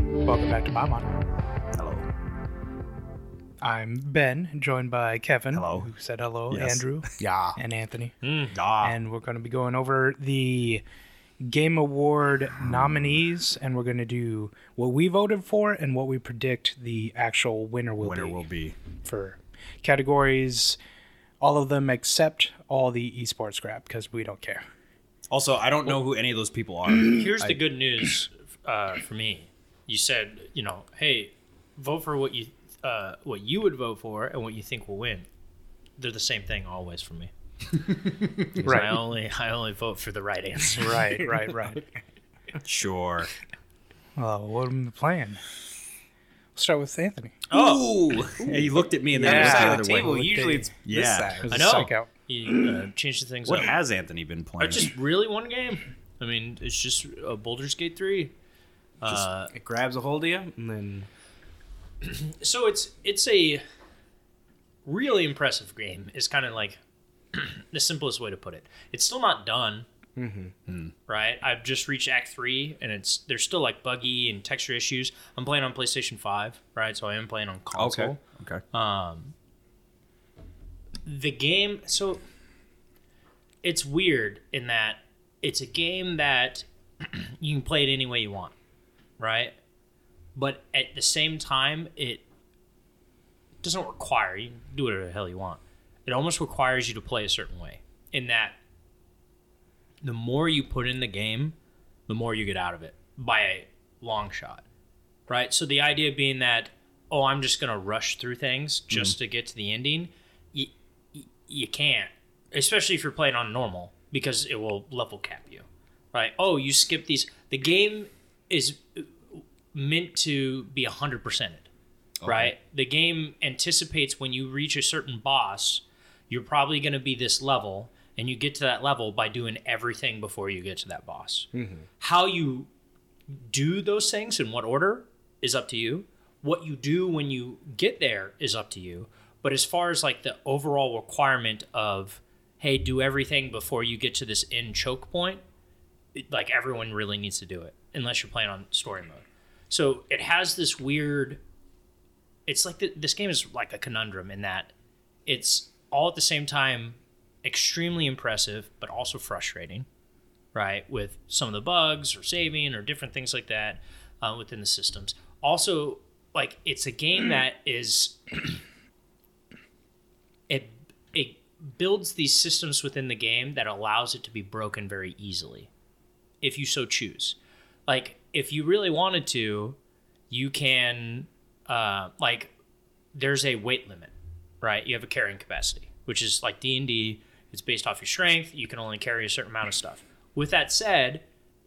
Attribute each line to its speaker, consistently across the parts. Speaker 1: Dr. Baumon.
Speaker 2: Hello.
Speaker 1: I'm Ben, joined by Kevin,
Speaker 2: Hello.
Speaker 1: who said hello,
Speaker 2: Yes.
Speaker 1: Andrew,
Speaker 2: Yeah. Ah.
Speaker 1: and Anthony.
Speaker 2: Yeah.
Speaker 1: And we're going to be going over the Game Award nominees, and we're going to do what we voted for and what we predict the actual winner will
Speaker 2: Winner
Speaker 1: be
Speaker 2: will be.
Speaker 1: for categories, all of them except all the esports crap, because we don't care.
Speaker 2: Also, I don't know who any of those people are.
Speaker 3: Here's
Speaker 2: I-
Speaker 3: the good news uh, for me. You said, you know, hey, vote for what you uh, what you would vote for and what you think will win. They're the same thing always for me. 'Cause I only I only vote for the right answer.
Speaker 1: right, right, right.
Speaker 2: sure.
Speaker 1: Well, what am I playing? We'll start with Anthony.
Speaker 2: Oh. Yeah, you looked at me and then
Speaker 1: Yeah.
Speaker 2: you looked
Speaker 1: Side
Speaker 2: the
Speaker 1: of
Speaker 2: other
Speaker 1: the table,
Speaker 2: way.
Speaker 1: you-
Speaker 4: Usually it's
Speaker 2: Yeah.
Speaker 4: this side.
Speaker 3: I
Speaker 1: It's
Speaker 3: know.
Speaker 1: psych out.
Speaker 3: You uh, change the things
Speaker 2: What
Speaker 3: up.
Speaker 2: has Anthony been
Speaker 3: Or
Speaker 2: playing?
Speaker 3: just really one game. I mean, it's just uh, Boulder's Gate three. Uh,
Speaker 4: it grabs a hold of you and then
Speaker 3: so it's it's a really impressive game is kind of like the simplest way to put it it's still not done Hmm. right i've just reached act three and it's there's still like buggy and texture issues i'm playing on playstation 5 right so i am playing on console
Speaker 2: okay. Okay.
Speaker 3: um, the game, so it's weird in that it's a game that you can play it any way you want, right? But at the same time, it doesn't require you can do whatever the hell you want. It almost requires you to play a certain way. In that, the more you put in the game, the more you get out of it by a long shot right? So the idea being that, oh, I'm just going to rush through things just to get to the ending, you, you, you can't, especially if you're playing on normal, because it will level cap you, right? Oh, you skip these. The game is uh, meant to be 100%ed, right? The game anticipates when you reach a certain boss, you're probably going to be this level. And you get to that level by doing everything before you get to that boss. How you do those things in what order is up to you. What you do when you get there is up to you. But as far as like the overall requirement of, hey, do everything before you get to this end choke point, it, like everyone really needs to do it unless you're playing on story mode. So it has this weird. It's like the, this game is like a conundrum in that it's all at the same time extremely impressive but also frustrating right? With some of the bugs or saving or different things like that uh, within the systems. Also, like it's a game that is it it builds these systems within the game that allows it to be broken very easily, if you so choose. Like if you really wanted to, you can uh, like there's a weight limit, right? You have a carrying capacity, which is like D and D. It's based off your strength. You can only carry a certain amount of stuff. With that said,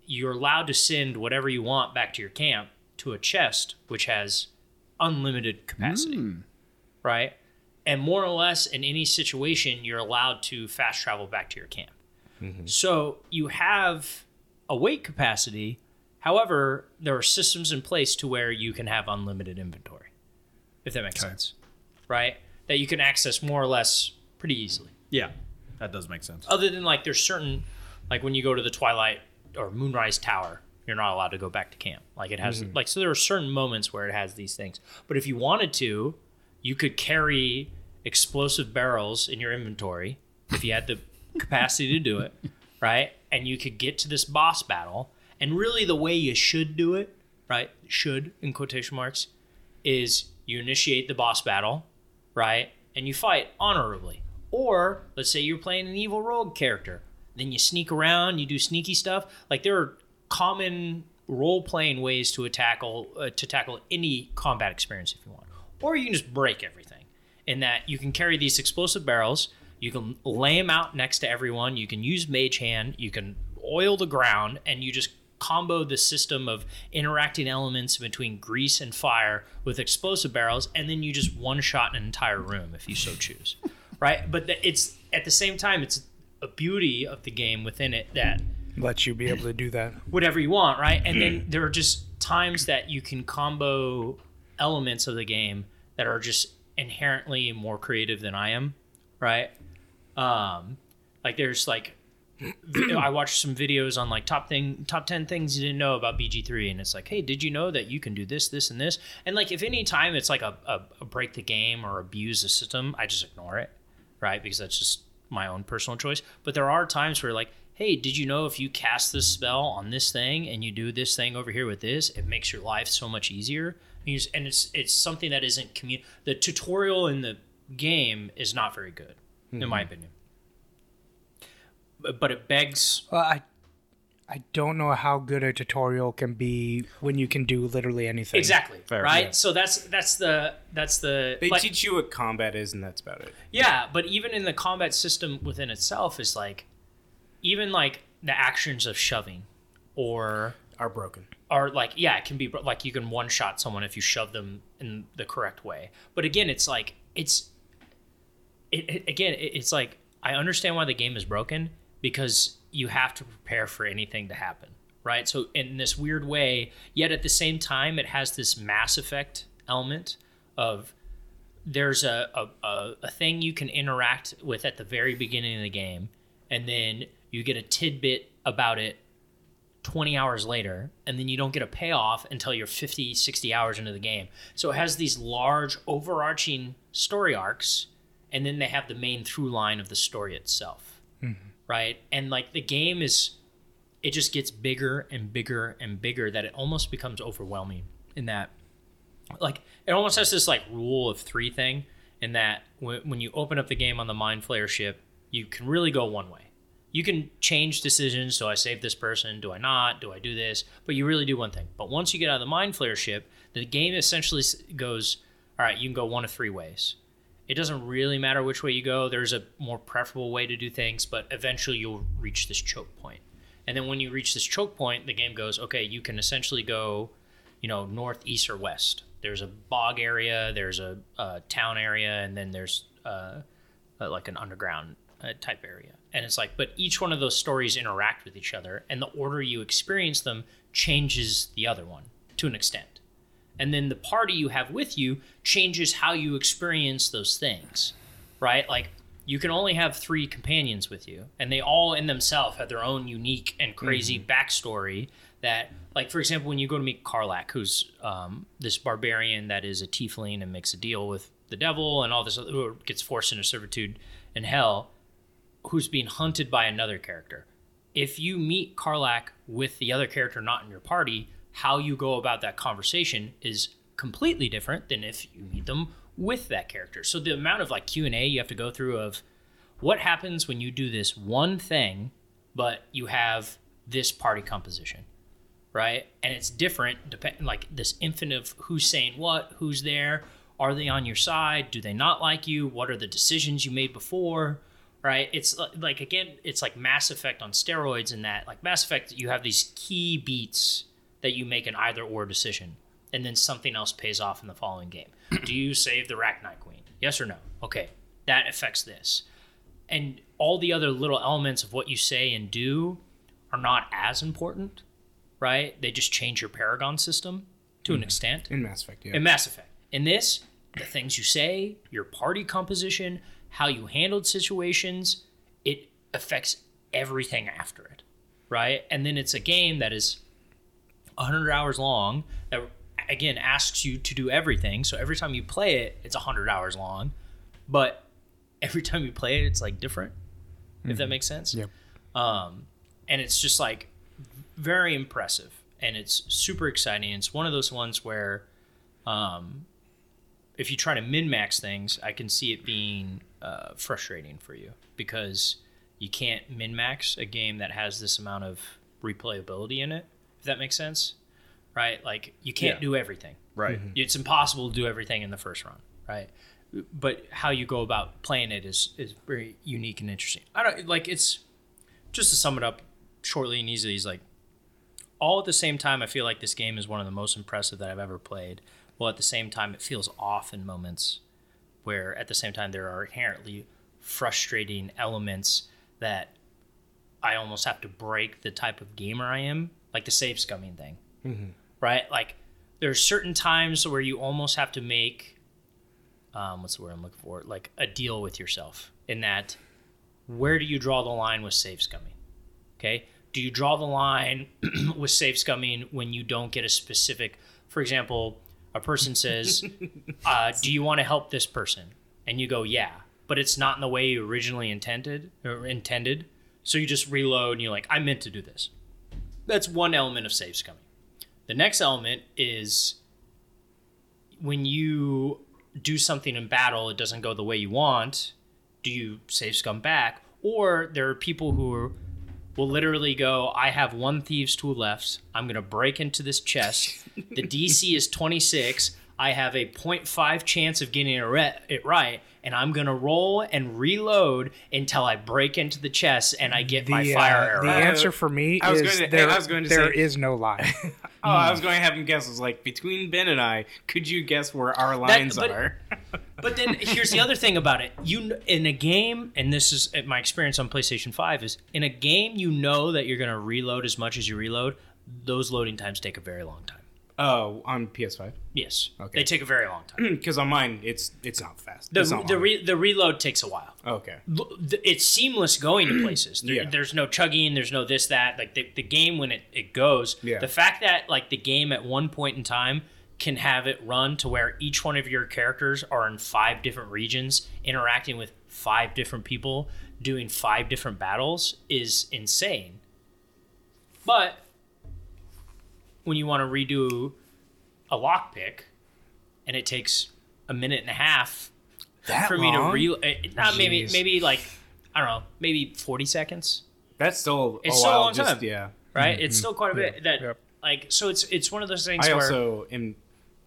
Speaker 3: you're allowed to send whatever you want back to your camp to a chest, which has unlimited capacity, right? And more or less in any situation, you're allowed to fast travel back to your camp. So you have a weight capacity. However, there are systems in place to where you can have unlimited inventory if that makes sense, right? That you can access more or less pretty easily.
Speaker 2: Yeah. That does make sense.
Speaker 3: Other than like there's certain, like when you go to the Twilight or Moonrise Tower, you're not allowed to go back to camp. Like it has like so there are certain moments where it has these things. But if you wanted to, you could carry explosive barrels in your inventory if you had the capacity to do it, right? And you could get to this boss battle. And really, the way you should do it, right? Should in quotation marks, is you initiate the boss battle, right? And you fight honorably. Or let's say you're playing an evil rogue character, then you sneak around, you do sneaky stuff. Like there are common role playing ways to tackle uh, to tackle any combat experience if you want. Or you can just break everything in that you can carry these explosive barrels, you can lay them out next to everyone, you can use mage hand, you can oil the ground, and you just combo the system of interacting elements between grease and fire with explosive barrels, and then you just one shot an entire room if you so choose, right? But the, it's at the same time, it's a beauty of the game within it that
Speaker 1: Let you be able to do that.
Speaker 3: whatever you want, right? And then there are just times that you can combo elements of the game that are just inherently more creative than I am, right? Um, like there's like I watched some videos on like top thing, top ten things you didn't know about BG3, and it's like, hey, did you know that you can do this, this, and this? And like, if any time it's like a, a, a break the game or abuse the system, I just ignore it, right? Because that's just my own personal choice. But there are times where like, hey, did you know if you cast this spell on this thing and you do this thing over here with this, it makes your life so much easier. And, you just, and it's it's something that isn't commun. The tutorial in the game is not very good, in
Speaker 2: Mm-hmm.
Speaker 3: my opinion. But, but it begs
Speaker 1: Well, I I don't know how good a tutorial can be when you can do literally anything.
Speaker 3: exactly
Speaker 2: Fair,
Speaker 3: right.
Speaker 2: yeah.
Speaker 3: So that's that's the that's the
Speaker 4: They
Speaker 3: like-
Speaker 4: teach you what combat is, and that's about it.
Speaker 3: Yeah, but even in the combat system within itself is like, even like the actions of shoving, or
Speaker 4: Are broken.
Speaker 3: are like yeah it can be like you can one shot someone if you shove them in the correct way but again it's like it's it, it- again it, it's like i understand why the game is broken because you have to prepare for anything to happen right so in this weird way yet at the same time it has this mass effect element of there's a, a, a, a thing you can interact with at the very beginning of the game and then you get a tidbit about it 20 hours later and then you don't get a payoff until you're 50 60 hours into the game so it has these large overarching story arcs and then they have the main through line of the story itself right and like the game is it just gets bigger and bigger and bigger that it almost becomes overwhelming in that like it almost has this like rule of three thing in that when, when you open up the game on the mind flayer ship you can really go one way you can change decisions do i save this person do i not do i do this but you really do one thing but once you get out of the mind flayer ship the game essentially s- goes all right you can go one of three ways it doesn't really matter which way you go there's a more preferable way to do things but eventually you'll reach this choke point and then when you reach this choke point the game goes okay you can essentially go you know north east or west there's a bog area there's a, uh town area and then there's uh, uh, like an underground uh, type area and it's like but each one of those stories interact with each other and the order you experience them changes the other one to an extent and then the party you have with you changes how you experience those things right like you can only have three companions with you and they all in themselves have their own unique and crazy backstory that like for example when you go to meet karlak who's um, this barbarian that is a tiefling and makes a deal with the devil and all this other who gets forced into servitude in hell who's being hunted by another character if you meet Karlak with the other character not in your party, how you go about that conversation is completely different than if you meet them with that character. So the amount of like Q and A you have to go through of what happens when you do this one thing, but you have this party composition, right? And it's different depending like this infinite of who's saying what, who's there, are they on your side, do they not like you, what are the decisions you made before, right? It's li- like again, it's like Mass Effect on steroids in that like Mass Effect, you have these key beats that you make an either or decision, and then something else pays off in the following game. Do you save the Rachni Queen? Yes or no? Okay, that affects this, and all the other little elements of what you say and do are not as important, right? They just change your Paragon system to an extent.
Speaker 4: In Mass Effect, yeah.
Speaker 3: In Mass Effect. In this, the things you say, your party composition, how you handled situations, it affects everything after it, right? And then it's a game that is 100 hours long that again asks you to do everything. So every time you play it, it's 100 hours long, but every time you play it, it's like different. If that makes sense.
Speaker 4: Yep.
Speaker 3: Um, and it's just like very impressive, and it's super exciting. It's one of those ones where um, if you try to min max things, I can see it being uh, frustrating for you because you can't min max a game that has this amount of replayability in it. If that makes sense, right? Like you can't
Speaker 2: Yeah.
Speaker 3: do everything.
Speaker 2: Right.
Speaker 3: It's impossible to do everything in the first run, right? But how you go about playing it is is very unique and interesting. I don't like it's just to sum it up shortly and easily is like all at the same time I feel like this game is one of the most impressive that I've ever played. Well, at the same time it feels off in moments where at the same time there are inherently frustrating elements that I almost have to break the type of gamer I am, like the save scumming thing right? Like there are certain times where you almost have to make um, what's the word I'm looking for? Like a deal with yourself in that where do you draw the line with saves coming, Okay. Do you draw the line with safe scumming when you don't get a specific, for example, a person says, uh, Do you want to help this person? And you go, Yeah, but it's not in the way you originally intended or intended. So you just reload and you're like, I meant to do this. That's one element of safe scumming. The next element is when you do something in battle, it doesn't go the way you want. Do you save scum back? Or there are people who will literally go, I have one thieves tool left. I'm going to break into this chest. the DC is 26. I have a 0.5 chance of getting it re- it right. And I'm going to roll and reload until I break into the chest and I get my
Speaker 4: The, uh,
Speaker 3: fire
Speaker 4: the
Speaker 3: arrow.
Speaker 4: answer for me
Speaker 1: I was
Speaker 4: is
Speaker 1: going to-
Speaker 4: there,
Speaker 1: I was going to
Speaker 4: there
Speaker 1: say-
Speaker 4: is no lie.
Speaker 1: Oh, I
Speaker 3: Hmm.
Speaker 1: was going to have him guess. I was like, between Ben and I, could you guess where our lines
Speaker 3: but-
Speaker 1: are?
Speaker 3: But then here's the other thing about it. You kn- in a game, and this is uh, my experience on PlayStation 5 is in a game you know that you're going to reload as much as you reload. Those loading times take a very long time.
Speaker 1: Oh, on PS5.
Speaker 3: Yes.
Speaker 1: Okay.
Speaker 3: They take a very long time.
Speaker 1: Because on mine, it's it's not fast.
Speaker 3: The
Speaker 1: It's not
Speaker 3: the,
Speaker 1: long.
Speaker 3: re, the reload takes a while.
Speaker 1: okay.
Speaker 3: L- th- It's seamless going to places. There-
Speaker 1: Yeah.
Speaker 3: There's no chugging, there's no this that. Like the, the game when it it goes,
Speaker 1: Yeah.
Speaker 3: the fact that like the game at one point in time can have it run to where each one of your characters are in five different regions interacting with five different people doing five different battles is insane but when you want to redo a lockpick and it takes a minute and a half for
Speaker 1: long?
Speaker 3: me to re not maybe
Speaker 4: Jeez.
Speaker 3: maybe like i don't know maybe 40 seconds
Speaker 1: That's still
Speaker 3: It's
Speaker 1: a
Speaker 3: still a
Speaker 1: while,
Speaker 3: long
Speaker 1: just-
Speaker 3: time.
Speaker 1: Yeah.
Speaker 3: right it's still quite a bit that
Speaker 4: Yep.
Speaker 3: like so it's it's one of those things
Speaker 1: Mm-hmm. I
Speaker 3: where
Speaker 1: also am.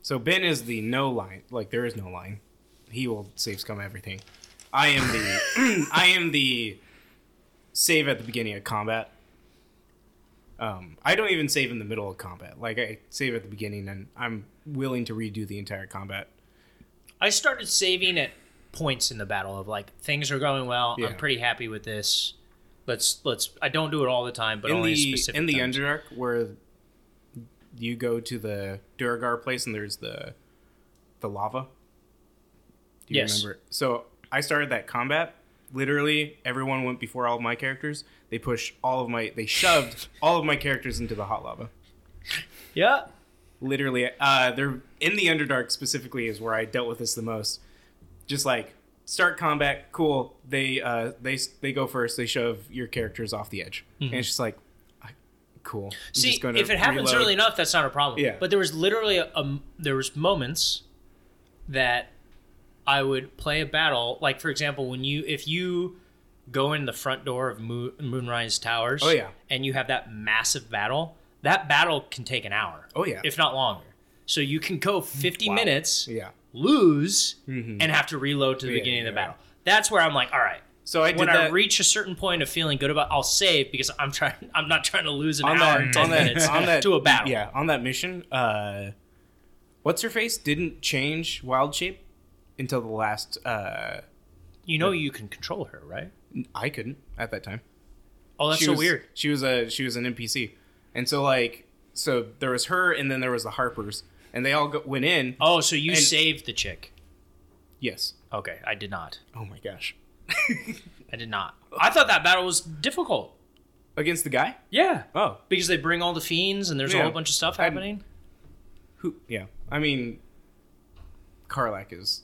Speaker 1: So Ben is the no line. Like there is no line. He will save scum everything. I am the. I am the. Save at the beginning of combat. Um, I don't even save in the middle of combat. Like I save at the beginning, and I'm willing to redo the entire combat.
Speaker 3: I started saving at points in the battle of like things are going well.
Speaker 1: Yeah.
Speaker 3: I'm pretty happy with this. Let's let's. I don't do it all the time, but
Speaker 1: in
Speaker 3: only
Speaker 1: the
Speaker 3: specific
Speaker 1: in the
Speaker 3: times.
Speaker 1: Underdark, where you go to the Duragar place, and there's the the lava. Do you
Speaker 3: Yes.
Speaker 1: remember? So I started that combat. Literally, everyone went before all of my characters. They pushed all of my, they shoved all of my characters into the hot lava.
Speaker 3: yeah.
Speaker 1: Literally, uh, they're in the Underdark specifically is where I dealt with this the most. Just like start combat, cool. They uh, they they go first. They shove your characters off the edge, and it's just like, I- cool. I'm
Speaker 3: Mm-hmm. See,
Speaker 1: just gonna
Speaker 3: if it happens
Speaker 1: reload.
Speaker 3: early enough, that's not a problem.
Speaker 1: Yeah.
Speaker 3: But there was literally a, a there was moments that I would play a battle. Like for example, when you if you go in the front door of Moon, Moonrise Towers.
Speaker 1: Oh, yeah.
Speaker 3: And you have that massive battle. That battle can take an hour.
Speaker 1: Oh, yeah.
Speaker 3: If not longer. So you can go 50 minutes.
Speaker 1: yeah.
Speaker 3: lose and have to reload to the beginning of
Speaker 1: Mm-hmm.
Speaker 3: the
Speaker 1: yeah.
Speaker 3: battle. That's where I'm like, all right.
Speaker 1: So I did
Speaker 3: When I
Speaker 1: that.
Speaker 3: reach a certain point of feeling good about, I'll save because I'm trying. I'm not trying to lose an
Speaker 1: on
Speaker 3: hour
Speaker 1: that,
Speaker 3: and ten
Speaker 1: on that,
Speaker 3: minutes
Speaker 1: on that,
Speaker 3: to a battle.
Speaker 1: Yeah, on that mission, uh, what's her face didn't change wild shape until the last. Uh,
Speaker 3: You know you can control her, right?
Speaker 1: I couldn't at that time.
Speaker 3: Oh, that's
Speaker 1: she
Speaker 3: so
Speaker 1: was,
Speaker 3: weird.
Speaker 1: She was a she was an NPC, and so like so there was her, and then there was the Harpers, and they all go, went in.
Speaker 3: Oh, so you
Speaker 1: and-
Speaker 3: saved the chick?
Speaker 1: Yes.
Speaker 3: Okay, I did not.
Speaker 1: Oh my gosh.
Speaker 3: I did not. I thought that battle was difficult.
Speaker 1: Against the guy?
Speaker 3: Yeah,
Speaker 1: Oh,
Speaker 3: because they bring all the fiends and there's a
Speaker 1: Yeah.
Speaker 3: whole bunch of stuff
Speaker 1: I-
Speaker 3: happening.
Speaker 1: who? Yeah. I mean, Karlak is.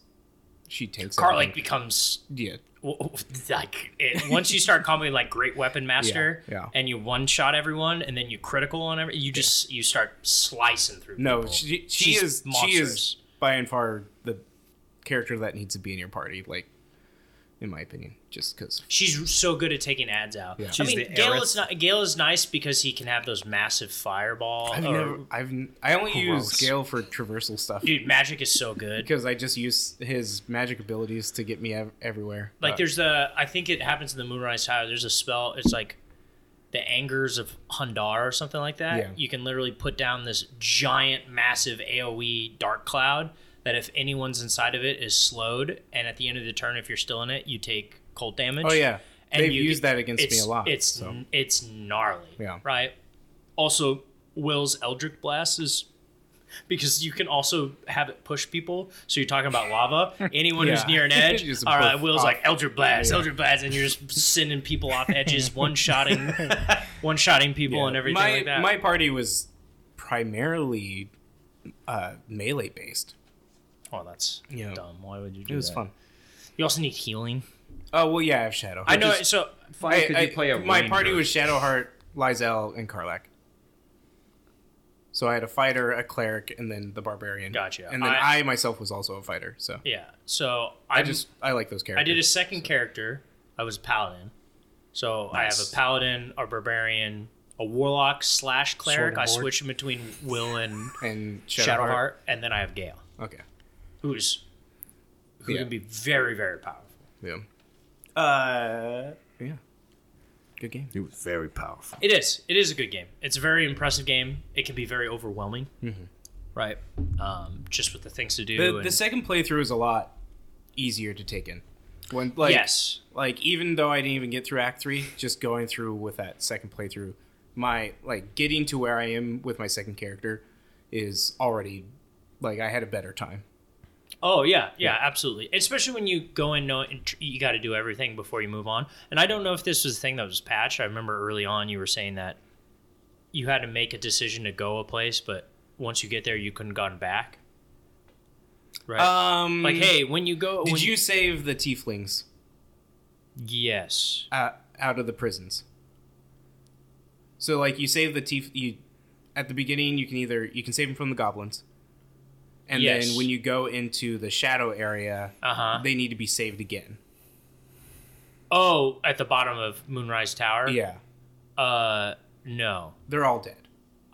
Speaker 1: She takes.
Speaker 3: Carlick
Speaker 1: everything.
Speaker 3: becomes
Speaker 1: Yeah.
Speaker 3: Well, like it, once you start calling like great weapon master
Speaker 1: Yeah, yeah.
Speaker 3: and you one shot everyone and then you critical on every you just you start slicing through
Speaker 1: No,
Speaker 3: people.
Speaker 1: she she
Speaker 3: She's
Speaker 1: is she
Speaker 3: monstrous.
Speaker 1: is by and far the character that needs to be in your party. Like, in my opinion, just because.
Speaker 3: she's so good at taking ads out i
Speaker 2: She's
Speaker 3: mean
Speaker 2: the
Speaker 3: gale
Speaker 2: heiress.
Speaker 3: is, not, gale is nice because he can have those massive fireball
Speaker 1: I've
Speaker 3: or-
Speaker 1: never. I've. n- I only use
Speaker 4: Gross.
Speaker 1: Gale for traversal stuff
Speaker 3: dude magic is so good
Speaker 1: because I just use his magic abilities to get me ev- everywhere.
Speaker 3: like
Speaker 1: Uh,
Speaker 3: there's the i think it happens in the moonrise tower there's a spell it's like the angers of Hundar or something like that.
Speaker 1: Yeah.
Speaker 3: You can literally put down this giant, massive AOE dark cloud that if anyone's inside of it is slowed, and at the end of the turn, if you're still in it, you take cold damage.
Speaker 1: Oh yeah,
Speaker 3: and
Speaker 1: they've
Speaker 3: you
Speaker 1: used
Speaker 3: get-
Speaker 1: that against me
Speaker 3: it's-
Speaker 1: a lot.
Speaker 3: It's
Speaker 1: so.
Speaker 3: it's gnarly.
Speaker 1: Yeah.
Speaker 3: Right. Also, Will's Eldritch Blast is because you can also have it push people. So you're talking about lava. Anyone who's
Speaker 1: Yeah.
Speaker 3: near an edge,
Speaker 1: Just
Speaker 3: all right,
Speaker 1: poof
Speaker 3: Will's
Speaker 1: off.
Speaker 3: like Eldritch Blast,
Speaker 1: Yeah.
Speaker 3: Eldritch Blast, and you're just sending people off edges, one shotting, one shotting people and everything
Speaker 1: my,
Speaker 3: like that.
Speaker 1: My party was primarily uh, melee based.
Speaker 3: oh, that's
Speaker 1: Yeah.
Speaker 3: dumb. Why would you do
Speaker 1: It was
Speaker 3: that?
Speaker 1: fun.
Speaker 3: You also need healing.
Speaker 1: Oh well, yeah, I have Shadow.
Speaker 3: I know. so
Speaker 2: Why could you play a
Speaker 1: my
Speaker 2: ranger?
Speaker 1: party was Shadowheart, Lizel, and Karlak. So I had a fighter, a cleric, and then the barbarian.
Speaker 3: Gotcha.
Speaker 1: And then
Speaker 3: I-
Speaker 1: I, myself was also a fighter. So
Speaker 3: yeah. So
Speaker 1: I
Speaker 3: I'm-
Speaker 1: just I like those
Speaker 3: I
Speaker 1: characters.
Speaker 3: did a second character. I was a paladin. So I have
Speaker 2: Nice.
Speaker 3: a paladin, a barbarian, a warlock slash
Speaker 4: Sword
Speaker 3: cleric.
Speaker 4: and
Speaker 3: I
Speaker 4: board.
Speaker 3: switch them between Will and
Speaker 1: and Shadowheart.
Speaker 3: Shadowheart, and then I have Gale,
Speaker 1: Okay.
Speaker 3: who's who
Speaker 1: Yeah.
Speaker 3: can be very very powerful.
Speaker 1: Yeah. Uh. Yeah. Good game.
Speaker 2: It was very powerful.
Speaker 3: It is. It is a good game. It's a very impressive game. It can be very overwhelming, right? Um, just with the things to do.
Speaker 1: The, the
Speaker 3: and-
Speaker 1: second playthrough is a lot easier to take in. When like
Speaker 3: yes,
Speaker 1: like even though I didn't even get through Act Three, just going through with that second playthrough, my like getting to where I am with my second character is already like I had a better time.
Speaker 3: Oh yeah, yeah, absolutely. Especially when you go in, know and tr- you got to do everything before you move on. And I don't know if this was the thing that was patched. I remember early on you were saying that you had to make a decision to go a place, but once you get there, you couldn't gone back. Right?
Speaker 1: Um,
Speaker 3: like, hey, when you go,
Speaker 1: did
Speaker 3: when
Speaker 1: you save the tieflings
Speaker 3: Yes.
Speaker 1: uh, out of the prisons? So like you save the tief you at the beginning you can either you can save them from the goblins, and
Speaker 3: Yes.
Speaker 1: then when you go into the shadow area,
Speaker 3: Uh huh.
Speaker 1: they need to be saved again.
Speaker 3: Oh, at the bottom of Moonrise Tower.
Speaker 1: Yeah,
Speaker 3: Uh, no,
Speaker 1: they're all dead.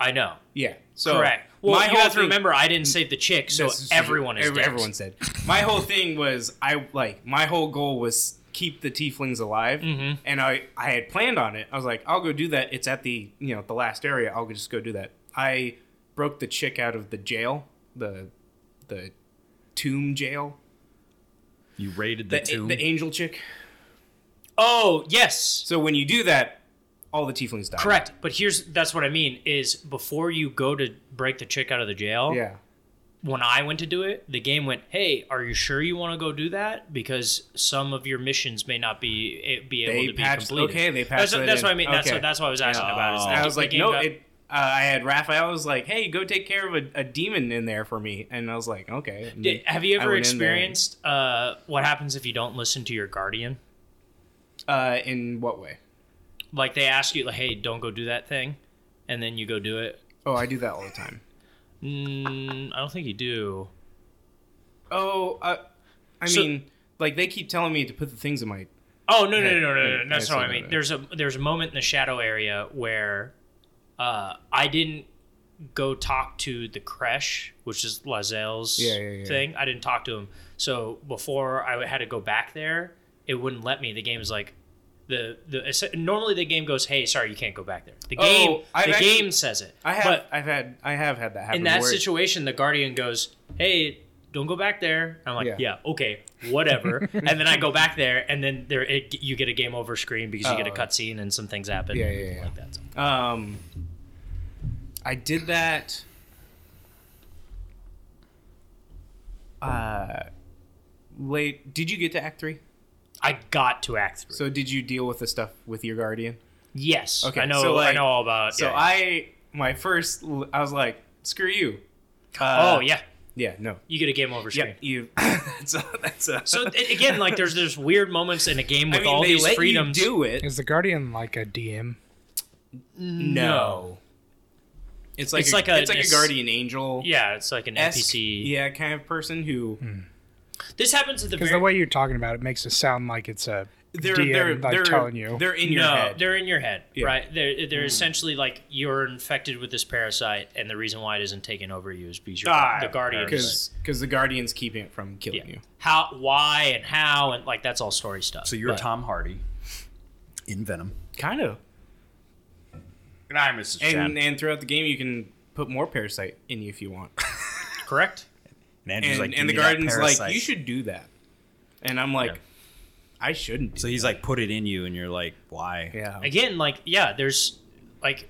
Speaker 3: I know.
Speaker 1: Yeah, so
Speaker 3: Correct. Well,
Speaker 1: my
Speaker 3: you
Speaker 1: whole
Speaker 3: have to
Speaker 1: thing-
Speaker 3: remember, I didn't save the chick, so
Speaker 1: This is-
Speaker 3: everyone is
Speaker 1: ev-
Speaker 3: dead.
Speaker 1: Everyone's dead. My whole thing was I like my whole goal was keep the tieflings alive,
Speaker 3: Mhm.
Speaker 1: and I I had planned on it. I was like, I'll go do that. It's at the you know the last area. I'll just go do that. I broke the chick out of the jail, the the tomb jail,
Speaker 2: You raided the,
Speaker 1: the
Speaker 2: tomb.
Speaker 1: the angel chick.
Speaker 3: Oh yes.
Speaker 1: So when you do that, all the tieflings die.
Speaker 3: Correct, but here's that's what I mean is before you go to break the chick out of the jail.
Speaker 1: Yeah.
Speaker 3: When I went to do it, the game went, "Hey, are you sure you want to go do that? Because some of your missions may not be eh, be able
Speaker 1: They
Speaker 3: to be
Speaker 1: patched-
Speaker 3: completed."
Speaker 1: okay, they
Speaker 3: That's,
Speaker 1: patched that
Speaker 3: that's what I
Speaker 1: in.
Speaker 3: mean. That's
Speaker 1: Okay.
Speaker 3: what, that's what I was asking about. Is
Speaker 2: Oh.
Speaker 3: the-
Speaker 1: And I was
Speaker 3: the
Speaker 1: like,
Speaker 3: game
Speaker 1: no.
Speaker 3: got-
Speaker 1: It, uh, I had Raphael was like, hey, go take care of a, a demon in there for me, and I was like, okay. And
Speaker 3: Did-
Speaker 1: then
Speaker 3: have you
Speaker 1: I
Speaker 3: ever
Speaker 1: went in there and-
Speaker 3: experienced uh, what happens if you don't listen to your guardian?
Speaker 1: Uh, in what way?
Speaker 3: Like they ask you, like, "Hey, don't go do that thing," and then you go do it.
Speaker 1: Oh, I do that all the time.
Speaker 3: Mm, I don't think you do.
Speaker 1: Oh, uh, I
Speaker 3: So-
Speaker 1: mean, like they keep telling me to put the things in my.
Speaker 3: Oh no no
Speaker 1: Yeah,
Speaker 3: no no no!
Speaker 1: yeah,
Speaker 3: no. That's
Speaker 1: I
Speaker 3: not what
Speaker 1: see
Speaker 3: I mean.
Speaker 1: that.
Speaker 3: There's a there's a moment in the shadow area where uh, I didn't go talk to the creche, which is Lazelle's
Speaker 1: Yeah, yeah, yeah.
Speaker 3: thing. I didn't talk to him. So before I had to go back there, it wouldn't let me. The game is like the the normally the game goes, hey, sorry, you can't go back there. The
Speaker 1: Oh,
Speaker 3: game
Speaker 1: I've
Speaker 3: the
Speaker 1: actually-
Speaker 3: game says it.
Speaker 1: I have,
Speaker 3: But
Speaker 1: I've had, I have had that happen.
Speaker 3: in that
Speaker 1: where-
Speaker 3: situation, the guardian goes, "Hey, don't go back there." I'm like,
Speaker 1: Yeah.
Speaker 3: "Yeah, okay, whatever." and then I go back there, and then there it, you get a game over screen because you get a
Speaker 1: Oh.
Speaker 3: cutscene and some things happen.
Speaker 1: Yeah,
Speaker 3: and
Speaker 1: yeah, yeah.
Speaker 3: like that. So-
Speaker 1: Um, I did that. Uh, late. Did you get to Act Three?
Speaker 3: I got to Act Three.
Speaker 1: So did you deal with the stuff with your guardian?
Speaker 3: yes,
Speaker 1: Okay,
Speaker 3: I know.
Speaker 1: so, like-
Speaker 3: I know all about.
Speaker 1: So
Speaker 3: yeah, yeah.
Speaker 1: I, my first, l- I was like, screw you. Uh,
Speaker 3: oh yeah,
Speaker 1: Yeah. No.
Speaker 3: you get a game over screen.
Speaker 1: Yep. You. that's a. That's a
Speaker 3: So a- again, like there's there's weird moments in a game
Speaker 1: I
Speaker 3: with
Speaker 1: mean,
Speaker 3: all
Speaker 1: they
Speaker 3: these
Speaker 1: let you
Speaker 3: freedoms.
Speaker 1: do it.
Speaker 4: Is the Guardian like a DM?
Speaker 1: No. It's like
Speaker 3: It's
Speaker 1: a,
Speaker 3: like a-
Speaker 1: it's like a
Speaker 3: it's-
Speaker 1: guardian angel.
Speaker 3: yeah, it's like an
Speaker 1: esque,
Speaker 3: NPC.
Speaker 1: Yeah, kind of person who
Speaker 3: Hmm. This happens at the
Speaker 4: Because
Speaker 3: very
Speaker 4: the way you're talking about it makes it sound like it's a
Speaker 1: they're
Speaker 4: DM
Speaker 1: they're,
Speaker 4: like
Speaker 1: they're
Speaker 4: telling you.
Speaker 1: they're in your
Speaker 3: no,
Speaker 1: head.
Speaker 3: they're in your head,
Speaker 1: Yeah.
Speaker 3: right? They're they're essentially like you're infected with this parasite, and the reason why it isn't taking over you is because you're
Speaker 1: Ah,
Speaker 3: the guardian.
Speaker 1: because because the guardian's keeping it from
Speaker 3: Yeah.
Speaker 1: killing you.
Speaker 3: How, why, and how, and like that's all story stuff.
Speaker 2: so you're
Speaker 3: But-
Speaker 2: Tom Hardy in Venom.
Speaker 1: Kind of.
Speaker 2: And I'm Mrs.
Speaker 1: And and throughout the game, you can put more parasite in you if you want.
Speaker 3: correct.
Speaker 2: Andrew's
Speaker 1: And
Speaker 2: like,
Speaker 1: and the
Speaker 2: "Give me that
Speaker 1: guardian's like,
Speaker 2: parasite."
Speaker 1: you should do that. And I'm like,
Speaker 2: Yeah.
Speaker 1: I shouldn't.
Speaker 2: So he's like, put it in you, and you're like, why?
Speaker 1: yeah.
Speaker 3: Again, like yeah, there's like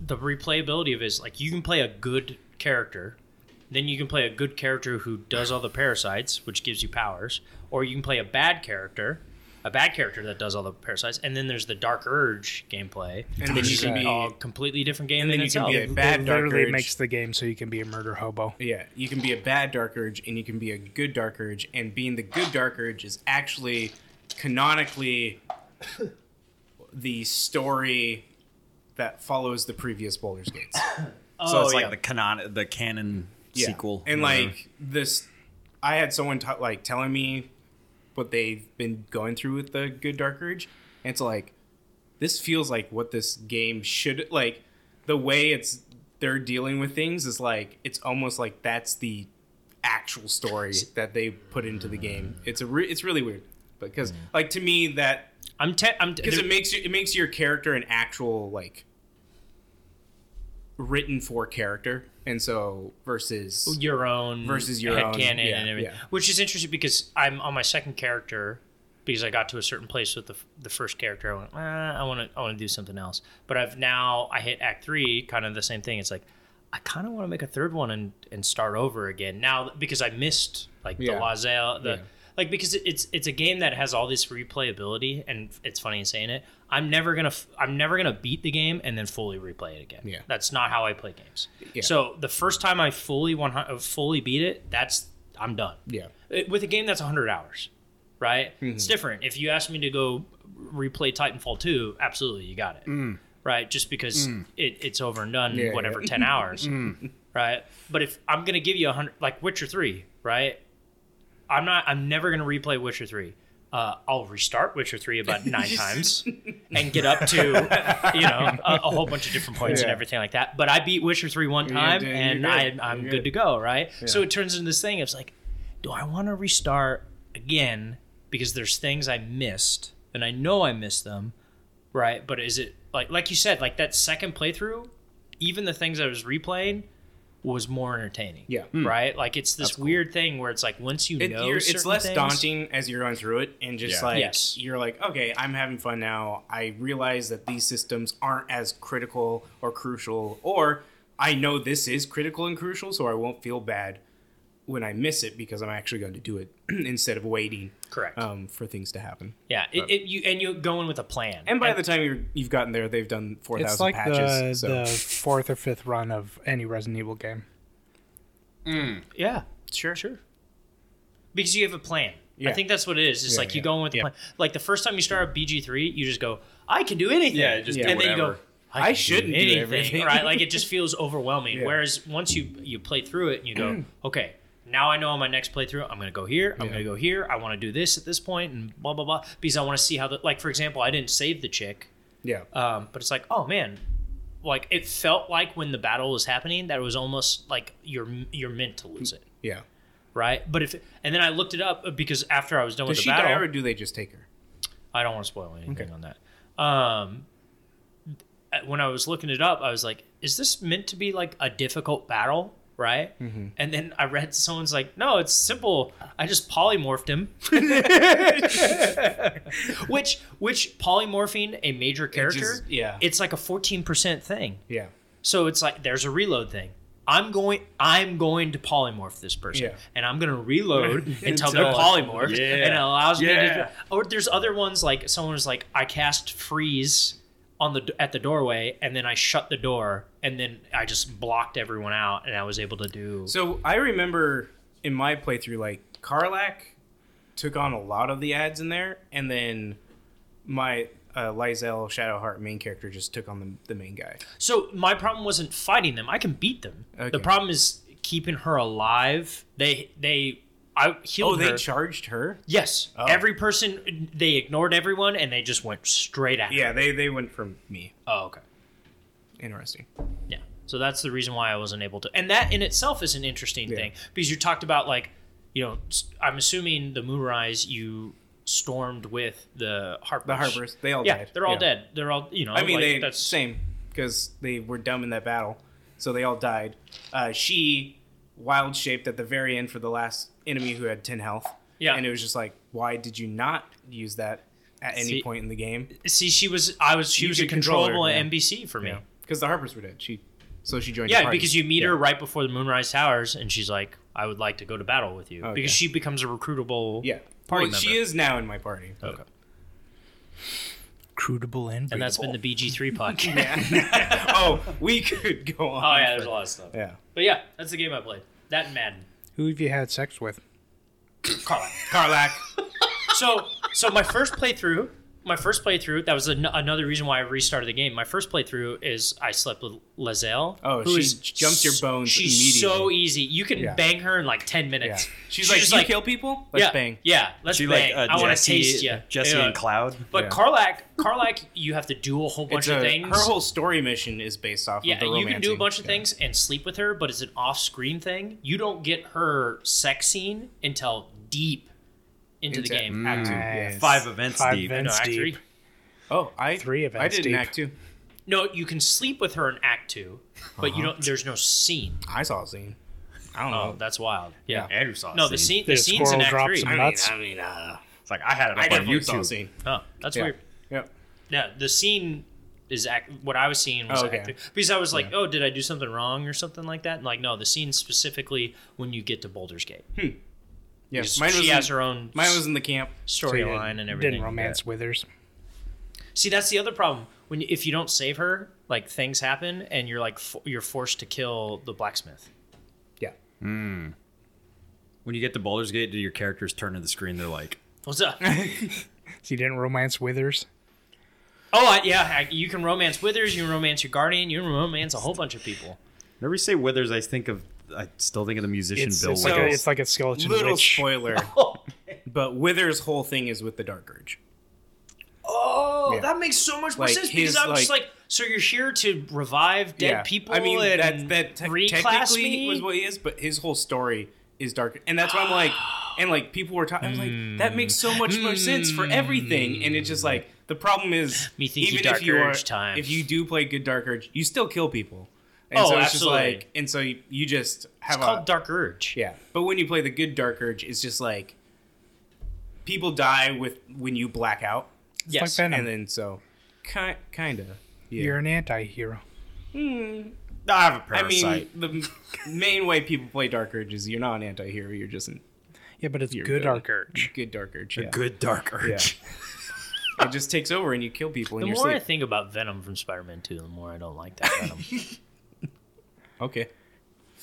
Speaker 3: the replayability of it is like you can play a good character Then you can play a good character who does all the parasites, which gives you powers, or you can play a bad character, a bad character that does all the parasites, and then there's the Dark Urge gameplay,
Speaker 4: And
Speaker 3: which
Speaker 4: then you
Speaker 3: is
Speaker 4: can be
Speaker 3: a completely different game
Speaker 4: and
Speaker 3: than
Speaker 4: then you can
Speaker 3: itself.
Speaker 4: be a bad
Speaker 1: it
Speaker 4: dark
Speaker 1: literally
Speaker 4: urge.
Speaker 1: makes the game so you can be a murder hobo.
Speaker 4: Yeah, you can be a bad Dark Urge and you can be a good Dark Urge, and being the good Dark Urge is actually canonically the story that follows the previous Baldur's Gates.
Speaker 2: so it's
Speaker 3: Oh,
Speaker 2: like
Speaker 3: yeah.
Speaker 2: the canon, the canon
Speaker 4: Yeah.
Speaker 2: sequel,
Speaker 4: And
Speaker 2: or whatever.
Speaker 4: like this, I had someone t- like telling me what they've been going through with the Good Dark Urge, and it's like this feels like what this game should like. The way it's they're dealing with things is like it's almost like that's the actual story that they put into the game. It's a re- it's really weird because
Speaker 2: Mm.
Speaker 4: like to me that
Speaker 3: I'm te- I'm
Speaker 4: because it
Speaker 3: te-
Speaker 4: makes you, it makes your character an actual like written for character and so versus
Speaker 2: Oh,
Speaker 3: your own
Speaker 4: Versus your own,
Speaker 3: headcanon
Speaker 4: yeah,
Speaker 3: and everything,
Speaker 4: yeah.
Speaker 3: which is interesting because I'm on my second character because I got to a certain place with the, f- the first character. I went, "Ah, I want to I want to do something else, but I've now I hit Act Three, kind of the same thing. It's like I kind of want to make a third one and and start over again now because I missed like the
Speaker 4: Yeah.
Speaker 3: Lazelle the.
Speaker 4: Yeah.
Speaker 3: Like because it- it's it's a game that has all this replayability and it's funny in saying it. I'm never gonna f- I'm never gonna beat the game and then fully replay it again.
Speaker 4: Yeah.
Speaker 3: that's not how I play games.
Speaker 4: Yeah.
Speaker 3: So the first time I fully one hundred fully beat it, that's I'm done.
Speaker 4: Yeah. Mm-hmm.
Speaker 3: It- With a game that's 100 hours, right? It's different. If you ask me to go replay Titanfall 2, absolutely, you got it. Right? Just because it, it's over and done,
Speaker 4: Mm. Yeah,
Speaker 3: whatever, 10 hours. Right? But if I'm going to give you a 100, like Witcher 3, right? I'm not, I'm never going to replay Witcher 3. Uh, I'll restart Witcher 3 about nine times and get up to, you know, a, a whole bunch of different points and
Speaker 4: Yeah.
Speaker 3: everything like that. But I beat Witcher 3 one
Speaker 4: Yeah,
Speaker 3: time
Speaker 4: dude, you're
Speaker 3: and
Speaker 4: good.
Speaker 3: I, I'm
Speaker 4: You're
Speaker 3: good
Speaker 4: good.
Speaker 3: to go, right? So it turns into this thing. It's like, do I want to restart again because there's things I missed and I know I missed them, right? But is it like like you said, like that second playthrough, even the things I was replaying was more entertaining.
Speaker 4: Yeah.
Speaker 3: Right? Like it's this weird thing where it's like once you
Speaker 4: It,
Speaker 3: know
Speaker 4: you're, it's
Speaker 3: certain
Speaker 4: less
Speaker 3: things-
Speaker 4: daunting as you're going through it and just
Speaker 2: Yeah.
Speaker 4: like
Speaker 3: Yes.
Speaker 4: you're like okay i'm having fun now i realize that these systems aren't as critical or crucial or i know this is critical and crucial so i won't feel bad when i miss it because i'm actually going to do it instead of waiting
Speaker 3: Correct.
Speaker 4: um, for things to happen
Speaker 3: yeah. It, it, you and you go in with a plan.
Speaker 4: Oh. and by the time you're, you've gotten there they've done 4000
Speaker 1: It's like
Speaker 4: patches
Speaker 1: the,
Speaker 4: so
Speaker 1: the fourth or fifth run of any Resident Evil game.
Speaker 3: Yeah. Sure. Sure. Because you have a plan. I
Speaker 4: Yeah.
Speaker 3: think that's what it is. It's
Speaker 4: Yeah,
Speaker 3: like you
Speaker 4: yeah,
Speaker 3: go in with the
Speaker 1: yeah.
Speaker 3: plan. Like the first time you start up BG3, you just go, I can do anything.
Speaker 2: Yeah, just
Speaker 4: Yeah.
Speaker 2: do
Speaker 3: and then you go,
Speaker 2: whatever.
Speaker 4: I shouldn't do
Speaker 3: anything,
Speaker 4: everything.
Speaker 3: right? Like it just feels overwhelming.
Speaker 4: Yeah.
Speaker 3: Whereas once you you play through it and you go, okay, now I know on my next playthrough, I'm gonna go here, I'm gonna go here, I want to do this at this point, and blah blah blah, because I want to see how the like for example, I didn't save the chick
Speaker 4: yeah
Speaker 3: um, but it's like, oh man, like it felt like when the battle was happening that it was almost like you're you're meant to lose it,
Speaker 4: yeah
Speaker 3: right? But if and then I looked it up uh, because after I was done
Speaker 4: does
Speaker 3: with
Speaker 4: she
Speaker 3: the battle,
Speaker 4: die or do they just take her
Speaker 3: I don't want to spoil anything on that. Um, th- when I was looking it up, I was like, is this meant to be like a difficult battle? Right?
Speaker 4: Mm-hmm.
Speaker 3: And then I read someone's like, no, it's simple. I just polymorphed him. which, which polymorphing a major character,
Speaker 4: just- yeah.
Speaker 3: it's like a 14% thing.
Speaker 4: yeah
Speaker 3: So it's like there's a reload thing. I'm going I'm going to polymorph this person
Speaker 4: Yeah.
Speaker 3: and I'm going to reload until, they're
Speaker 2: Until-
Speaker 3: polymorphed
Speaker 2: Yeah.
Speaker 3: and it allows me
Speaker 2: Yeah.
Speaker 3: to or there's other ones like someone was like I cast freeze on the at the doorway and then I shut the door and then I just blocked everyone out and I was able to do
Speaker 4: So I remember in my playthrough, like Carlac took on a lot of the ads in there, and then my uh, Lysel Shadowheart main character just took on the, the main guy.
Speaker 3: So my problem wasn't fighting them. I can beat them. The
Speaker 4: Okay.
Speaker 3: problem is keeping her alive. They they I healed
Speaker 4: Oh, they Oh.
Speaker 3: her.
Speaker 4: charged her.
Speaker 3: yes. Every person they ignored everyone and they just went straight at her.
Speaker 4: Yeah, they they went from me.
Speaker 3: Oh, okay.
Speaker 4: Interesting.
Speaker 3: Yeah. So that's the reason why I wasn't able to. And that in itself is an interesting
Speaker 4: Yeah.
Speaker 3: thing because you talked about like, you know, s- I'm assuming the Moonrise you stormed with the Harpers.
Speaker 4: The Harbors, they all
Speaker 3: Yeah,
Speaker 4: died.
Speaker 3: they're all
Speaker 4: Yeah.
Speaker 3: dead. They're all you know.
Speaker 4: I mean,
Speaker 3: like,
Speaker 4: they
Speaker 3: that's
Speaker 4: same because they were dumb in that battle, so they all died. Uh, she wild shaped at the very end for the last enemy who had ten health.
Speaker 3: Yeah.
Speaker 4: and it was just like, why did you not use that at any
Speaker 3: See-
Speaker 4: point in the game?
Speaker 3: See, she was. I was. She
Speaker 4: You
Speaker 3: was a
Speaker 4: could control her,
Speaker 3: controllable
Speaker 4: yeah.
Speaker 3: NBC for me.
Speaker 4: Because the Harpers were dead. She So she joined. your
Speaker 3: Yeah,
Speaker 4: party.
Speaker 3: because you meet her
Speaker 4: Yeah.
Speaker 3: right before the Moonrise Towers, and she's like, "I would like to go to battle with you,"
Speaker 4: Oh,
Speaker 3: because she becomes a recruitable.
Speaker 4: Yeah,
Speaker 3: Party
Speaker 4: Well, she
Speaker 3: member.
Speaker 4: is now in my party.
Speaker 3: Okay.
Speaker 1: Crudable and
Speaker 3: And that's been the BG three podcast.
Speaker 4: Yeah. oh, we could go on.
Speaker 3: Oh yeah, there's a lot of stuff.
Speaker 4: Yeah.
Speaker 3: But yeah, that's the game I played. That and Madden.
Speaker 1: who have you had sex with?
Speaker 3: Carla.
Speaker 4: Carlac.
Speaker 3: So so my first playthrough, my first playthrough, that was an- another reason why I restarted the game. My first playthrough is I slept with Lazelle.
Speaker 4: Oh,
Speaker 3: who
Speaker 4: she
Speaker 3: is
Speaker 4: jumps your
Speaker 3: s-
Speaker 4: bones
Speaker 3: She's so
Speaker 4: immediately.
Speaker 3: easy. You can
Speaker 1: Yeah.
Speaker 3: bang her in like ten minutes.
Speaker 4: Yeah. She's
Speaker 3: She's
Speaker 4: like,
Speaker 3: just
Speaker 4: you
Speaker 3: like-
Speaker 4: kill people? Let's
Speaker 3: yeah,
Speaker 4: bang.
Speaker 3: Yeah, let's
Speaker 2: She like
Speaker 3: bang.
Speaker 2: uh,
Speaker 3: I want to
Speaker 2: Jesse,
Speaker 3: taste you.
Speaker 2: Jesse
Speaker 3: yeah.
Speaker 2: and Cloud.
Speaker 3: But
Speaker 4: Yeah.
Speaker 3: Carlac, Carlac, you have to do a whole bunch
Speaker 4: It's
Speaker 3: of
Speaker 4: a-
Speaker 3: things.
Speaker 4: her whole story mission is based off
Speaker 3: yeah,
Speaker 4: of the
Speaker 3: you can do a
Speaker 4: romancing.
Speaker 3: bunch of
Speaker 4: Yeah.
Speaker 3: things and sleep with her, but it's an off-screen thing. You don't get her sex scene until deep into
Speaker 4: It's
Speaker 3: the
Speaker 4: a-
Speaker 3: game.
Speaker 4: Act two,
Speaker 1: Nice.
Speaker 4: yes.
Speaker 2: Five events
Speaker 1: Five
Speaker 2: deep.
Speaker 1: events
Speaker 3: No, act
Speaker 1: deep.
Speaker 3: three.
Speaker 4: Oh, I
Speaker 1: Three
Speaker 4: I
Speaker 1: events
Speaker 4: did an
Speaker 1: deep.
Speaker 4: act two.
Speaker 3: No, you can sleep with her in Act Two, but you don't. There's no scene.
Speaker 4: I saw a scene. I don't
Speaker 3: Oh,
Speaker 4: know.
Speaker 3: that's wild.
Speaker 4: Yeah.
Speaker 2: uh, Andrew saw.
Speaker 3: No, the scene. The
Speaker 1: There's
Speaker 3: scene's in
Speaker 1: squirrel
Speaker 3: Act
Speaker 1: drops
Speaker 3: Three.
Speaker 1: and-
Speaker 4: I
Speaker 1: Nuts.
Speaker 4: mean, I mean, uh,
Speaker 2: It's like I had it
Speaker 4: I
Speaker 2: up on
Speaker 4: definitely saw a
Speaker 2: YouTube.
Speaker 4: scene.
Speaker 3: Oh, that's
Speaker 4: Yeah.
Speaker 3: weird.
Speaker 4: Yeah.
Speaker 3: Yeah, the scene is act, what I was seeing was
Speaker 4: Oh, okay.
Speaker 3: act three. because I was like, oh, did I do something wrong or something like that? And like, no, the scene specifically when you get to Boulder's Gate.
Speaker 4: Yeah.
Speaker 3: Because
Speaker 4: Mine
Speaker 3: she
Speaker 4: was,
Speaker 3: has
Speaker 4: in,
Speaker 3: her own
Speaker 4: mine was in the camp.
Speaker 3: storyline and everything.
Speaker 1: Didn't romance Withers.
Speaker 3: See, that's the other problem. When you- if you don't save her, like things happen, and you're like fo- you're forced to kill the blacksmith.
Speaker 4: Yeah.
Speaker 2: When you get to Baldur's Gate, do your characters turn to the screen? They're like,
Speaker 3: What's up?
Speaker 1: She didn't romance Withers.
Speaker 3: oh I, yeah, I- you can romance Withers, you can romance your guardian, you can romance a whole bunch of people.
Speaker 2: whenever you say Withers, I think of. I still think of the musician
Speaker 4: It's-
Speaker 2: Bill
Speaker 4: it's
Speaker 1: Like
Speaker 4: So-
Speaker 1: a,
Speaker 2: Withers.
Speaker 1: it's like a skeleton
Speaker 4: Little
Speaker 1: witch.
Speaker 4: spoiler, but Wither's whole thing is with the Dark Urge.
Speaker 3: Oh,
Speaker 4: Yeah.
Speaker 3: that makes so much more
Speaker 4: Like,
Speaker 3: sense
Speaker 4: his,
Speaker 3: because I'm just
Speaker 4: like-
Speaker 3: like, so you're here to revive dead
Speaker 4: yeah.
Speaker 3: people.
Speaker 4: I mean,
Speaker 3: and
Speaker 4: that that te-
Speaker 3: reclass
Speaker 4: technically
Speaker 3: me.
Speaker 4: was what he is, but his whole story is dark, and that's why I'm like, and like people were talking, I was like, that makes so much more sense for everything, and it's just like the problem is,
Speaker 3: Me thinky
Speaker 4: even
Speaker 3: Dark
Speaker 4: if you are,
Speaker 3: Urge time.
Speaker 4: if you do play good Dark Urge, you still kill people, and
Speaker 3: Oh,
Speaker 4: so it's
Speaker 3: absolutely.
Speaker 4: just like, and so you, you just have
Speaker 3: it's
Speaker 4: a
Speaker 3: called Dark Urge.
Speaker 4: yeah, but when you play the good Dark Urge, it's just like people die with when you black out,
Speaker 3: Yes.
Speaker 1: Like Venom.
Speaker 4: and then so kind kind of yeah.
Speaker 1: You're an anti-hero.
Speaker 2: I have a
Speaker 4: I
Speaker 2: parasite.
Speaker 4: mean, the m- main way people play Dark Urge is you're not an anti-hero, you're just a
Speaker 1: Yeah, but it's
Speaker 4: You're
Speaker 1: good
Speaker 4: good.
Speaker 1: Dark Urge.
Speaker 4: good Dark Urge. Yeah.
Speaker 2: good dark urge.
Speaker 4: it just takes over and you kill people
Speaker 3: The
Speaker 4: in your
Speaker 3: more I
Speaker 4: sleep.
Speaker 3: think about Venom from Spider-Man 2, the more I don't like that Venom.
Speaker 4: okay.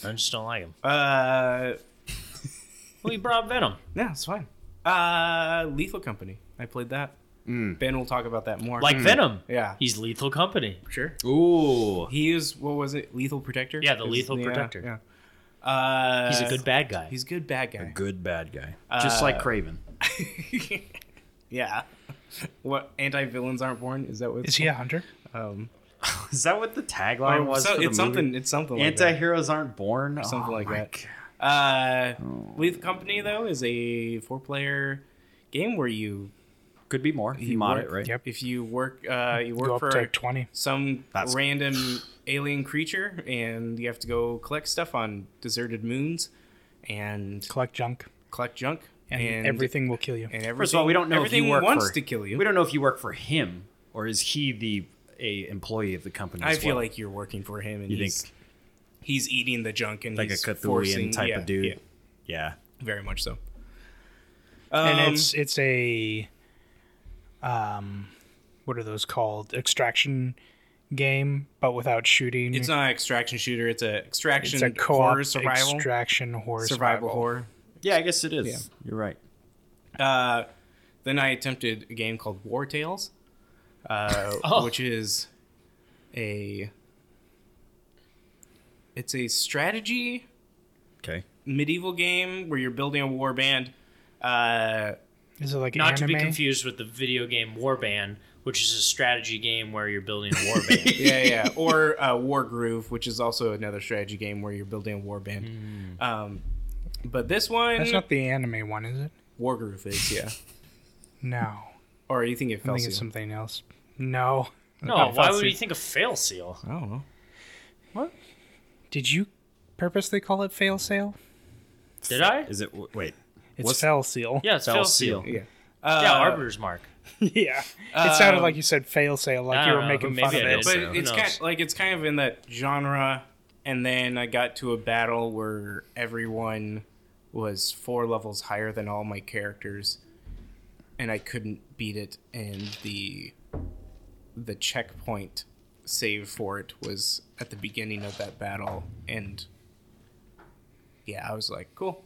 Speaker 3: I just don't like him.
Speaker 4: Uh,
Speaker 3: Well, he brought Venom.
Speaker 4: no, it's fine. Uh, Lethal Company. I played that.
Speaker 2: Mm.
Speaker 4: Ben will talk about that more.
Speaker 3: Like Venom.
Speaker 4: yeah,
Speaker 3: He's Lethal Company.
Speaker 4: sure.
Speaker 2: Ooh,
Speaker 4: He is what was it? Lethal Protector.
Speaker 3: Yeah, the
Speaker 4: Is-
Speaker 3: Lethal Protector.
Speaker 4: Yeah. Uh,
Speaker 3: He's a good bad guy.
Speaker 4: He's a good bad guy.
Speaker 2: good bad guy, Uh, just like Craven.
Speaker 4: yeah. What anti villains aren't born? Is that what?
Speaker 1: Is he a hunter?
Speaker 4: Um,
Speaker 2: Is that what the tagline was?
Speaker 4: so
Speaker 2: for the
Speaker 4: it's something. It's something.
Speaker 2: Movie?
Speaker 4: Like that.
Speaker 2: Anti-heroes aren't born. Oh
Speaker 4: something like
Speaker 2: my
Speaker 4: that.
Speaker 2: God.
Speaker 4: Uh, Lethal Company though is a four-player game where you
Speaker 2: Could be more. If you
Speaker 4: you
Speaker 2: mod
Speaker 4: work-
Speaker 2: it, right?
Speaker 1: Yep.
Speaker 4: If you work, uh, you
Speaker 1: Go
Speaker 4: work
Speaker 1: up to
Speaker 4: for
Speaker 1: twenty.
Speaker 4: some
Speaker 2: That's-
Speaker 4: random alien creature, and you have to go collect stuff on deserted moons, and
Speaker 1: Collect junk,
Speaker 4: collect junk,
Speaker 1: and, everything will kill you.
Speaker 4: And everything.
Speaker 2: First of all, we don't know if
Speaker 4: everything
Speaker 2: you work
Speaker 4: wants
Speaker 2: for,
Speaker 4: to kill you.
Speaker 2: We don't know if you work for him or is he the a employee of the company.
Speaker 4: I
Speaker 2: as
Speaker 4: feel
Speaker 2: well?
Speaker 4: like you're working for him, and
Speaker 2: you
Speaker 4: he's
Speaker 2: think
Speaker 4: he's eating the junk, and
Speaker 2: like a
Speaker 4: he's
Speaker 2: Cthulian
Speaker 4: forcing-
Speaker 2: type
Speaker 4: yeah,
Speaker 2: of dude.
Speaker 4: yeah,
Speaker 2: Yeah.
Speaker 4: very much so.
Speaker 1: and
Speaker 4: Um,
Speaker 1: it's it's a um what are those called extraction game but without shooting
Speaker 4: it's not an extraction shooter; it's a extraction
Speaker 1: it's a co-op
Speaker 4: horror survival
Speaker 1: extraction horror
Speaker 4: survival horror.
Speaker 2: Yeah, I guess it is.
Speaker 4: Yeah.
Speaker 2: You're right.
Speaker 4: Uh, then I attempted a game called War Tales, uh,
Speaker 3: Oh.
Speaker 4: which is a it's a strategy
Speaker 2: Okay.
Speaker 4: medieval game where you're building a war band. Uh,
Speaker 1: is it like
Speaker 3: Not to
Speaker 1: anime
Speaker 3: be confused with the video game Warband, which is a strategy game where you're building a warband.
Speaker 4: yeah, yeah, or uh, War Groove, which is also another strategy game where you're building a war band. Um, but this one,
Speaker 1: that's not the anime one is it
Speaker 4: War Groove is yeah.
Speaker 1: no
Speaker 4: Or you think it
Speaker 1: i
Speaker 4: fell?
Speaker 1: think it's
Speaker 4: Seal?
Speaker 1: something else no
Speaker 3: no,
Speaker 1: Not
Speaker 3: why
Speaker 1: Fail
Speaker 3: would you
Speaker 1: Seal.
Speaker 3: think of Fail Seal?
Speaker 4: I don't know.
Speaker 1: did you purposely call it fail sale
Speaker 3: Did I?
Speaker 2: Is it wait?
Speaker 1: it's
Speaker 2: What's-
Speaker 1: fail seal
Speaker 3: Yeah, it's
Speaker 2: Fail
Speaker 3: Fail Seal.
Speaker 4: Yeah.
Speaker 3: Yeah,
Speaker 4: Uh,
Speaker 3: Arbiter's Mark.
Speaker 1: yeah it sounded
Speaker 4: Um,
Speaker 1: like you said fail sale like
Speaker 3: I
Speaker 1: you
Speaker 3: don't
Speaker 1: were
Speaker 3: know,
Speaker 1: making
Speaker 3: maybe
Speaker 1: fun
Speaker 3: I
Speaker 1: of
Speaker 3: did.
Speaker 1: it
Speaker 4: but
Speaker 2: So-
Speaker 4: it's
Speaker 3: Who
Speaker 4: kind
Speaker 3: knows?
Speaker 4: like it's kind of in that genre and then I got to a battle where everyone was four levels higher than all my characters, and I couldn't beat it. And the the checkpoint save for it was at the beginning of that battle, and yeah, I was like, cool.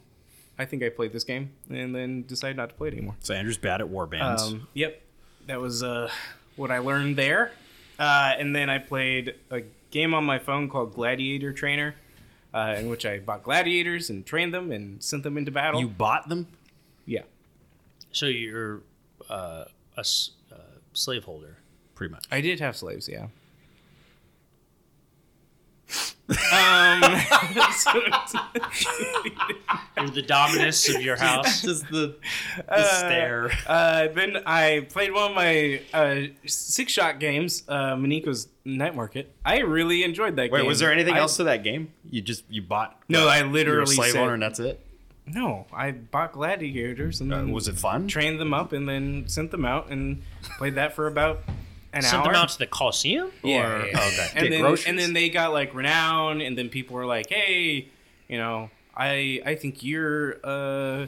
Speaker 4: I think I played this game, and then decided not to play it anymore.
Speaker 2: So Andrew's bad at war bands.
Speaker 4: Um, yep, that was uh, what I learned there. Uh, and then I played a game on my phone called Gladiator Trainer, uh, in which I bought gladiators and trained them and sent them into battle.
Speaker 2: you bought them?
Speaker 4: yeah,
Speaker 3: So you're uh, a s- uh, slaveholder.
Speaker 2: Pretty much.
Speaker 4: I did have slaves. Yeah.
Speaker 2: Um,
Speaker 3: You're the dominus of your house.
Speaker 2: Just
Speaker 4: Uh,
Speaker 2: the, the
Speaker 4: stare. Uh, then I played one of my uh, six shot games, uh, Maniko's Night Market. I really enjoyed that
Speaker 2: Wait,
Speaker 4: game.
Speaker 2: was there anything
Speaker 4: I-
Speaker 2: else to that game? You just you bought?
Speaker 4: No, I
Speaker 2: You're a
Speaker 4: literally
Speaker 2: slave
Speaker 4: said-
Speaker 2: owner, and that's it.
Speaker 4: No, I bought gladiators and
Speaker 2: Uh,
Speaker 4: then
Speaker 2: was it fun?
Speaker 4: trained them up and then sent them out and played that for about an
Speaker 3: Sent
Speaker 4: hour.
Speaker 3: them out to the Coliseum?
Speaker 4: yeah,
Speaker 2: or- okay.
Speaker 4: yeah, yeah.
Speaker 2: Oh, Get
Speaker 4: And then,
Speaker 2: groceries?
Speaker 4: and then they got like renown, and then people were like, "Hey, you know, I I think you're uh, uh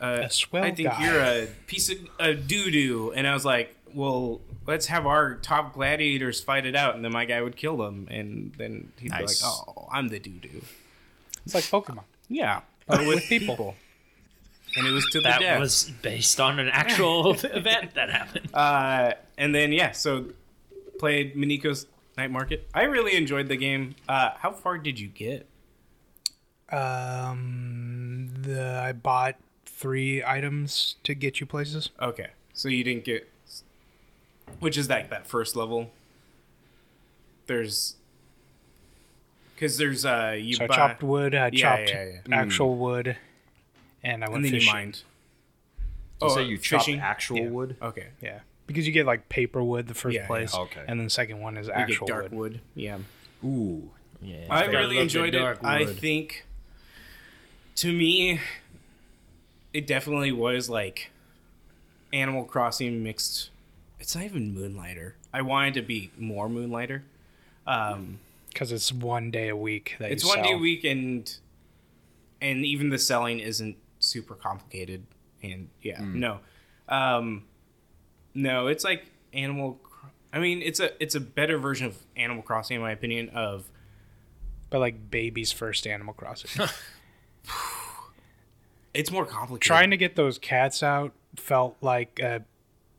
Speaker 1: A swell
Speaker 4: I think
Speaker 1: guy.
Speaker 4: you're a piece of a doo doo," and I was like, "Well, let's have our top gladiators fight it out," and then my guy would kill them, and then he'd
Speaker 2: Nice.
Speaker 4: be like, "Oh, I'm the doo doo."
Speaker 1: It's like Pokemon.
Speaker 4: Yeah,
Speaker 1: but
Speaker 4: with,
Speaker 1: with
Speaker 4: people.
Speaker 1: people.
Speaker 4: and it was to the
Speaker 3: That
Speaker 4: death.
Speaker 3: was based on an actual event that happened.
Speaker 4: Uh, and then yeah, so played Miniko's Night Market. I really enjoyed the game. Uh, how far did you get?
Speaker 1: Um, the I bought three items to get you places.
Speaker 4: Okay, so you didn't get, which is like that first level. There's, because there's uh you
Speaker 1: So I
Speaker 4: buy Mm.
Speaker 1: chopped wood. I
Speaker 4: Yeah,
Speaker 1: chopped
Speaker 4: yeah, yeah.
Speaker 1: actual wood, and I went
Speaker 4: and then you
Speaker 1: fishing.
Speaker 4: mined.
Speaker 2: So say you chopped
Speaker 4: uh, fishing?
Speaker 2: actual
Speaker 1: Yeah.
Speaker 2: wood.
Speaker 4: Okay,
Speaker 1: Yeah, because you get like paper wood the first
Speaker 4: Yeah, yeah.
Speaker 1: place,
Speaker 2: Okay.
Speaker 1: and then the second one is
Speaker 4: Oh, you
Speaker 1: actual
Speaker 4: get dark
Speaker 1: wood.
Speaker 4: wood. Yeah.
Speaker 2: Ooh,
Speaker 3: Yeah,
Speaker 4: I
Speaker 3: gotta love
Speaker 4: really
Speaker 3: the
Speaker 4: enjoyed it.
Speaker 3: dark
Speaker 4: I
Speaker 3: wood.
Speaker 4: think to me it definitely was like Animal Crossing mixed it's not even Moonlighter. I wanted to be more Moonlighter. Um
Speaker 1: Because it's one day a week that
Speaker 4: it's
Speaker 1: you
Speaker 4: one day
Speaker 1: sell.
Speaker 4: a week and and even the selling isn't super complicated and yeah,
Speaker 3: Mm.
Speaker 4: no. Um no, it's like Animal Cro- I mean, it's a it's a better version of Animal Crossing in my opinion of
Speaker 1: But like baby's first Animal Crossing.
Speaker 4: it's more complicated.
Speaker 1: Trying to get those cats out felt like uh,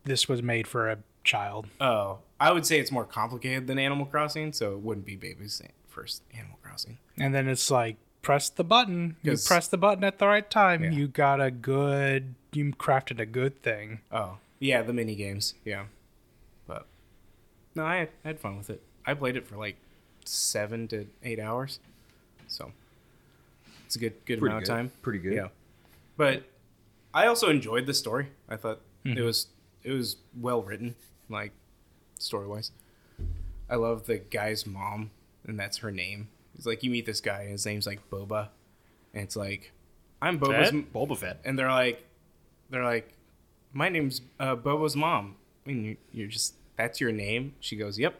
Speaker 1: this was made for a child.
Speaker 4: Oh, I would say it's more complicated than Animal Crossing, so it wouldn't be baby's first Animal Crossing.
Speaker 1: And then it's like press the button. You
Speaker 4: 'Cause-
Speaker 1: press the button at the right time.
Speaker 4: Yeah.
Speaker 1: You got a good. You crafted a good thing.
Speaker 4: Oh, yeah, the mini games, yeah. But no, I had, I had fun with it. I played it for like seven to eight hours, so it's a good good
Speaker 2: pretty
Speaker 4: amount
Speaker 2: good.
Speaker 4: of time.
Speaker 2: Pretty good.
Speaker 4: Yeah, but I also enjoyed the story. I thought it was it was well written, like story wise. I love the guy's mom, and that's her name. It's like you meet this guy, and his name's like Boba, and it's like I'm Boba's,
Speaker 3: Fett?
Speaker 4: m-
Speaker 2: Boba Fett.
Speaker 4: and they're like, they're like, my name's uh, Boba's mom, and you, you're just that's your name. She goes, yep,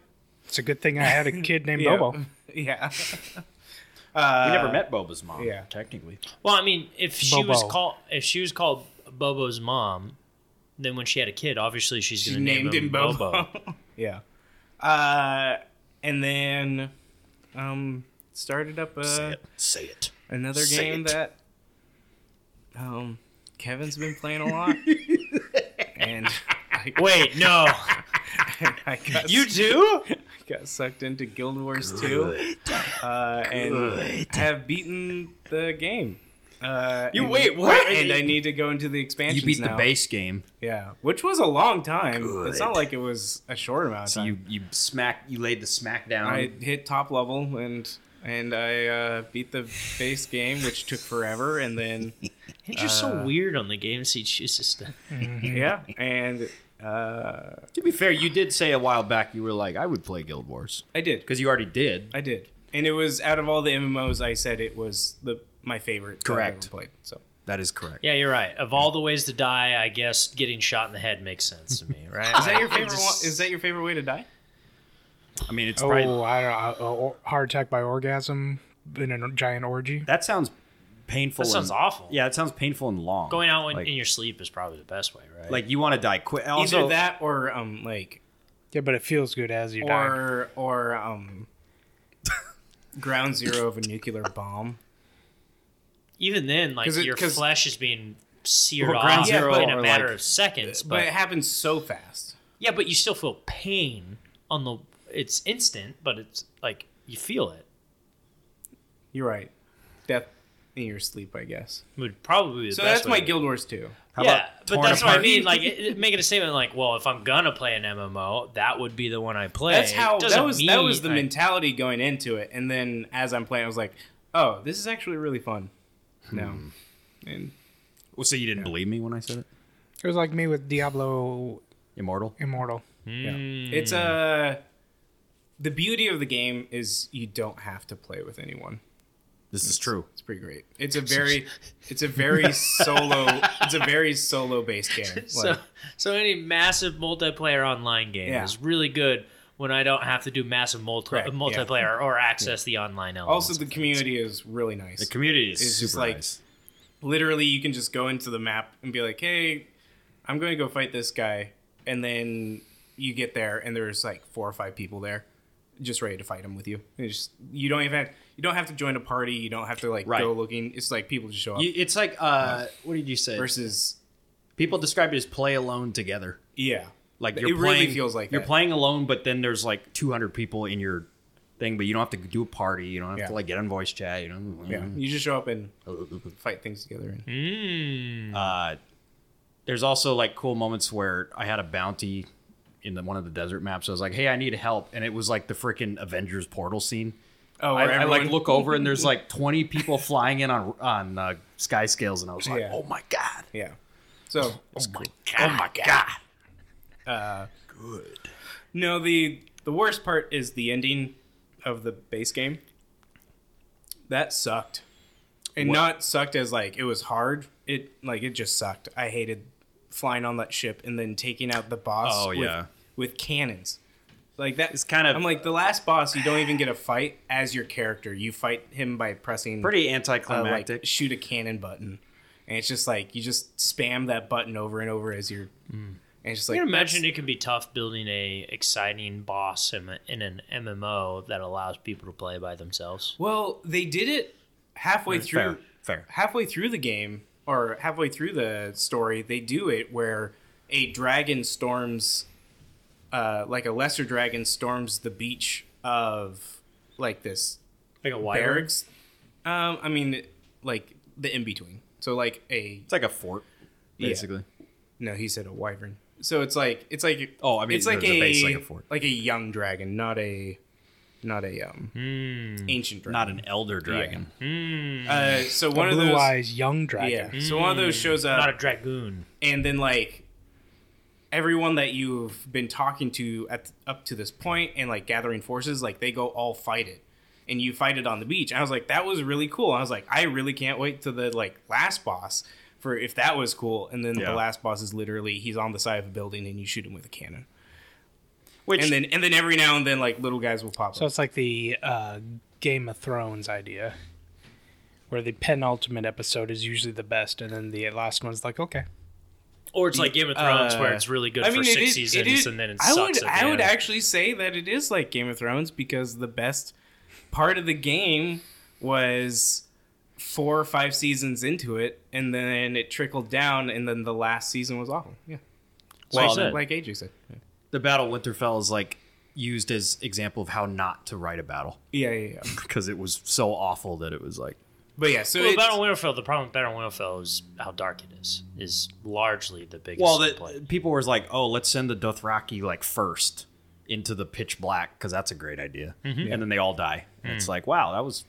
Speaker 1: It's a good thing I had a kid named
Speaker 4: yeah.
Speaker 1: Bobo.
Speaker 4: yeah. uh,
Speaker 2: We never met Boba's mom.
Speaker 4: yeah.
Speaker 2: technically.
Speaker 3: Well, I mean, if she was
Speaker 1: Bobo.
Speaker 3: called if she was called Bobo's mom, then when she had a kid, obviously she's
Speaker 4: She
Speaker 3: gonna name
Speaker 4: named him Bobo. yeah. Uh, and then um, started up
Speaker 2: Say
Speaker 4: uh,
Speaker 2: it. Say it.
Speaker 4: another
Speaker 2: Say
Speaker 4: game
Speaker 2: it.
Speaker 4: that um, Kevin's been playing a lot. and I,
Speaker 3: Wait, no,
Speaker 4: I got,
Speaker 3: you do?
Speaker 4: got sucked into Guild Wars 2 uh, and have beaten the game. Uh,
Speaker 2: You
Speaker 4: and-
Speaker 2: wait, what?
Speaker 4: And I need to go into the expansion.
Speaker 2: You beat
Speaker 4: now.
Speaker 2: the base game.
Speaker 4: yeah, which was a long time. It's not
Speaker 2: Good.
Speaker 4: like it was a short amount. Of
Speaker 2: So
Speaker 4: time.
Speaker 2: you you smack you laid the smack down.
Speaker 4: I hit top level and and I uh, beat the base game, which took forever, and then
Speaker 3: You're just
Speaker 4: Uh,
Speaker 3: so weird on the game she chooses to.
Speaker 4: yeah, and uh,
Speaker 2: to be fair, you did say a while back you were like I would play Guild Wars
Speaker 4: I did,
Speaker 2: because you already did.
Speaker 4: I did, and it was out of all the MMOs, I said it was the my favorite. that I've
Speaker 2: Correct.
Speaker 4: ever played. So
Speaker 2: That is correct.
Speaker 3: Yeah, you're right. Of all the ways to die, I guess getting shot in the head makes sense to me, right?
Speaker 4: is that your favorite? one, is that your favorite way to die?
Speaker 2: I mean, it's
Speaker 1: Oh,
Speaker 2: probably
Speaker 1: I don't know. a- a or- heart attack by orgasm in a giant orgy.
Speaker 2: that sounds painful.
Speaker 3: That sounds
Speaker 2: and-
Speaker 3: awful.
Speaker 2: Yeah, it sounds painful and long.
Speaker 3: Going out when,
Speaker 2: like,
Speaker 3: in your sleep is probably the best way, right?
Speaker 2: like you want to die quick.
Speaker 4: Either
Speaker 2: Also,
Speaker 4: that or um like
Speaker 1: Yeah, but it feels good as you die.
Speaker 4: or or um ground zero of a nuclear bomb.
Speaker 3: even then, like
Speaker 4: 'Cause it-
Speaker 3: your
Speaker 4: 'cause-
Speaker 3: flesh is being seared
Speaker 2: Well, ground
Speaker 3: off
Speaker 4: zero
Speaker 3: in a
Speaker 4: or,
Speaker 3: matter
Speaker 4: like, uh,
Speaker 3: of seconds.
Speaker 4: But
Speaker 3: But,
Speaker 4: it happens so fast.
Speaker 3: yeah, but you still feel pain on the. It's instant, but it's like you feel it.
Speaker 4: You're right. Death in your sleep, I guess.
Speaker 3: Would probably be the
Speaker 4: So
Speaker 3: best
Speaker 4: that's my
Speaker 3: way.
Speaker 4: Guild Wars 2.
Speaker 2: how
Speaker 3: yeah,
Speaker 2: about
Speaker 3: but
Speaker 2: torn
Speaker 3: that's what I
Speaker 2: apart?
Speaker 3: mean. Like it, it- making a statement like, well, if I'm gonna play an MMO, that would be the one I play.
Speaker 4: That's how
Speaker 3: Doesn't
Speaker 4: that was that was the
Speaker 3: mean I-
Speaker 4: mentality going into it. And then as I'm playing, I was like, oh, this is actually really fun.
Speaker 2: Hmm.
Speaker 4: No. And
Speaker 2: Well, so you didn't believe me when I said it?
Speaker 1: It was like me with Diablo
Speaker 2: Immortal.
Speaker 1: Immortal.
Speaker 3: Hmm.
Speaker 4: It's a. Uh, the beauty of the game is you don't have to play with anyone.
Speaker 2: This is true.
Speaker 4: It's pretty great. It's a very, it's a very solo. It's a very solo based game. Like,
Speaker 3: So, so any massive multiplayer online game
Speaker 4: Yeah.
Speaker 3: is really good when I don't have to do massive multi-
Speaker 4: Correct, yeah.
Speaker 3: multiplayer or access the online elements.
Speaker 4: also, the community is really nice.
Speaker 2: The community is
Speaker 4: It's
Speaker 2: super
Speaker 4: just like-
Speaker 2: nice.
Speaker 4: Literally, you can just go into the map and be like, "Hey, I'm going to go fight this guy," and then you get there, and there's like four or five people there, just ready to fight him with you. It's just you don't even have, you don't have to join a party. You don't have to like
Speaker 2: Right.
Speaker 4: go looking. It's like people just show up.
Speaker 2: You- it's like uh, what did you say?
Speaker 4: versus,
Speaker 2: People describe it as play alone together.
Speaker 4: yeah,
Speaker 2: Like
Speaker 4: It
Speaker 2: you're
Speaker 4: really
Speaker 2: playing,
Speaker 4: feels like
Speaker 2: you're
Speaker 4: that.
Speaker 2: playing alone, but then there's like 200 people in your thing, but you don't have to do a party. You don't have
Speaker 4: Yeah.
Speaker 2: to like get on voice chat. You know.
Speaker 4: yeah. You just show up and fight things together. And,
Speaker 2: Mm-hmm. Uh, there's also like cool moments where I had a bounty in the, one of the desert maps. I was like, "Hey, I need help," and it was like the freaking Avengers portal scene.
Speaker 4: Oh,
Speaker 2: I,
Speaker 4: where
Speaker 2: I,
Speaker 4: everyone-
Speaker 2: like look over and there's like 20 people flying in on on uh, sky scales, and I was like,
Speaker 4: Yeah.
Speaker 2: "Oh my god!
Speaker 4: Yeah. So
Speaker 2: Oh my god! Oh my god!"
Speaker 4: Uh, no, the the worst part is the ending of the base game. That sucked, and not sucked as like it was hard. It like it just sucked. I hated flying on that ship and then taking out the boss.
Speaker 2: Oh,
Speaker 4: with,
Speaker 2: yeah.
Speaker 4: with cannons. Like that is
Speaker 2: kind of-
Speaker 4: I'm like the last boss. You don't even get a fight as your character. You fight him by pressing
Speaker 2: Pretty
Speaker 4: uh, like
Speaker 2: anticlimactic.
Speaker 4: shoot a cannon button, and it's just like you just spam that button over and over as you're.
Speaker 2: Mm.
Speaker 4: And it's just like
Speaker 3: I can imagine it can be tough building a exciting boss in, a- in an MMO that allows people to play by themselves.
Speaker 4: Well, they did it halfway through.
Speaker 2: fair, fair.
Speaker 4: Halfway through the game, or halfway through the story, they do it where a dragon storms, uh, like a lesser dragon storms the beach of, like this
Speaker 3: Like a wire.
Speaker 4: barracks. Um, I mean, like the in between. So like a
Speaker 2: It's like a fort,
Speaker 4: Yeah.
Speaker 2: basically.
Speaker 4: no, he said a wyvern. So it's like it's like
Speaker 2: Oh, I mean,
Speaker 4: it's like
Speaker 2: there's
Speaker 4: a,
Speaker 2: a base like a fort.
Speaker 4: like a young dragon, not a not a um
Speaker 2: Hmm.
Speaker 4: ancient dragon.
Speaker 2: Not an elder dragon.
Speaker 4: uh, so one
Speaker 1: One
Speaker 4: of
Speaker 1: blue
Speaker 4: those
Speaker 1: eyes young
Speaker 4: Yeah.
Speaker 1: dragon.
Speaker 4: So one of those shows up,
Speaker 3: Mm. uh, Not a dragoon.
Speaker 4: and then like everyone that you've been talking to at up to this point, and like gathering forces, like they go all fight it, and you fight it on the beach. And I was like, that was really cool. I was like, I really can't wait to the like last boss for if that was cool. And then
Speaker 2: Yeah.
Speaker 4: the last boss is literally he's on the side of a building, and you shoot him with a cannon.
Speaker 2: Which
Speaker 4: And then and then every now and then like little guys will pop
Speaker 1: So
Speaker 4: up.
Speaker 1: it's like the uh, Game of Thrones idea, where the penultimate episode is usually the best, and then the last one's like, okay,
Speaker 3: Or it's like Game of Thrones
Speaker 4: Uh,
Speaker 3: where it's really good for
Speaker 4: it
Speaker 3: six
Speaker 4: is- it
Speaker 3: seasons
Speaker 4: is-
Speaker 3: and then it
Speaker 4: I
Speaker 3: sucks
Speaker 4: Would,
Speaker 3: at the
Speaker 4: I would
Speaker 3: end.
Speaker 4: actually say that it is like Game of Thrones because the best part of the game was four or five seasons into it, and then it trickled down, and then the last season was awful. Yeah,
Speaker 2: Well,
Speaker 4: like,
Speaker 2: then-
Speaker 4: like AJ said.
Speaker 2: the Battle of Winterfell is like used as example of how not to write a battle
Speaker 4: Yeah, yeah, yeah.
Speaker 2: because it was so awful that it was like
Speaker 4: But yeah, so
Speaker 3: Well,
Speaker 4: it's,
Speaker 3: Battle of Winterfell. The problem with Battle of Winterfell is how dark it is. Is largely the biggest.
Speaker 2: well
Speaker 3: complaint.
Speaker 2: that people were like oh let's send the dothraki like first into the pitch black because that's a great idea and then they all die and it's like wow that was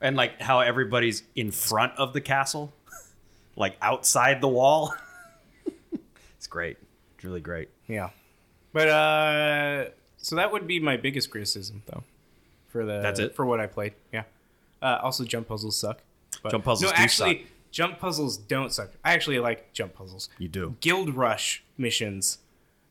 Speaker 2: and like how everybody's in front of the castle like outside the wall it's great it's really great
Speaker 4: yeah. But uh, so that would be my biggest criticism, though, for the
Speaker 2: That's it?
Speaker 4: for what I played. Yeah. Uh, also, jump puzzles suck. But-
Speaker 2: Jump puzzles
Speaker 4: no,
Speaker 2: do
Speaker 4: actually, jump puzzles don't suck. I actually like jump puzzles.
Speaker 2: you do
Speaker 4: Guild Rush missions.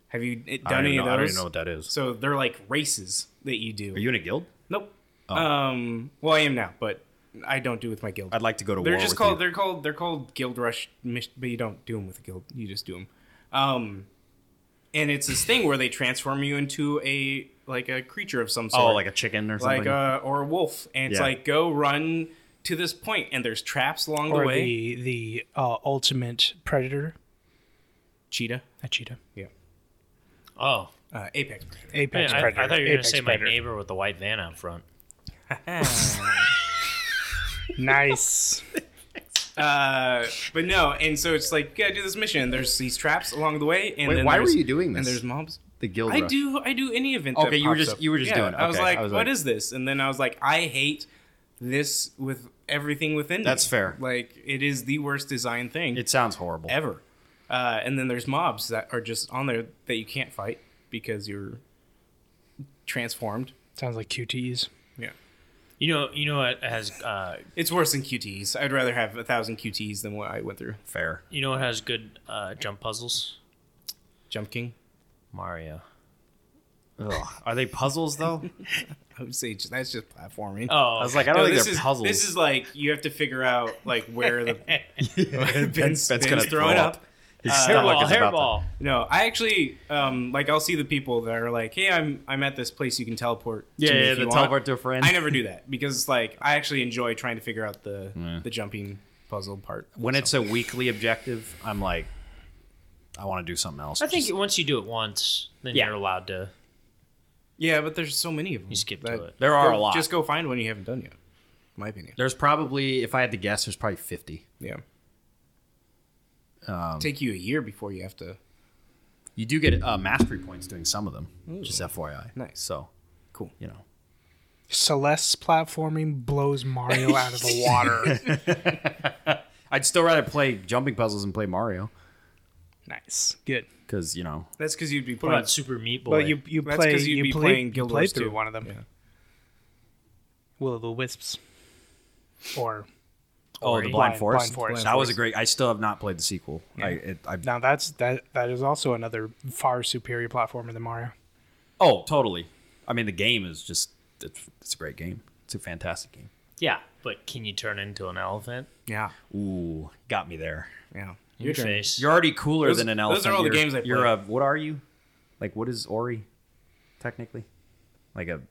Speaker 4: Have you eh,
Speaker 2: I
Speaker 4: done
Speaker 2: don't
Speaker 4: any
Speaker 2: even
Speaker 4: of
Speaker 2: know, I don't even
Speaker 4: those?
Speaker 2: know what that is
Speaker 4: So they're like races. They- that you do.
Speaker 2: Are you Oh. in a guild?
Speaker 4: Nope. Um. Well, I am now, but I don't do with my guild.
Speaker 2: I'd like to go to
Speaker 4: They're
Speaker 2: war
Speaker 4: just
Speaker 2: with
Speaker 4: called.
Speaker 2: you.
Speaker 4: They're called. They're called guild rush. mis- But you don't do them with a guild. You just do them. Um, and it's this thing where they transform you into a like a creature of some sort.
Speaker 2: Oh, like a chicken or something.
Speaker 4: like uh, or a wolf, and it's
Speaker 2: Yeah.
Speaker 4: like go run to this point, and there's traps along the
Speaker 1: or
Speaker 4: way.
Speaker 1: the the uh, ultimate predator,
Speaker 4: Cheetah.
Speaker 1: a cheetah,
Speaker 4: Yeah.
Speaker 3: Oh,
Speaker 4: Uh, apex.
Speaker 3: I,
Speaker 1: apex
Speaker 3: I- I
Speaker 1: predator.
Speaker 3: thought you were going to
Speaker 1: apex
Speaker 3: say
Speaker 1: predator.
Speaker 3: my neighbor with the white van out front.
Speaker 1: Nice.
Speaker 4: Uh, but no, and so it's like yeah, do this mission. There's these traps along the way, and
Speaker 2: Wait,
Speaker 4: then
Speaker 2: why were
Speaker 4: there's-
Speaker 2: you doing
Speaker 4: And
Speaker 2: this?
Speaker 4: there's mobs.
Speaker 2: the guild.
Speaker 4: I
Speaker 2: rush.
Speaker 4: do I do any event.
Speaker 2: Okay,
Speaker 4: that
Speaker 2: you were
Speaker 4: pops
Speaker 2: just-
Speaker 4: up.
Speaker 2: you were just
Speaker 4: Yeah,
Speaker 2: doing it.
Speaker 4: I was
Speaker 2: Okay,
Speaker 4: like,
Speaker 2: I was
Speaker 4: what
Speaker 2: like-
Speaker 4: is this? And then I was like, I hate this with everything within. me.
Speaker 2: That's fair.
Speaker 4: Like it is the worst design thing
Speaker 2: It sounds horrible.
Speaker 4: ever. Uh, and then there's mobs that are just on there that you can't fight because you're transformed.
Speaker 1: Sounds like QTEs.
Speaker 4: Yeah,
Speaker 3: You know, you know what has uh,
Speaker 4: it's worse than QTEs. I'd rather have a thousand QTEs than what I went through.
Speaker 2: fair.
Speaker 3: you know what has good uh, jump puzzles?
Speaker 4: Jump King.
Speaker 3: Mario.
Speaker 2: Ugh. Are they puzzles though?
Speaker 4: I would say just, that's just platforming.
Speaker 3: Oh,
Speaker 2: I was like, I don't
Speaker 4: No,
Speaker 2: think
Speaker 4: this
Speaker 2: they're
Speaker 4: is
Speaker 2: puzzles.
Speaker 4: this is like you have to figure out like where the Ben's,
Speaker 2: Ben's
Speaker 4: Ben's
Speaker 2: gonna throw
Speaker 4: throwing
Speaker 2: up.
Speaker 4: up.
Speaker 2: His
Speaker 3: hairball,
Speaker 2: is about to-
Speaker 3: hairball.
Speaker 4: No, I actually um like I'll see the people that are like, "Hey, I'm I'm at this place you can teleport." to
Speaker 2: Yeah,
Speaker 4: me
Speaker 2: yeah,
Speaker 4: if
Speaker 2: the
Speaker 4: you want."
Speaker 2: teleport to a friend.
Speaker 4: I never do that because like I actually enjoy trying to figure out the the jumping puzzle part.
Speaker 2: When it's a weekly objective, I'm like, I want to do something else.
Speaker 3: I think
Speaker 2: Just-
Speaker 3: once you do it once, then
Speaker 2: Yeah.
Speaker 3: you're allowed to.
Speaker 4: Yeah, but there's so many of them. You
Speaker 3: skip to it.
Speaker 2: there are
Speaker 4: go,
Speaker 2: a lot.
Speaker 4: Just go find one you haven't done yet. in My opinion.
Speaker 2: There's probably, if I had to guess, there's probably 50.
Speaker 4: Yeah. Take you a year before you have to.
Speaker 2: You do get uh, mastery points doing some of them. Just FYI.
Speaker 4: Nice.
Speaker 2: So,
Speaker 4: Cool.
Speaker 2: you know,
Speaker 1: Celeste's platforming blows Mario out of the water.
Speaker 2: I'd still rather play jumping puzzles and play Mario
Speaker 1: nice. Good.
Speaker 2: because you know.
Speaker 4: That's because you'd be
Speaker 3: What
Speaker 4: playing.
Speaker 3: about Super Meat Boy?
Speaker 1: Well, you you
Speaker 4: That's
Speaker 1: play
Speaker 4: 'cause you'd
Speaker 1: you
Speaker 4: be
Speaker 1: play,
Speaker 4: playing
Speaker 1: you
Speaker 4: Guild
Speaker 1: play
Speaker 4: Wars
Speaker 1: through
Speaker 4: 2.
Speaker 1: one of them.
Speaker 4: Yeah.
Speaker 1: Will of the Wisps, or
Speaker 2: Oh, the
Speaker 3: Ori.
Speaker 2: Blind,
Speaker 1: Blind-
Speaker 2: Forest.
Speaker 1: Blind Forest.
Speaker 2: That was a great. I still have not played the sequel. I, it, I,
Speaker 1: now that's that that is also another far superior platformer than Mario.
Speaker 2: oh, totally. I mean, the game is just. It's, it's a great game. It's a fantastic game.
Speaker 3: yeah, but can you turn into an elephant?
Speaker 4: Yeah.
Speaker 2: Ooh, got me there.
Speaker 4: Yeah.
Speaker 3: Your,
Speaker 4: turn.
Speaker 3: face.
Speaker 2: You're already cooler
Speaker 4: Those-
Speaker 2: than an elephant.
Speaker 4: those are all the
Speaker 2: You're-
Speaker 4: games I
Speaker 2: You're
Speaker 4: play.
Speaker 2: a what are you? Like what is Ori? Technically, like a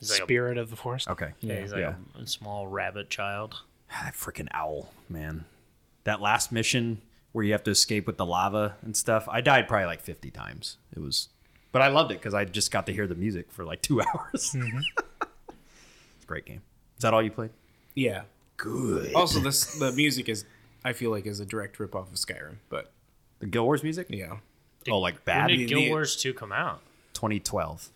Speaker 3: He's like a-
Speaker 1: Spirit of the Forest.
Speaker 2: okay.
Speaker 3: yeah, he's like a, a small rabbit child.
Speaker 2: that freaking owl, man. That last mission where you have to escape with the lava and stuff. I died probably like 50 times. It was, but I loved it because I just got to hear the music for like two hours.
Speaker 4: Mm-hmm.
Speaker 2: it's a great game. Is that all you played?
Speaker 4: Yeah.
Speaker 2: Good.
Speaker 4: Also, this the music is, I feel like, is a direct rip off of Skyrim. But
Speaker 2: The Guild Wars music?
Speaker 4: yeah,
Speaker 2: Oh, like
Speaker 3: When
Speaker 2: bad.
Speaker 3: did
Speaker 4: mean,
Speaker 3: Guild
Speaker 4: the-
Speaker 3: Wars 2 come out?
Speaker 2: 2012.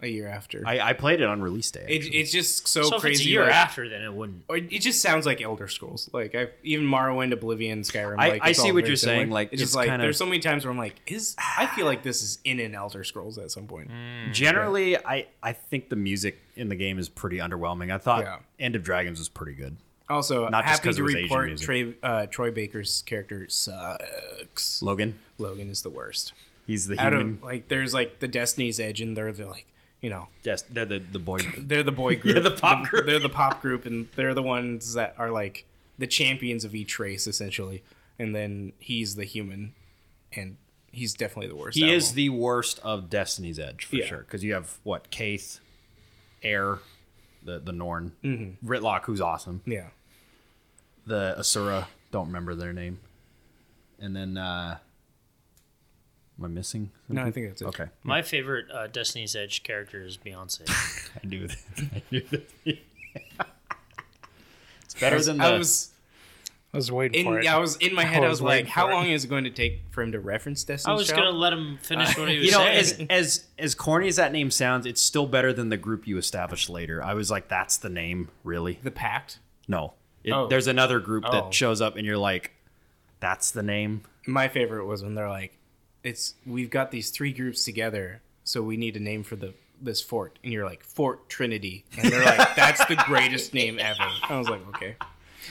Speaker 4: a year after,
Speaker 2: I, I played it on release day.
Speaker 4: it,
Speaker 2: actually.
Speaker 4: it's just so,
Speaker 3: So if
Speaker 4: crazy.
Speaker 3: it's a year
Speaker 4: like-
Speaker 3: after, then it wouldn't.
Speaker 4: or it just sounds like Elder Scrolls. Like I even Morrowind, Oblivion, Skyrim.
Speaker 2: I-
Speaker 4: like,
Speaker 2: I
Speaker 4: it's
Speaker 2: see
Speaker 4: all
Speaker 2: what
Speaker 4: very
Speaker 2: you're saying,
Speaker 4: similar.
Speaker 2: like,
Speaker 4: it's just
Speaker 2: it's
Speaker 4: like
Speaker 2: kind of-
Speaker 4: there's so many times where I'm like, is I feel like this is in an Elder Scrolls at some point.
Speaker 2: Mm. Generally, I, I think the music in the game is pretty underwhelming. I thought
Speaker 4: Yeah.
Speaker 2: End of Dragons was pretty good.
Speaker 4: Also,
Speaker 2: Not just
Speaker 4: happy
Speaker 2: 'cause
Speaker 4: to
Speaker 2: it was Asian
Speaker 4: report
Speaker 2: music.
Speaker 4: Troy, uh, Troy Baker's character sucks.
Speaker 2: Logan,
Speaker 4: Logan is the worst.
Speaker 2: he's the
Speaker 4: Out
Speaker 2: human.
Speaker 4: of like, there's like the Destiny's Edge, and they're the like, you know,
Speaker 2: Yes, they're the, the boy.
Speaker 4: they're the boy group.
Speaker 2: Yeah, the pop group.
Speaker 4: They're the pop group, and they're the ones that are like the champions of each race, essentially. And then he's the human, and he's definitely the worst.
Speaker 2: He
Speaker 4: out of
Speaker 2: is
Speaker 4: all.
Speaker 2: the worst of Destiny's Edge for
Speaker 4: Yeah.
Speaker 2: sure. Because you have what Kaith, Air, the the Norn, Ritlock, who's awesome,
Speaker 4: yeah.
Speaker 2: the Asura, don't remember their name, and then uh am I missing?
Speaker 4: No, I think that's it.
Speaker 2: Okay,
Speaker 3: My favorite uh, Destiny's Edge character is Beyonce.
Speaker 2: I knew that. I knew that. it's better than the.
Speaker 4: I was
Speaker 1: I was waiting
Speaker 4: in.
Speaker 1: for it.
Speaker 4: Yeah, I was in my head. I
Speaker 1: I
Speaker 4: was
Speaker 1: was
Speaker 4: like,
Speaker 1: waiting
Speaker 4: how
Speaker 1: for it.
Speaker 4: long is it going to take for him to reference
Speaker 3: I
Speaker 4: Destiny's
Speaker 3: was
Speaker 4: Child?
Speaker 3: gonna let him finish what he was
Speaker 2: you know,
Speaker 3: saying.
Speaker 2: as as as corny as that name sounds, it's still better than the group you established later. I was like, that's the name, really?
Speaker 4: the Pact.
Speaker 2: No, It-
Speaker 4: Oh.
Speaker 2: there's another group
Speaker 4: Oh.
Speaker 2: that shows up, and you're like, that's the name.
Speaker 4: My favorite was when they're like, it's we've got these three groups together, so we need a name for the this fort, and you're like Fort Trinity, and they're like, that's the greatest name ever. I was like, okay.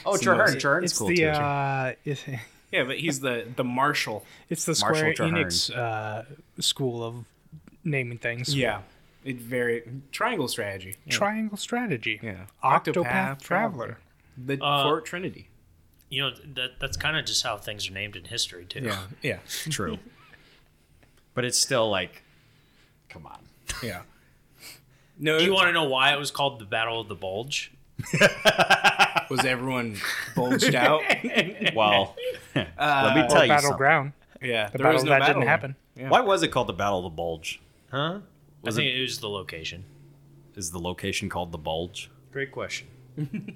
Speaker 2: Oh,
Speaker 4: Seen those.
Speaker 2: Traherne. Traherne's
Speaker 1: it's
Speaker 2: cool
Speaker 1: the
Speaker 2: too.
Speaker 1: uh, it's,
Speaker 4: Yeah, but he's the the marshal.
Speaker 1: it's the
Speaker 2: Marshall
Speaker 1: Square
Speaker 2: Traherne.
Speaker 1: Enix uh, school of naming things.
Speaker 4: Yeah. It very triangle strategy.
Speaker 1: Triangle strategy.
Speaker 4: Yeah.
Speaker 1: Octopath,
Speaker 4: Octopath
Speaker 1: Traveler.
Speaker 4: The
Speaker 3: Uh,
Speaker 4: Fort Trinity.
Speaker 3: You know that that's kind of just how things are named in history too.
Speaker 4: Yeah. Yeah.
Speaker 2: True. but it's still like, come on.
Speaker 4: Yeah. No,
Speaker 3: Do you want to know why it was called the Battle of the Bulge?
Speaker 4: was everyone bulged out?
Speaker 2: Well,
Speaker 4: Uh,
Speaker 2: let me
Speaker 1: Or
Speaker 2: tell you something.
Speaker 1: Battleground.
Speaker 4: Yeah,
Speaker 1: The battle that didn't happen.
Speaker 2: Why was it called the Battle of the Bulge?
Speaker 3: Huh?
Speaker 2: Was
Speaker 3: I think it was the location.
Speaker 2: Is the location called the Bulge?
Speaker 3: Great question.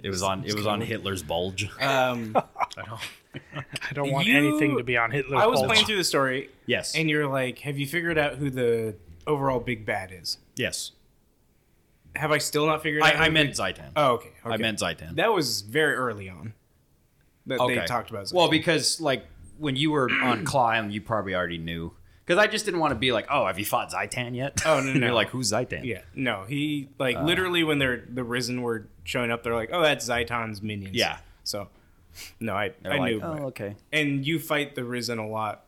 Speaker 2: It was on. It was on Hitler's Bulge.
Speaker 4: Um,
Speaker 1: I don't want
Speaker 4: You-
Speaker 1: anything to be on Hitler's
Speaker 4: I was
Speaker 1: bulge.
Speaker 4: playing through the story,
Speaker 2: Yes.
Speaker 4: and you're like, "Have you figured out who the overall big bad is?"
Speaker 2: yes.
Speaker 4: Have I still not figured out?
Speaker 2: I,
Speaker 4: who
Speaker 2: I
Speaker 4: the-
Speaker 2: meant Zaitan.
Speaker 4: Oh, okay, okay.
Speaker 2: I meant Zaitan.
Speaker 4: that was very early on. That
Speaker 2: okay.
Speaker 4: they talked about.
Speaker 2: Well,
Speaker 4: Zoltan.
Speaker 2: because like when you were on Climb, you probably already knew. Because I just didn't want to be like, oh, have you fought Zaitan yet?
Speaker 4: Oh, no, no,
Speaker 2: You're
Speaker 4: no.
Speaker 2: like, who's Zaitan?
Speaker 4: yeah, no, he like
Speaker 2: Uh,
Speaker 4: literally when they're the risen were showing up, they're like, "Oh, that's Zaitan's minions."
Speaker 2: Yeah.
Speaker 4: So, no, I
Speaker 2: They're
Speaker 4: I
Speaker 2: like,
Speaker 4: knew.
Speaker 2: oh,
Speaker 4: but-
Speaker 2: okay.
Speaker 4: And you fight the risen a lot.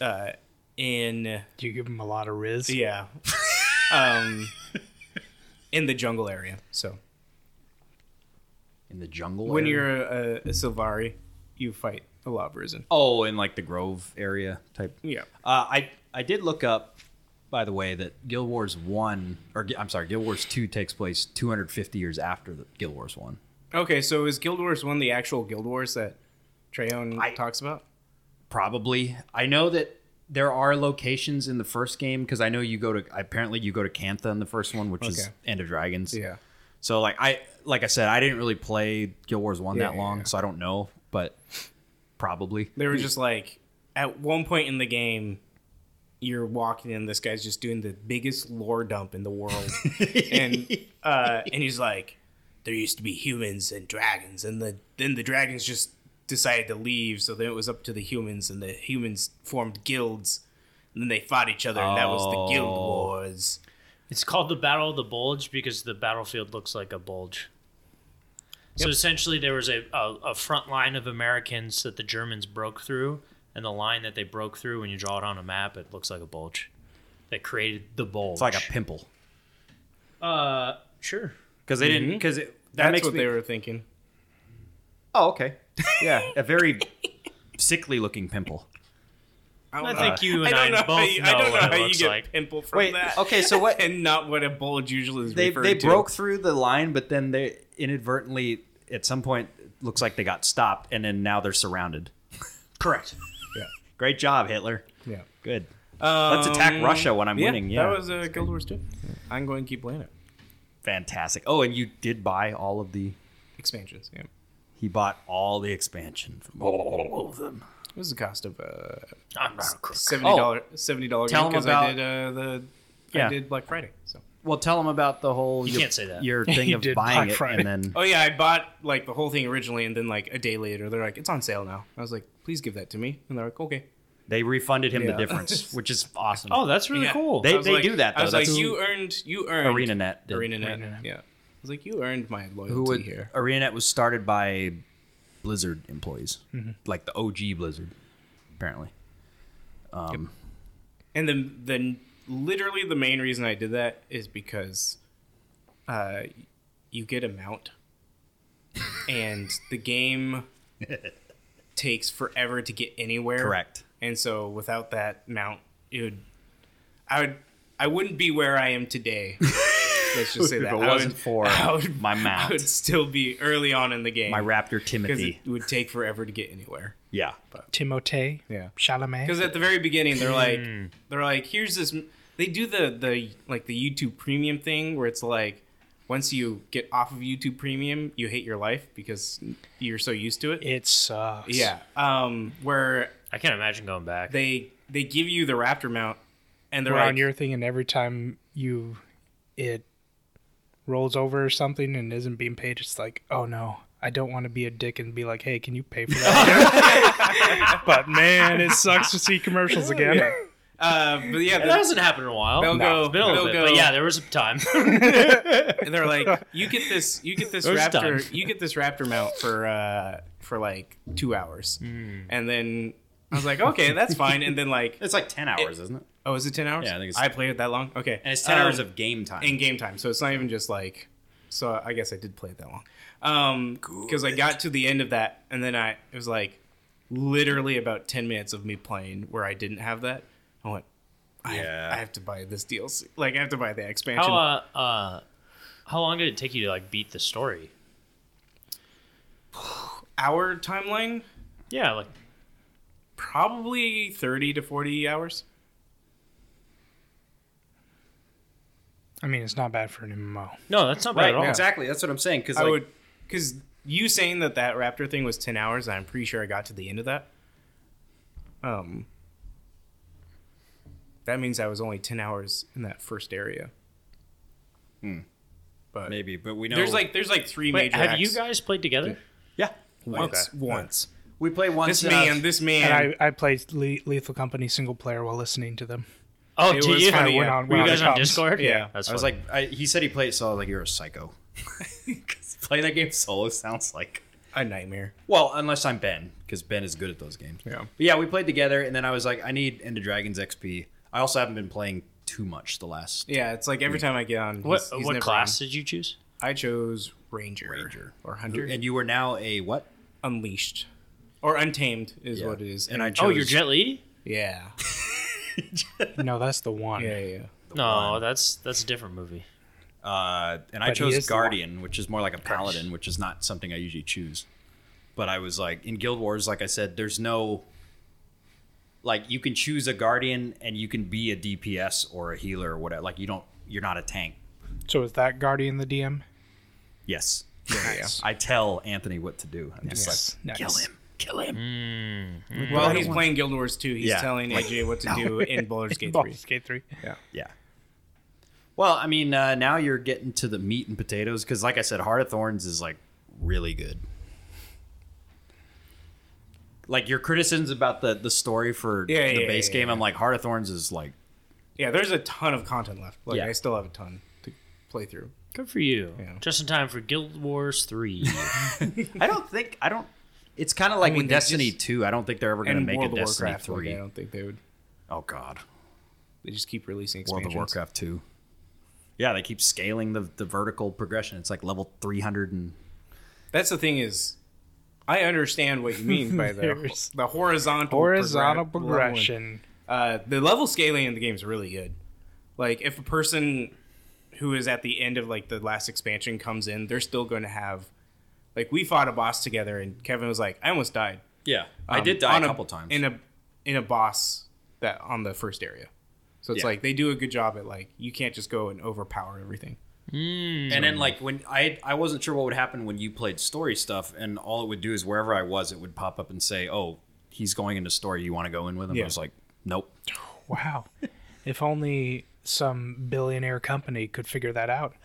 Speaker 4: Uh, in
Speaker 1: You give him a lot of riz.
Speaker 4: Yeah. um, in the jungle area. So
Speaker 2: In the jungle.
Speaker 4: when
Speaker 2: area?
Speaker 4: you're a, a Silvari, you fight a lot of Risen.
Speaker 2: oh, in like the Grove area type.
Speaker 4: Yeah.
Speaker 2: Uh, I I did look up, by the way, that Guild Wars One or I'm sorry, Guild Wars Two takes place 250 years after the Guild Wars One.
Speaker 4: Okay, so is Guild Wars one the actual Guild Wars that Treyon
Speaker 2: I-
Speaker 4: talks about?
Speaker 2: Probably. I know that there are locations in the first game because I know you go to apparently you go to Cantha in the first one, which is
Speaker 4: Okay.
Speaker 2: End of Dragons.
Speaker 4: Yeah.
Speaker 2: So like I like I said, I didn't really play Guild Wars One
Speaker 4: Yeah,
Speaker 2: that
Speaker 4: yeah,
Speaker 2: long,
Speaker 4: yeah.
Speaker 2: so I don't know, but probably.
Speaker 4: They were just like at one point in the game you're walking in this guy's just doing the biggest lore dump in the world and uh, and he's like there used to be humans and dragons and the then the dragons just decided to leave so then it was up to the humans and the humans formed guilds and then they fought each other and that was the guild
Speaker 2: Oh.
Speaker 4: wars
Speaker 3: It's called the Battle of the Bulge because the battlefield looks like a bulge. So essentially, there was a, a, a front line of Americans that the Germans broke through, and the line that they broke through, when you draw it on a map, it looks like a bulge. That created the bulge.
Speaker 2: It's like a pimple.
Speaker 3: uh, sure.
Speaker 2: Because they didn't because it that
Speaker 4: Mm-hmm. that's
Speaker 2: makes
Speaker 4: what
Speaker 2: me
Speaker 4: they were thinking
Speaker 2: Oh, okay. Yeah. A very sickly looking pimple.
Speaker 4: I,
Speaker 3: I
Speaker 4: don't
Speaker 3: think you and I,
Speaker 4: don't know how
Speaker 3: both
Speaker 4: you-
Speaker 3: know,
Speaker 4: I don't know
Speaker 3: what
Speaker 4: how
Speaker 3: it
Speaker 4: you
Speaker 3: looks
Speaker 4: get
Speaker 3: like.
Speaker 4: pimple from
Speaker 2: Wait,
Speaker 4: that
Speaker 2: okay, so what
Speaker 4: and not what a bulge usually is
Speaker 2: they
Speaker 4: referred
Speaker 2: they
Speaker 4: to.
Speaker 2: broke through the line, but then they inadvertently at some point it looks like they got stopped and then now they're surrounded.
Speaker 3: Correct.
Speaker 2: Great job, Hitler.
Speaker 4: yeah
Speaker 2: Good. Let's attack
Speaker 4: Um,
Speaker 2: Russia when I'm
Speaker 4: yeah,
Speaker 2: winning. Yeah.
Speaker 4: that was uh, Guild Wars 2. I'm going to keep playing it.
Speaker 2: fantastic. Oh, and you did buy all of the
Speaker 4: Expansions, yeah.
Speaker 2: he bought all the expansion from all of them.
Speaker 4: What was the cost of uh,
Speaker 3: I'm not a crook.
Speaker 4: seventy dollar seventy dollar
Speaker 2: Oh. Tell
Speaker 4: game
Speaker 2: 'em
Speaker 4: because
Speaker 2: about-
Speaker 4: I did uh, the
Speaker 2: Yeah.
Speaker 4: I did Black Friday. So
Speaker 2: Well, tell him about the whole
Speaker 3: You
Speaker 2: your,
Speaker 3: can't say that.
Speaker 2: your thing
Speaker 1: He
Speaker 2: of
Speaker 1: did Black
Speaker 2: buying it
Speaker 1: Friday.
Speaker 2: and then
Speaker 4: oh yeah, I bought like the whole thing originally, and then like a day later they're like it's on sale now. I was like, please give that to me, and they're like, okay.
Speaker 2: they refunded him the
Speaker 4: Yeah.
Speaker 2: difference, which is awesome.
Speaker 3: Oh, that's really
Speaker 4: Yeah.
Speaker 3: cool.
Speaker 2: They-
Speaker 4: I was like-
Speaker 2: do that,
Speaker 4: I was
Speaker 2: though.
Speaker 4: like,
Speaker 2: That's-
Speaker 4: you earned you earned
Speaker 2: ArenaNet did.
Speaker 4: ArenaNet.
Speaker 1: ArenaNet.
Speaker 4: Yeah, I was like, you earned my loyalty
Speaker 2: who would
Speaker 4: here.
Speaker 2: ArenaNet was started by Blizzard employees, like the OG Blizzard, apparently.
Speaker 4: And then the literally the main reason I did that is because uh, you get a mount, and the game takes forever to get anywhere.
Speaker 2: Correct.
Speaker 4: And so without that mount, it would I would I wouldn't be where I am today. Let's just say
Speaker 2: If
Speaker 4: that
Speaker 2: it
Speaker 4: I
Speaker 2: wasn't
Speaker 4: would-
Speaker 2: for
Speaker 4: I would-
Speaker 2: my
Speaker 4: I
Speaker 2: mount,
Speaker 4: would still be early on in the game
Speaker 2: my Raptor
Speaker 4: because
Speaker 2: Timothy,
Speaker 4: it would take forever to get anywhere.
Speaker 2: yeah,
Speaker 1: Timothée
Speaker 4: Yeah.
Speaker 1: Chalamet.
Speaker 4: Because at the very beginning, they're like,
Speaker 1: Hmm.
Speaker 4: they're like, here's this. They do the the like the YouTube Premium thing where it's like, once you get off of YouTube Premium, you hate your life because you're so used to it.
Speaker 1: It sucks.
Speaker 4: yeah. Um, where
Speaker 3: I can't imagine going back.
Speaker 4: they they give you the Raptor mount, and they're
Speaker 1: We're on
Speaker 4: like,
Speaker 1: your thing, and every time you, it rolls over or something and isn't being paid, it's like, oh no, I don't want to be a dick and be like, hey, can you pay for that? but man, it sucks to see commercials again.
Speaker 4: uh, but yeah,
Speaker 3: that
Speaker 4: the-
Speaker 3: hasn't happened in a while.
Speaker 4: they'll go,
Speaker 3: It's been a little
Speaker 4: they'll
Speaker 3: bit,
Speaker 4: go,
Speaker 3: but yeah, there was a time.
Speaker 4: And they're like, you get this, you get this
Speaker 3: Those
Speaker 4: raptor,
Speaker 3: times.
Speaker 1: Hmm.
Speaker 4: you get this raptor mount for uh, for like two hours, and then I was like, okay, that's fine. And then like,
Speaker 2: It's like ten hours, is isn't it?
Speaker 4: oh, is it ten hours?
Speaker 2: Yeah, I think it's-
Speaker 4: I played it that long. Okay,
Speaker 2: And it's ten
Speaker 4: Um,
Speaker 2: hours of game time.
Speaker 4: in game time. So it's not even just like. So I guess I did play it that long. Um, because I got to the end of that, and then I it was like literally about ten minutes of me playing where I didn't have that. I went, I,
Speaker 2: Yeah.
Speaker 4: have, I have to buy this DLC. Like I have to buy the expansion.
Speaker 3: How uh, uh, how long did it take you to like beat the story?
Speaker 4: Hour timeline,
Speaker 3: Yeah, like
Speaker 4: probably thirty to forty hours.
Speaker 1: I mean, it's not bad for an MMO.
Speaker 3: no, that's not bad
Speaker 2: right,
Speaker 3: at all.
Speaker 2: exactly. That's what I'm saying. Because
Speaker 4: I
Speaker 2: like,
Speaker 4: would because you saying that that raptor thing was ten hours. I'm pretty sure I got to the end of that. Um, that means I was only ten hours in that first area.
Speaker 2: Hmm.
Speaker 4: But
Speaker 2: maybe, but we know
Speaker 4: there's like there's like three
Speaker 3: Wait,
Speaker 4: major.
Speaker 3: have
Speaker 4: acts.
Speaker 3: you guys played together?
Speaker 2: yeah,
Speaker 4: once
Speaker 2: Okay.
Speaker 4: once
Speaker 2: we play one.
Speaker 4: this
Speaker 2: set.
Speaker 3: uh,
Speaker 4: man this man
Speaker 1: And I, I played Le- Lethal Company single player while listening to them.
Speaker 3: Oh,
Speaker 4: It
Speaker 3: do
Speaker 4: was
Speaker 3: you?
Speaker 4: funny,
Speaker 1: went
Speaker 4: yeah.
Speaker 1: on-
Speaker 3: Were you
Speaker 1: went
Speaker 3: guys on
Speaker 1: comms.
Speaker 3: Discord?
Speaker 4: Yeah.
Speaker 3: that's
Speaker 2: I was
Speaker 3: funny.
Speaker 2: like, I, he said he played it, so I was like, you're a psycho. 'Cause playing that game solo sounds like.
Speaker 4: a nightmare.
Speaker 2: Well, unless I'm Ben, because Ben is good at those games.
Speaker 4: Yeah.
Speaker 2: But yeah, we played together, and then I was like, I need End of Dragons XP. I also haven't been playing too much the last
Speaker 4: Yeah, it's like every
Speaker 2: Hmm.
Speaker 4: time I get on.
Speaker 3: what
Speaker 4: he's- he's
Speaker 3: what
Speaker 4: never
Speaker 3: class did you choose?
Speaker 4: on. I chose ranger,
Speaker 2: Ranger.
Speaker 4: or hunter
Speaker 2: And you were now a what?
Speaker 4: unleashed or untamed is
Speaker 2: Yeah.
Speaker 4: what it is.
Speaker 2: And I
Speaker 3: Oh,
Speaker 2: chose-
Speaker 3: you're Jet Li?
Speaker 4: yeah
Speaker 1: No, that's the one.
Speaker 4: yeah yeah.
Speaker 3: No, that's that's a different movie.
Speaker 2: Uh, and
Speaker 1: But
Speaker 2: I
Speaker 1: he
Speaker 2: chose
Speaker 1: is the
Speaker 2: Guardian, which is more like a paladin, which is not something I usually choose. But I was like, in Guild Wars, like I said, there's no. Like, you can choose a Guardian and you can be a DPS or a healer or whatever. Like, you don't, you're not a tank.
Speaker 1: So is that Guardian the DM?
Speaker 2: Yes. I tell Anthony what to do. I'm just
Speaker 1: Yes.
Speaker 2: like,
Speaker 1: Nice.
Speaker 2: kill him, kill him.
Speaker 4: Well, he's playing Guild Wars 2. He's
Speaker 2: Yeah.
Speaker 4: telling AJ what to do in Baldur's Gate 3.
Speaker 1: Baldur's Gate 3.
Speaker 4: Yeah.
Speaker 2: Yeah. Well, I mean, uh, now you're getting to the meat and potatoes because, like I said, Heart of Thorns is like really good. Like your criticisms about the the story for
Speaker 4: Yeah,
Speaker 2: the
Speaker 4: yeah,
Speaker 2: base
Speaker 4: yeah,
Speaker 2: game, I'm like Heart of Thorns is like
Speaker 4: Yeah, there's a ton of content left. Like,
Speaker 2: Yeah.
Speaker 4: I still have a ton to play through.
Speaker 3: Good for you.
Speaker 4: Yeah.
Speaker 3: Just in time for Guild Wars three.
Speaker 2: I don't think I don't. It's kind of like
Speaker 4: mean,
Speaker 2: with
Speaker 4: they
Speaker 2: Destiny
Speaker 4: just-
Speaker 2: two. I don't think they're ever going to
Speaker 4: And
Speaker 2: make
Speaker 4: World
Speaker 2: a
Speaker 4: of
Speaker 2: Destiny
Speaker 4: Warcraft. Like,
Speaker 2: three.
Speaker 4: I don't think they would.
Speaker 2: oh God,
Speaker 4: They just keep releasing
Speaker 2: World
Speaker 4: expansions.
Speaker 2: of Warcraft two. Yeah, they keep scaling the the vertical progression. It's like level three hundred and
Speaker 4: That's the thing is, I understand what you mean by the,
Speaker 1: There's-
Speaker 4: the horizontal
Speaker 1: Horizontal
Speaker 4: progre- leveling.
Speaker 1: progression.
Speaker 4: Uh, the level scaling in the game is really good. Like, if a person who is at the end of like the last expansion comes in, they're still going to have. Like, we fought a boss together, and Kevin was like, "I almost died."
Speaker 2: yeah. I
Speaker 4: um,
Speaker 2: did die
Speaker 4: on
Speaker 2: a couple times.
Speaker 4: in a in a boss that on the first area. So it's
Speaker 2: Yeah.
Speaker 4: like they do a good job at like you can't just go and overpower everything.
Speaker 2: And then like when I I wasn't sure what would happen when you played story stuff, and all it would do is wherever I was, it would pop up and say, "Oh, he's going into story. You want to go in with him?"
Speaker 4: Yeah.
Speaker 2: I was like, "Nope."
Speaker 1: Wow. if only some billionaire company could figure that out.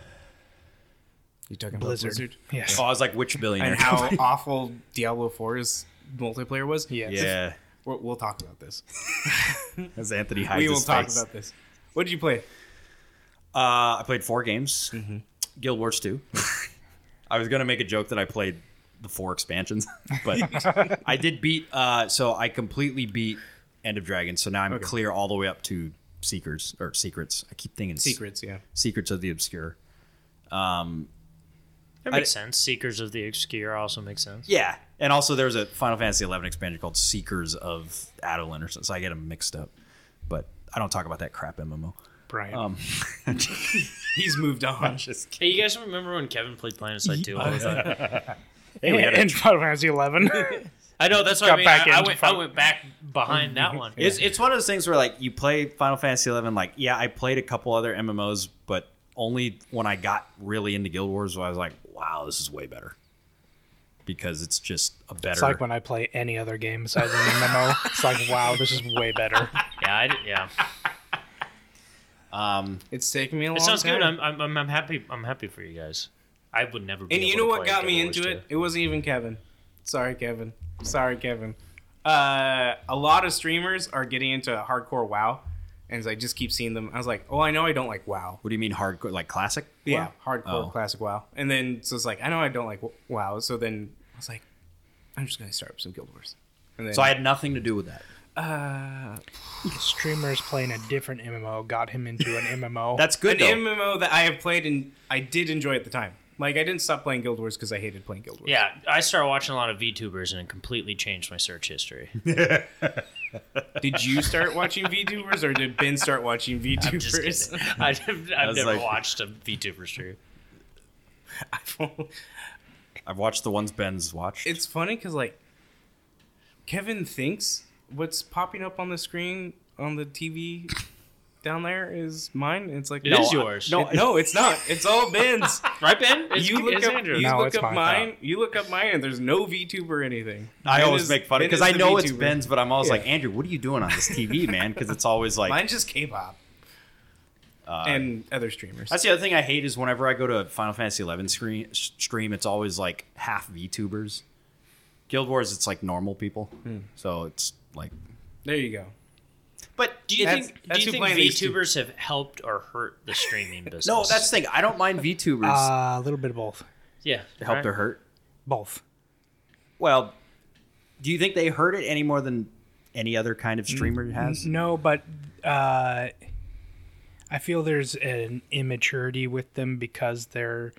Speaker 4: You talking
Speaker 1: Blizzard. Yes.
Speaker 2: So I was like, "Which billionaire?"
Speaker 4: and how awful Diablo 4's multiplayer was?
Speaker 1: Yes.
Speaker 2: yeah,
Speaker 4: We'll, we'll talk about this.
Speaker 2: as Anthony hides
Speaker 4: we will
Speaker 2: his
Speaker 4: talk
Speaker 2: face.
Speaker 4: about this. What did you play?
Speaker 2: Uh, I played four games. Guild Wars two. I was gonna make a joke that I played the four expansions, but I did beat. Uh, so I completely beat End of Dragons. So now I'm clear all the way up to Seekers or Secrets. I keep thinking Secrets.
Speaker 4: Secrets, yeah.
Speaker 2: Secrets of the Obscure.
Speaker 3: that makes sense. Seekers of the Obscure also makes sense.
Speaker 2: Yeah, and also there's a Final Fantasy XI expansion called Seekers of Adolin or something. So I get them mixed up, but I don't talk about that crap MMO.
Speaker 1: Brian.
Speaker 2: Um,
Speaker 4: He's moved on.
Speaker 3: Uh, Hey, you guys remember when Kevin played Planet Side Two? I, was uh, like,
Speaker 1: in,
Speaker 2: we had a-
Speaker 1: in Final Fantasy 11.
Speaker 3: I know that's what I
Speaker 1: Got
Speaker 3: mean.
Speaker 1: back
Speaker 3: I, I
Speaker 1: into
Speaker 3: went, I
Speaker 1: front.
Speaker 3: went back behind that one.
Speaker 2: it's it's one of those things where like you play Final Fantasy XI, like yeah, I played a couple other MMOs, but only when I got really into Guild Wars, where I was like, wow, this is way better because it's just a better.
Speaker 1: it's like when I play any other game besides an MMO. It's like, wow, this is way better.
Speaker 3: Yeah, I did, yeah.
Speaker 4: It's taking me a long
Speaker 3: It
Speaker 4: time.
Speaker 3: sounds good. I'm, I'm, I'm, I'm happy. I'm happy for you guys. I would never. Be
Speaker 4: and you
Speaker 3: able
Speaker 4: know
Speaker 3: to
Speaker 4: what
Speaker 3: play
Speaker 4: got me
Speaker 3: Guild Wars
Speaker 4: into it?
Speaker 3: 2.
Speaker 4: It wasn't even Kevin. Sorry, Kevin. Sorry, Kevin. Uh, a lot of streamers are getting into hardcore WoW, and I just keep seeing them. I was like, oh, I know I don't like Wow.
Speaker 2: what do you mean hardcore? Like classic?
Speaker 4: Yeah,
Speaker 2: Wow.
Speaker 4: hardcore
Speaker 2: Oh.
Speaker 4: classic WoW. And then so it's like, I know I don't like w- WoW. So then I was like, I'm just gonna start up some Guild Wars. And then, uh,
Speaker 2: So I had nothing to do with that.
Speaker 1: Streamers playing a different MMO got him into an MMO.
Speaker 2: That's good
Speaker 4: an
Speaker 2: though.
Speaker 4: MMO that I have played and I did enjoy at the time. Like I didn't stop playing Guild Wars because I hated playing Guild Wars.
Speaker 3: Yeah, I started watching a lot of VTubers and it completely changed my search history.
Speaker 4: Did you start watching VTubers or did Ben start watching
Speaker 3: I'm just
Speaker 4: VTubers?
Speaker 3: kidding. I've, I've
Speaker 2: was
Speaker 3: never
Speaker 2: like-
Speaker 3: watched a VTuber stream.
Speaker 2: I've watched the ones Ben's watched.
Speaker 4: it's funny because like Kevin thinks what's popping up on the screen on the TV down there is mine. It's like
Speaker 3: It
Speaker 4: no,
Speaker 3: is
Speaker 4: I-
Speaker 3: yours.
Speaker 4: no, no, it's not. It's all Ben's.
Speaker 3: Right, Ben? It's,
Speaker 4: you look
Speaker 3: it's
Speaker 4: up,
Speaker 3: Andrew.
Speaker 4: you
Speaker 1: No,
Speaker 4: look
Speaker 1: it's
Speaker 4: up
Speaker 1: mine.
Speaker 4: mine. You look up mine, and there's no VTuber or anything.
Speaker 2: I
Speaker 4: Ben
Speaker 2: always
Speaker 4: is-
Speaker 2: make fun of
Speaker 4: Ben
Speaker 2: because I
Speaker 4: is the
Speaker 2: know it's
Speaker 4: VTuber.
Speaker 2: Ben's, but I'm always
Speaker 4: Yeah.
Speaker 2: like, Andrew, what are you doing on this TV, man? Because it's always like
Speaker 4: Mine's just K-pop and other streamers.
Speaker 2: That's the other thing Uh, I hate is whenever I go to Final Fantasy Eleven screen, s- stream, it's always like half VTubers. Guild Wars, it's like normal people, so it's like.
Speaker 4: There you go.
Speaker 2: But
Speaker 3: Do you
Speaker 4: That's-
Speaker 3: think,
Speaker 4: that's
Speaker 3: do
Speaker 4: who
Speaker 3: you think
Speaker 4: playing these two.
Speaker 3: VTubers have helped or hurt the streaming business?
Speaker 2: no, that's the thing. I don't mind VTubers.
Speaker 1: uh, a little bit of both.
Speaker 3: yeah.
Speaker 2: helped
Speaker 3: right.
Speaker 2: or hurt?
Speaker 1: Both.
Speaker 2: Well, do you think they hurt it any more than any other kind of streamer has?
Speaker 1: No, but uh, I feel there's an immaturity with them because they're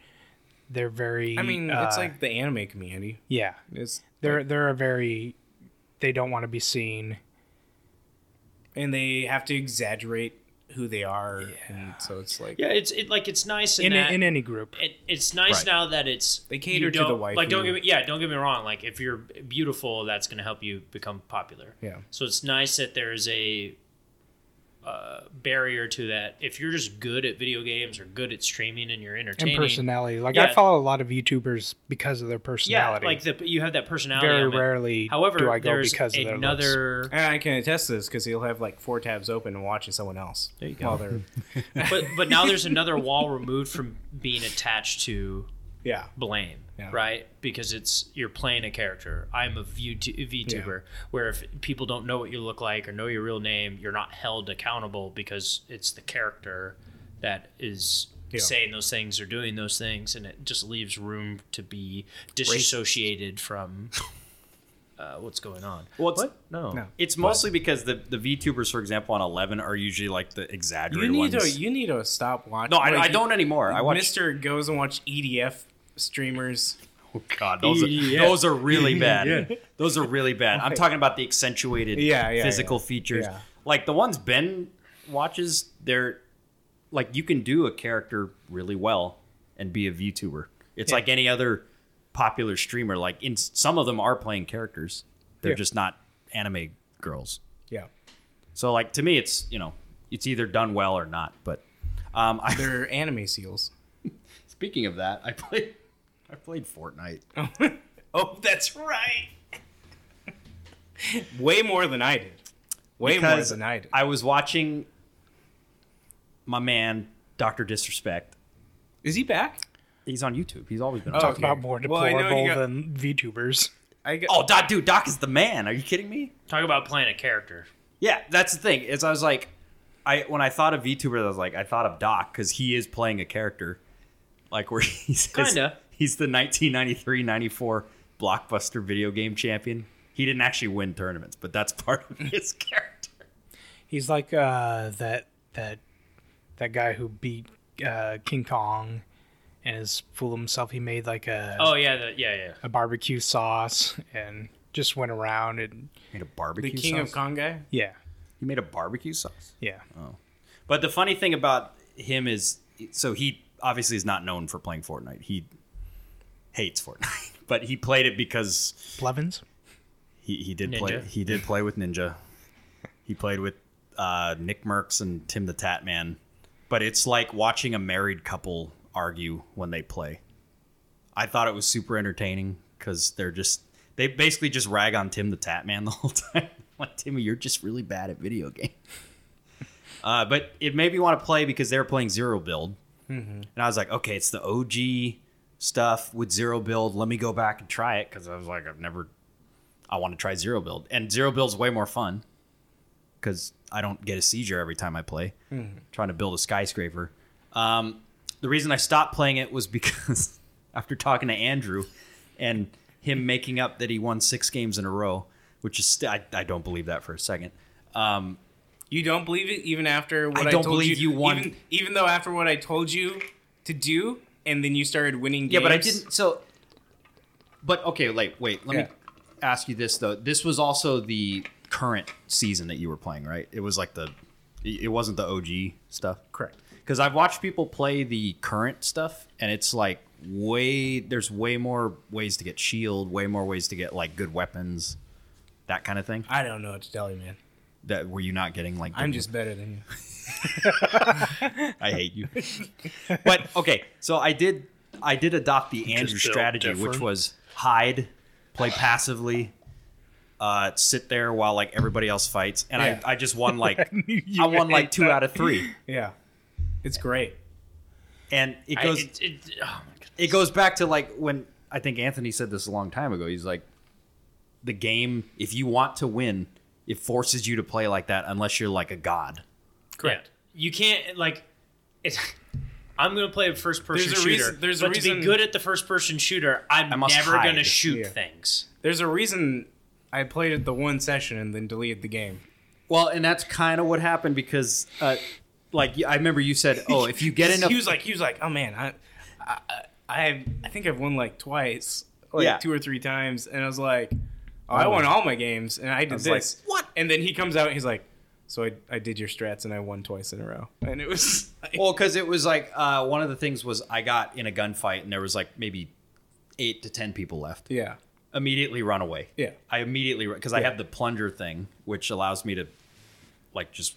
Speaker 1: they're very.
Speaker 4: I mean, it's
Speaker 1: uh,
Speaker 4: like the anime community.
Speaker 1: yeah,
Speaker 4: It's
Speaker 1: they're they're a very they don't want to be seen.
Speaker 4: and they have to exaggerate who they are, and so it's like
Speaker 3: Yeah, it's it, like it's nice in,
Speaker 1: in,
Speaker 3: that
Speaker 1: in any group.
Speaker 3: it, it's nice
Speaker 2: Right.
Speaker 3: now that it's
Speaker 4: They
Speaker 3: you
Speaker 4: cater to the
Speaker 3: don't-
Speaker 4: waifu.
Speaker 3: Like don't get me, yeah, don't get me wrong. Like if you're beautiful, that's going to help you become popular.
Speaker 4: Yeah.
Speaker 3: So it's nice that there is a uh, barrier to that. If you're just good at video games or good at streaming and you're
Speaker 1: and
Speaker 3: entertaining,
Speaker 1: personality. Like
Speaker 3: Yeah.
Speaker 1: I follow a lot of YouTubers because of their
Speaker 3: yeah,
Speaker 1: personality.
Speaker 3: like the you have that personality.
Speaker 1: very
Speaker 3: element.
Speaker 1: rarely
Speaker 3: However,
Speaker 1: do I go
Speaker 3: there's
Speaker 1: because of their looks.
Speaker 3: another.
Speaker 4: And I can attest to this because he'll have like four tabs open and watching someone else. There you go. While they're,
Speaker 3: but but now there's another wall removed from being attached to
Speaker 4: yeah.
Speaker 3: blame,
Speaker 4: Yeah.
Speaker 3: right? Because it's you're playing a character. I'm a VT- VTuber, where if people don't know what you look like or know your real name, you're not held accountable because it's the character that is
Speaker 4: Yeah.
Speaker 3: saying those things or doing those things, and it just leaves room to be disassociated from uh, what's going on.
Speaker 2: Well, it's,
Speaker 3: No.
Speaker 4: No.
Speaker 2: it's mostly because the, the VTubers, for example, on Eleven are usually like the
Speaker 4: You
Speaker 2: exaggerated
Speaker 4: need
Speaker 2: ones.
Speaker 4: to you need to stop watching.
Speaker 2: no, I,
Speaker 4: like,
Speaker 2: I don't anymore. I watch.
Speaker 4: Mister goes and watch EDF streamers.
Speaker 2: Oh God, those are, those are really bad. Those are really bad. I'm talking about the accentuated
Speaker 4: Yeah, yeah,
Speaker 2: physical
Speaker 4: yeah.
Speaker 2: features.
Speaker 4: Yeah.
Speaker 2: Like the ones Ben watches, they're like you can do a character really well and be a VTuber. It's like any other popular streamer. Like in some of them are playing characters. They're
Speaker 4: Yeah.
Speaker 2: just not anime girls.
Speaker 4: Yeah,
Speaker 2: So like to me it's you know, it's either done well or not. But um I
Speaker 4: they're anime seals.
Speaker 2: speaking of that, I played I played Fortnite.
Speaker 4: Oh, that's right. Way more than I did. Way more
Speaker 2: because
Speaker 4: than I did.
Speaker 2: I was watching my man, Doctor Disrespect.
Speaker 4: Is he back?
Speaker 2: He's on YouTube. He's always been.
Speaker 4: Oh,
Speaker 2: on
Speaker 1: Talk
Speaker 2: YouTube.
Speaker 4: okay.
Speaker 1: about more
Speaker 4: Well, I know
Speaker 1: deplorable
Speaker 4: you got-
Speaker 1: than VTubers.
Speaker 4: I got,
Speaker 2: Oh, Doc, dude, Doc is the man. Are you kidding me?
Speaker 3: Talk about playing a character.
Speaker 2: Yeah, that's the thing. Is I was like, I when I thought of VTuber, I was like, I thought of Doc because he is playing a character, like where he's
Speaker 3: Kinda.
Speaker 2: He's the 1993-94 blockbuster video game champion. He didn't actually win tournaments, but that's part of his character.
Speaker 1: He's like uh, that that that guy who beat uh, King Kong and is full of himself. He made like a
Speaker 3: Oh yeah, the, yeah, yeah.
Speaker 1: a barbecue sauce and just went around and
Speaker 2: Made a
Speaker 4: the
Speaker 2: barbecue.
Speaker 4: King
Speaker 2: sauce.
Speaker 4: of Kong guy.
Speaker 1: yeah
Speaker 2: He made a barbecue sauce.
Speaker 1: yeah
Speaker 2: But the funny thing about him is, so he obviously is not known for playing Fortnite. He hates Fortnite, but he played it because
Speaker 1: Blevins.
Speaker 2: he, he did play
Speaker 3: Ninja.
Speaker 2: he did play with Ninja. He played with uh, Nick Merckx and Tim the Tatman. But it's like watching a married couple argue when they play. I thought it was super entertaining because they're just they basically just rag on Tim the Tatman the whole time. like Timmy, you're just really bad at video games. Uh, but it made me want to play because they were playing Zero Build, and I was like, okay, it's the OG stuff with Zero Build. Let me go back and try it because I was like, I've never, I want to try Zero Build, and Zero Build's way more fun because I don't get a seizure every time I play
Speaker 4: Mm-hmm.
Speaker 2: trying to build a skyscraper. Um, the reason I stopped playing it was because after talking to Andrew and him making up that he won six games in a row, which is st- I, I don't believe that for a second. Um,
Speaker 4: You don't believe it even after what I,
Speaker 2: don't
Speaker 4: told
Speaker 2: believe you won.
Speaker 4: Even, even though after what I told you to do, and then you started winning games.
Speaker 2: yeah, but I didn't. So, but okay, like wait, let me
Speaker 4: Yeah.
Speaker 2: ask you this though. This was also the current season that you were playing, right? It was like the, it it wasn't the OG stuff,
Speaker 4: Correct.
Speaker 2: Because I've watched people play the current stuff, and it's like way there's way more ways to get shield, way more ways to get like good weapons, that kind of thing.
Speaker 4: I don't know what to tell you, man.
Speaker 2: That were you not getting like?
Speaker 4: I'm
Speaker 2: good
Speaker 4: just better than you.
Speaker 2: I hate you. but okay, so I did I did adopt the Andrew
Speaker 1: built
Speaker 2: strategy, which
Speaker 1: different.
Speaker 2: was hide, play passively, uh, sit there while like everybody else fights, and
Speaker 4: Yeah.
Speaker 2: I, I just won like
Speaker 1: You
Speaker 2: I won like
Speaker 1: hate
Speaker 2: two
Speaker 1: that.
Speaker 2: out of three,
Speaker 4: Yeah, it's great.
Speaker 2: and it
Speaker 3: I-
Speaker 2: goes
Speaker 3: it- it- oh my God.
Speaker 2: it goes back to like when I think Anthony said this a long time ago. He's like, the game if you want to win, it forces you to play like that unless you're like a god.
Speaker 4: Correct.
Speaker 3: Yeah. You can't like it's I'm gonna play a first person
Speaker 4: There's a
Speaker 3: shooter.
Speaker 4: reason- there's a
Speaker 3: but to
Speaker 4: reason-
Speaker 3: be good at the first person shooter, I'm
Speaker 2: I must
Speaker 3: never
Speaker 2: hide.
Speaker 3: gonna shoot
Speaker 4: Yeah.
Speaker 3: things.
Speaker 4: There's a reason I played it the one session and then deleted the game.
Speaker 2: Well, and that's kind of what happened because, uh, like, I remember you said, "Oh, if you get enough,
Speaker 4: he was like, he was like, oh man, I, I, I, I think I've won like twice, like
Speaker 2: Yeah.
Speaker 4: two or three times, and I was like, oh, I won all my games, and I did
Speaker 2: was like,
Speaker 4: this.
Speaker 2: "What?"
Speaker 4: And then he comes out, and he's like, so I, I did your strats, and I won twice in a row, and it was like,
Speaker 2: Well, because it was like uh, one of the things was I got in a gunfight and there was like maybe eight to ten people left.
Speaker 4: yeah,
Speaker 2: Immediately run away.
Speaker 4: Yeah.
Speaker 2: I immediately because I have the plunger thing, which allows me to like just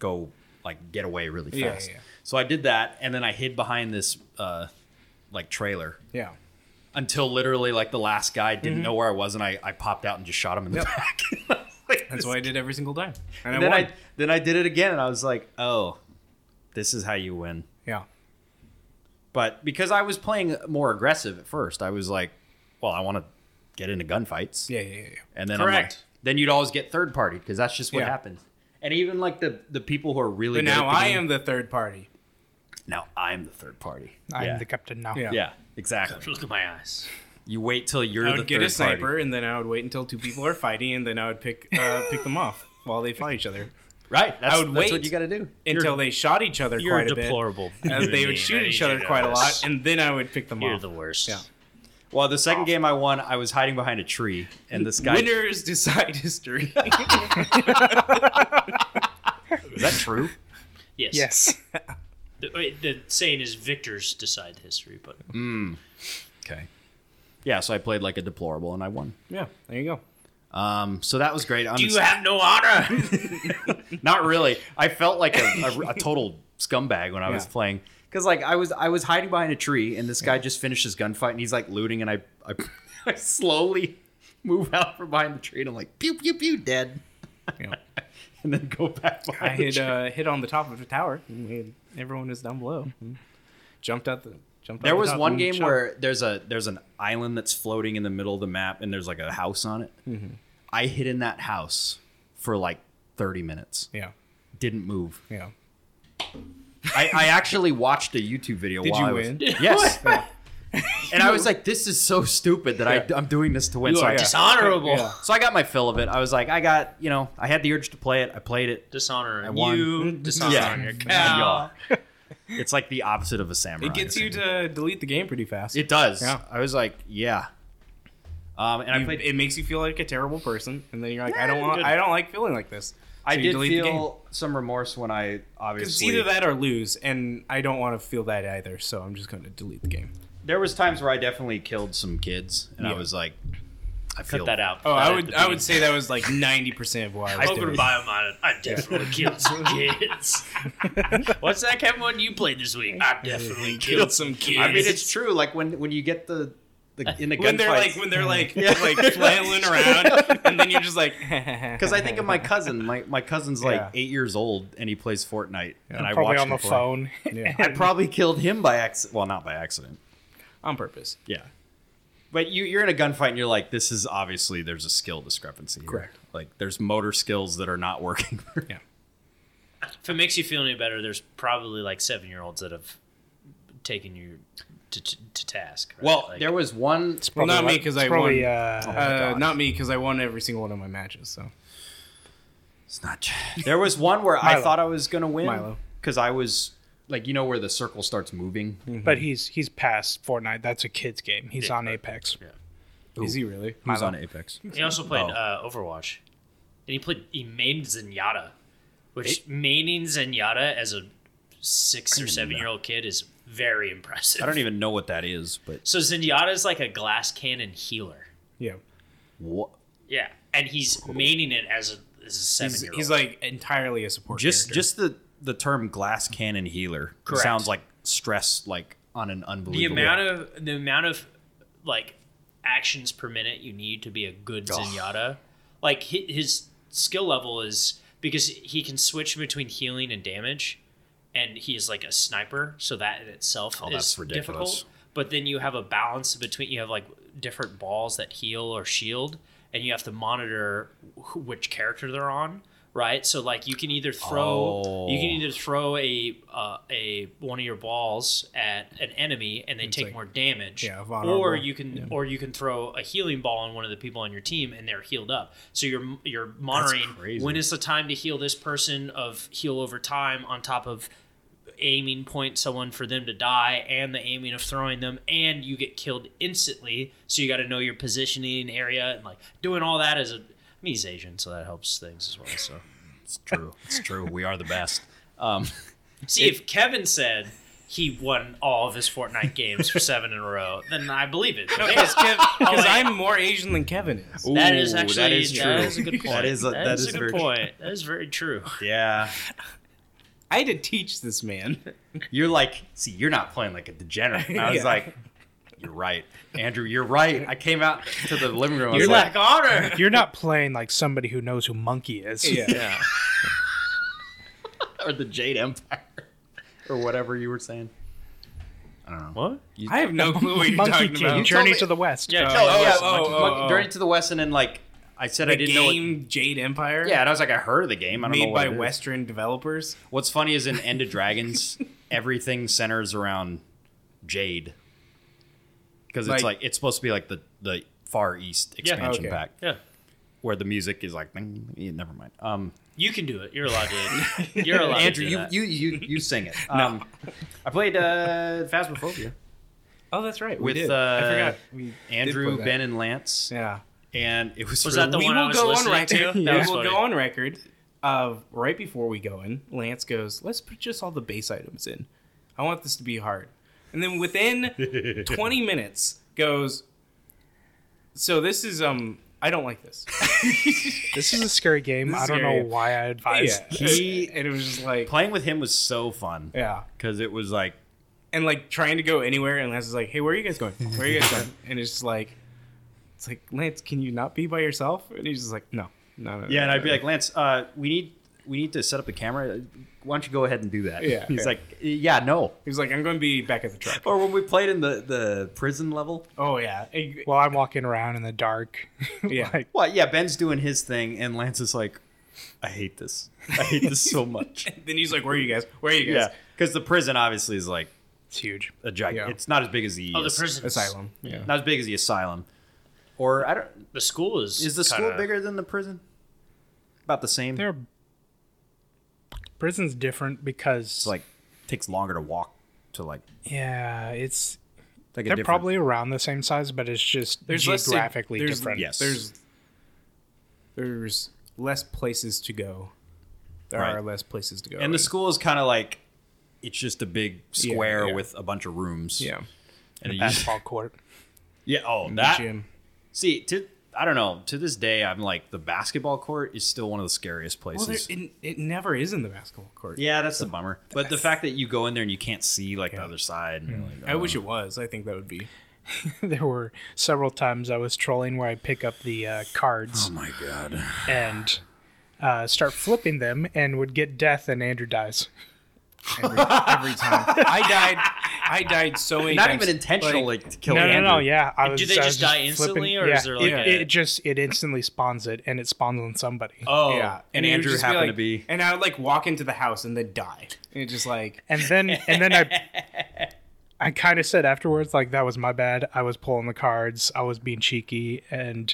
Speaker 2: go like get away really
Speaker 4: Yeah,
Speaker 2: fast.
Speaker 4: yeah, yeah.
Speaker 2: So I did that, and then I hid behind this uh, like trailer
Speaker 4: yeah.
Speaker 2: until literally like the last guy didn't know where I was, and I, I popped out and just shot him in the
Speaker 4: Mm-hmm. Yep.
Speaker 2: back.
Speaker 4: That's what I did every single time, and,
Speaker 2: And
Speaker 4: I
Speaker 2: then
Speaker 4: won.
Speaker 2: I then I did it again, and I was like, oh, this is how you win.
Speaker 4: yeah,
Speaker 2: But because I was playing more aggressive at first, I was like, well, I want to get into gunfights.
Speaker 4: yeah, yeah, yeah, yeah.
Speaker 2: And then I'm like,
Speaker 3: Correct.
Speaker 2: then you'd always get third party because that's just what
Speaker 4: Yeah.
Speaker 2: happens. And even like the the people who are really
Speaker 4: But
Speaker 2: good at
Speaker 4: now
Speaker 2: the
Speaker 4: I
Speaker 2: game-
Speaker 4: am the third party.
Speaker 2: now I'm the third party.
Speaker 1: I'm
Speaker 2: yeah.
Speaker 1: the captain now.
Speaker 4: Yeah.
Speaker 2: yeah, exactly.
Speaker 3: Look at my eyes.
Speaker 2: You wait till you're
Speaker 4: I
Speaker 2: the
Speaker 4: would get
Speaker 2: third
Speaker 4: a sniper,
Speaker 2: party.
Speaker 4: and then I would wait until two people are fighting, and then I would pick uh, pick them off while they fight each other
Speaker 2: Right. That's,
Speaker 4: would
Speaker 2: that's
Speaker 4: wait
Speaker 2: what you got to do.
Speaker 4: until they shot each other
Speaker 3: You're
Speaker 4: quite a bit.
Speaker 3: deplorable.
Speaker 4: as
Speaker 3: human
Speaker 4: they
Speaker 3: being.
Speaker 4: would shoot
Speaker 3: I need
Speaker 4: each
Speaker 3: you
Speaker 4: other
Speaker 3: to
Speaker 4: quite a
Speaker 3: know
Speaker 4: lot,
Speaker 3: this.
Speaker 4: and then I would pick them
Speaker 3: You're
Speaker 4: off.
Speaker 3: the worst.
Speaker 4: Yeah.
Speaker 2: Well, the
Speaker 4: Oh.
Speaker 2: second game I won, I was hiding behind a tree, and this guy.
Speaker 4: Winners decide history.
Speaker 2: Is that true?
Speaker 3: Yes.
Speaker 1: Yes.
Speaker 3: The, wait, the saying is victors decide history, but
Speaker 4: Mm.
Speaker 2: okay. Yeah, so I played like a deplorable, and I won.
Speaker 4: yeah, there you go.
Speaker 2: Um, so that was great. I'm
Speaker 3: do you
Speaker 2: excited.
Speaker 3: have no honor?
Speaker 2: Not really. I felt like a, a, a total scumbag when I was
Speaker 4: Yeah.
Speaker 2: playing because like I was I was hiding behind a tree and this guy just finished his gunfight and he's like looting and I I, I slowly move out from behind the tree and I'm like pew pew pew dead
Speaker 4: Yeah.
Speaker 2: and then go back
Speaker 4: I
Speaker 2: behind the
Speaker 4: hit
Speaker 2: tree.
Speaker 4: uh, hit on the top of the tower. and we had- Everyone was down below. Jumped out the jumped. out
Speaker 2: There
Speaker 4: the
Speaker 2: was
Speaker 4: top
Speaker 2: one
Speaker 4: and
Speaker 2: game
Speaker 4: shot.
Speaker 2: where there's a there's an island that's floating in the middle of the map and there's like a house on it.
Speaker 4: Mm-hmm.
Speaker 2: I hid in that house for like 30 minutes.
Speaker 4: yeah
Speaker 2: Didn't move.
Speaker 4: yeah.
Speaker 2: I, I actually watched a YouTube video.
Speaker 4: Did
Speaker 2: while
Speaker 4: you
Speaker 2: I was-
Speaker 4: win?
Speaker 2: Yes. and I was like, "This is so stupid that I, I'm doing this to win."
Speaker 3: You
Speaker 2: So I,
Speaker 3: are dishonorable.
Speaker 4: Yeah.
Speaker 2: so I got my fill of it. I was like, "I got you know, I had the urge to play it. I played it."
Speaker 3: Dishonor on
Speaker 2: won.
Speaker 3: you. Dishonor
Speaker 2: Yeah.
Speaker 3: on your cow.
Speaker 2: And y'all. It's like the opposite of a samurai.
Speaker 4: It gets you to delete the game pretty fast.
Speaker 2: It does.
Speaker 4: Yeah.
Speaker 2: I was like, "Yeah." Um, and I
Speaker 4: You-
Speaker 2: played.
Speaker 4: it makes you feel like a terrible person, and then you're like, I don't want.
Speaker 3: good.
Speaker 4: I don't like feeling like this.
Speaker 2: I
Speaker 4: So you
Speaker 2: did
Speaker 4: delete the game.
Speaker 2: feel some remorse when I
Speaker 4: It's
Speaker 2: obviously
Speaker 4: either that or lose, and I don't want to feel that either. So I'm just going to delete the game.
Speaker 2: there was times where I definitely killed some kids, and I
Speaker 4: Yeah.
Speaker 2: was like, "I feel
Speaker 3: Cut that out.
Speaker 4: Oh,
Speaker 3: That
Speaker 4: I
Speaker 3: at
Speaker 4: would
Speaker 3: the
Speaker 4: I
Speaker 3: beginning.
Speaker 4: would say that was like ninety percent of why I was
Speaker 3: Over
Speaker 4: doing
Speaker 3: to
Speaker 4: it.
Speaker 3: Biomine, I definitely killed some kids. What's that, Kevin? What you played this week? I definitely killed some kids.
Speaker 2: I mean, it's true. Like when when you get the, the in the
Speaker 4: when they're
Speaker 2: gunfights-
Speaker 4: like when they're like like flailing around, and then you're just like
Speaker 2: Because I think of my cousin. My, my cousin's like
Speaker 4: Yeah.
Speaker 2: eight years old, and he plays Fortnite. And I
Speaker 1: Probably
Speaker 2: watched
Speaker 1: on
Speaker 2: him Mm-hmm.
Speaker 1: the
Speaker 2: play.
Speaker 1: phone.
Speaker 4: Yeah.
Speaker 2: I probably killed him by accident. Well, not by accident.
Speaker 4: on purpose.
Speaker 2: Yeah, but you you're in a gunfight, and you're like, this is obviously there's a skill discrepancy. Here.
Speaker 4: Correct.
Speaker 2: Like there's motor skills that are not working.
Speaker 4: Yeah.
Speaker 3: if it makes you feel any better, there's probably like seven year olds that have taken you to, to, to task. right?
Speaker 2: Well,
Speaker 3: Like,
Speaker 2: there was one.
Speaker 4: Well,
Speaker 1: Probably
Speaker 4: not me
Speaker 1: what-
Speaker 4: 'cause
Speaker 1: it's
Speaker 4: I
Speaker 1: probably,
Speaker 4: won.
Speaker 1: Uh,
Speaker 4: Uh, not me because I won every single one of my matches. So
Speaker 2: It's not. There was one where I
Speaker 1: Milo.
Speaker 2: thought I was gonna win
Speaker 4: Milo.
Speaker 2: because I was like, you know, where the circle starts moving.
Speaker 3: Mm-hmm.
Speaker 1: but he's he's past Fortnite. That's a kids game. He's on Apex.
Speaker 4: is he really?
Speaker 2: Who's
Speaker 1: Milo.
Speaker 2: on Apex?
Speaker 3: he also played
Speaker 2: Oh.
Speaker 3: uh, Overwatch, and he played he mained Zenyatta, which maining Zenyatta as a six or
Speaker 2: didn't know
Speaker 3: seven year old kid is very impressive.
Speaker 2: I don't e- even know what that is, but
Speaker 3: So Zenyatta is like a glass cannon healer.
Speaker 4: Yeah.
Speaker 2: what?
Speaker 3: Yeah, and he's maining it as a as a seven
Speaker 4: He's,
Speaker 3: year old.
Speaker 4: he's like entirely a support.
Speaker 2: Just
Speaker 4: character.
Speaker 2: just the the term glass cannon healer
Speaker 3: Correct.
Speaker 2: sounds like stress, like on an unbelievable.
Speaker 3: the amount of the amount of like actions per minute you need to be a good
Speaker 2: Ugh.
Speaker 3: Zenyatta. Like hi- his skill level is because he can switch between healing and damage, and he is like a sniper, so that in itself
Speaker 2: Oh,
Speaker 3: is
Speaker 2: that's ridiculous.
Speaker 3: difficult. But then you have a balance between you have like different balls that heal or shield, and you have to monitor wh- which character they're on. Right, so like you can either throw you can
Speaker 2: Oh.
Speaker 3: either to throw a uh, a one of your balls at an enemy and they take
Speaker 4: like-
Speaker 3: more damage
Speaker 4: yeah, vulnerable.
Speaker 3: or you can or you can throw a healing ball on one of the people on your team and they're healed up so you're you're monitoring
Speaker 2: crazy.
Speaker 3: when is the time to heal this person of heal over time on top of aiming point someone for them to die and the aiming of throwing them and you get killed instantly so you got to know your positioning area and like doing all that as a I mean, he's Asian, so that helps things as well. So
Speaker 2: It's true. It's true. We are the best. Um,
Speaker 3: See, if Kevin said he won all of his Fortnite games for seven in a row, then I believe it.
Speaker 4: because
Speaker 3: wait.
Speaker 4: I'm more Asian than Kevin is.
Speaker 3: that is
Speaker 2: Um, Ooh,
Speaker 3: actually
Speaker 2: that is true.
Speaker 3: That is a good point.
Speaker 2: That is a, that is
Speaker 3: a
Speaker 2: very
Speaker 3: good point. That is very true.
Speaker 2: Yeah,
Speaker 4: I had to teach this man.
Speaker 2: you're like, see, you're not playing like a degenerate. And I was
Speaker 4: Yeah.
Speaker 2: like, you're right, Andrew. You're right. I came out to the living room. I was
Speaker 3: You're
Speaker 2: like,
Speaker 3: like honor.
Speaker 1: You're not playing like somebody who knows who Monkey is.
Speaker 2: yeah, or the Jade Empire, or whatever you were saying. I don't know.
Speaker 3: What?
Speaker 4: I have no clue what you're
Speaker 1: Monkey
Speaker 4: talking
Speaker 1: King,
Speaker 4: about.
Speaker 1: Journey
Speaker 2: me-
Speaker 1: to the West.
Speaker 3: Yeah,
Speaker 4: Oh,
Speaker 3: Charlie,
Speaker 4: oh,
Speaker 3: yes.
Speaker 4: oh,
Speaker 2: Monkey-
Speaker 4: oh,
Speaker 2: Monkey-
Speaker 4: oh.
Speaker 2: Journey to the West, and then like I said, I
Speaker 4: The
Speaker 2: didn't know. What,
Speaker 4: game Jade Empire.
Speaker 2: yeah, and I was like, I heard of the game. I don't know
Speaker 4: Made
Speaker 2: what
Speaker 4: by
Speaker 2: it is.
Speaker 4: Western developers.
Speaker 2: What's funny is in End of Dragons, everything centers around Jade. Because it's
Speaker 4: Like-
Speaker 2: like it's supposed to be like the the Far East expansion
Speaker 4: okay.
Speaker 2: pack,
Speaker 3: yeah.
Speaker 2: where the music is like, "Bing," yeah, never mind. Um,
Speaker 3: You can do it. You're allowed to. do it. You're allowed
Speaker 2: Andrew,
Speaker 3: to do
Speaker 2: you,
Speaker 3: that.
Speaker 2: you you you sing it. Um, I played uh, Phasmophobia.
Speaker 4: Oh, that's right.
Speaker 2: With,
Speaker 4: we did.
Speaker 2: uh,
Speaker 4: I forgot. We did
Speaker 2: Andrew,
Speaker 4: play that.
Speaker 2: Ben, and Lance,
Speaker 4: Yeah.
Speaker 2: and it was,
Speaker 3: Was
Speaker 2: really-
Speaker 3: that the
Speaker 4: we
Speaker 3: one I
Speaker 4: will
Speaker 3: was
Speaker 4: go on
Speaker 3: listening
Speaker 4: record.
Speaker 3: to? That
Speaker 4: we
Speaker 3: was
Speaker 4: will
Speaker 3: funny.
Speaker 4: go on record of right before we go in. Lance goes, "Let's put just all the base items in. I want this to be hard." And then within 20 minutes goes, "So this is um, I don't like this."
Speaker 1: This is a scary game.
Speaker 4: This
Speaker 1: I
Speaker 4: is
Speaker 1: don't
Speaker 4: scary.
Speaker 1: know why I advised.
Speaker 4: he and it was just like,
Speaker 2: playing with him was so fun
Speaker 4: yeah,
Speaker 2: because it was like
Speaker 4: and like trying to go anywhere. And Lance is like, "Hey, where are you guys going? Where are you guys going?" And it's just like, it's like Lance, can you not be by yourself? And he's just like, "No, no, no."
Speaker 2: Yeah,
Speaker 4: no,
Speaker 2: and I'd be
Speaker 4: no."
Speaker 2: like, Lance, uh, we need we need to set up the camera. Why don't you go ahead and do that?
Speaker 4: Yeah.
Speaker 2: He's
Speaker 4: Yeah.
Speaker 2: like, yeah, no.
Speaker 4: He was like, "I'm going to be back at the truck."
Speaker 2: Or when we played in the the prison level.
Speaker 4: Oh yeah, Hey,
Speaker 1: Well, I'm walking around in the dark.
Speaker 4: Yeah.
Speaker 1: like,
Speaker 2: Well, yeah, Ben's doing his thing, and Lance is like, I hate this. I hate this so much.
Speaker 4: Then he's like, "Where are you guys? Where are you
Speaker 2: yeah,
Speaker 4: guys?"
Speaker 2: because the prison obviously is like
Speaker 1: it's huge.
Speaker 2: a giant.
Speaker 4: Yeah.
Speaker 2: It's not as big as the
Speaker 3: Oh, the
Speaker 2: as-
Speaker 3: prison
Speaker 4: Asylum. Yeah.
Speaker 2: Not as big as the asylum. Or I don't.
Speaker 3: The school is.
Speaker 2: Is the school
Speaker 3: kinda-
Speaker 2: bigger than the prison? About the same.
Speaker 1: They're prison's different because
Speaker 2: It's like takes longer to walk to like.
Speaker 1: yeah, it's
Speaker 2: like a
Speaker 1: they're
Speaker 2: different-
Speaker 1: probably around the same size, but it's just
Speaker 4: less to-
Speaker 1: geographically
Speaker 4: there's-
Speaker 1: different.
Speaker 2: Yes.
Speaker 4: There's there's less places to go. There
Speaker 2: Right.
Speaker 4: are less places to go.
Speaker 2: And the
Speaker 4: in.
Speaker 2: school is kind of like it's just a big square
Speaker 4: yeah.
Speaker 2: with a bunch of rooms.
Speaker 4: yeah,
Speaker 2: and you just-
Speaker 1: basketball court.
Speaker 2: yeah. Oh,
Speaker 4: And the
Speaker 2: that.
Speaker 4: gym.
Speaker 2: See, to I don't know. To this day, I'm like the basketball court is still one of the scariest
Speaker 4: Well,
Speaker 2: places.
Speaker 4: there, it, it never is in the basketball court.
Speaker 2: yeah, that's the bummer. But the fact that you go in there and you can't see like the other side. And you're like,
Speaker 4: I
Speaker 2: oh.
Speaker 4: wish it was. I think that would be.
Speaker 1: there were several times I was trolling where I pick up the uh, cards
Speaker 2: Oh my god.
Speaker 1: and uh, start flipping them and would get death and Andrew dies.
Speaker 4: Every, every time I died, I died so many
Speaker 2: Not
Speaker 4: times.
Speaker 2: even intentional,
Speaker 4: Like,
Speaker 2: like, to kill.
Speaker 1: no,
Speaker 2: Andrew.
Speaker 1: no, no. Yeah, I
Speaker 3: Do
Speaker 1: was.
Speaker 3: they
Speaker 1: I was
Speaker 3: just die instantly, or is there like
Speaker 1: it,
Speaker 3: a-
Speaker 1: it just it instantly spawns it and it spawns on somebody.
Speaker 2: Oh,
Speaker 4: yeah,
Speaker 2: And,
Speaker 4: it would
Speaker 2: Andrew
Speaker 4: just be
Speaker 2: happened
Speaker 4: like-
Speaker 2: to be.
Speaker 4: and I would like walk into the house and then die. And it just like
Speaker 1: and then and then I I kind of said afterwards, like, that was my bad. I was pulling the cards, I was being cheeky. And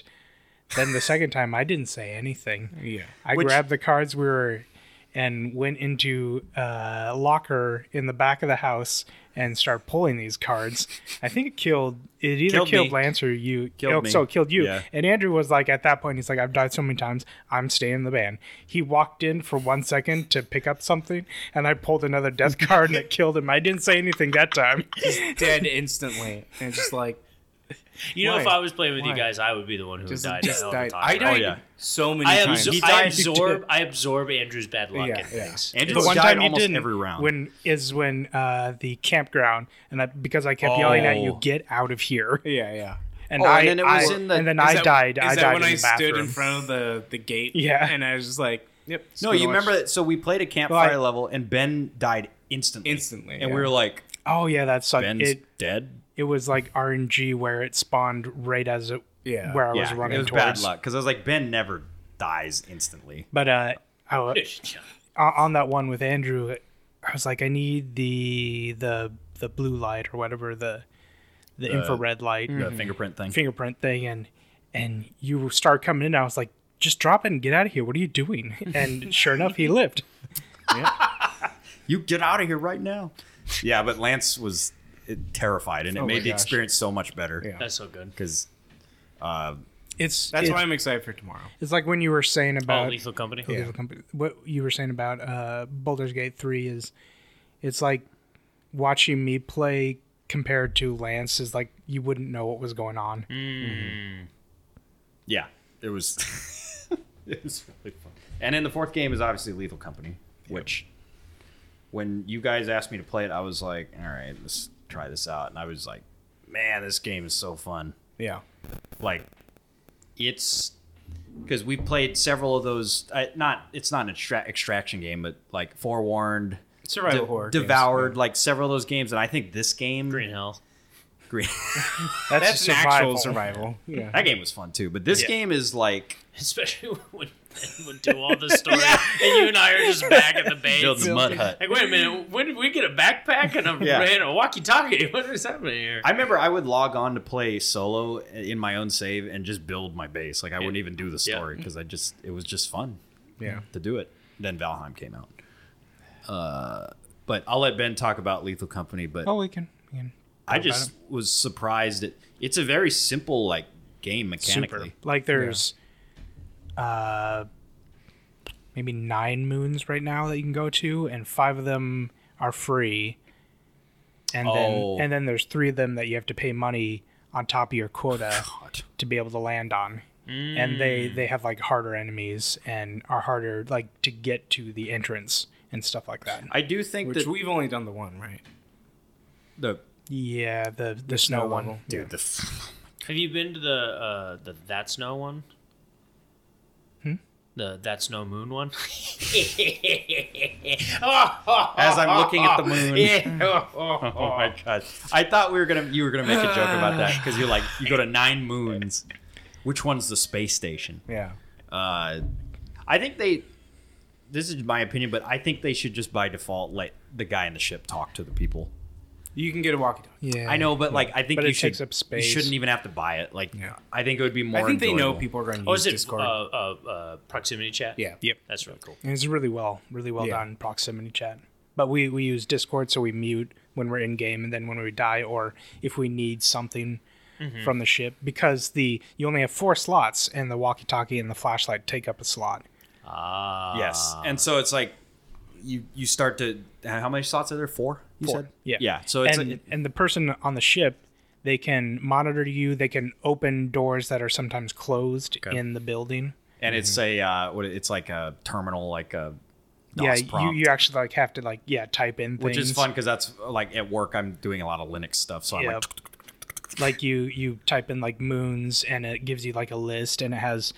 Speaker 1: then the second time, I didn't say anything.
Speaker 4: Yeah.
Speaker 1: I grabbed the cards we were and went into a locker in the back of the house and started pulling these cards. I think it killed it either
Speaker 2: Killed
Speaker 1: killed,
Speaker 2: me.
Speaker 1: Lance or you.
Speaker 2: Killed
Speaker 1: oh,
Speaker 2: me.
Speaker 1: So it killed you.
Speaker 2: Yeah.
Speaker 1: And Andrew was like at that point he's like I've died so many times. I'm staying in the band. He walked in for 1 second to pick up something and I pulled another death card and it killed him. I didn't say anything that time.
Speaker 4: Dead instantly. And just like,
Speaker 3: You know, if
Speaker 4: Why?
Speaker 3: I was playing with you
Speaker 4: Why?
Speaker 3: guys, I would be the one who
Speaker 4: just,
Speaker 3: died.
Speaker 4: just
Speaker 3: all the
Speaker 4: died.
Speaker 3: time.
Speaker 4: I died
Speaker 2: yeah.
Speaker 4: so many
Speaker 3: I,
Speaker 4: times.
Speaker 3: absor-
Speaker 1: He
Speaker 3: I
Speaker 1: died.
Speaker 3: absorb. I absorb Andrew's bad luck
Speaker 4: Yeah,
Speaker 3: and
Speaker 4: yeah.
Speaker 3: things.
Speaker 2: Andrew
Speaker 1: The one
Speaker 2: died
Speaker 1: time you
Speaker 2: almost
Speaker 1: didn't
Speaker 2: every round.
Speaker 1: when is when uh, the campground and I, because I kept yelling at you,
Speaker 2: Oh.
Speaker 1: get out of here.
Speaker 4: yeah, yeah.
Speaker 1: And
Speaker 2: Oh,
Speaker 1: I
Speaker 2: and then it was
Speaker 1: I-
Speaker 2: in the-
Speaker 1: and then
Speaker 2: is
Speaker 1: I
Speaker 4: Is that-
Speaker 1: died. I
Speaker 4: is that
Speaker 1: died
Speaker 4: when
Speaker 1: in
Speaker 4: I
Speaker 1: the bathroom.
Speaker 4: stood in front of the, the gate?
Speaker 1: Yeah.
Speaker 4: And I was just like, yep. just
Speaker 2: no,
Speaker 4: gonna
Speaker 2: you
Speaker 4: watch
Speaker 2: remember that? So we played a campfire
Speaker 1: Well, I-
Speaker 2: level, and Ben died instantly.
Speaker 4: Instantly,
Speaker 2: and
Speaker 4: yeah.
Speaker 2: we were like,
Speaker 1: Oh yeah, that sucked.
Speaker 2: Ben's
Speaker 1: It
Speaker 2: dead.
Speaker 1: it was like RNG where it spawned right as it
Speaker 4: Yeah.
Speaker 1: where I was
Speaker 2: yeah,
Speaker 1: running
Speaker 2: it was
Speaker 1: towards.
Speaker 2: bad luck because I was like, Ben never dies instantly.
Speaker 1: But uh, I, wa- on on that one with Andrew, I was like, I need the the the blue light or whatever the the infrared light
Speaker 2: The Mm. fingerprint thing.
Speaker 1: fingerprint thing, and and you start coming in. I was like, just drop it and get out of here. What are you doing? And sure enough, he lived.
Speaker 2: you get out of here right now. yeah, but Lance was uh, terrified, and it
Speaker 4: Oh my
Speaker 2: made the
Speaker 4: gosh.
Speaker 2: experience so much better
Speaker 4: Yeah.
Speaker 3: That's so good.
Speaker 2: because
Speaker 1: It's
Speaker 4: That's
Speaker 1: it-
Speaker 4: why I'm excited for tomorrow.
Speaker 1: it's like when you were saying
Speaker 3: Oh,
Speaker 1: about
Speaker 3: Lethal Company.
Speaker 1: Lethal Company. What you were saying about uh, Baldur's Gate Three is, it's like watching me play compared to Lance is like you wouldn't know what was going on.
Speaker 2: yeah, it was it was really fun. And then the fourth game is obviously Lethal Company, which when you guys asked me to play it, I was like, all right, let's try this out, and I was like, man, this game is so fun.
Speaker 4: Yeah.
Speaker 2: like it's because we played several of those uh, not it's not an extra- extraction game but like forewarned
Speaker 4: Survival
Speaker 2: de-
Speaker 4: horror. games.
Speaker 2: devoured like several of those games and i think this game
Speaker 3: Green Hell.
Speaker 2: Green-
Speaker 1: That's,
Speaker 4: That's an actual survival. Yeah.
Speaker 2: that game was fun too but this game is like
Speaker 3: Especially when when do all this story and you and I are just back at the base.
Speaker 2: building a mud hut
Speaker 3: Like, wait a minute. When did we get a backpack and a,
Speaker 2: Yeah.
Speaker 3: and a walkie-talkie? What is happening here?
Speaker 2: i remember i would log on to play solo in my own save and just build my base like i wouldn't even do the
Speaker 3: Yeah.
Speaker 2: story because i just it was just fun
Speaker 4: Yeah.
Speaker 2: to do it. Then Valheim came out. Uh, but I'll let Ben talk about Lethal Company. But
Speaker 1: Oh, we can. We can
Speaker 2: I
Speaker 1: about
Speaker 2: just was surprised at it's a very simple like game mechanically.
Speaker 1: like there's, uh, maybe nine moons right now that you can go to, and five of them are free. And
Speaker 2: Oh.
Speaker 1: then and then there's three of them that you have to pay money on top of your quota.
Speaker 2: God.
Speaker 1: to be able to land on. And they they have like harder enemies and are harder like to get to the entrance and stuff like that.
Speaker 2: I do think
Speaker 4: Which
Speaker 2: that
Speaker 4: we've only done the one, right?
Speaker 2: the
Speaker 1: Yeah, the the snow, one.
Speaker 4: level.
Speaker 2: dude
Speaker 4: Yeah.
Speaker 2: the f-
Speaker 3: Have you been to the uh, the That Snow one?
Speaker 2: Hmm?
Speaker 3: The That Snow Moon one.
Speaker 2: as
Speaker 3: As
Speaker 2: I'm looking at the moon.
Speaker 3: Yeah.
Speaker 2: Oh my god! I thought we were gonna you were gonna make a joke about that because you're like you go to nine moons. Which one's the space station?
Speaker 4: Yeah.
Speaker 2: Uh, I think they. This is my opinion, but I think they should just by default let the guy in the ship talk to the people.
Speaker 4: You can get a walkie talkie.
Speaker 1: Yeah.
Speaker 2: I know, but like I think
Speaker 1: But
Speaker 2: you
Speaker 1: it
Speaker 2: should.
Speaker 1: takes up space.
Speaker 2: You shouldn't even have to buy it. Like
Speaker 4: Yeah.
Speaker 2: I think it would be more.
Speaker 4: I think they know
Speaker 2: enjoyable.
Speaker 4: people are going to
Speaker 3: Oh,
Speaker 4: use
Speaker 3: is it uh,
Speaker 4: Discord.
Speaker 3: uh, uh, proximity chat?
Speaker 4: yeah.
Speaker 1: Yep.
Speaker 3: That's really cool.
Speaker 1: And it's really well, really well
Speaker 4: Yeah.
Speaker 1: done proximity chat. But we we use Discord so we mute when we're in game and then when we die or if we need something from the ship because the you only have four slots and the walkie-talkie and the flashlight take up a slot.
Speaker 3: Ah.
Speaker 2: Yes, and so it's like you you start to how many slots are there? Four. You
Speaker 1: Four.
Speaker 2: said.
Speaker 1: Yeah.
Speaker 2: Yeah. So it's
Speaker 1: and,
Speaker 2: it-
Speaker 1: and the person on the ship they can monitor you they can open doors that are sometimes closed in the building
Speaker 2: and it's a uh, what it's like a terminal like a.
Speaker 1: Mhm.
Speaker 2: DOS
Speaker 1: yeah
Speaker 2: prompt,
Speaker 1: you, you actually like have to like yeah type in things
Speaker 2: which is fun because that's like at work I'm doing a lot of Linux stuff, so I'm
Speaker 1: yeah.
Speaker 2: like
Speaker 1: like you you type in like moons and it gives you like a list and it has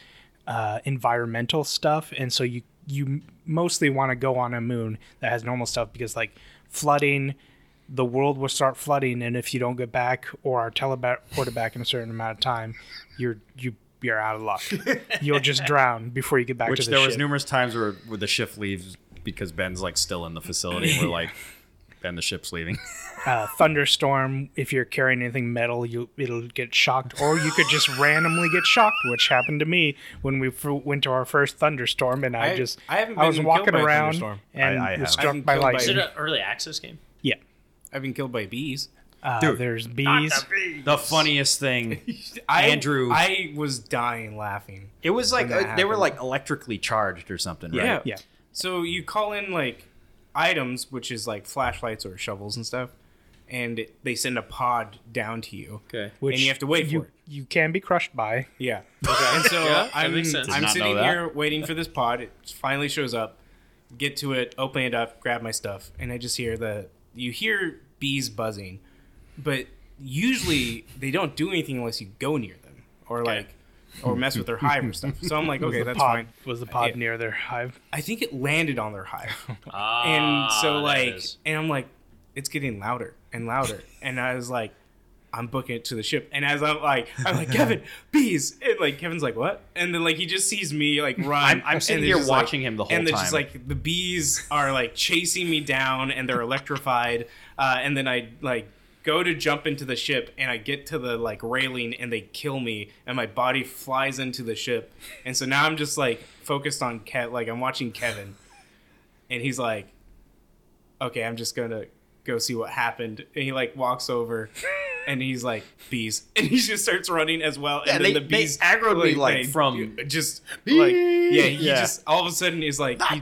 Speaker 1: uh, environmental stuff and so you you mostly want to go on a moon that has normal stuff because like flooding the world will start flooding and if you don't get back or are teleported back in a certain amount of time you're you you're out of luck you'll just drown before you get back
Speaker 2: Which
Speaker 1: to the
Speaker 2: there was
Speaker 1: ship.
Speaker 2: numerous times where, where the shift leaves because Ben's like still in the facility. and We're like, Then the ship's leaving.
Speaker 1: uh, thunderstorm. If you're carrying anything metal, you it'll get shocked, or you could just randomly get shocked, which happened to me when we fr- went to our first thunderstorm, and I,
Speaker 4: I-
Speaker 1: just
Speaker 4: I haven't
Speaker 1: was
Speaker 4: been
Speaker 1: walking
Speaker 4: killed by a
Speaker 1: around
Speaker 4: thunderstorm.
Speaker 1: and
Speaker 2: I- I have.
Speaker 1: was struck
Speaker 4: I've
Speaker 1: by
Speaker 4: been killed by-
Speaker 3: Is it
Speaker 1: lightning.
Speaker 3: an early access game?
Speaker 1: yeah,
Speaker 4: I've been killed by bees.
Speaker 1: uh,
Speaker 2: Dude,
Speaker 1: there's bees.
Speaker 2: the funniest thing.
Speaker 4: I,
Speaker 2: Andrew.
Speaker 4: I was dying laughing.
Speaker 2: It was like
Speaker 4: When that
Speaker 2: uh, they were
Speaker 4: happened.
Speaker 2: like electrically charged or something. Right?
Speaker 4: Yeah.
Speaker 1: Yeah,
Speaker 4: So you call in like items, which is like flashlights or shovels and stuff, and it, they send a pod down to you.
Speaker 2: Okay.
Speaker 1: which
Speaker 4: and you have to wait
Speaker 1: you,
Speaker 4: for it.
Speaker 1: You can be crushed by.
Speaker 4: Yeah. Okay. And so
Speaker 3: Yeah, that
Speaker 4: I'm,
Speaker 3: makes sense. Did
Speaker 4: I'm
Speaker 2: not
Speaker 4: sitting
Speaker 2: know that.
Speaker 4: here waiting for this pod. It finally shows up. Get to it, open it up, grab my stuff, and I just hear the you hear bees buzzing, but usually they don't do anything unless you go near them or like or mess with their hive or stuff. So I'm like, okay,
Speaker 1: the
Speaker 4: that's
Speaker 1: pod,
Speaker 4: fine.
Speaker 1: Was the pod
Speaker 4: Yeah.
Speaker 1: near their hive?
Speaker 4: I think it landed on their hive.
Speaker 3: Ah,
Speaker 4: and so
Speaker 3: there it
Speaker 4: like
Speaker 3: is.
Speaker 4: and i'm like it's getting louder and louder and i was like i'm booking it to the ship and as i'm like i'm like kevin bees and like kevin's like what and then like he just sees me like run
Speaker 2: I'm- I'm sitting
Speaker 4: and
Speaker 2: here
Speaker 4: they're just,
Speaker 2: watching him the whole
Speaker 4: and they're just
Speaker 2: time.
Speaker 4: like the bees are like chasing me down and they're electrified uh, and then i like go to jump into the ship and i get to the like railing and they kill me and my body flies into the ship and so now i'm just like focused on Kev like i'm watching kevin and he's like okay, I'm just gonna go see what happened. And he like walks over and he's like, bees. And he just starts running as well. And
Speaker 2: Yeah,
Speaker 4: then
Speaker 2: they-
Speaker 4: the
Speaker 2: they
Speaker 4: bees
Speaker 2: aggroed me, like,
Speaker 4: they
Speaker 2: from-
Speaker 4: just like yeah, he
Speaker 2: Yeah.
Speaker 4: just all of a sudden is like he-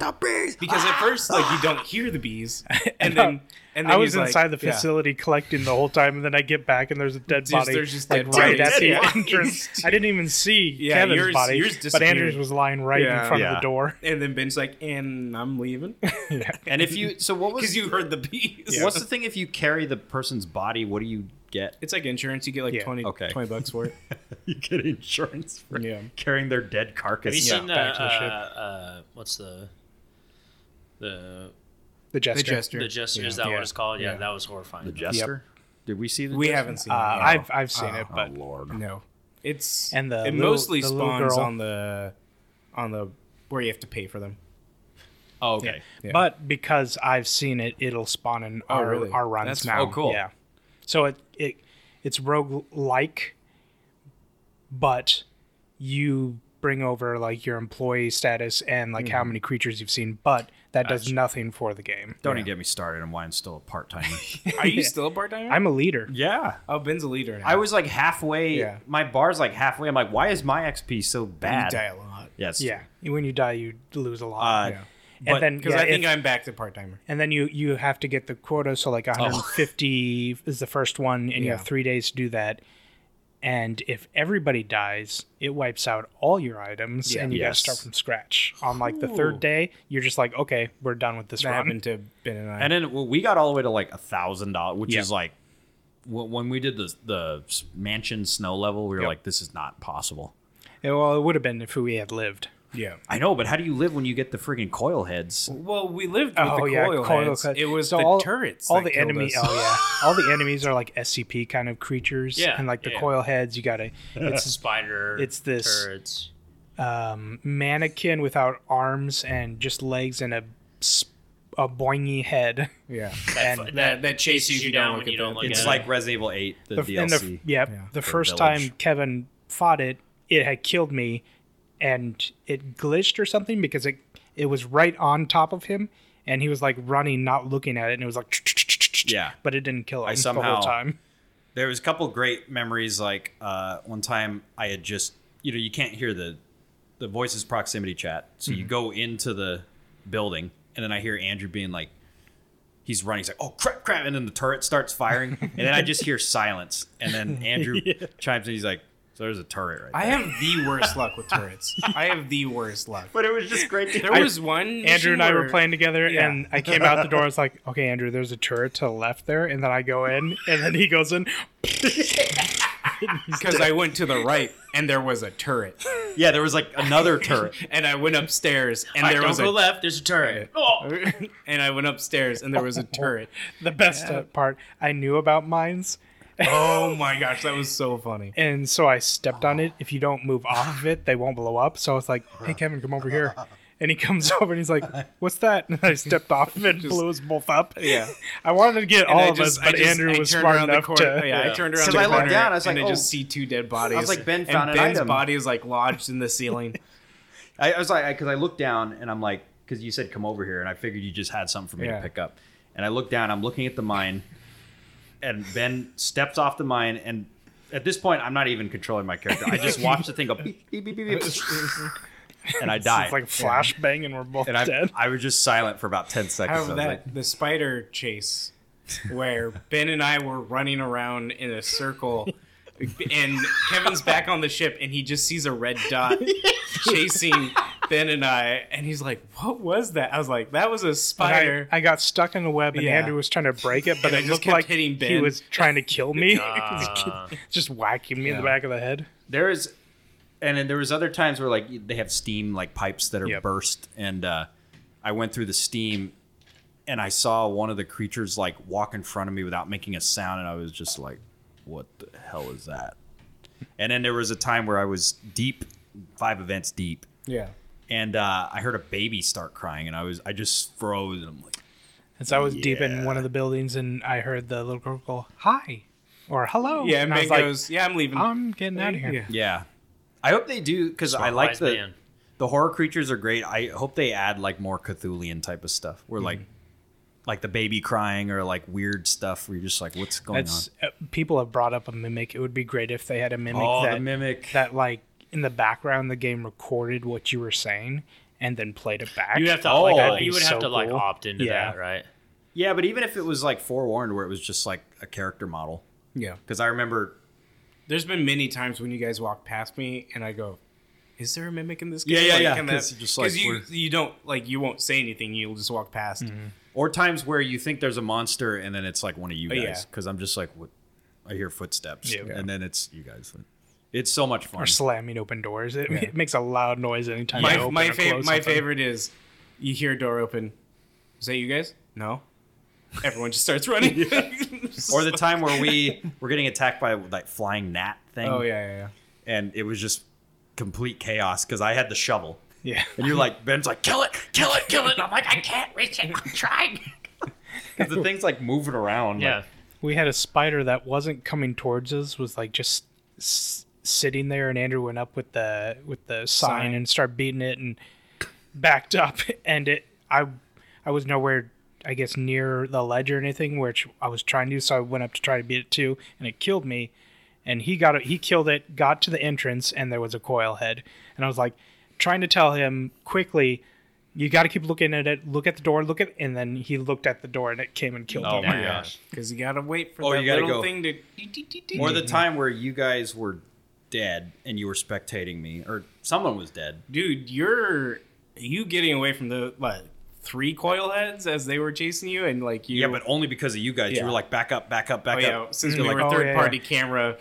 Speaker 4: because at first like you don't hear the bees. And
Speaker 1: I know.
Speaker 4: then and then
Speaker 1: I was
Speaker 4: he's like-
Speaker 1: inside the
Speaker 4: yeah.
Speaker 1: facility collecting the whole time, and then I get back and there's a dead
Speaker 4: There's-
Speaker 1: body
Speaker 4: there's just
Speaker 1: like
Speaker 4: dead
Speaker 1: right
Speaker 4: bodies.
Speaker 1: at the
Speaker 4: Yeah.
Speaker 1: entrance. I didn't even see
Speaker 4: Yeah,
Speaker 1: Kevin's
Speaker 4: yours-
Speaker 1: body,
Speaker 4: yours
Speaker 1: but Andrews
Speaker 4: disappeared.
Speaker 1: was lying right
Speaker 4: Yeah.
Speaker 1: in front of
Speaker 2: Yeah.
Speaker 1: the door.
Speaker 4: And then Ben's like, and I'm leaving
Speaker 2: And if you, so what was
Speaker 4: because you heard the bees.
Speaker 2: What's the thing if you carry the person's body? What do you get?
Speaker 4: It's like insurance. You get like
Speaker 1: Yeah.
Speaker 4: 20,
Speaker 2: Okay.
Speaker 4: 20 bucks for it.
Speaker 2: You get insurance for
Speaker 4: Yeah.
Speaker 2: carrying their dead
Speaker 3: Have you
Speaker 2: carcass.
Speaker 3: seen the,
Speaker 1: back to the
Speaker 3: uh,
Speaker 1: ship.
Speaker 3: uh, what's the the
Speaker 1: The jester.
Speaker 3: the gesture? Is that
Speaker 1: Yeah.
Speaker 3: what it's called? Yeah,
Speaker 4: Yeah.
Speaker 3: that was horrifying.
Speaker 2: The jester? Did we see the?
Speaker 4: We
Speaker 2: jester?
Speaker 4: haven't seen
Speaker 1: Uh,
Speaker 4: it. yet.
Speaker 1: I've I've seen it,
Speaker 2: Oh
Speaker 1: but
Speaker 2: lord.
Speaker 4: No, it's
Speaker 1: And the
Speaker 4: it
Speaker 1: little-
Speaker 4: mostly
Speaker 1: the little
Speaker 4: spawns
Speaker 1: girl.
Speaker 4: on the on the where you have to pay for them.
Speaker 2: Oh, okay.
Speaker 4: Yeah.
Speaker 1: but because I've seen it, it'll spawn in our
Speaker 4: really?
Speaker 1: our runs
Speaker 4: That's-
Speaker 1: now.
Speaker 2: oh, cool.
Speaker 1: Yeah. So it it it's rogue like, but you bring over like your employee status and like how many creatures you've seen, but that does nothing for the game.
Speaker 2: Don't even get me started on why I'm still a part timer.
Speaker 4: Are you still a bar diamond?
Speaker 1: I'm a leader.
Speaker 2: yeah.
Speaker 4: oh, Ben's a leader now.
Speaker 2: I was like halfway.
Speaker 4: Yeah.
Speaker 2: My bar's like halfway. I'm like, why is my XP so
Speaker 4: you
Speaker 2: bad?
Speaker 4: die a lot.
Speaker 2: Yes.
Speaker 1: Yeah. When you die, you lose a lot.
Speaker 2: Uh,
Speaker 4: Yeah.
Speaker 2: but-
Speaker 1: and then
Speaker 4: Because
Speaker 1: yeah,
Speaker 4: I think
Speaker 1: if-
Speaker 4: I'm back to part timer.
Speaker 1: and then you you have to get the quota. So like 150 is the first one, and you
Speaker 4: Oh. Yeah.
Speaker 1: have three days to do that. And if everybody dies, it wipes out all your items,
Speaker 4: Yeah.
Speaker 1: and you got to
Speaker 2: Yes.
Speaker 1: start from scratch. On like the third
Speaker 4: Ooh.
Speaker 1: day, you're just like, okay, we're done with this
Speaker 4: That
Speaker 1: run.
Speaker 4: happened to Ben and I.
Speaker 2: And then well, we got all the way to like a thousand dollars, which
Speaker 1: Yeah.
Speaker 2: is like wh- when we did the the s- mansion snow level, we were like, this is not possible.
Speaker 1: Yeah, Well, it would have been if we had lived.
Speaker 4: yeah.
Speaker 2: I know, but how do you live when you get the friggin' coil heads?
Speaker 4: Well, we lived with
Speaker 1: oh
Speaker 4: the
Speaker 1: yeah,
Speaker 4: coil,
Speaker 1: coil
Speaker 4: heads.
Speaker 1: cut.
Speaker 4: It was
Speaker 1: So
Speaker 4: the
Speaker 1: all,
Speaker 4: turrets.
Speaker 1: All
Speaker 4: that
Speaker 1: the
Speaker 4: killed
Speaker 1: enemy.
Speaker 4: us.
Speaker 1: Oh yeah, all the enemies are like SCP kind of creatures.
Speaker 3: Yeah,
Speaker 1: and like the
Speaker 3: yeah.
Speaker 1: coil heads, you gotta. It's
Speaker 3: spider.
Speaker 1: It's this-
Speaker 3: Turrets.
Speaker 1: um, mannequin without arms and just legs and a s- a boingy head.
Speaker 4: Yeah.
Speaker 3: That,
Speaker 1: And
Speaker 3: fu-
Speaker 4: That that chases
Speaker 3: chases
Speaker 4: you down when you don't look
Speaker 3: at
Speaker 4: at
Speaker 2: It's
Speaker 3: it.
Speaker 4: Yeah.
Speaker 2: like Resident Evil Eight, the,
Speaker 1: and
Speaker 2: DLC.
Speaker 1: the, yep,
Speaker 4: Yeah.
Speaker 1: the
Speaker 2: Or
Speaker 1: first
Speaker 2: village.
Speaker 1: time Kevin fought it, it had killed me, and it glitched or something because it it was right on top of him, and he was like running, not looking at it, and it was like
Speaker 2: Yeah.
Speaker 1: but it didn't kill him
Speaker 2: I
Speaker 1: the
Speaker 2: somehow-
Speaker 1: whole time.
Speaker 2: there was a couple great memories. Like uh, one time, I had just you know you can't hear the the voices proximity chat, so you go into the building, and then I hear Andrew being like, he's running, he's like, oh crap, crap, and then the turret starts firing, and then I just hear silence, and then Andrew chimes in, he's like, so there's a turret right
Speaker 4: I
Speaker 2: there.
Speaker 4: have the worst luck with turrets. I have the worst luck.
Speaker 2: but it was just great.
Speaker 4: There
Speaker 2: To-
Speaker 4: was one.
Speaker 1: Andrew
Speaker 4: mission
Speaker 1: and I were
Speaker 4: where-
Speaker 1: playing together,
Speaker 4: Yeah.
Speaker 1: and I came out the door. I was like, "Okay, Andrew, there's a turret to the left there," and then I go in, and then he goes in.
Speaker 4: because I went to the right and there was a turret,
Speaker 2: yeah, there was like another turret.
Speaker 4: and I went upstairs and
Speaker 3: Alright,
Speaker 4: there
Speaker 3: don't
Speaker 4: was
Speaker 3: go
Speaker 4: a
Speaker 3: left. There's a turret. Oh,
Speaker 4: and I went upstairs and there was a turret.
Speaker 1: The best uh, part, I knew about mines,
Speaker 4: Oh my gosh, that was so funny.
Speaker 1: and
Speaker 4: Oh.
Speaker 1: so I stepped on it. If you don't move off of it, they won't blow up. So I was like, "Hey, Kevin, come over here." And he comes over and he's like, "What's that?" And I stepped off and blew his wolf up. Yeah, I wanted to get all
Speaker 4: I
Speaker 1: of us,
Speaker 4: just- I
Speaker 1: but
Speaker 4: just-
Speaker 1: Andrew
Speaker 4: I
Speaker 1: was
Speaker 4: turned
Speaker 1: smart
Speaker 4: around the
Speaker 1: enough
Speaker 4: corner-
Speaker 1: to.
Speaker 4: Yeah, I
Speaker 1: Yeah.
Speaker 4: turned around
Speaker 2: So
Speaker 4: the
Speaker 2: I looked
Speaker 4: corner
Speaker 2: down, I was
Speaker 4: and
Speaker 2: like,
Speaker 4: I
Speaker 2: oh.
Speaker 4: just see two dead bodies.
Speaker 2: like, Ben
Speaker 4: and
Speaker 2: found an
Speaker 4: Ben's
Speaker 2: item.
Speaker 4: body is like lodged in the ceiling.
Speaker 2: I, I was like, because I, looked down and I'm like, because you said come over here, and I figured you just had something for me
Speaker 4: Yeah.
Speaker 2: to pick up. And I look down, I'm looking at the mine, and Ben steps off the mine, and at this point, I'm not even controlling my character. I just watch the thing go, beep, beep, beep, beep, beep, and I die.
Speaker 1: It's like flashbang, and we're both
Speaker 2: and I,
Speaker 1: dead.
Speaker 2: I was just silent for about 10 seconds. I
Speaker 4: However,
Speaker 2: was
Speaker 4: that
Speaker 2: like,
Speaker 4: the spider chase where Ben and I were running around in a circle and Kevin's back on the ship and he just sees a red dot chasing Ben and I and he's like, What was that? I was like, That was a
Speaker 1: And
Speaker 4: spider.
Speaker 1: I, I got stuck in the web, and
Speaker 4: Yeah.
Speaker 1: Andrew was trying to break it, but
Speaker 4: And I
Speaker 1: it
Speaker 4: just
Speaker 1: looked
Speaker 4: kept
Speaker 1: like
Speaker 4: hitting
Speaker 1: he
Speaker 4: Ben.
Speaker 1: was trying to kill me,
Speaker 3: Ah.
Speaker 1: just whacking me in the back of the head.
Speaker 2: there is, and then there was other times where like they have steam like pipes that are
Speaker 1: Yep.
Speaker 2: burst, and uh, I went through the steam, and I saw one of the creatures like walk in front of me without making a sound, and I was just like, "What the hell is that?" And then there was a time where I was deep, five events deep,
Speaker 4: yeah.
Speaker 2: and uh, I heard a baby start crying, and I was I just froze, and I'm like,
Speaker 1: And so I was deep in
Speaker 2: Yeah.
Speaker 1: one of the buildings, and I heard the little girl go, "Hi," or "Hello."
Speaker 4: Yeah, and
Speaker 1: and I
Speaker 4: Ben
Speaker 1: was like,
Speaker 4: goes, Yeah, I'm leaving.
Speaker 1: "I'm getting out of here."
Speaker 4: Yeah.
Speaker 2: "Yeah." I hope they do because I like
Speaker 3: Wise
Speaker 2: the.
Speaker 3: man.
Speaker 2: the horror creatures are great. I hope they add like more Cthulian type of stuff, where like
Speaker 1: Mm-hmm.
Speaker 2: like the baby crying or like weird stuff where you're just like, what's going
Speaker 1: That's uh, people have brought up a mimic. It would be great if they had a
Speaker 2: on?
Speaker 1: mimic
Speaker 2: Oh,
Speaker 1: that
Speaker 2: the mimic.
Speaker 1: that like in the background the game recorded what you were saying and then played it back.
Speaker 3: You'd have to
Speaker 2: Oh, that'd
Speaker 3: like
Speaker 2: be
Speaker 3: you would
Speaker 1: so
Speaker 3: have to like
Speaker 1: cool.
Speaker 3: opt into
Speaker 1: Yeah.
Speaker 3: that, right?
Speaker 2: yeah, but even if it was like forewarned, where it was just like a character model,
Speaker 4: Yeah.
Speaker 2: because I remember.
Speaker 4: There's been many times when you guys walk past me and I go, "Is there a mimic in this
Speaker 2: Yeah,
Speaker 4: game?"
Speaker 2: yeah,
Speaker 4: like,
Speaker 2: yeah,
Speaker 4: can
Speaker 2: 'cause
Speaker 4: that-
Speaker 2: just, like,
Speaker 4: 'cause you
Speaker 2: we're-
Speaker 4: you don't like you won't say anything. You'll just walk past.
Speaker 1: Mm-hmm.
Speaker 2: Or times where you think there's a monster and then it's like one of you
Speaker 4: yeah.
Speaker 2: guys, because I'm just like, what? I hear footsteps,
Speaker 1: Oh, Yeah.
Speaker 2: and then it's you guys. It's so much fun.
Speaker 1: or slamming open doors. It, it makes a loud noise anytime you
Speaker 4: My
Speaker 1: open
Speaker 4: my,
Speaker 1: or
Speaker 4: fav-
Speaker 1: close
Speaker 4: my
Speaker 1: something.
Speaker 4: favorite is you hear a door open. Is that you guys? No. Everyone just starts running.
Speaker 2: or the time where we were getting attacked by like flying gnat thing,
Speaker 4: oh yeah, yeah, yeah.
Speaker 2: and it was just complete chaos because I had the shovel.
Speaker 1: Yeah.
Speaker 2: And you're like, Ben's like, kill it, kill it, kill it. And I'm like, I can't reach it. I'm trying. Because the thing's like moving around. like-
Speaker 3: Yeah.
Speaker 1: We had a spider that wasn't coming towards us, was like just s- sitting there, and Andrew went up with the with the sign,
Speaker 4: Sign.
Speaker 1: and started beating it, and backed up, and it I I was nowhere. I guess near the ledge or anything, which I was trying to, so I went up to try to beat it too, and it killed me. And he got it, he killed it, got to the entrance, and there was a coil head. And I was like, trying to tell him quickly, you got to keep looking at it, look at the door, look at, and then he looked at the door, and it came and killed
Speaker 2: Oh
Speaker 1: him.
Speaker 2: my
Speaker 3: Yeah.
Speaker 2: gosh.
Speaker 4: Because you gotta wait for
Speaker 2: Oh,
Speaker 4: that
Speaker 2: you gotta
Speaker 4: little
Speaker 2: go.
Speaker 4: thing to.
Speaker 2: Or the time where you guys were dead and you were spectating me, or someone was dead.
Speaker 4: Dude, you're you getting away from the what three coil heads as they were chasing you and like you.
Speaker 2: Yeah, but only because of you guys. You
Speaker 4: Yeah.
Speaker 2: were like, back up, back up, back
Speaker 4: Oh yeah,
Speaker 2: up.
Speaker 4: since
Speaker 2: You're
Speaker 4: we
Speaker 2: like,
Speaker 4: were
Speaker 1: oh, yeah,
Speaker 4: third party
Speaker 1: yeah.
Speaker 4: camera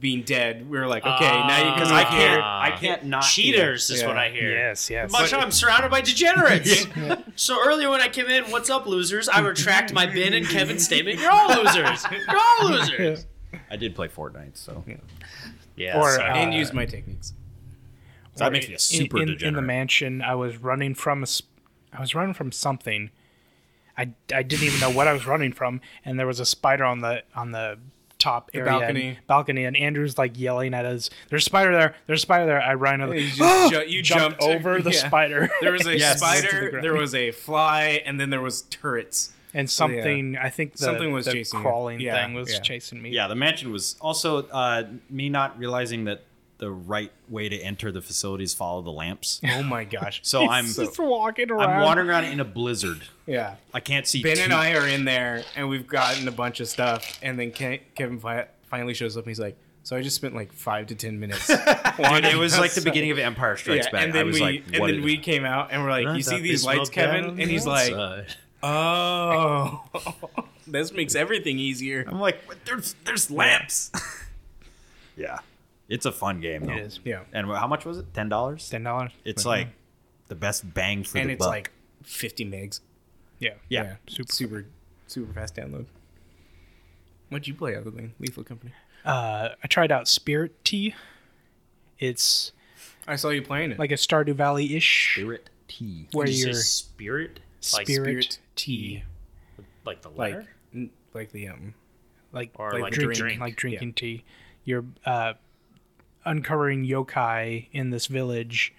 Speaker 4: being dead, we were like, okay, now you
Speaker 2: Because
Speaker 4: because
Speaker 2: I
Speaker 4: I
Speaker 2: can't,
Speaker 4: care.
Speaker 3: Ah.
Speaker 2: I can't not.
Speaker 3: Cheaters is
Speaker 4: Yeah.
Speaker 3: what I hear.
Speaker 1: Yes, yes.
Speaker 3: Much I'm surrounded by degenerates. So earlier when I came in, what's up, losers? I retract my Ben and Kevin statement. You're all losers. You're all losers.
Speaker 2: I did play Fortnite, so
Speaker 3: Yeah.
Speaker 1: Or,
Speaker 3: sorry.
Speaker 1: uh,
Speaker 4: and use my techniques.
Speaker 2: So that
Speaker 1: Or
Speaker 2: makes me a
Speaker 1: in-
Speaker 2: super
Speaker 1: in, in the
Speaker 2: degenerate.
Speaker 1: mansion i was running from a s- i was running from something I, I didn't even know what i was running from and there was a spider on the on the top area
Speaker 4: balcony.
Speaker 1: and, balcony and andrew's like yelling at us there's a spider there there's a spider there i run over
Speaker 4: You, just ju- you
Speaker 1: jumped, over the
Speaker 4: yeah.
Speaker 1: spider
Speaker 4: There was a
Speaker 2: Yes. Into
Speaker 1: the
Speaker 4: spider,
Speaker 1: ground.
Speaker 4: there was a fly, and then there was turrets.
Speaker 1: and something i think the,
Speaker 4: Something was
Speaker 1: the
Speaker 4: chasing you.
Speaker 1: crawling
Speaker 4: Yeah,
Speaker 1: thing was
Speaker 4: yeah.
Speaker 1: chasing me
Speaker 2: Yeah, the mansion was also uh, me not realizing that the right way to enter the facilities follow the lamps.
Speaker 4: Oh my gosh!
Speaker 2: So I'm,
Speaker 1: just walking around
Speaker 2: I'm wandering around in a blizzard.
Speaker 4: yeah,
Speaker 2: I can't see.
Speaker 4: Ben and
Speaker 2: two-
Speaker 4: I are in there, and we've gotten a bunch of stuff, and then Ke- Kevin fi- finally shows up, and he's like, "So I just spent like five to ten minutes."
Speaker 2: Dude, it was like the beginning of Empire Strikes Back.
Speaker 4: and then
Speaker 2: I was
Speaker 4: we
Speaker 2: like,
Speaker 4: and
Speaker 2: what
Speaker 4: then
Speaker 2: is-
Speaker 4: we came out, and we're like, "You see these lights, Kevin?" And he's like,
Speaker 1: Uh,
Speaker 4: "Oh, this makes everything easier."
Speaker 2: I'm like, "What? there's there's lamps. yeah, it's a fun game though.
Speaker 1: it is
Speaker 4: Yeah,
Speaker 2: And wh- how much was it? Ten dollars.
Speaker 1: ten dollars
Speaker 2: It's like the best bang for
Speaker 4: and
Speaker 2: the
Speaker 4: it's
Speaker 2: buck.
Speaker 4: like fifty megs.
Speaker 1: yeah
Speaker 2: yeah.
Speaker 4: super super super fast download. What'd you play other than Lethal Company?
Speaker 1: uh, i tried out spirit tea it's
Speaker 4: I saw you playing it.
Speaker 1: like a stardew valley-ish
Speaker 2: Spirit T.
Speaker 1: where
Speaker 3: Did you say
Speaker 1: your
Speaker 3: spirit, like
Speaker 1: spirit,
Speaker 4: spirit
Speaker 1: tea,
Speaker 3: like the
Speaker 4: like
Speaker 3: letter,
Speaker 4: n- like the um
Speaker 1: like
Speaker 3: or
Speaker 4: like
Speaker 3: like,
Speaker 4: the
Speaker 3: drink,
Speaker 1: drinking,
Speaker 4: drink.
Speaker 1: like drinking tea. You're uh, uncovering yokai in this village,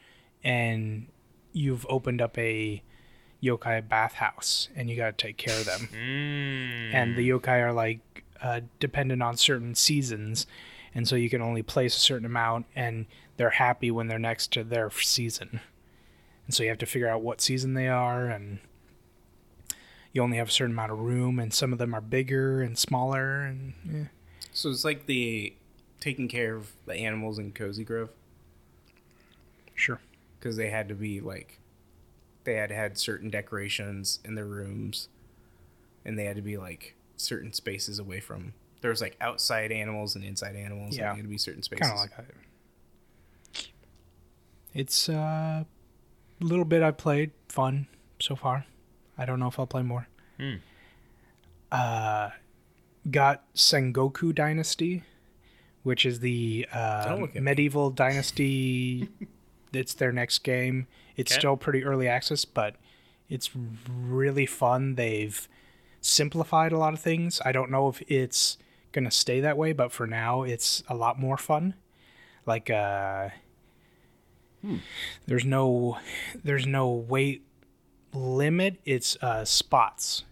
Speaker 1: and you've opened up a yokai bathhouse, and you got to take care of them.
Speaker 4: Hmm.
Speaker 1: And the yokai are like uh, dependent on certain seasons, and so you can only place a certain amount, and they're happy when they're next to their season. And so you have to figure out what season they are, and you only have a certain amount of room, and some of them are bigger and smaller, and yeah.
Speaker 4: so it's like the taking care of the animals in Cozy Grove
Speaker 1: Sure.
Speaker 4: because they had to be like they had had certain decorations in their rooms and they had to be like certain spaces away from there was like outside animals and inside animals
Speaker 1: Yeah.
Speaker 4: and they had to be certain spaces
Speaker 1: Kind of like that. It's uh, a little bit I played, fun so far. I don't know if I'll play more. Uh, got Sengoku Dynasty, which is the uh,
Speaker 4: Don't look at me.
Speaker 1: medieval dynasty. It's their next game. It's
Speaker 3: Okay.
Speaker 1: still pretty early access, but it's really fun. They've simplified a lot of things. I don't know if it's going to stay that way, but for now, it's a lot more fun. Like, uh,
Speaker 4: Hmm.
Speaker 1: there's no, there's no weight limit. It's uh, spots.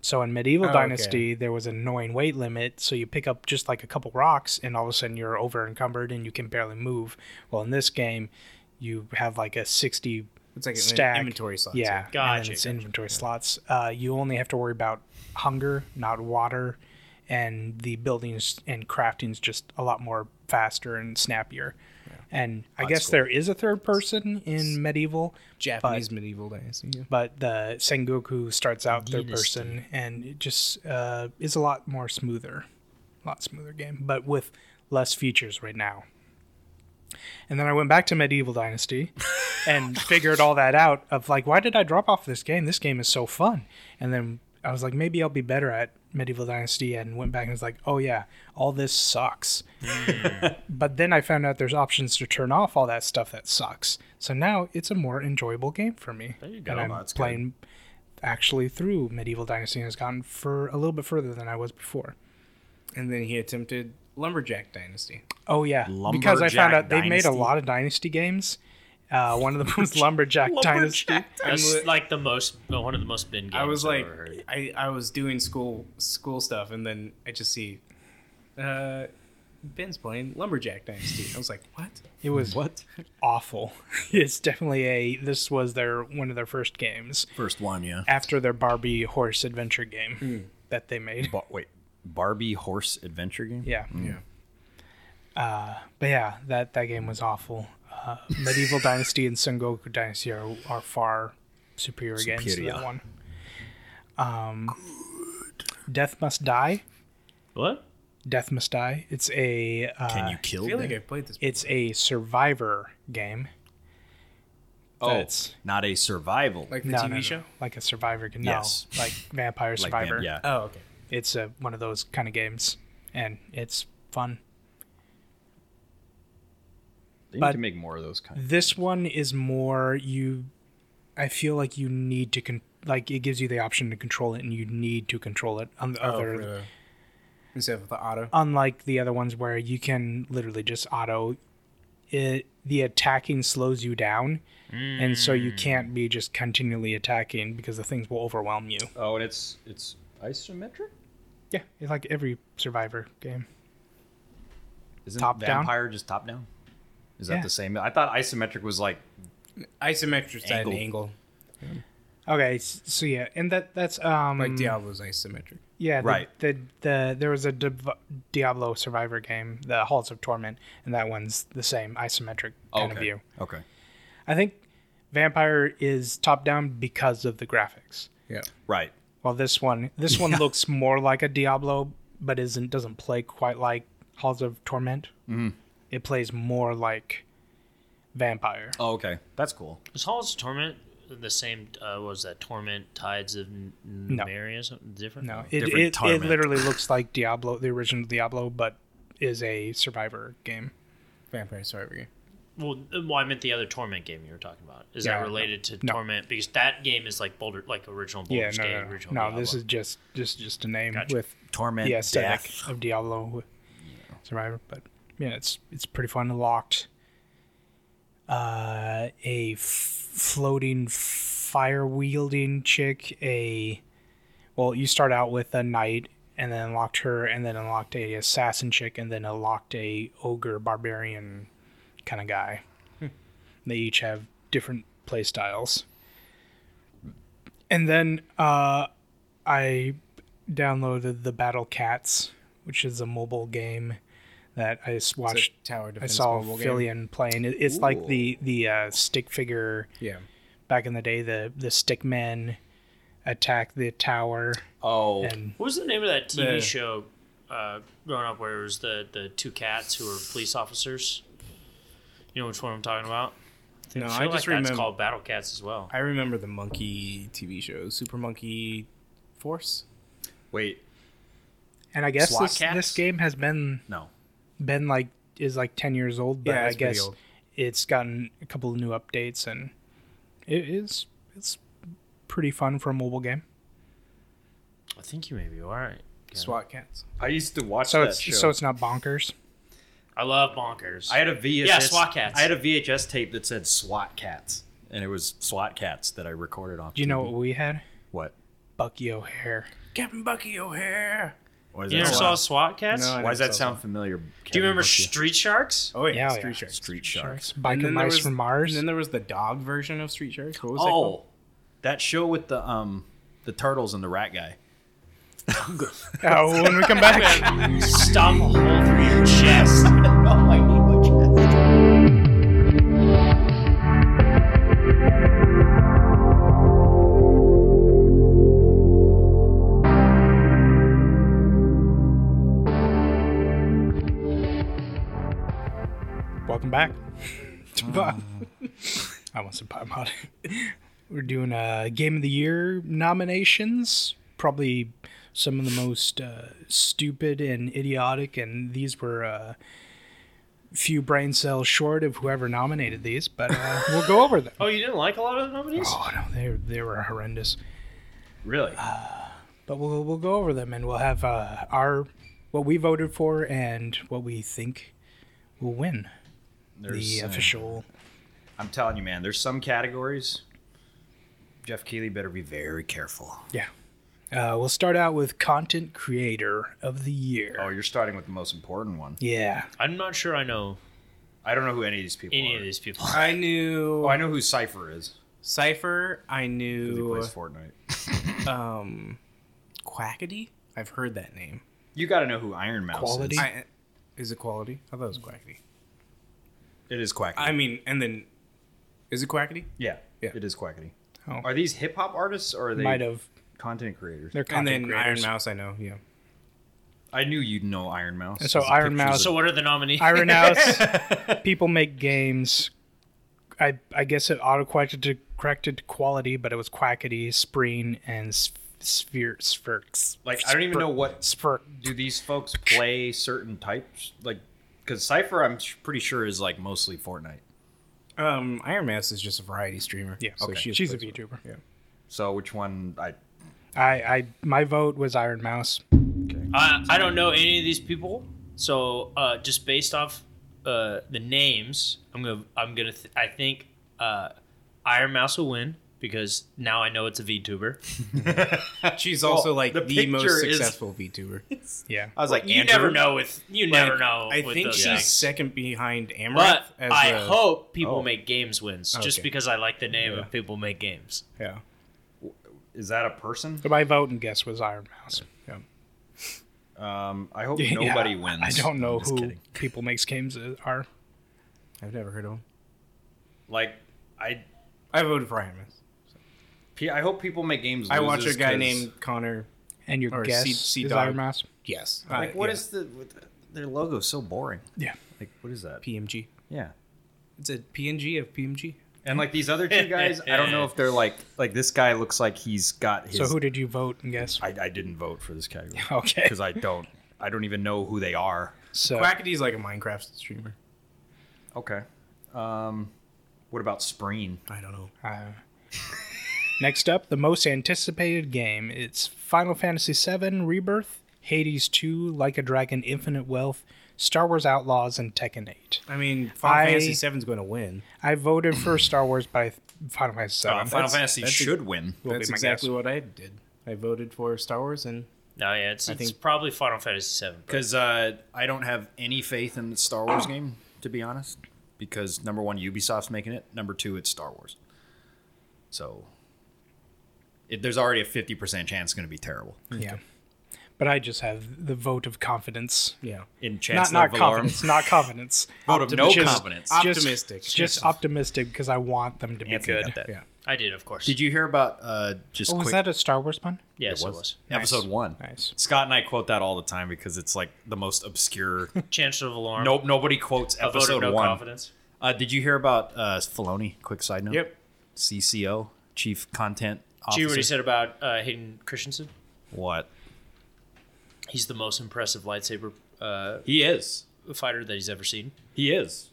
Speaker 1: So in medieval
Speaker 4: Oh, okay.
Speaker 1: dynasty, there was an annoying weight limit. So you pick up just like a couple rocks, and all of a sudden you're over encumbered and you can barely move. Well, in this game, you have like a sixty
Speaker 4: it's like an
Speaker 1: stack
Speaker 4: inventory slots
Speaker 1: yeah, and
Speaker 3: Gotcha,
Speaker 1: then it's
Speaker 3: gotcha.
Speaker 1: inventory slots. Uh, you only have to worry about hunger, not water, and the buildings and crafting's just a lot more faster and snappier. And I guess there is a third person in medieval,
Speaker 4: japanese medieval dynasty yeah.
Speaker 1: but the Sengoku starts out third person, and it just uh, is a lot more smoother, a lot smoother game, but with less features right now. And then I went back to Medieval Dynasty and figured all that out of like, why did I drop off this game? This game is so fun. And then I was like, maybe I'll be better at Medieval Dynasty and went back and was like, oh yeah, all this sucks.
Speaker 2: Hmm.
Speaker 1: but then I found out there's options to turn off all that stuff that sucks. So now it's a more enjoyable game for me. There
Speaker 2: you go.
Speaker 1: And I'm
Speaker 2: That's good.
Speaker 1: playing actually through Medieval Dynasty and has gotten for a little bit further than I was before.
Speaker 4: and then he attempted lumberjack dynasty
Speaker 1: Oh yeah, because I found
Speaker 2: Lumberjack
Speaker 1: out they made a
Speaker 2: Dynasty?
Speaker 1: lot of Dynasty games. Uh, one of them was Lumberjack, Dynasty.
Speaker 3: That's
Speaker 4: I'm li-
Speaker 3: like the most one of the most bin games.
Speaker 4: i was
Speaker 3: I've
Speaker 4: like
Speaker 3: ever heard.
Speaker 4: I, I was doing school school stuff and then i just see uh ben's playing lumberjack dynasty i was like what
Speaker 1: It was
Speaker 2: What?
Speaker 1: awful. It's definitely a. This was their one of their first games
Speaker 2: First one, yeah.
Speaker 1: after their Barbie horse adventure game that they made.
Speaker 2: Hmm. Bar- Hmm. wait, Barbie horse adventure game?
Speaker 1: Yeah, Uh,
Speaker 4: yeah
Speaker 1: but yeah, that that game was awful. Uh, Medieval Dynasty and Sengoku Dynasty are, are far superior, games to that
Speaker 2: Superior.
Speaker 1: one. Um, Death Must Die.
Speaker 3: what?
Speaker 1: Death Must Die. It's a. Uh,
Speaker 2: Can you kill?
Speaker 4: i feel like
Speaker 2: them?
Speaker 4: i've played this
Speaker 1: It's a survivor game.
Speaker 2: oh,
Speaker 1: that's-
Speaker 2: not a survival.
Speaker 4: like the
Speaker 1: no,
Speaker 4: tv
Speaker 1: no, no.
Speaker 4: show
Speaker 1: Like a survivor game. No,
Speaker 2: Yes.
Speaker 1: like Vampire
Speaker 2: Like
Speaker 1: Survivor.
Speaker 2: them, yeah.
Speaker 4: oh okay
Speaker 1: It's a, one of those kind of games, and it's fun.
Speaker 2: They
Speaker 1: but-
Speaker 2: need to make more of those kind.
Speaker 1: This one is more you. I feel like you need to con- like it gives you the option to control it, and you need to control it. On
Speaker 2: Oh,
Speaker 1: the other,
Speaker 4: Oh,
Speaker 1: Uh,
Speaker 4: instead of the auto.
Speaker 1: unlike the other ones where you can literally just auto it the attacking slows you down and so you
Speaker 2: Mm.
Speaker 1: can't be just continually attacking because the things will overwhelm you
Speaker 2: Oh, and it's it's isometric.
Speaker 1: yeah it's like every survivor game
Speaker 2: Isn't
Speaker 1: Top down?
Speaker 2: vampire just top down? Is that
Speaker 1: Yeah.
Speaker 2: the same? I thought isometric was like
Speaker 4: Isometric side
Speaker 2: Angle.
Speaker 4: angle. angle.
Speaker 1: okay s- so yeah and that that's um
Speaker 4: Like Diablo's isometric.
Speaker 1: yeah the,
Speaker 2: Right.
Speaker 1: the, the there was a Div- diablo survivor game the halls of torment and that one's the same isometric kind
Speaker 2: okay.
Speaker 1: of view
Speaker 2: Okay.
Speaker 1: i think vampire is top down because of the graphics
Speaker 4: Yeah.
Speaker 2: Right.
Speaker 1: Well, this one, this one looks more like a Diablo, but isn't doesn't play quite like Halls of Torment. Mm.
Speaker 2: Mm-hmm.
Speaker 1: It plays more like Vampire.
Speaker 2: Oh, okay. That's cool.
Speaker 3: Was Halls of Torment the same? Uh, what was that Torment Tides of N- Numeria? Something different?
Speaker 1: No, it
Speaker 2: Different
Speaker 1: it, it
Speaker 2: Torment.
Speaker 1: literally looks like Diablo, the original Diablo, but is a survivor game.
Speaker 4: Vampire Survivor game.
Speaker 3: Well, uh, well, I meant the other Torment game you were talking about. Is
Speaker 1: Yeah,
Speaker 3: that related to
Speaker 1: no.
Speaker 3: Torment? Because that game is like Boulder, like original
Speaker 1: Yeah,
Speaker 3: Baldur's
Speaker 1: no,
Speaker 3: Gate,
Speaker 1: no,
Speaker 3: original.
Speaker 1: no. no this
Speaker 3: Diablo.
Speaker 1: is just just just a name
Speaker 3: Gotcha.
Speaker 1: with
Speaker 2: Torment,
Speaker 1: the aesthetic
Speaker 2: death.
Speaker 1: of Diablo with Survivor, but yeah, it's it's pretty fun. Locked uh, a f- floating fire wielding chick. A well, you start out with a knight, and then unlocked her, and then unlocked a assassin chick, and then unlocked a ogre barbarian kind of guy. They each have different play styles. And then uh, I downloaded the Battle Cats, which is a mobile game that I s-
Speaker 4: It's
Speaker 1: watched.
Speaker 4: a tower
Speaker 1: I
Speaker 4: defense
Speaker 1: saw
Speaker 4: mobile game.
Speaker 1: Fillion playing. It- It's like the the uh, stick figure
Speaker 4: Yeah.
Speaker 1: back in the day. The the stick men attack the tower,
Speaker 2: Oh,
Speaker 1: and
Speaker 3: What was the name of that TV
Speaker 4: The-
Speaker 3: show uh, growing up where it was the, the two cats who were police officers? You know which one I'm talking about?
Speaker 4: No,
Speaker 3: I
Speaker 4: I
Speaker 3: feel
Speaker 4: just
Speaker 3: like
Speaker 4: remember.
Speaker 3: that's called Battle Cats as well.
Speaker 4: I remember the monkey TV show, Super Monkey Force.
Speaker 2: wait,
Speaker 1: and I guess
Speaker 2: SWAT
Speaker 1: this,
Speaker 2: cats?
Speaker 1: this game has been
Speaker 2: no.
Speaker 1: been like is like ten years old, but
Speaker 4: Yeah,
Speaker 1: I
Speaker 4: it's pretty
Speaker 1: guess
Speaker 4: old.
Speaker 1: it's gotten a couple of new updates, and it is it's pretty fun for a mobile game.
Speaker 3: I think you may be all right.
Speaker 4: SWAT cats.
Speaker 2: I used to watch
Speaker 1: So
Speaker 2: that
Speaker 1: it's
Speaker 2: show.
Speaker 1: so it's not bonkers.
Speaker 3: I love bonkers.
Speaker 2: I had a VHS.
Speaker 3: Yeah, SWAT cats.
Speaker 2: I had a VHS tape that said SWAT cats, and it was SWAT cats that I recorded off.
Speaker 1: Do you know
Speaker 2: TV.
Speaker 1: what
Speaker 4: Mm-hmm.
Speaker 1: we had?
Speaker 2: what?
Speaker 1: Bucky O'Hare.
Speaker 4: Captain Bucky O'Hare.
Speaker 2: Why
Speaker 3: you never
Speaker 2: does that
Speaker 3: saw
Speaker 2: sound,
Speaker 3: SWAT Cats?
Speaker 4: No, I-
Speaker 2: why does that
Speaker 4: So-
Speaker 2: sound familiar?
Speaker 3: Do you
Speaker 2: Kevin
Speaker 3: remember
Speaker 2: Bucky?
Speaker 3: Street Sharks?
Speaker 4: Oh yeah,
Speaker 1: Yeah,
Speaker 4: Street
Speaker 1: yeah.
Speaker 4: Sharks.
Speaker 2: Street Sharks?
Speaker 1: Biker
Speaker 4: there
Speaker 1: Mice
Speaker 4: was-
Speaker 1: from Mars.
Speaker 4: And then there was the dog version of Street Sharks. What was that
Speaker 2: Oh,
Speaker 4: called?
Speaker 2: that show with the um the turtles and the rat guy.
Speaker 1: Oh, when we come back.
Speaker 3: Stomp a hole through your chest.
Speaker 2: oh, I need my chest.
Speaker 1: Welcome back to Bob. I want some Pop Mod. We're doing uh, Game of the Year nominations. Probably some of the most uh, stupid and idiotic, and these were uh, few brain cells short of whoever nominated these, but uh, we'll go over them.
Speaker 3: Oh, you didn't like a lot of the nominees?
Speaker 1: Oh, no, they, they were horrendous.
Speaker 2: Really?
Speaker 1: Uh, But we'll, we'll go over them and we'll have uh, our what we voted for and what we think will win
Speaker 2: There's,
Speaker 1: the
Speaker 2: uh,
Speaker 1: official.
Speaker 2: I'm telling you, man. There's some categories. Jeff Keeley better be very careful.
Speaker 1: Yeah. Uh, we'll start out with content creator of the year.
Speaker 2: Oh, you're starting with the most important one.
Speaker 1: yeah.
Speaker 3: I'm not sure I know
Speaker 2: I don't know who any of these people
Speaker 3: any
Speaker 2: are.
Speaker 3: of these people.
Speaker 4: I knew
Speaker 2: Oh, I know who Cypher is.
Speaker 4: Cipher. I
Speaker 2: 'cause He
Speaker 4: knew
Speaker 1: uh,
Speaker 2: plays Fortnite.
Speaker 4: um, Quackity. I've heard that name.
Speaker 2: You got to know who Iron Mouse
Speaker 1: Quality?
Speaker 2: is.
Speaker 4: I, is it Quality? I thought it was Quackity.
Speaker 2: It is Quackity.
Speaker 4: I mean, and then is it Quackity?
Speaker 2: yeah,
Speaker 4: Yeah.
Speaker 2: it is Quackity.
Speaker 1: Oh.
Speaker 2: Are these hip hop artists or are they
Speaker 1: Might have.
Speaker 2: content creators?
Speaker 1: They're
Speaker 4: And
Speaker 1: content
Speaker 4: then
Speaker 1: creators.
Speaker 4: Iron Mouse. I know. Yeah.
Speaker 2: I knew you'd know Iron Mouse.
Speaker 1: And so
Speaker 2: There's the
Speaker 1: Iron
Speaker 2: pictures
Speaker 1: Mouse-
Speaker 2: of-
Speaker 3: So what are the nominees?
Speaker 1: Iron Mouse. people make games. I I guess it auto corrected corrected quality, but it was Quackity, Spreen, and Sph- Sphere Spherks.
Speaker 2: like I don't even know what
Speaker 1: Spherk.
Speaker 2: do these folks play certain types like because Cypher I'm sh- pretty sure is like mostly Fortnite.
Speaker 4: Um, Iron Mouse is just a variety streamer.
Speaker 1: Yeah.
Speaker 4: So
Speaker 1: okay.
Speaker 4: she
Speaker 1: She's,
Speaker 4: just
Speaker 1: a
Speaker 4: plays-
Speaker 1: VTuber.
Speaker 4: Yeah.
Speaker 2: So which one I
Speaker 1: I I my vote was Iron Mouse.
Speaker 3: I, I don't know any of these people, so uh, just based off uh, the names, I'm gonna I'm gonna th- I think uh, Iron Mouse will win because now I know it's a VTuber.
Speaker 4: She's also like
Speaker 2: the
Speaker 4: the,
Speaker 2: picture
Speaker 4: most
Speaker 2: is-
Speaker 4: successful VTuber.
Speaker 1: Yeah.
Speaker 2: I was like
Speaker 3: you
Speaker 2: Andrew?
Speaker 3: never know with you never
Speaker 4: Like,
Speaker 3: know.
Speaker 4: I
Speaker 3: with
Speaker 4: think
Speaker 3: those
Speaker 4: she's
Speaker 3: things.
Speaker 4: second behind Amaranth.
Speaker 3: But
Speaker 4: as
Speaker 3: I
Speaker 4: a-
Speaker 3: hope people
Speaker 2: Oh.
Speaker 3: make games wins just
Speaker 4: Okay.
Speaker 3: because I like the name of people make games.
Speaker 4: Yeah.
Speaker 2: is that a person?
Speaker 1: But my vote and guess was Iron Mouse.
Speaker 4: Yeah.
Speaker 2: Um, I hope
Speaker 1: Yeah,
Speaker 2: nobody wins.
Speaker 1: I don't know
Speaker 2: I'm just
Speaker 1: who
Speaker 2: kidding.
Speaker 1: people makes games are.
Speaker 4: I've never heard of him.
Speaker 2: Like I
Speaker 4: I voted for Iron Mouse.
Speaker 2: P- I hope people make games.
Speaker 4: I
Speaker 2: loses
Speaker 4: watch a guy
Speaker 2: 'cause-
Speaker 4: named Connor. Uh,
Speaker 1: And your
Speaker 4: Or
Speaker 1: guess
Speaker 4: Sea- Sea
Speaker 1: is
Speaker 4: Dog.
Speaker 1: Iron Mouse.
Speaker 4: Yes.
Speaker 2: Like what is the, what the their logo's so boring?
Speaker 1: Yeah.
Speaker 2: Like what is that?
Speaker 4: PMG?
Speaker 2: yeah.
Speaker 4: It's a PNG of PMG.
Speaker 2: And like these other two guys, I don't know if they're like like this guy looks like he's got his.
Speaker 1: So who did you vote and guess?
Speaker 2: I, I didn't vote for this category
Speaker 1: Okay.
Speaker 2: because I don't I don't even know who they are.
Speaker 1: So
Speaker 4: Quackity's like a Minecraft streamer.
Speaker 2: Okay. Um, what about Spreen?
Speaker 4: I don't know.
Speaker 1: Uh, next up, the most anticipated game. It's Final Fantasy VII Rebirth, Hades 2, Like a Dragon, Infinite Wealth, Star Wars Outlaws, and Tekken 8.
Speaker 4: I mean, Final
Speaker 1: I-
Speaker 4: Fantasy VII's going to win.
Speaker 1: I voted for Star Wars by Final Fantasy VII.
Speaker 2: Uh, Final
Speaker 4: that's-
Speaker 2: Fantasy
Speaker 4: that's a-
Speaker 2: should win.
Speaker 1: Will be
Speaker 4: That's
Speaker 1: my
Speaker 4: exactly
Speaker 1: guess.
Speaker 4: what I did. I voted for Star Wars, and
Speaker 3: No, yeah, it's, it's
Speaker 4: think-
Speaker 3: probably Final Fantasy VII. But
Speaker 2: Because uh, I don't have any faith in the Star Wars game, to be honest. Because number one, Ubisoft's making it. Number two, it's Star Wars. So it, there's already a 50% chance it's going to be terrible.
Speaker 1: Yeah. But I just have the vote of confidence.
Speaker 4: yeah,
Speaker 2: In
Speaker 1: Not,
Speaker 2: Chancellor
Speaker 1: not
Speaker 2: Valorum.
Speaker 1: confidence, not confidence.
Speaker 2: Vote of no
Speaker 1: Just-
Speaker 2: confidence.
Speaker 1: just-
Speaker 4: Optimistic.
Speaker 1: Just, optimistic because I want them to be
Speaker 2: Anthony got
Speaker 1: good.
Speaker 2: that.
Speaker 4: yeah.
Speaker 3: I did, of course.
Speaker 2: Did you hear about uh, just
Speaker 1: Oh, was
Speaker 2: quick?
Speaker 1: that a Star Wars one?
Speaker 3: Yes, it was.
Speaker 2: Episode
Speaker 1: Nice.
Speaker 2: one.
Speaker 1: Nice.
Speaker 2: Scott and I quote that all the time because it's like the most obscure.
Speaker 3: Chancellor Valorum.
Speaker 2: nope, nobody quotes
Speaker 3: I voted
Speaker 2: episode
Speaker 3: no
Speaker 2: one.
Speaker 3: confidence.
Speaker 2: Uh, did you hear about uh, Filoni? Quick side note.
Speaker 4: Yep.
Speaker 2: CCO, Chief Content
Speaker 3: Do
Speaker 2: Officer.
Speaker 3: you already said about uh, Hayden Christensen?
Speaker 2: What?
Speaker 3: He's the most impressive lightsaber uh,
Speaker 2: He is.
Speaker 3: fighter that he's ever seen.
Speaker 2: He is.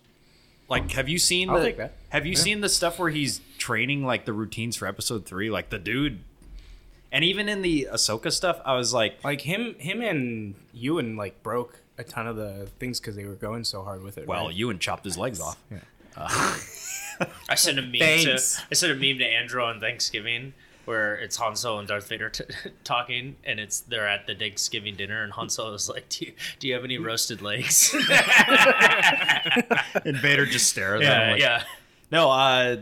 Speaker 2: Like, have you seen?
Speaker 4: I'll
Speaker 2: the,
Speaker 4: take that.
Speaker 2: Have you seen the stuff where he's training like the routines for episode three? Like the dude, and even in the Ahsoka stuff, I was like,
Speaker 4: Like him, him and Ewan like broke a ton of the things because they were going so hard with it.
Speaker 2: "Well,
Speaker 4: right?
Speaker 2: Ewan chopped his legs off."
Speaker 3: I sent a meme
Speaker 4: Thanks.
Speaker 3: to I sent a meme to Andrew on Thanksgiving where it's Han Solo and Darth Vader t- talking, and it's they're at the Thanksgiving dinner, and Han Solo's like, "Do you, do you have any roasted legs?"
Speaker 2: And Vader just stares. at him
Speaker 3: yeah,
Speaker 2: like-
Speaker 3: yeah.
Speaker 2: No, uh,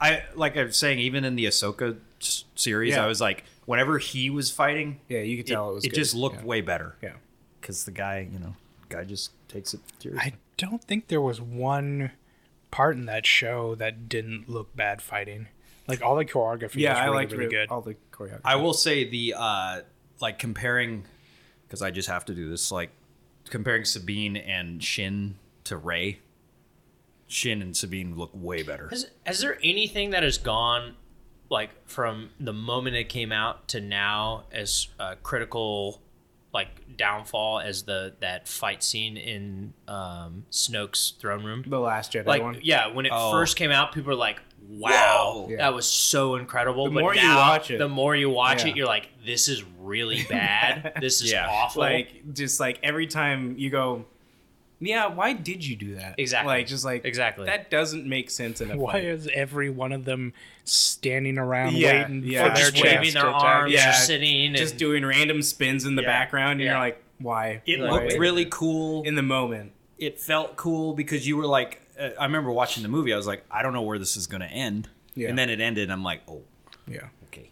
Speaker 2: I like I'm saying, even in the Ahsoka s- series,
Speaker 4: Yeah.
Speaker 2: I was like, whenever he was fighting,
Speaker 4: yeah, you could
Speaker 2: it,
Speaker 4: tell it, was.
Speaker 2: it
Speaker 4: good.
Speaker 2: just looked
Speaker 4: Yeah.
Speaker 2: way better
Speaker 4: Yeah.
Speaker 2: because the guy, you know, guy just takes it. Seriously.
Speaker 1: I don't think there was one part in that show that didn't look bad fighting. Like all the choreography
Speaker 4: Yeah,
Speaker 1: was
Speaker 4: I
Speaker 1: really,
Speaker 4: liked
Speaker 1: really good.
Speaker 4: all the choreography.
Speaker 2: I will say the uh like comparing because I just have to do this like comparing Sabine and Shin to Ray. Shin and Sabine look way better.
Speaker 3: Has, has there anything that has gone like from the moment it came out to now as a critical like downfall as the that fight scene in um, Snoke's throne room?
Speaker 4: the last Jedi
Speaker 3: like
Speaker 4: one.
Speaker 3: yeah when it
Speaker 2: Oh.
Speaker 3: first came out people were like wow
Speaker 2: Whoa.
Speaker 4: Yeah.
Speaker 3: that was so incredible
Speaker 4: The
Speaker 3: but
Speaker 4: more you
Speaker 3: now,
Speaker 4: watch it-
Speaker 3: the more you watch
Speaker 4: Yeah.
Speaker 3: it you're like this is really bad this is
Speaker 2: Yeah.
Speaker 3: awful
Speaker 4: Like just like every time you go, yeah, why did you do that?
Speaker 3: Exactly.
Speaker 4: Like just like
Speaker 3: Exactly.
Speaker 4: that doesn't make sense in a
Speaker 1: Why
Speaker 4: fight.
Speaker 1: is every one of them standing around
Speaker 4: Yeah,
Speaker 1: waiting
Speaker 4: yeah.
Speaker 1: for their
Speaker 3: just
Speaker 4: Just
Speaker 1: chance
Speaker 3: waving
Speaker 1: to
Speaker 3: their
Speaker 1: attack?
Speaker 3: arms
Speaker 4: Yeah.
Speaker 3: or sitting
Speaker 4: just
Speaker 3: and
Speaker 4: doing random spins in the
Speaker 3: Yeah.
Speaker 4: background, and
Speaker 3: Yeah.
Speaker 4: you're like, why?
Speaker 2: It
Speaker 4: Like,
Speaker 2: looked really cool.
Speaker 4: in the moment.
Speaker 2: It felt cool because you were like, uh, I remember watching the movie. I was like, I don't know where this is going to end,
Speaker 4: Yeah.
Speaker 2: and then it ended. and I'm like, oh,
Speaker 4: Yeah.
Speaker 2: okay.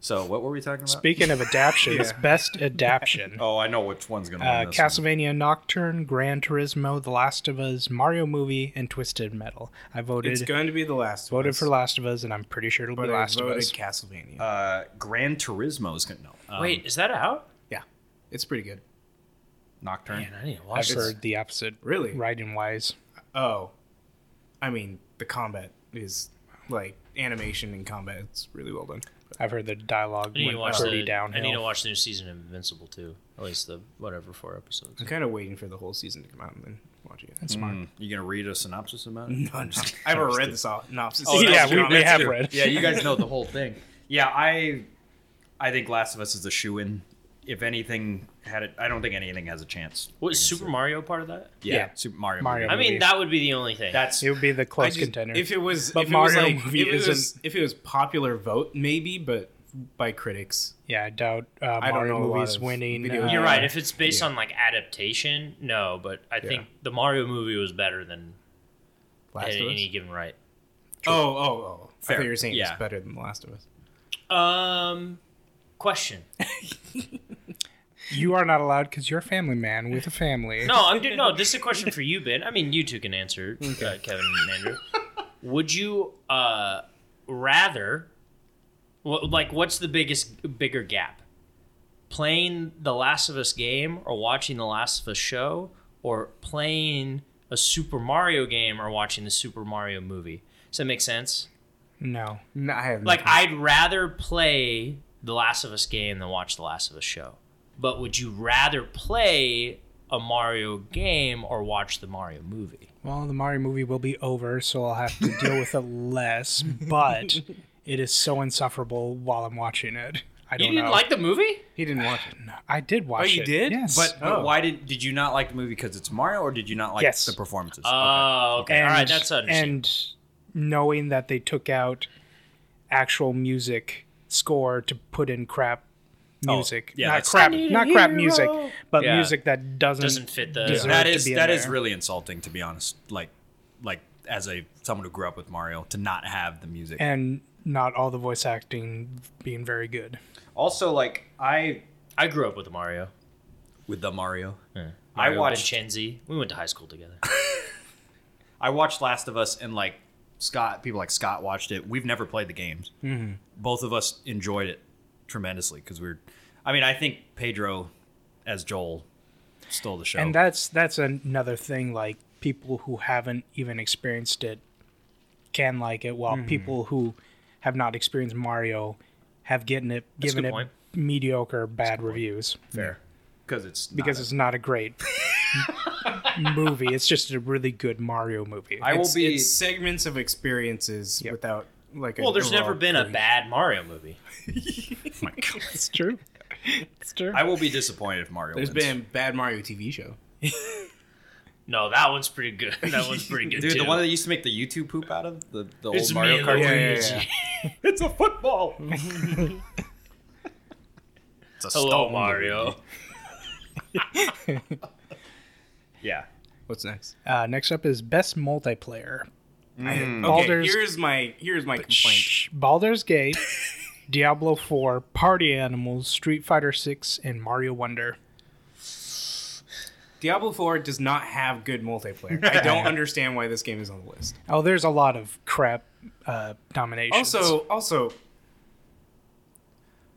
Speaker 2: So what were we talking about?
Speaker 1: Speaking of adaptions,
Speaker 4: Yeah.
Speaker 1: best adaptation.
Speaker 2: oh, I know which one's going to
Speaker 1: Uh,
Speaker 2: win. this one.
Speaker 1: Castlevania Nocturne, Gran Turismo, The Last of Us, Mario Movie, and Twisted Metal. I
Speaker 4: It's
Speaker 1: voted
Speaker 4: going to be the last.
Speaker 1: voted
Speaker 4: one.
Speaker 1: for Last of Us, and I'm pretty sure it'll be
Speaker 4: But I
Speaker 1: Last of
Speaker 4: voted
Speaker 1: Us.
Speaker 4: Castlevania.
Speaker 2: Uh, Gran Turismo is going to no. Um,
Speaker 3: wait is that out
Speaker 4: yeah, it's pretty good.
Speaker 2: Nocturne.
Speaker 3: man i need to
Speaker 1: I've
Speaker 3: watch this
Speaker 1: heard the opposite,
Speaker 4: Really?
Speaker 1: writing wise.
Speaker 4: Oh, I mean, the combat is like animation and combat. It's really well done.
Speaker 1: I've heard the dialogue
Speaker 3: I need, to
Speaker 1: went
Speaker 3: watch
Speaker 1: pretty
Speaker 3: the, I
Speaker 1: downhill.
Speaker 3: need to watch the new season of Invincible too. At least the whatever four episodes.
Speaker 4: I'm kind of waiting for the whole season to come out and then watch it. That's
Speaker 2: Mm. You gonna read a synopsis about it?
Speaker 4: No, I'm just- I've already read the synopsis.
Speaker 2: Oh,
Speaker 1: Yeah,
Speaker 2: that's
Speaker 1: we-
Speaker 2: true.
Speaker 1: we
Speaker 2: That's
Speaker 1: have
Speaker 2: true.
Speaker 1: read.
Speaker 2: Yeah, you guys know the whole thing. Yeah, I, I think Last of Us is a shoe in. If anything had it, I don't think anything has a chance.
Speaker 3: Was
Speaker 2: against
Speaker 3: Super
Speaker 2: it.
Speaker 3: Mario part of that?
Speaker 2: Yeah,
Speaker 1: Yeah.
Speaker 2: Super Mario.
Speaker 1: Mario.
Speaker 2: Mario.
Speaker 3: I mean,
Speaker 1: Movie.
Speaker 3: that would be the only thing.
Speaker 2: That's
Speaker 1: It would be the
Speaker 4: I
Speaker 1: close
Speaker 4: just-
Speaker 1: contender.
Speaker 4: If it was,
Speaker 1: But
Speaker 4: if
Speaker 1: Mario
Speaker 4: it was like,
Speaker 1: movie
Speaker 4: if it was,
Speaker 1: isn't-
Speaker 4: if it was popular vote, maybe, but by critics.
Speaker 1: yeah, I doubt uh,
Speaker 4: don't
Speaker 1: Mario
Speaker 4: know a lot
Speaker 1: movies
Speaker 4: of
Speaker 1: winning.
Speaker 4: video
Speaker 1: uh,
Speaker 4: games.
Speaker 3: You're right. If it's based on like adaptation, no. But I think the Mario movie was better than
Speaker 4: Last
Speaker 3: at
Speaker 4: of
Speaker 3: any
Speaker 4: Us.
Speaker 3: given right.
Speaker 4: Oh, oh, oh! I
Speaker 2: Fair.
Speaker 4: thought you were saying
Speaker 2: Yeah.
Speaker 4: it's better than The Last of Us.
Speaker 3: Um, question.
Speaker 1: you are not allowed because you're a family man with a family.
Speaker 3: No, I'm do- no. This is a question for you, Ben. I mean, you two can answer, uh, Kevin and Andrew. Would you uh rather, wha- like, what's the biggest bigger gap? Playing the Last of Us game or watching the Last of Us show, or playing a Super Mario game or watching the Super Mario movie? Does that make sense?
Speaker 1: No.
Speaker 4: No, I have
Speaker 3: Like, I'd rather play the Last of Us game than watch the Last of Us show. But would you rather play a Mario game or watch the Mario movie?
Speaker 1: well, the Mario movie will be over, so I'll have to deal with it less, but it is so insufferable while I'm watching it. I
Speaker 3: You
Speaker 1: don't
Speaker 3: didn't
Speaker 1: know.
Speaker 3: like the movie?
Speaker 4: He didn't watch it.
Speaker 1: No, I did watch it.
Speaker 4: you did?
Speaker 1: Yes.
Speaker 2: But, but
Speaker 4: Oh.
Speaker 2: why did did you not like the movie because it's Mario, or did you not like
Speaker 1: Yes. Uh,
Speaker 2: the performances?
Speaker 3: Oh, okay. All right, that's understandable.
Speaker 1: And knowing that they took out actual music score to put in crap Oh. music,
Speaker 2: Oh, yeah,
Speaker 1: not
Speaker 2: that's-
Speaker 1: crap,
Speaker 2: I need a
Speaker 1: not crap
Speaker 2: hero.
Speaker 1: music, but
Speaker 2: Yeah.
Speaker 1: music that doesn't
Speaker 3: Doesn't fit the-
Speaker 1: deserve
Speaker 2: that
Speaker 1: to
Speaker 2: is
Speaker 1: be in
Speaker 2: that is
Speaker 1: there.
Speaker 2: really insulting to be honest. Like like as a someone who grew up with Mario to not have the music.
Speaker 1: and not all the voice acting being very good.
Speaker 2: also, like I
Speaker 3: I grew up with Mario.
Speaker 2: with the Mario,
Speaker 3: Mario
Speaker 2: I watched
Speaker 3: Vincenzi. We went to high school together.
Speaker 2: I watched Last of Us and like Scott, people like Scott watched it. We've never played the games. Both of us enjoyed it tremendously because we are I mean, I think Pedro as Joel stole the show.
Speaker 1: And that's that's another thing. Like people who haven't even experienced it can like it, while people who have not experienced Mario have given it
Speaker 3: That's a
Speaker 1: given
Speaker 3: good
Speaker 1: it
Speaker 3: point.
Speaker 1: mediocre, bad reviews.
Speaker 2: fair because it's not
Speaker 1: because
Speaker 2: a-
Speaker 1: it's not a great movie. It's just a really good Mario movie.
Speaker 2: I will
Speaker 4: It's,
Speaker 2: be.
Speaker 4: it's segments of experiences
Speaker 1: Yep.
Speaker 4: without like.
Speaker 3: well,
Speaker 4: an
Speaker 3: there's never
Speaker 4: overall
Speaker 3: been a
Speaker 4: grade.
Speaker 3: bad Mario movie.
Speaker 2: my God.
Speaker 1: it's true. It's true.
Speaker 2: I will be disappointed if Mario.
Speaker 4: There's
Speaker 2: wins.
Speaker 4: been a bad Mario TV show.
Speaker 3: No, that one's pretty good. That one's pretty good
Speaker 2: dude
Speaker 3: too.
Speaker 2: the one that used to make the YouTube poop out of the the
Speaker 3: it's
Speaker 2: old Mario
Speaker 3: me,
Speaker 2: Kart.
Speaker 4: yeah, yeah,
Speaker 3: Luigi.
Speaker 4: yeah.
Speaker 2: It's a football. it's a
Speaker 3: Hello,
Speaker 2: stone
Speaker 3: Mario.
Speaker 2: Yeah.
Speaker 4: What's next?
Speaker 1: Uh, next up is best multiplayer.
Speaker 4: Okay,
Speaker 1: Baldur's-
Speaker 4: here's my here's my complaint.
Speaker 1: Shh. Baldur's Gate, Diablo 4, Party Animals, Street Fighter 6, and Mario Wonder.
Speaker 4: Diablo 4 does not have good multiplayer. I don't understand why this game is on the list.
Speaker 1: Oh, there's a lot of crap uh, nominations.
Speaker 4: Also, also,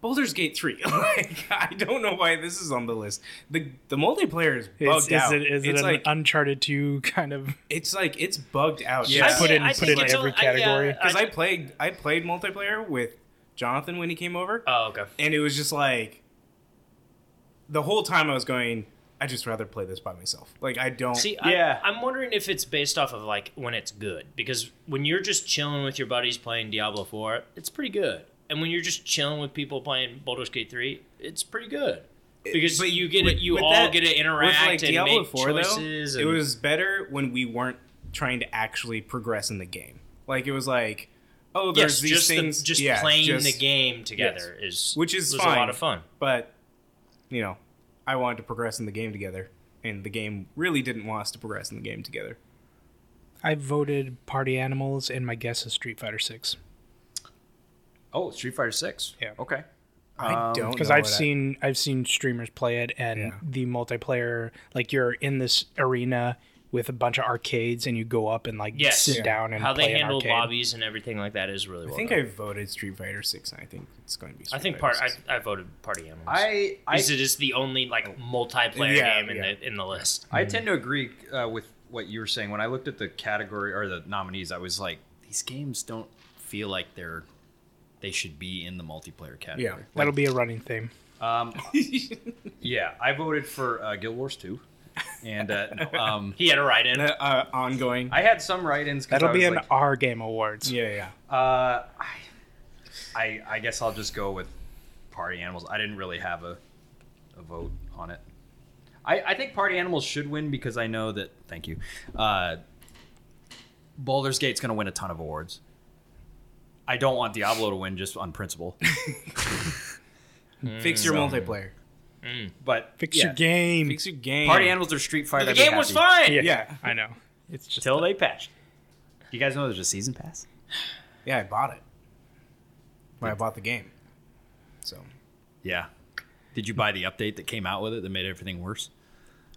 Speaker 4: Baldur's Gate 3. like, I don't know why this is on the list. The the multiplayer is bugged
Speaker 1: is, is
Speaker 4: out.
Speaker 1: it is it
Speaker 4: it's
Speaker 1: an
Speaker 4: like
Speaker 1: Uncharted 2 kind of?
Speaker 4: it's like it's bugged out.
Speaker 2: Yeah.
Speaker 1: put it in-
Speaker 3: I
Speaker 1: put
Speaker 3: think
Speaker 1: it in
Speaker 3: it's
Speaker 1: every
Speaker 3: a- I- yeah,
Speaker 1: category.
Speaker 4: because I played I played multiplayer with Jonathan when he came over,
Speaker 1: Uh.
Speaker 3: oh, okay.
Speaker 4: and it was just like the whole time I was going. I just rather play this by myself. Like I don't.
Speaker 3: See,
Speaker 2: Yeah.
Speaker 3: I, I'm wondering if it's based off of like when it's good because when you're just chilling with your buddies playing Diablo 4, it's pretty good. And when you're just chilling with people playing Baldur's Gate 3, it's pretty good. Because
Speaker 4: But
Speaker 3: you get it,
Speaker 4: with-
Speaker 3: you
Speaker 4: with
Speaker 3: all
Speaker 4: that-
Speaker 3: get to
Speaker 4: with,
Speaker 3: interact
Speaker 4: like,
Speaker 3: and
Speaker 4: Diablo
Speaker 3: make
Speaker 4: 4, though,
Speaker 3: choices. and-
Speaker 4: it was better when we weren't trying to actually progress in the game. Like it was like, oh,
Speaker 3: yes,
Speaker 4: there's these
Speaker 3: just, the-
Speaker 4: things,
Speaker 3: just
Speaker 4: yeah,
Speaker 3: playing
Speaker 4: just-
Speaker 3: the game together is
Speaker 4: Which is
Speaker 3: was a
Speaker 4: fine.
Speaker 3: lot of fun.
Speaker 4: But you know, I wanted to progress in the game together, and the game really didn't want us to progress in the game together.
Speaker 1: I voted Party Animals, and my guess is Street Fighter 6.
Speaker 2: Oh, Street Fighter Six.
Speaker 1: Yeah.
Speaker 2: Okay.
Speaker 4: I don't
Speaker 1: because
Speaker 4: know
Speaker 1: Um, I've
Speaker 4: what I-
Speaker 1: seen I... have seen streamers play it and
Speaker 4: Yeah.
Speaker 1: the multiplayer like you're in this arena with a bunch of arcades and you go up and like
Speaker 3: Yes.
Speaker 1: sit
Speaker 3: Yeah.
Speaker 1: down and
Speaker 3: How
Speaker 1: play
Speaker 3: they handle
Speaker 1: an arcade.
Speaker 3: lobbies and everything like that is really
Speaker 4: I
Speaker 3: well.
Speaker 4: think
Speaker 3: done.
Speaker 4: I voted Street Fighter Six, and I think it's going to be.
Speaker 3: I,
Speaker 4: Street
Speaker 3: think
Speaker 4: Fighter
Speaker 3: part I, I voted Party Animals.
Speaker 2: I I,
Speaker 3: because it is the only like multiplayer
Speaker 4: Yeah,
Speaker 3: game in
Speaker 4: yeah.
Speaker 3: the in the list.
Speaker 1: Mm-hmm.
Speaker 2: I tend to agree uh, with what you were saying. When I looked at the category or the nominees, I was like, these games don't feel like they're they should be in the multiplayer
Speaker 4: Yeah.
Speaker 2: category.
Speaker 1: That'll be a running theme.
Speaker 2: Um, yeah, I voted for uh, Guild Wars Two, and uh, no, um,
Speaker 3: He had a write in.
Speaker 4: Uh, uh, ongoing.
Speaker 2: I had some write-ins. 'cause
Speaker 1: That'll
Speaker 2: I
Speaker 1: be
Speaker 2: was
Speaker 1: an
Speaker 2: like,
Speaker 1: R Game Awards.
Speaker 4: yeah, yeah.
Speaker 2: Uh, I, I, I guess I'll just go with Party Animals. I didn't really have a, a vote on it. I, I think Party Animals should win because I know that. Thank you. Uh, Baldur's Gate's going to win a ton of awards. I don't want Diablo to win just on principle,
Speaker 3: Mm.
Speaker 4: Fix your multiplayer.
Speaker 2: but
Speaker 1: Fix
Speaker 2: yeah.
Speaker 1: your game.
Speaker 4: Fix your game.
Speaker 2: Party Animals or Street Fighter.
Speaker 3: the
Speaker 2: I'd be
Speaker 3: game was
Speaker 2: happy.
Speaker 3: fine
Speaker 1: Yeah,
Speaker 4: Yeah.
Speaker 1: I know. It's just
Speaker 2: till they patched. You guys know there's a season pass.
Speaker 4: Yeah, I bought it. But I bought the game. So
Speaker 2: Yeah. Did you buy the update that came out with it that made everything worse?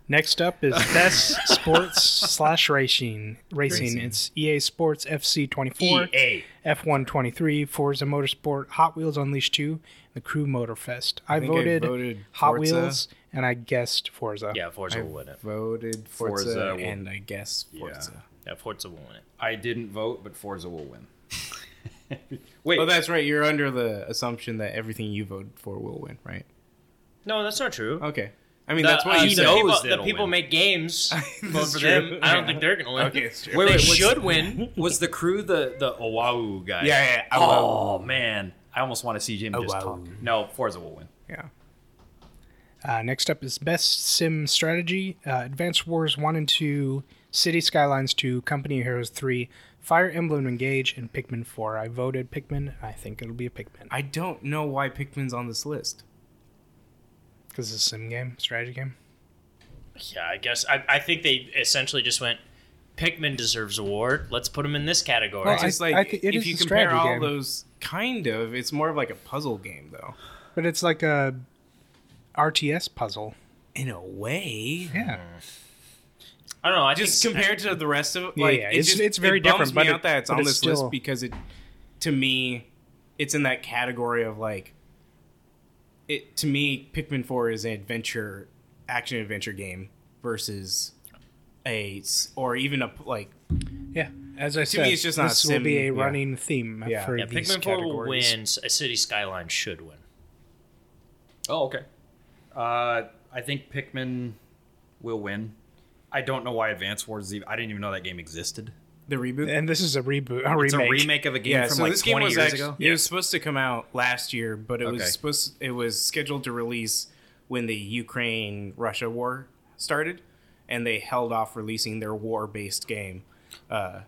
Speaker 1: next up is best sports slash racing. racing.
Speaker 2: Racing.
Speaker 1: It's EA Sports FC
Speaker 4: E
Speaker 2: E
Speaker 1: 24,
Speaker 3: EA.
Speaker 1: F1 23, Forza Motorsport, Hot Wheels Unleashed 2, the Crew Motorfest. I,
Speaker 4: think I
Speaker 1: voted,
Speaker 4: voted
Speaker 1: Hot
Speaker 4: Forza.
Speaker 1: Wheels and I guessed Forza.
Speaker 3: Yeah, Forza will win it.
Speaker 4: voted Forza,
Speaker 2: Forza will-
Speaker 4: and I guess Forza.
Speaker 3: Yeah, Forza will win it.
Speaker 2: I didn't vote, but Forza will win. Wait,
Speaker 4: Oh, that's right. You're under the assumption that everything you vote for will win, right?
Speaker 3: No, that's not true.
Speaker 4: Okay. I mean, Oh, that's what
Speaker 3: uh,
Speaker 4: you
Speaker 3: the
Speaker 4: said.
Speaker 2: knows
Speaker 3: people,
Speaker 2: they'll
Speaker 3: the people
Speaker 2: win.
Speaker 3: make games. vote for
Speaker 4: true.
Speaker 3: them. I don't
Speaker 4: Yeah.
Speaker 3: think they're gonna win.
Speaker 4: Okay, it's true.
Speaker 2: Wait,
Speaker 3: they
Speaker 2: wait, what's-
Speaker 3: should win.
Speaker 2: Was the crew the the Oahu guy?
Speaker 4: Yeah, yeah, yeah.
Speaker 2: Oh man, I almost want to see Jim just
Speaker 4: Oahu.
Speaker 2: talk. No, Forza will win.
Speaker 1: Yeah. Uh, next up is Best Sim Strategy uh, Advanced Wars 1 and 2, City Skylines 2, Company of Heroes 3, Fire Emblem Engage, and Pikmin 4. I voted Pikmin. I think it'll be a Pikmin.
Speaker 4: I don't know why Pikmin's on this list.
Speaker 1: Because it's a sim game, strategy game.
Speaker 3: Yeah, I guess. I, I think they essentially just went. Pikmin deserves award. Let's put him in this category.
Speaker 1: Well,
Speaker 4: It's
Speaker 1: I-
Speaker 4: just like
Speaker 1: I thi- it
Speaker 4: if
Speaker 1: is
Speaker 4: you
Speaker 1: a
Speaker 4: compare
Speaker 1: strategy
Speaker 4: all
Speaker 1: game.
Speaker 4: those, kind of, it's more of like a puzzle game though.
Speaker 1: But it's like a RTS puzzle.
Speaker 4: In a way,
Speaker 1: Yeah.
Speaker 3: I don't know. I
Speaker 4: just
Speaker 3: think,
Speaker 4: compared to the rest of
Speaker 1: Yeah,
Speaker 4: like
Speaker 1: yeah,
Speaker 4: it
Speaker 1: it's-
Speaker 4: just-
Speaker 1: it's very
Speaker 4: it bums
Speaker 1: different,
Speaker 4: me
Speaker 1: but
Speaker 4: out
Speaker 1: it-
Speaker 4: that it's
Speaker 1: but
Speaker 4: on
Speaker 1: it's
Speaker 4: this
Speaker 1: still-
Speaker 4: list because it, to me, it's in that category of like, it to me, Pikmin Four is an adventure, action adventure game versus a s- or even a like
Speaker 1: Yeah. As I
Speaker 4: To
Speaker 1: said,
Speaker 4: me, it's just not a
Speaker 1: this
Speaker 4: sim-
Speaker 1: will be a
Speaker 4: yeah.
Speaker 1: running theme
Speaker 4: Yeah.
Speaker 1: for
Speaker 3: Yeah,
Speaker 1: these
Speaker 3: Pikmin Four will
Speaker 1: categories.
Speaker 3: win. A City Skyline should win.
Speaker 2: Oh, okay. Uh, I think Pikmin will win. I don't know why Advance Wars. Is even, I didn't even know that game existed.
Speaker 4: the reboot.
Speaker 1: And this is a reboot, a remake.
Speaker 2: It's a remake of a game
Speaker 4: yeah,
Speaker 2: from
Speaker 4: so
Speaker 2: like
Speaker 4: this game
Speaker 2: 20
Speaker 4: was
Speaker 2: years
Speaker 4: act-
Speaker 2: ago.
Speaker 4: it was supposed to come out last year, but it
Speaker 2: Okay.
Speaker 4: was supposed it was scheduled to release when the Ukraine Russia war started, and they held off releasing their war based game. Uh,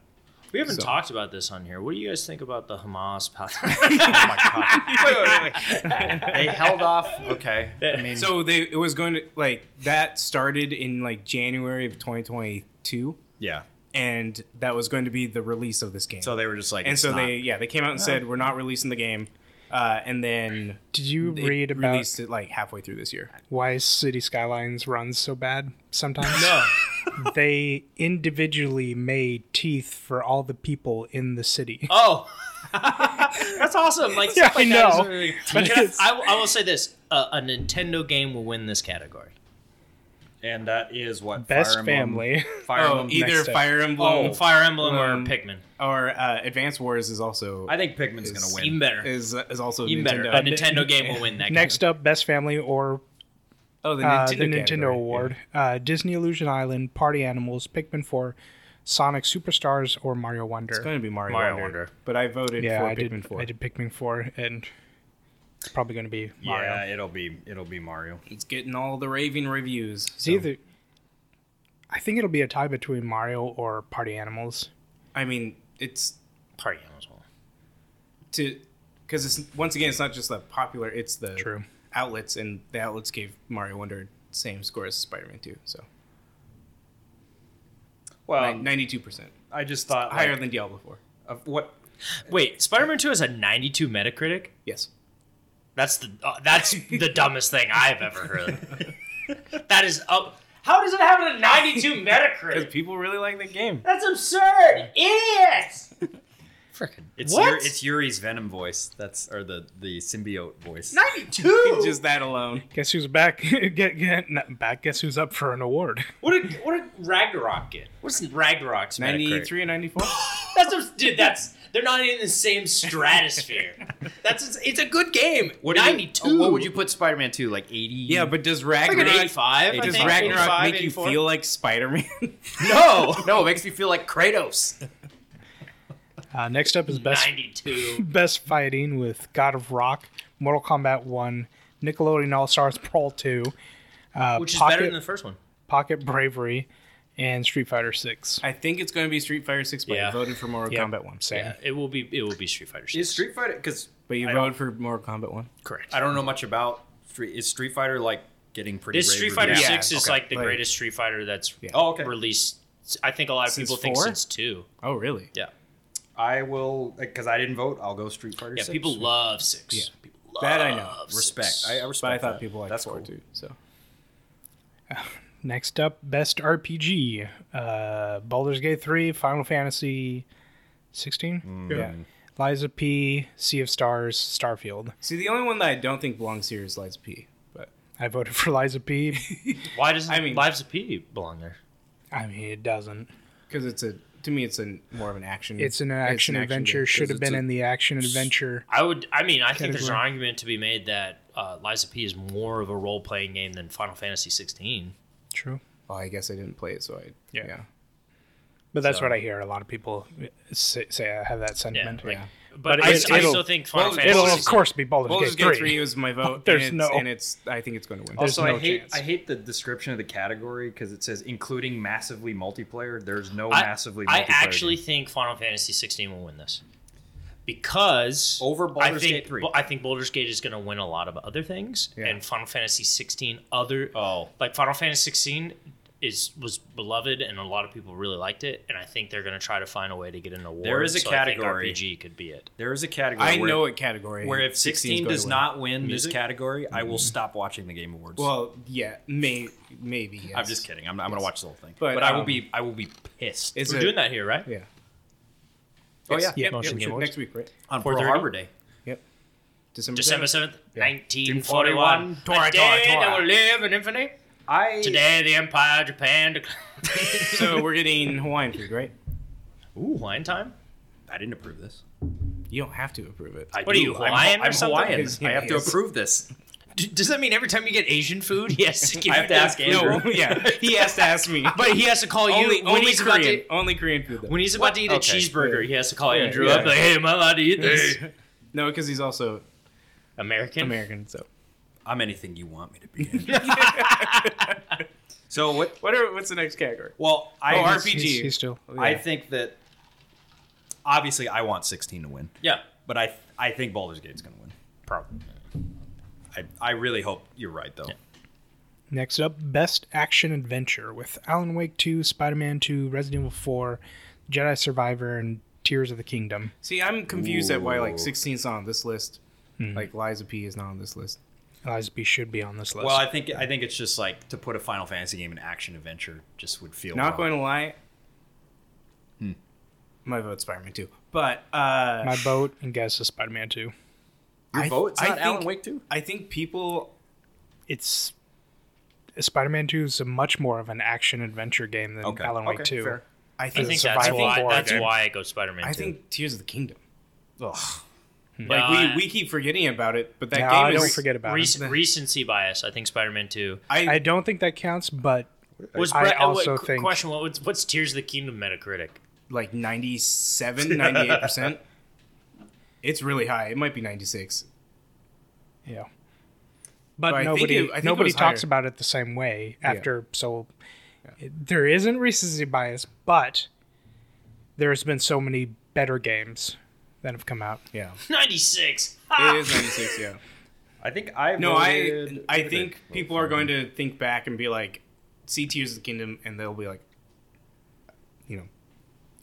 Speaker 3: We haven't
Speaker 4: So-
Speaker 3: talked about this on here. What do you guys think about the Hamas?
Speaker 2: Oh my god! they held off. Okay. I mean,
Speaker 4: so they it was going to like that started in like January of 2022,
Speaker 2: yeah.
Speaker 4: and that was going to be the release of this game.
Speaker 2: So they were just like,
Speaker 4: and
Speaker 2: it's
Speaker 4: so
Speaker 2: not.
Speaker 4: they yeah they came out and said we're not releasing the game, uh, and then
Speaker 1: Did you
Speaker 4: they
Speaker 1: read about
Speaker 4: released it like halfway through this year.
Speaker 1: why City Skylines runs so bad sometimes?
Speaker 3: no,
Speaker 1: they individually made teeth for all the people in the city.
Speaker 3: Oh, that's awesome! Like,
Speaker 1: Yeah,
Speaker 3: stuff like
Speaker 1: I
Speaker 3: that is
Speaker 1: know.
Speaker 3: really-
Speaker 1: But
Speaker 3: Can I-
Speaker 1: it's-
Speaker 3: I, will- I will say this: uh, a Nintendo game will win this category.
Speaker 2: and that is what
Speaker 1: Best
Speaker 2: Fire Emblem-
Speaker 1: family.
Speaker 2: Fire
Speaker 4: Oh,
Speaker 2: Emblem
Speaker 4: either
Speaker 2: next up.
Speaker 4: Fire Emblem,
Speaker 3: Oh, Fire Emblem
Speaker 4: Um,
Speaker 3: or Pikmin,
Speaker 4: or uh, Advanced Wars is also
Speaker 2: I think Pikmin's
Speaker 4: Is-
Speaker 2: gonna win.
Speaker 3: even better,
Speaker 4: is is also
Speaker 3: even
Speaker 4: Nintendo.
Speaker 3: better. A Nintendo game will win that.
Speaker 1: Next up, best family or
Speaker 4: Oh, the
Speaker 1: uh,
Speaker 4: Nintendo,
Speaker 1: the Nintendo
Speaker 4: category.
Speaker 1: Award, uh, Disney Illusion Island, Party Animals, Pikmin Four, Sonic Superstars, or Mario
Speaker 4: It's
Speaker 1: Wonder.
Speaker 4: going to be Mario,
Speaker 3: Mario
Speaker 4: Wonder.
Speaker 3: Wonder.
Speaker 4: but I voted
Speaker 1: Yeah,
Speaker 4: for
Speaker 1: I
Speaker 4: Pikmin
Speaker 1: did.
Speaker 4: 4.
Speaker 1: I did Pikmin Four, and it's probably going to be Mario.
Speaker 2: Yeah, it'll be it'll be Mario.
Speaker 4: It's getting all the raving reviews.
Speaker 1: It's
Speaker 4: so-
Speaker 1: either. I think it'll be a tie between Mario or Party Animals.
Speaker 4: I mean, it's
Speaker 3: Game. Party Animals. will win.
Speaker 4: to because it's once again, it's not just the popular; it's the
Speaker 1: True.
Speaker 4: outlets, and the outlets gave Mario Wonder same score as Spider-Man 2, so
Speaker 2: Well,
Speaker 4: ninety-two percent
Speaker 2: I just thought
Speaker 4: higher
Speaker 2: like,
Speaker 4: than Diablo 4.
Speaker 2: of what
Speaker 3: Wait, Spider-Man Two has a 92 Metacritic.
Speaker 4: Yes,
Speaker 3: That's the uh, that's the dumbest thing I've ever heard. that is up. How does it have a 92
Speaker 4: because
Speaker 3: Metacritic?
Speaker 4: people really like the game.
Speaker 3: That's absurd! Idiots! Freaking
Speaker 2: it's
Speaker 3: what?
Speaker 2: Yuri- it's Yuri's Venom voice. That's or the the symbiote voice.
Speaker 3: 92.
Speaker 4: just that alone.
Speaker 1: Guess who's back? get, get, not back. Guess who's up for an award?
Speaker 3: What did what did Ragnarok get? What's Ragnarok's Metacritic?
Speaker 4: Ninety-three and ninety-four.
Speaker 3: That's what, dude. That's they're not in the same stratosphere. That's it's a good game.
Speaker 2: What do you- Oh,
Speaker 3: Ninety-two.
Speaker 2: what would you put Spider-Man 2 like 80?
Speaker 4: yeah, but does
Speaker 3: Like an
Speaker 4: Ragnarok?
Speaker 3: eighty-five. I
Speaker 2: Does
Speaker 4: does
Speaker 3: think.
Speaker 4: Ragnarok
Speaker 3: 85,
Speaker 4: make you
Speaker 3: 84?
Speaker 4: feel like Spider-Man?
Speaker 2: no. No, it makes me feel like Kratos.
Speaker 1: Uh, next up is best
Speaker 3: ninety-two?
Speaker 1: best fighting with God of Rock, Mortal Kombat One, Nickelodeon All Stars Brawl Two, uh,
Speaker 3: Which is
Speaker 1: Pocket
Speaker 3: better than the first one.
Speaker 1: Pocket Bravery, and Street Fighter Six.
Speaker 4: I think it's going to be Street Fighter 6, but
Speaker 3: Yeah.
Speaker 4: you voted for Mortal
Speaker 1: Yeah.
Speaker 4: Kombat 1.
Speaker 1: Same.
Speaker 3: Yeah, it will be. It will be Street Fighter. 6.
Speaker 2: Is Street Fighter cuz
Speaker 4: But you
Speaker 2: I
Speaker 4: voted for Mortal Kombat 1?
Speaker 3: correct?
Speaker 2: I don't know much about Street is Street Fighter like getting pretty
Speaker 3: This
Speaker 2: rave
Speaker 3: Street Fighter
Speaker 2: reviews?
Speaker 4: Yeah,
Speaker 3: Six is
Speaker 4: okay.
Speaker 3: like the
Speaker 4: Like-
Speaker 3: greatest Street Fighter that's
Speaker 2: Oh, okay.
Speaker 3: released. I think a lot of
Speaker 4: Since
Speaker 3: people think
Speaker 4: four?
Speaker 3: since two.
Speaker 4: Oh, really?
Speaker 3: Yeah,
Speaker 2: I will cuz I didn't vote. I'll go Street Fighter
Speaker 3: yeah.
Speaker 2: 6.
Speaker 3: People love six.
Speaker 4: Yeah.
Speaker 3: People love
Speaker 4: That I know.
Speaker 3: six.
Speaker 2: respect. I, I respect
Speaker 4: But I thought
Speaker 2: that.
Speaker 4: people liked
Speaker 2: That's
Speaker 4: 4
Speaker 2: cool.
Speaker 4: too. So
Speaker 1: Next up, best RPG: uh, Baldur's Gate Three, Final Fantasy Sixteen,
Speaker 4: yeah.
Speaker 1: Liza P, Sea of Stars, Starfield.
Speaker 4: See, the only one that I don't think belongs here is Lights P. But
Speaker 1: I voted for Liza P.
Speaker 3: Why doesn't
Speaker 4: I mean-
Speaker 3: Lives of P belong there?
Speaker 1: I mean, it doesn't.
Speaker 4: because it's a to me, it's a more of an action.
Speaker 1: It's an action adventure.
Speaker 4: game, 'cause
Speaker 1: Should have
Speaker 4: it's
Speaker 1: been
Speaker 4: a-
Speaker 1: in the action adventure.
Speaker 3: I would. I mean, I think there's an
Speaker 1: Category.
Speaker 3: argument to be made that uh, Liza P is more of a role playing game than Final Fantasy 16.
Speaker 1: True.
Speaker 4: Oh, I guess I didn't play it, so I
Speaker 1: Yeah.
Speaker 4: yeah.
Speaker 1: But that's
Speaker 3: So-
Speaker 1: what I hear. A lot of people uh, say, say I have that
Speaker 3: Yeah,
Speaker 1: sentiment.
Speaker 3: like-
Speaker 4: yeah.
Speaker 3: but
Speaker 1: But
Speaker 3: I,
Speaker 1: it-
Speaker 3: I
Speaker 1: it'll-
Speaker 3: still think Final
Speaker 4: well,
Speaker 3: Fantasy.
Speaker 1: It'll of
Speaker 3: 16
Speaker 1: course be Baldur's,
Speaker 4: Baldur's
Speaker 1: Gate,
Speaker 4: Gate
Speaker 1: 3.
Speaker 4: Three was my vote.
Speaker 1: There's
Speaker 4: and
Speaker 1: no-
Speaker 4: it's, and it's. I think it's going to win.
Speaker 1: There's
Speaker 2: Also,
Speaker 1: no
Speaker 2: I hate
Speaker 1: chance.
Speaker 2: I hate the description of the category because it says including massively multiplayer. There's no
Speaker 3: I,
Speaker 2: massively.
Speaker 3: I
Speaker 2: multiplayer
Speaker 3: actually
Speaker 2: game.
Speaker 3: think Final Fantasy 16 will win this because
Speaker 2: Over
Speaker 3: I
Speaker 2: Baldur's
Speaker 3: think,
Speaker 2: Gate 3.
Speaker 3: I think Baldur's Gate is going to win a lot of other things,
Speaker 4: Yeah.
Speaker 3: and Final Fantasy 16 other uh,
Speaker 2: Oh.
Speaker 3: like Final Fantasy 16 is was beloved, and a lot of people really liked it, and I think they're going to try to find a way to get an award.
Speaker 2: There is a
Speaker 3: so I think
Speaker 2: category.
Speaker 3: RPG could be it.
Speaker 2: there is a category.
Speaker 4: I
Speaker 2: where,
Speaker 4: know what category.
Speaker 2: Where if 16
Speaker 4: 16 's going
Speaker 2: does
Speaker 4: to win.
Speaker 2: not win Mm-hmm.
Speaker 3: Music?
Speaker 2: this category, I will stop watching the Game Awards.
Speaker 4: Well, yeah, may maybe. Yes.
Speaker 2: I'm just kidding. I'm, I'm going to watch the whole thing.
Speaker 4: But,
Speaker 2: But, I will
Speaker 4: um,
Speaker 2: be I will be pissed.
Speaker 4: Is
Speaker 3: We're
Speaker 4: it,
Speaker 3: doing that here, right?
Speaker 4: Yeah.
Speaker 2: Oh,
Speaker 4: Yes.
Speaker 2: yeah.
Speaker 4: Yep, yep,
Speaker 3: Motion Game
Speaker 4: we should-
Speaker 3: Awards.
Speaker 4: next week, right?
Speaker 2: on Pearl
Speaker 3: 4:30?
Speaker 2: Harbor Day.
Speaker 4: Yep. December.
Speaker 3: December
Speaker 4: 7th.
Speaker 3: seventh,
Speaker 4: Yeah.
Speaker 3: 1941.
Speaker 4: Tora,
Speaker 3: a
Speaker 4: Tora,
Speaker 3: day that
Speaker 4: Tora.
Speaker 3: will live in infamy.
Speaker 2: I
Speaker 3: Today, the Empire of Japan. dec-
Speaker 4: so we're getting Hawaiian food, right?
Speaker 3: Ooh, Hawaiian time.
Speaker 2: I didn't approve this.
Speaker 4: You don't have to approve it.
Speaker 2: I
Speaker 3: What are
Speaker 2: do.
Speaker 3: you,
Speaker 2: I'm-
Speaker 3: Hawaiian or
Speaker 2: I'm,
Speaker 3: something?
Speaker 2: Hawaiian.
Speaker 4: Yes,
Speaker 2: I have to
Speaker 4: yes.
Speaker 2: approve this.
Speaker 3: D- Does that mean every time you get Asian food, he has to give
Speaker 2: I
Speaker 3: you
Speaker 2: have to
Speaker 3: that?
Speaker 2: ask Andrew.
Speaker 4: no, yeah, he has to ask me.
Speaker 3: But he has to call you
Speaker 4: only
Speaker 3: when
Speaker 4: only
Speaker 3: he's about
Speaker 4: Korean,
Speaker 3: to.
Speaker 4: only Korean food. Though.
Speaker 3: When he's about to eat a
Speaker 2: Okay.
Speaker 3: cheeseburger, he has to call
Speaker 4: Yeah,
Speaker 3: Andrew
Speaker 4: yeah.
Speaker 3: up. Like, hey, am I allowed to eat this?
Speaker 4: no, because he's also
Speaker 3: American.
Speaker 4: American. So
Speaker 2: I'm anything you want me to be. Andrew. so what?
Speaker 4: what are, what's the next category?
Speaker 2: Well, I
Speaker 4: Oh,
Speaker 1: He's-
Speaker 4: RPG.
Speaker 1: He's, he's still.
Speaker 2: I think that obviously I want 16 to win,
Speaker 3: Yeah.
Speaker 2: but I I think Baldur's Gate's going to win. Probably. I, I really hope you're right though.
Speaker 1: Next up, Best Action Adventure with Alan Wake 2, Spider Man 2, Resident Evil 4, Jedi Survivor, and Tears of the Kingdom.
Speaker 4: See, I'm confused at why like
Speaker 2: Ooh.
Speaker 4: 16's not on this list.
Speaker 3: Hmm.
Speaker 4: Like Liza P is not on this list.
Speaker 3: Oh,
Speaker 1: Eliza B should be on this list.
Speaker 2: Well, I think I think it's just like to put a Final Fantasy game in action adventure just would feel
Speaker 4: Not
Speaker 2: wrong.
Speaker 4: going to lie.
Speaker 3: Hmm.
Speaker 4: My vote's Spider-Man 2. But uh
Speaker 1: My vote and guess is Spider Man 2.
Speaker 2: Your
Speaker 4: I-
Speaker 2: vote's
Speaker 4: I
Speaker 2: not Alan
Speaker 4: think-
Speaker 2: Wake too.
Speaker 4: I think people
Speaker 1: It's. Spider Man 2 is a much more of an action adventure game than
Speaker 2: Okay.
Speaker 1: Alan Wake
Speaker 2: Okay,
Speaker 1: 2.
Speaker 2: fair.
Speaker 4: I
Speaker 3: I
Speaker 4: think,
Speaker 3: think that's
Speaker 1: survival
Speaker 3: why.
Speaker 1: horror
Speaker 3: That's
Speaker 1: game.
Speaker 3: why I go Spider Man.
Speaker 4: I think Tears of the Kingdom.
Speaker 3: No,
Speaker 2: Hmm.
Speaker 4: Like
Speaker 3: I-
Speaker 4: we, we keep forgetting about it, but that
Speaker 1: No,
Speaker 4: game
Speaker 1: I
Speaker 4: is
Speaker 1: don't forget about it.
Speaker 3: Rec- recency bias. I think Spider Man Two.
Speaker 4: I,
Speaker 1: I don't think that counts, but
Speaker 3: Was
Speaker 1: I
Speaker 3: Bre- uh,
Speaker 1: also
Speaker 3: what, qu-
Speaker 1: think-
Speaker 3: question what, what's, what's Tears of the Kingdom Metacritic?
Speaker 4: like 97, 98%. It's really high. It might be 96.
Speaker 1: yeah. But,
Speaker 4: But I think
Speaker 1: nobody
Speaker 4: it- I think it
Speaker 1: nobody
Speaker 4: was
Speaker 1: talks
Speaker 4: higher.
Speaker 1: about it the same way after so it- there isn't recency bias, but there's been so many better games that have come out.
Speaker 4: Yeah.
Speaker 3: Ninety six.
Speaker 4: It is 96, yeah.
Speaker 2: I think I
Speaker 4: No, I
Speaker 2: voted-
Speaker 4: I
Speaker 2: what did
Speaker 4: think
Speaker 2: vote
Speaker 4: people are
Speaker 2: for?
Speaker 4: going to think back and be like, see Tears of the Kingdom, and they'll be like, you know,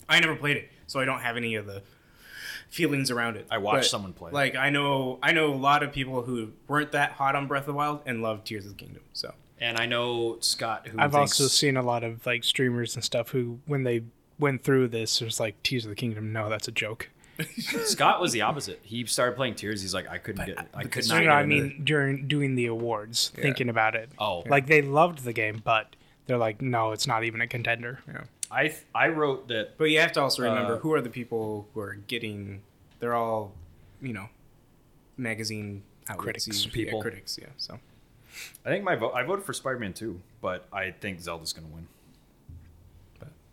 Speaker 4: I never played it, so I don't have any of the feelings around it.
Speaker 2: I watched
Speaker 4: But,
Speaker 2: someone play it.
Speaker 4: Like I know I know a lot of people who weren't that hot on Breath of the Wild and loved Tears of the Kingdom. So
Speaker 2: and I know Scott who
Speaker 1: I've
Speaker 2: thinks-
Speaker 1: also seen a lot of like streamers and stuff who when they went through this it was like Tears of the Kingdom, no, that's a joke.
Speaker 2: Scott was the opposite. He started playing Tears. He's like, I couldn't get, I could
Speaker 1: No,
Speaker 2: not.
Speaker 1: no,
Speaker 2: Get
Speaker 1: I
Speaker 2: into it.
Speaker 1: mean during doing the awards, thinking about it.
Speaker 2: Oh.
Speaker 1: Like they loved the game, but they're like, no, it's not even a contender.
Speaker 2: I th- I wrote that
Speaker 4: but you have to also remember
Speaker 2: Uh,
Speaker 4: who are the people who are getting they're all, you know, magazine outlets,
Speaker 1: Critics,
Speaker 4: yeah,
Speaker 2: people.
Speaker 4: critics, yeah. So
Speaker 2: I think my vote. I voted for Spider Man 2, but I think Zelda's gonna win.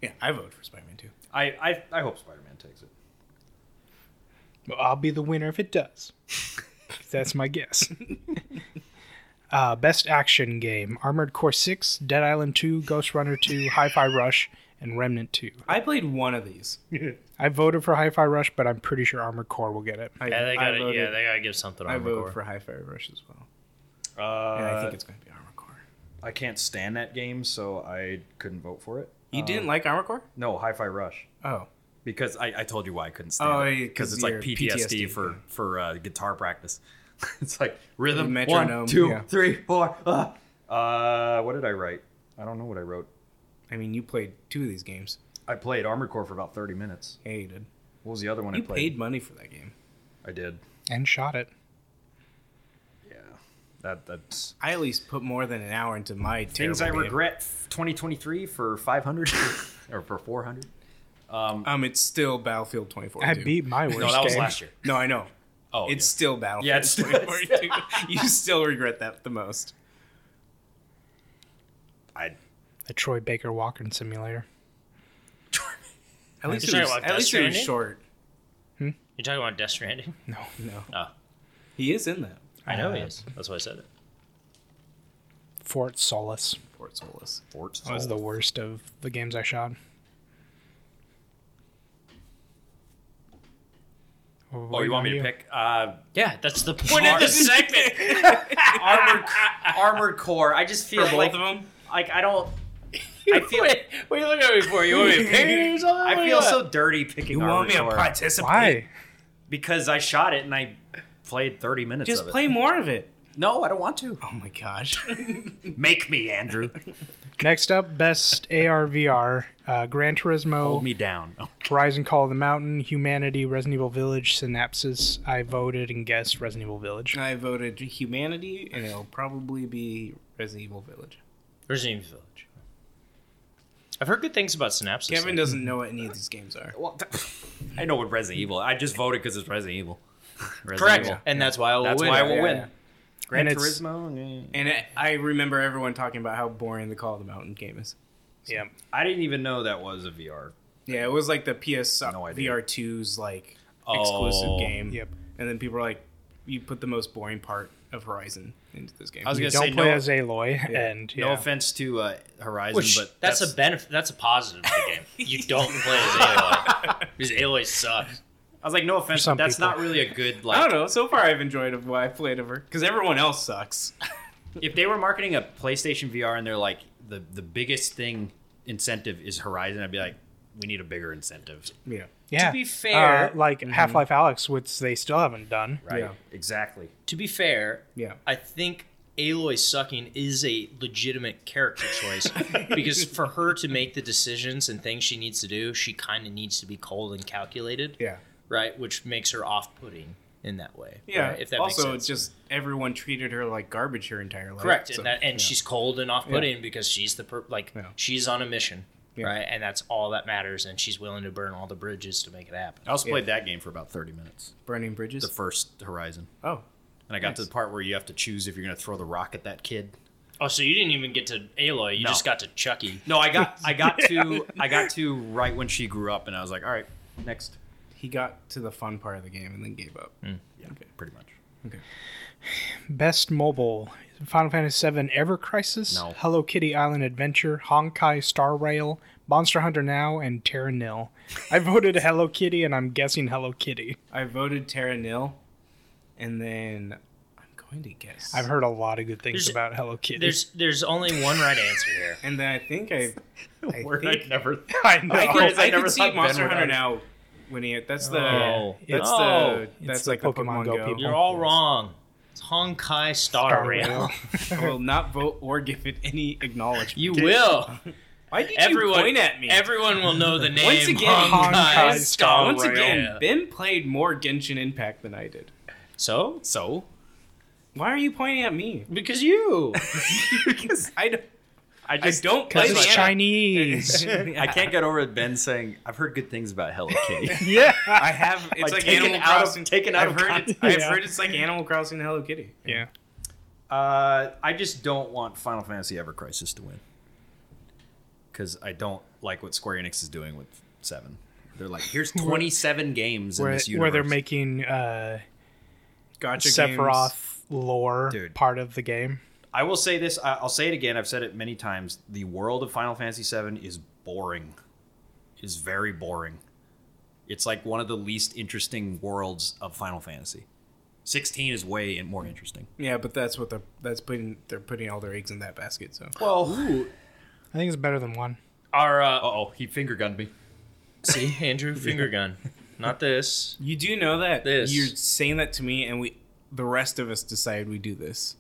Speaker 4: yeah, I vote for Spider Man too.
Speaker 2: I I, I hope Spider Man takes it.
Speaker 1: Well, I'll be the winner if it does. That's my guess. uh, best action game: Armored Core Six, Dead Island Two, Ghost Runner Two, Hi-Fi Rush, and Remnant Two.
Speaker 4: I played one of these.
Speaker 1: I voted for Hi-Fi Rush, but I'm pretty sure Armored Core will get it.
Speaker 4: I,
Speaker 3: Yeah, they
Speaker 4: I
Speaker 3: got to
Speaker 4: voted-
Speaker 3: Yeah, they got to give something on
Speaker 4: I
Speaker 3: the
Speaker 4: vote
Speaker 3: core.
Speaker 4: for High Fire Rush as well.
Speaker 2: Uh,
Speaker 4: And I
Speaker 2: I
Speaker 4: think it's going to be Armor Core.
Speaker 2: Uh, can't stand that game, so I couldn't vote for it.
Speaker 4: You didn't like Armor Core?
Speaker 2: No, Hi Fi Rush.
Speaker 4: Uh, Oh.
Speaker 2: Because I, I told you why I couldn't stand
Speaker 4: Oh,
Speaker 2: it.
Speaker 4: yeah, 'cause
Speaker 2: Because it's like
Speaker 4: your
Speaker 2: PTSD,
Speaker 4: PTSD,
Speaker 2: for
Speaker 4: yeah.
Speaker 2: for uh, guitar practice. it's like rhythm
Speaker 4: metronome,
Speaker 2: one, two,
Speaker 4: yeah.
Speaker 2: three, four. ah. Uh, what did I write? I don't know what I wrote.
Speaker 4: I mean, you played two of these games.
Speaker 2: I played Armored Core for about thirty minutes.
Speaker 4: Yeah, you did.
Speaker 2: What was the other one
Speaker 4: You
Speaker 2: I played?
Speaker 4: paid money for that game.
Speaker 2: I did.
Speaker 1: And shot it.
Speaker 2: Yeah. That that's
Speaker 4: I at least put more than an hour into my
Speaker 2: Things I
Speaker 4: terrible game.
Speaker 2: regret f- 2023 for 500 or for 400.
Speaker 4: Um, it's still Battlefield 2042.
Speaker 1: I beat my worst
Speaker 2: No, that was
Speaker 1: game.
Speaker 2: last year.
Speaker 4: No, I know.
Speaker 2: Oh,
Speaker 4: it's still Battlefield.
Speaker 2: Yeah, it's still-
Speaker 4: 2042. you still regret that the most.
Speaker 2: yeah. I,
Speaker 1: The Troy Baker walking simulator.
Speaker 4: At least,
Speaker 3: Did
Speaker 4: it
Speaker 3: you
Speaker 4: was,
Speaker 3: like
Speaker 4: at
Speaker 3: Death
Speaker 4: least it was
Speaker 3: Stranding?
Speaker 4: short.
Speaker 3: You're talking about Death Stranding?
Speaker 1: No.
Speaker 4: No,
Speaker 3: Oh,
Speaker 4: he is in that.
Speaker 3: I know he
Speaker 1: Uh,
Speaker 3: is. That's why I said it.
Speaker 1: Fort Solace
Speaker 4: Fort Solis.
Speaker 2: Fort
Speaker 1: was the worst of the games I shot.
Speaker 2: Oh, you want
Speaker 1: E.
Speaker 2: me to pick? Uh,
Speaker 3: Yeah, that's the point of the
Speaker 2: Mars.
Speaker 3: segment.
Speaker 2: armored, armored core. I just feel
Speaker 4: For
Speaker 2: like,
Speaker 4: both of them,
Speaker 2: like I don't. I feel.
Speaker 3: Wait, what are you looking at me for? You want me to pick it or something?
Speaker 1: oh,
Speaker 2: I feel so dirty picking
Speaker 4: you want
Speaker 2: armored
Speaker 4: me to
Speaker 2: core
Speaker 4: participate?
Speaker 1: Why?
Speaker 2: because I shot it and I played 30 minutes.
Speaker 4: Just
Speaker 2: of it.
Speaker 4: play more of it.
Speaker 2: No, I don't want to.
Speaker 4: Oh my gosh.
Speaker 2: Make me, Andrew.
Speaker 1: Next up, best AR/VR: uh, Gran Turismo,
Speaker 2: Hold me down. Oh.
Speaker 1: Horizon Call of the Mountain, Humanity, Resident Evil Village, Synapses. I voted and guessed Resident Evil Village.
Speaker 4: I voted humanity, and it'll probably be Resident Evil Village.
Speaker 3: Resident Evil Village. I've heard good things about Synapses.
Speaker 4: Kevin doesn't know what any of these games are.
Speaker 2: Well, I know what Resident Evil. I just voted because it's Resident Evil. Resident
Speaker 3: Correct.
Speaker 2: Evil.
Speaker 3: And that's why I will
Speaker 2: That's
Speaker 3: win.
Speaker 2: why I will
Speaker 4: Yeah,
Speaker 2: win.
Speaker 4: yeah.
Speaker 2: Gran
Speaker 1: And it's-
Speaker 2: Turismo. eh.
Speaker 4: And I- I remember everyone talking about how boring the Call of the Mountain game is.
Speaker 1: Yeah.
Speaker 2: I didn't even know that was a VR.
Speaker 4: Yeah, it was like the uh, PS
Speaker 2: No idea.
Speaker 4: VR2's like exclusive
Speaker 2: Oh.
Speaker 4: game.
Speaker 1: Yep.
Speaker 4: And then people were like, "You put the most boring part of Horizon into this game."
Speaker 2: I was
Speaker 1: You
Speaker 2: gonna
Speaker 1: don't
Speaker 2: say
Speaker 1: play
Speaker 2: no-
Speaker 1: as Aloy, and yeah.
Speaker 2: No offense to uh, Horizon,
Speaker 3: Which,
Speaker 2: but
Speaker 3: that's, a benefit. That's a positive of the game. You don't play as Aloy because Aloy sucks.
Speaker 2: I was like, no offense,
Speaker 1: some
Speaker 2: but that's
Speaker 1: people.
Speaker 2: not really a good
Speaker 4: I
Speaker 2: like.
Speaker 4: don't know. So far, I've enjoyed of what I played of her because everyone else sucks.
Speaker 2: If they were marketing a PlayStation VR and they're like the the biggest thing incentive is Horizon, I'd be like, we need a bigger incentive.
Speaker 4: Yeah.
Speaker 1: yeah.
Speaker 3: be fair-
Speaker 1: uh, like Half-Life Alex, which they still haven't done.
Speaker 2: Mm-hmm. Right.
Speaker 4: Yeah.
Speaker 2: Exactly.
Speaker 3: To be fair,
Speaker 4: Yeah.
Speaker 3: I think Aloy sucking is a legitimate character choice because for her to make the decisions and things she needs to do, she kind of needs to be cold and calculated,
Speaker 4: Yeah.
Speaker 3: right? Which makes her off-putting in that way.
Speaker 4: Yeah.
Speaker 3: right? If that
Speaker 4: also,
Speaker 3: makes sense.
Speaker 4: just everyone treated her like garbage her entire life.
Speaker 3: correct,
Speaker 4: So-
Speaker 3: and that, and
Speaker 4: yeah.
Speaker 3: she's cold and off-putting because she's the per- like
Speaker 4: Yeah.
Speaker 3: she's on a mission,
Speaker 4: Yeah.
Speaker 3: right? And that's all that matters, and she's willing to burn all the bridges to make it happen.
Speaker 2: I also played that game for about thirty minutes.
Speaker 4: burning bridges.
Speaker 2: The first Horizon,
Speaker 4: oh,
Speaker 2: and I got to
Speaker 4: Nice.
Speaker 2: the part where you have to choose if you're gonna throw the rock at that kid.
Speaker 3: Oh, so you didn't even get to Aloy; you
Speaker 2: No.
Speaker 3: just got to Chucky.
Speaker 2: No, I got I got to I got to right when she grew up, and I was like, all right, next.
Speaker 4: he got to the fun part of the game and then gave up.
Speaker 2: Yeah, pretty much.
Speaker 4: Okay.
Speaker 1: Best mobile: Final Fantasy VII Ever Crisis,
Speaker 2: No.
Speaker 1: Hello Kitty Island Adventure, Honkai Star Rail, Monster Hunter Now, and Terra Nil. I voted Hello Kitty, and I'm guessing Hello Kitty.
Speaker 4: I voted Terra Nil, and then I'm going to guess.
Speaker 1: I've heard a lot of good things
Speaker 3: There's-
Speaker 1: about Hello Kitty.
Speaker 3: There's there's only one right answer here.
Speaker 4: and then I think I. I
Speaker 2: Word
Speaker 4: think-
Speaker 2: I'd never.
Speaker 1: Oh, I know.
Speaker 4: I,
Speaker 2: Of
Speaker 4: could,
Speaker 2: course, I
Speaker 4: I,
Speaker 2: never
Speaker 4: could see
Speaker 2: thought Ben
Speaker 4: Monster
Speaker 2: would
Speaker 4: Hunter
Speaker 2: have-
Speaker 4: now. When he, that's the
Speaker 2: Oh.
Speaker 4: that's
Speaker 2: Yeah.
Speaker 4: the
Speaker 2: It's-
Speaker 4: that's
Speaker 1: it's
Speaker 4: like the Pokemon, Go, people.
Speaker 3: You're all wrong. It's Honkai Star,
Speaker 1: Star
Speaker 3: Rail.
Speaker 1: Rail.
Speaker 4: I will not vote or give it any acknowledgement.
Speaker 3: You will.
Speaker 4: Why did
Speaker 3: Everyone
Speaker 4: you point at me?
Speaker 3: Everyone will know the name.
Speaker 4: once again,
Speaker 3: Honkai,
Speaker 1: Honkai
Speaker 3: Star
Speaker 4: once
Speaker 3: Rail.
Speaker 4: again,
Speaker 3: Yeah.
Speaker 4: Ben played more Genshin Impact than I did.
Speaker 3: So
Speaker 2: So
Speaker 4: Why are you pointing at me?
Speaker 3: because you,
Speaker 4: because I don't,
Speaker 2: I
Speaker 4: I
Speaker 2: just
Speaker 4: don't play
Speaker 1: Because
Speaker 4: the
Speaker 1: it's Chinese.
Speaker 4: anime.
Speaker 2: I can't get over Ben saying I've heard good things about Hello Kitty.
Speaker 1: yeah.
Speaker 4: I have. It's like,
Speaker 2: Like, taken
Speaker 4: Animal
Speaker 2: out of-
Speaker 4: Crossing.
Speaker 2: taken out
Speaker 4: I've
Speaker 2: of
Speaker 4: heard.
Speaker 2: context.
Speaker 4: It's, I've
Speaker 1: Yeah.
Speaker 4: heard it's like Animal Crossing and Hello Kitty.
Speaker 1: Yeah.
Speaker 2: Uh, I just don't want Final Fantasy Ever Crisis to win because I don't like what Square Enix is doing with Seven. They're like, here's 27 games in
Speaker 1: Where,
Speaker 2: this universe.
Speaker 1: where they're making uh,
Speaker 4: Gotcha. games.
Speaker 1: Sephiroth lore
Speaker 2: Dude.
Speaker 1: part of the game.
Speaker 2: I will say this. I- I'll say it again. I've said it many times. The world of Final Fantasy VII is boring. Is very boring. It's like one of the least interesting worlds of Final Fantasy. 16 is way in- more interesting.
Speaker 4: Yeah, but that's what they're that's putting. They're putting all their eggs in that basket. So
Speaker 2: Well,
Speaker 1: I think it's better than one.
Speaker 3: our uh,
Speaker 2: oh, he finger gunned me.
Speaker 3: see Andrew finger gun, not this.
Speaker 4: you do know that
Speaker 3: This.
Speaker 4: you're saying that to me, and we the rest of us decide we do this.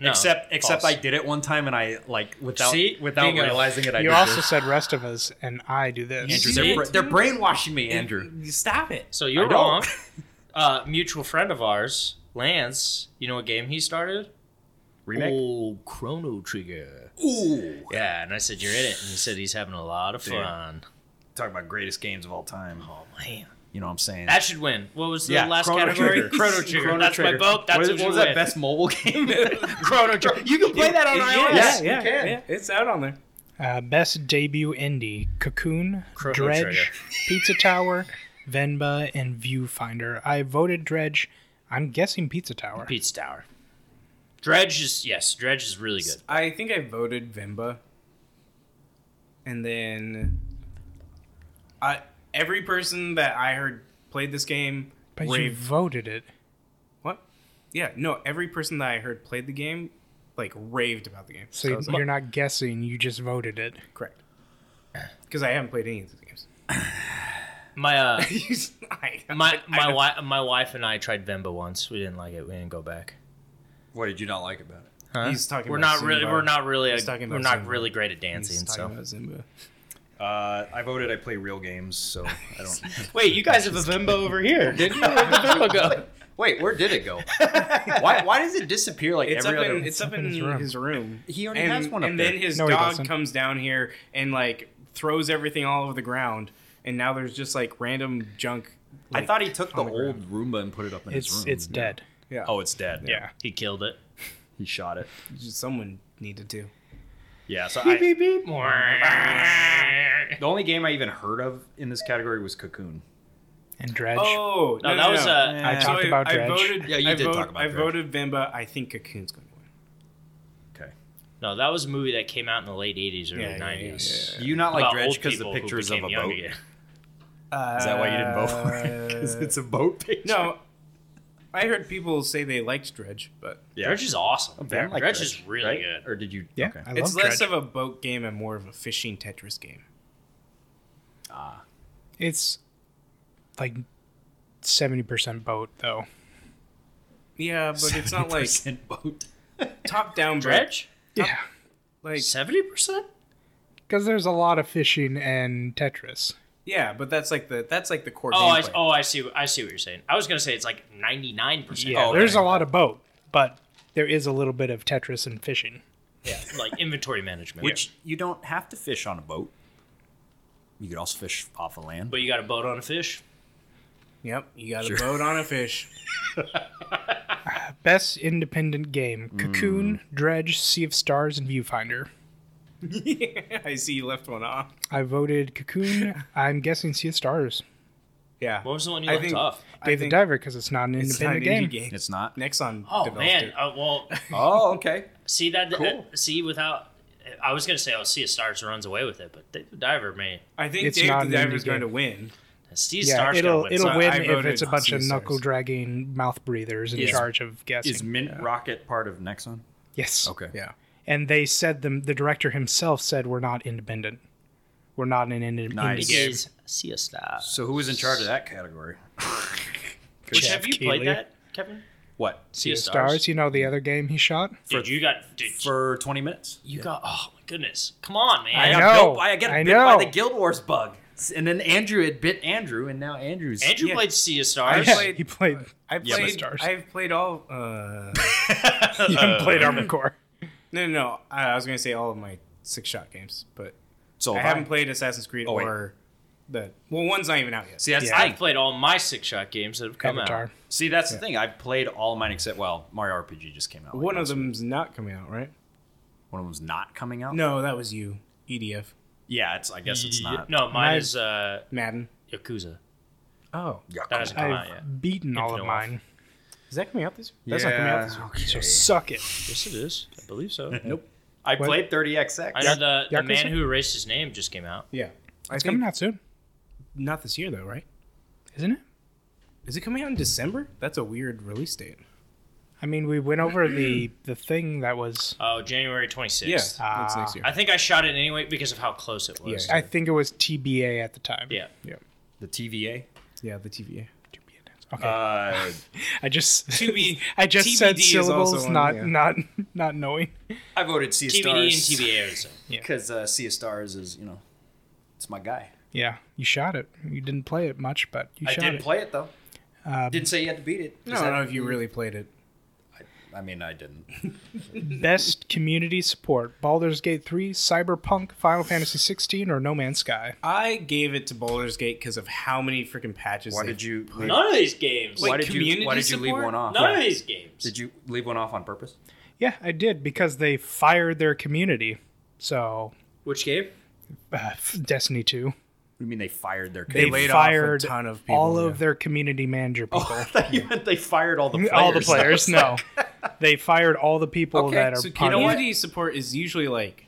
Speaker 3: No,
Speaker 2: except, except
Speaker 3: Oh, false.
Speaker 2: I did it one time, and I like without
Speaker 3: See?
Speaker 2: without
Speaker 3: Bingo.
Speaker 2: realizing it. I
Speaker 1: You
Speaker 2: did
Speaker 1: also
Speaker 2: this.
Speaker 1: said rest of us, and I do this.
Speaker 2: Andrew,
Speaker 4: See
Speaker 2: they're,
Speaker 4: it,
Speaker 2: bra-
Speaker 4: dude?
Speaker 2: they're brainwashing me, Andrew.
Speaker 4: Stop it.
Speaker 3: So you're
Speaker 2: I don't.
Speaker 3: wrong. uh, mutual friend of ours, Lance. You know what game he started?
Speaker 2: Remake.
Speaker 3: Oh, Chrono Trigger.
Speaker 2: Ooh,
Speaker 3: Yeah, and I said you're in it, and he said he's having a lot of
Speaker 2: Dude.
Speaker 3: fun.
Speaker 2: talking about greatest games of all time.
Speaker 3: Oh man,
Speaker 2: You know what I'm saying?
Speaker 3: That should win. What was the
Speaker 2: Yeah,
Speaker 3: last
Speaker 2: Chrono
Speaker 3: category?
Speaker 2: Trigger.
Speaker 3: Chrono Trigger.
Speaker 2: Chrono
Speaker 3: That's
Speaker 2: Trigger.
Speaker 3: my vote. That's
Speaker 2: what,
Speaker 3: what,
Speaker 2: is-
Speaker 3: should
Speaker 2: what was
Speaker 3: win.
Speaker 2: that best mobile game? Chrono Trigger. You can play that on
Speaker 3: it-
Speaker 2: iOS.
Speaker 3: yes.
Speaker 4: yeah,
Speaker 2: you can.
Speaker 4: yeah, it's out on there.
Speaker 1: Uh, best debut indie: Cocoon,
Speaker 3: Chrono
Speaker 1: Dredge,
Speaker 3: Trigger.
Speaker 1: Pizza Tower, Venba, and Viewfinder. I voted Dredge. I'm guessing Pizza Tower.
Speaker 3: Pizza Tower. Dredge is yes. Dredge is really good.
Speaker 4: I think I voted Vimba. And then I every person that I heard played this game
Speaker 1: but you
Speaker 4: raved
Speaker 1: voted it.
Speaker 4: what? Yeah, no, every person that I heard played the game like raved about the game.
Speaker 1: So
Speaker 4: I was like,
Speaker 1: you're not guessing. You just voted it.
Speaker 4: correct. Cuz I haven't played any of these games.
Speaker 3: My uh,
Speaker 4: I-
Speaker 3: my
Speaker 4: I-
Speaker 3: my
Speaker 4: I-
Speaker 3: wife my wife and I tried Vemba once. We didn't like it. We didn't go back.
Speaker 2: What did you not like about it?
Speaker 3: Huh?
Speaker 4: He's talking
Speaker 3: We're
Speaker 4: about
Speaker 3: not really.
Speaker 4: Zimba.
Speaker 3: We're not really.
Speaker 4: He's
Speaker 3: A,
Speaker 4: talking
Speaker 3: we're
Speaker 4: about
Speaker 3: not
Speaker 4: Zimba.
Speaker 3: really great at dancing.
Speaker 4: He's talking
Speaker 3: So
Speaker 4: about Zimba.
Speaker 2: Uh, I voted. I play real games, so I don't.
Speaker 3: wait, you guys have a Vemba over here, didn't you? Where'd the Vemba go?
Speaker 2: Wait, where did it go? why? Why does it disappear like
Speaker 4: It's up,
Speaker 2: every other?
Speaker 4: in, it's up in
Speaker 1: his
Speaker 4: his
Speaker 1: room.
Speaker 4: room.
Speaker 2: He already
Speaker 4: and,
Speaker 2: has one up
Speaker 4: And
Speaker 2: there.
Speaker 4: then his
Speaker 1: No, he doesn't.
Speaker 4: dog comes down here and like throws everything all over the ground. And now there's just like random junk.
Speaker 2: I
Speaker 4: like-
Speaker 2: thought he took the
Speaker 4: on the
Speaker 2: old Roomba and put it up in his
Speaker 1: It's
Speaker 2: room.
Speaker 1: it's dead.
Speaker 4: yeah.
Speaker 2: Oh, it's dead.
Speaker 1: Yeah.
Speaker 3: He killed it.
Speaker 2: he shot it.
Speaker 4: someone needed to.
Speaker 2: Yeah. So I,
Speaker 3: beep beep. no,
Speaker 2: the only game I even heard of in this category was Cocoon.
Speaker 1: And Dredge.
Speaker 4: Oh no,
Speaker 3: that was uh,
Speaker 1: I
Speaker 4: So
Speaker 1: talked
Speaker 4: I-
Speaker 1: about
Speaker 4: I
Speaker 1: Dredge.
Speaker 4: voted.
Speaker 2: Yeah, you
Speaker 4: I
Speaker 2: did
Speaker 4: vote-
Speaker 2: talk about
Speaker 4: I
Speaker 2: Dredge.
Speaker 4: voted Vimba. I think Cocoon's going to win.
Speaker 2: Okay.
Speaker 3: no, that was a movie that came out in the late '80s, early
Speaker 4: Yeah, yeah, yeah,
Speaker 3: '90s.
Speaker 4: yeah,
Speaker 2: Do you not like
Speaker 3: About
Speaker 2: Dredge
Speaker 3: old
Speaker 2: because the
Speaker 3: people who
Speaker 2: pictures of a
Speaker 3: became
Speaker 2: boat?
Speaker 3: young again.
Speaker 2: Is that why you didn't vote for it? Because it's a boat picture.
Speaker 4: Uh, no. I heard people say they liked Dredge, but
Speaker 2: Yeah.
Speaker 3: Dredge is awesome.
Speaker 2: Damn, like
Speaker 3: Dredge is really
Speaker 2: right?
Speaker 3: good.
Speaker 2: Or did you?
Speaker 1: yeah,
Speaker 2: Okay.
Speaker 1: I love
Speaker 4: it's
Speaker 1: Dredge.
Speaker 4: less of a boat game and more of a fishing Tetris game.
Speaker 1: it's like seventy percent boat though.
Speaker 4: Yeah, but it's not like
Speaker 2: 70% boat.
Speaker 4: top down
Speaker 3: Dredge,
Speaker 1: Yeah,
Speaker 4: Like
Speaker 3: seventy percent.
Speaker 1: because Uh, there's a lot of fishing and Tetris.
Speaker 4: yeah, but that's like the that's like the core.
Speaker 3: Oh, I,
Speaker 4: gameplay.
Speaker 3: oh, I see. I see what you're saying. I was gonna say it's like ninety nine percent.
Speaker 4: Oh,
Speaker 1: Yeah, Oh, there's a lot of boat, but there is a little bit of Tetris and fishing.
Speaker 3: like inventory management.
Speaker 2: Which you don't have to fish on a boat. You could also fish off of land.
Speaker 3: but you got a boat on a fish.
Speaker 4: Yep, you got
Speaker 2: Sure.
Speaker 4: a boat on a fish.
Speaker 1: Best independent game:
Speaker 4: Hmm.
Speaker 1: Cocoon, Dredge, Sea of Stars, and Viewfinder.
Speaker 4: I see you left one off.
Speaker 1: I voted Cocoon. I'm guessing Sea of Stars.
Speaker 4: Yeah,
Speaker 3: What was the one you
Speaker 4: I
Speaker 3: left
Speaker 4: think-
Speaker 3: off?
Speaker 4: I
Speaker 1: Dave the
Speaker 4: think
Speaker 1: Diver, because it's not an
Speaker 4: it's not
Speaker 1: independent
Speaker 4: an indie
Speaker 1: game.
Speaker 4: game.
Speaker 2: it's not.
Speaker 4: Nexon.
Speaker 3: Oh
Speaker 4: developed
Speaker 3: man.
Speaker 4: it.
Speaker 3: Uh, well,
Speaker 2: Oh, okay.
Speaker 3: see that.
Speaker 2: Cool.
Speaker 3: uh, see without. I was gonna say, oh, Sea of Stars runs away with it, but Dave the Diver, man,
Speaker 4: I think
Speaker 1: It's
Speaker 4: Dave
Speaker 1: not
Speaker 4: the
Speaker 1: an
Speaker 4: Diver is
Speaker 1: indie
Speaker 4: going
Speaker 1: game.
Speaker 4: to win.
Speaker 3: Sea of
Speaker 1: Yeah,
Speaker 3: Stars gonna
Speaker 1: it'll
Speaker 3: win
Speaker 1: it'll
Speaker 3: some.
Speaker 1: win
Speaker 4: I
Speaker 1: if
Speaker 4: voted
Speaker 1: it's a bunch
Speaker 4: Sea
Speaker 1: of
Speaker 4: of Stars.
Speaker 1: knuckle dragging mouth breathers in
Speaker 2: Is-
Speaker 1: charge of guessing.
Speaker 2: Is Mint Rocket part of Nexon?
Speaker 1: yes.
Speaker 2: Okay.
Speaker 4: Yeah,
Speaker 1: And they said them. The director himself said we're not independent. We're not an ind-
Speaker 2: Nice.
Speaker 1: indie
Speaker 3: It
Speaker 1: game.
Speaker 3: is Sea of Stars.
Speaker 2: So who was in charge of that category?
Speaker 3: Which
Speaker 1: Jeff
Speaker 3: have you
Speaker 1: Keighley.
Speaker 3: played that, Kevin?
Speaker 2: What?
Speaker 1: Sea of Stars. You know the other game he shot.
Speaker 3: Dude, you got. Dude,
Speaker 2: For 20 minutes.
Speaker 3: you got. Oh my goodness! Come on, man.
Speaker 1: I
Speaker 2: got
Speaker 1: know,
Speaker 2: Bit, I got
Speaker 1: I
Speaker 2: bit by
Speaker 1: know.
Speaker 2: the Guild Wars bug. And then Andrew had bit Andrew, and now Andrew's.
Speaker 3: Andrew
Speaker 4: Yeah.
Speaker 3: played Sea of
Speaker 4: I
Speaker 3: Stars.
Speaker 1: Yeah,
Speaker 4: played-
Speaker 1: he played.
Speaker 4: I
Speaker 2: Yeah, but
Speaker 4: played.
Speaker 1: Stars.
Speaker 4: I've played all. Uh,
Speaker 1: He hadn't played Armored Core.
Speaker 4: no, no, no. I, I was going to say all of my six shot games, but
Speaker 2: so
Speaker 4: I haven't played Assassin's Creed
Speaker 2: Oh, wait.
Speaker 4: or the. Well, one's not even out yet.
Speaker 2: See, that's
Speaker 1: Yeah.
Speaker 2: the
Speaker 3: I
Speaker 2: thing.
Speaker 3: played all my six shot games that have come
Speaker 1: Avatar.
Speaker 3: out.
Speaker 2: See, that's the thing. I've played all mine except well, Mario RPG just came out. like
Speaker 4: One of
Speaker 2: last week.
Speaker 4: them's not coming out, right?
Speaker 2: One of them's not coming out.
Speaker 4: No, that was you. E EDF
Speaker 2: Yeah, it's. I guess it's
Speaker 3: Y-
Speaker 2: not.
Speaker 3: No, mine
Speaker 1: Mine-
Speaker 3: is uh,
Speaker 4: Madden.
Speaker 3: Yakuza.
Speaker 4: Oh,
Speaker 2: Yuck.
Speaker 3: That hasn't come out yet.
Speaker 1: I've beaten all of
Speaker 3: Infinite
Speaker 1: mine.
Speaker 4: is that coming out this?
Speaker 2: Yeah.
Speaker 4: That's not coming out this.
Speaker 1: So suck it.
Speaker 3: Yes, it is. I believe so.
Speaker 2: Nope. I
Speaker 1: What?
Speaker 2: played 30XX.
Speaker 3: I know the, the
Speaker 1: Yakuza?
Speaker 3: man who erased his name just came out.
Speaker 4: Yeah, I
Speaker 1: It's
Speaker 4: think
Speaker 1: coming out soon,
Speaker 4: not this year though, right?
Speaker 1: isn't it?
Speaker 4: Is it coming out in December? That's a weird release date.
Speaker 1: I mean, we went over the the thing that was.
Speaker 3: Oh, January 26th.
Speaker 4: Yeah, it's
Speaker 1: Ah.
Speaker 4: next year.
Speaker 3: I think I shot it anyway because of how close it was.
Speaker 4: Yeah.
Speaker 1: I think it was TBA at the time.
Speaker 3: Yeah.
Speaker 2: The TVA.
Speaker 4: Yeah, the TVA.
Speaker 1: Okay.
Speaker 2: Uh,
Speaker 1: I just
Speaker 4: TB
Speaker 1: I just
Speaker 4: TBD
Speaker 1: said
Speaker 4: is
Speaker 1: syllables,
Speaker 4: also on,
Speaker 1: not
Speaker 4: yeah.
Speaker 1: not not knowing.
Speaker 2: I voted Sea of
Speaker 3: TBD
Speaker 2: Stars.
Speaker 3: and TBA are the same.
Speaker 2: Because uh, Sea of Stars is, you know, it's my guy.
Speaker 1: Yeah, you shot it. You didn't play it much, but you
Speaker 2: I
Speaker 1: shot
Speaker 2: did
Speaker 1: it.
Speaker 2: play it, though.
Speaker 1: Um,
Speaker 2: Didn't say you had to beat it.
Speaker 4: No, I don't know if you really played it.
Speaker 2: I mean, I didn't.
Speaker 1: Best community support: Baldur's Gate 3, Cyberpunk, Final Fantasy 16, or No Man's Sky.
Speaker 4: I gave it to Baldur's Gate because of how many freaking patches.
Speaker 2: Why
Speaker 4: they-
Speaker 2: did you? Leave,
Speaker 3: None of these games.
Speaker 2: why
Speaker 4: Wait,
Speaker 2: did you?
Speaker 4: community
Speaker 2: Why did you leave
Speaker 4: support?
Speaker 2: one off?
Speaker 3: None of these games.
Speaker 2: Did you leave one off on purpose?
Speaker 1: Yeah, I did because they fired their community. So,
Speaker 3: Which game?
Speaker 1: uh, Destiny 2.
Speaker 2: You mean they fired their?
Speaker 1: They,
Speaker 2: coach?
Speaker 4: laid off a
Speaker 1: fired
Speaker 4: ton of people,
Speaker 1: all of
Speaker 4: yeah. Oh,
Speaker 1: their community manager people.
Speaker 2: I thought you meant they fired all the players.
Speaker 1: all the
Speaker 2: I was
Speaker 1: players. No, they fired all the people
Speaker 4: Okay,
Speaker 1: that are
Speaker 4: so
Speaker 1: part of it.
Speaker 4: community support is usually like,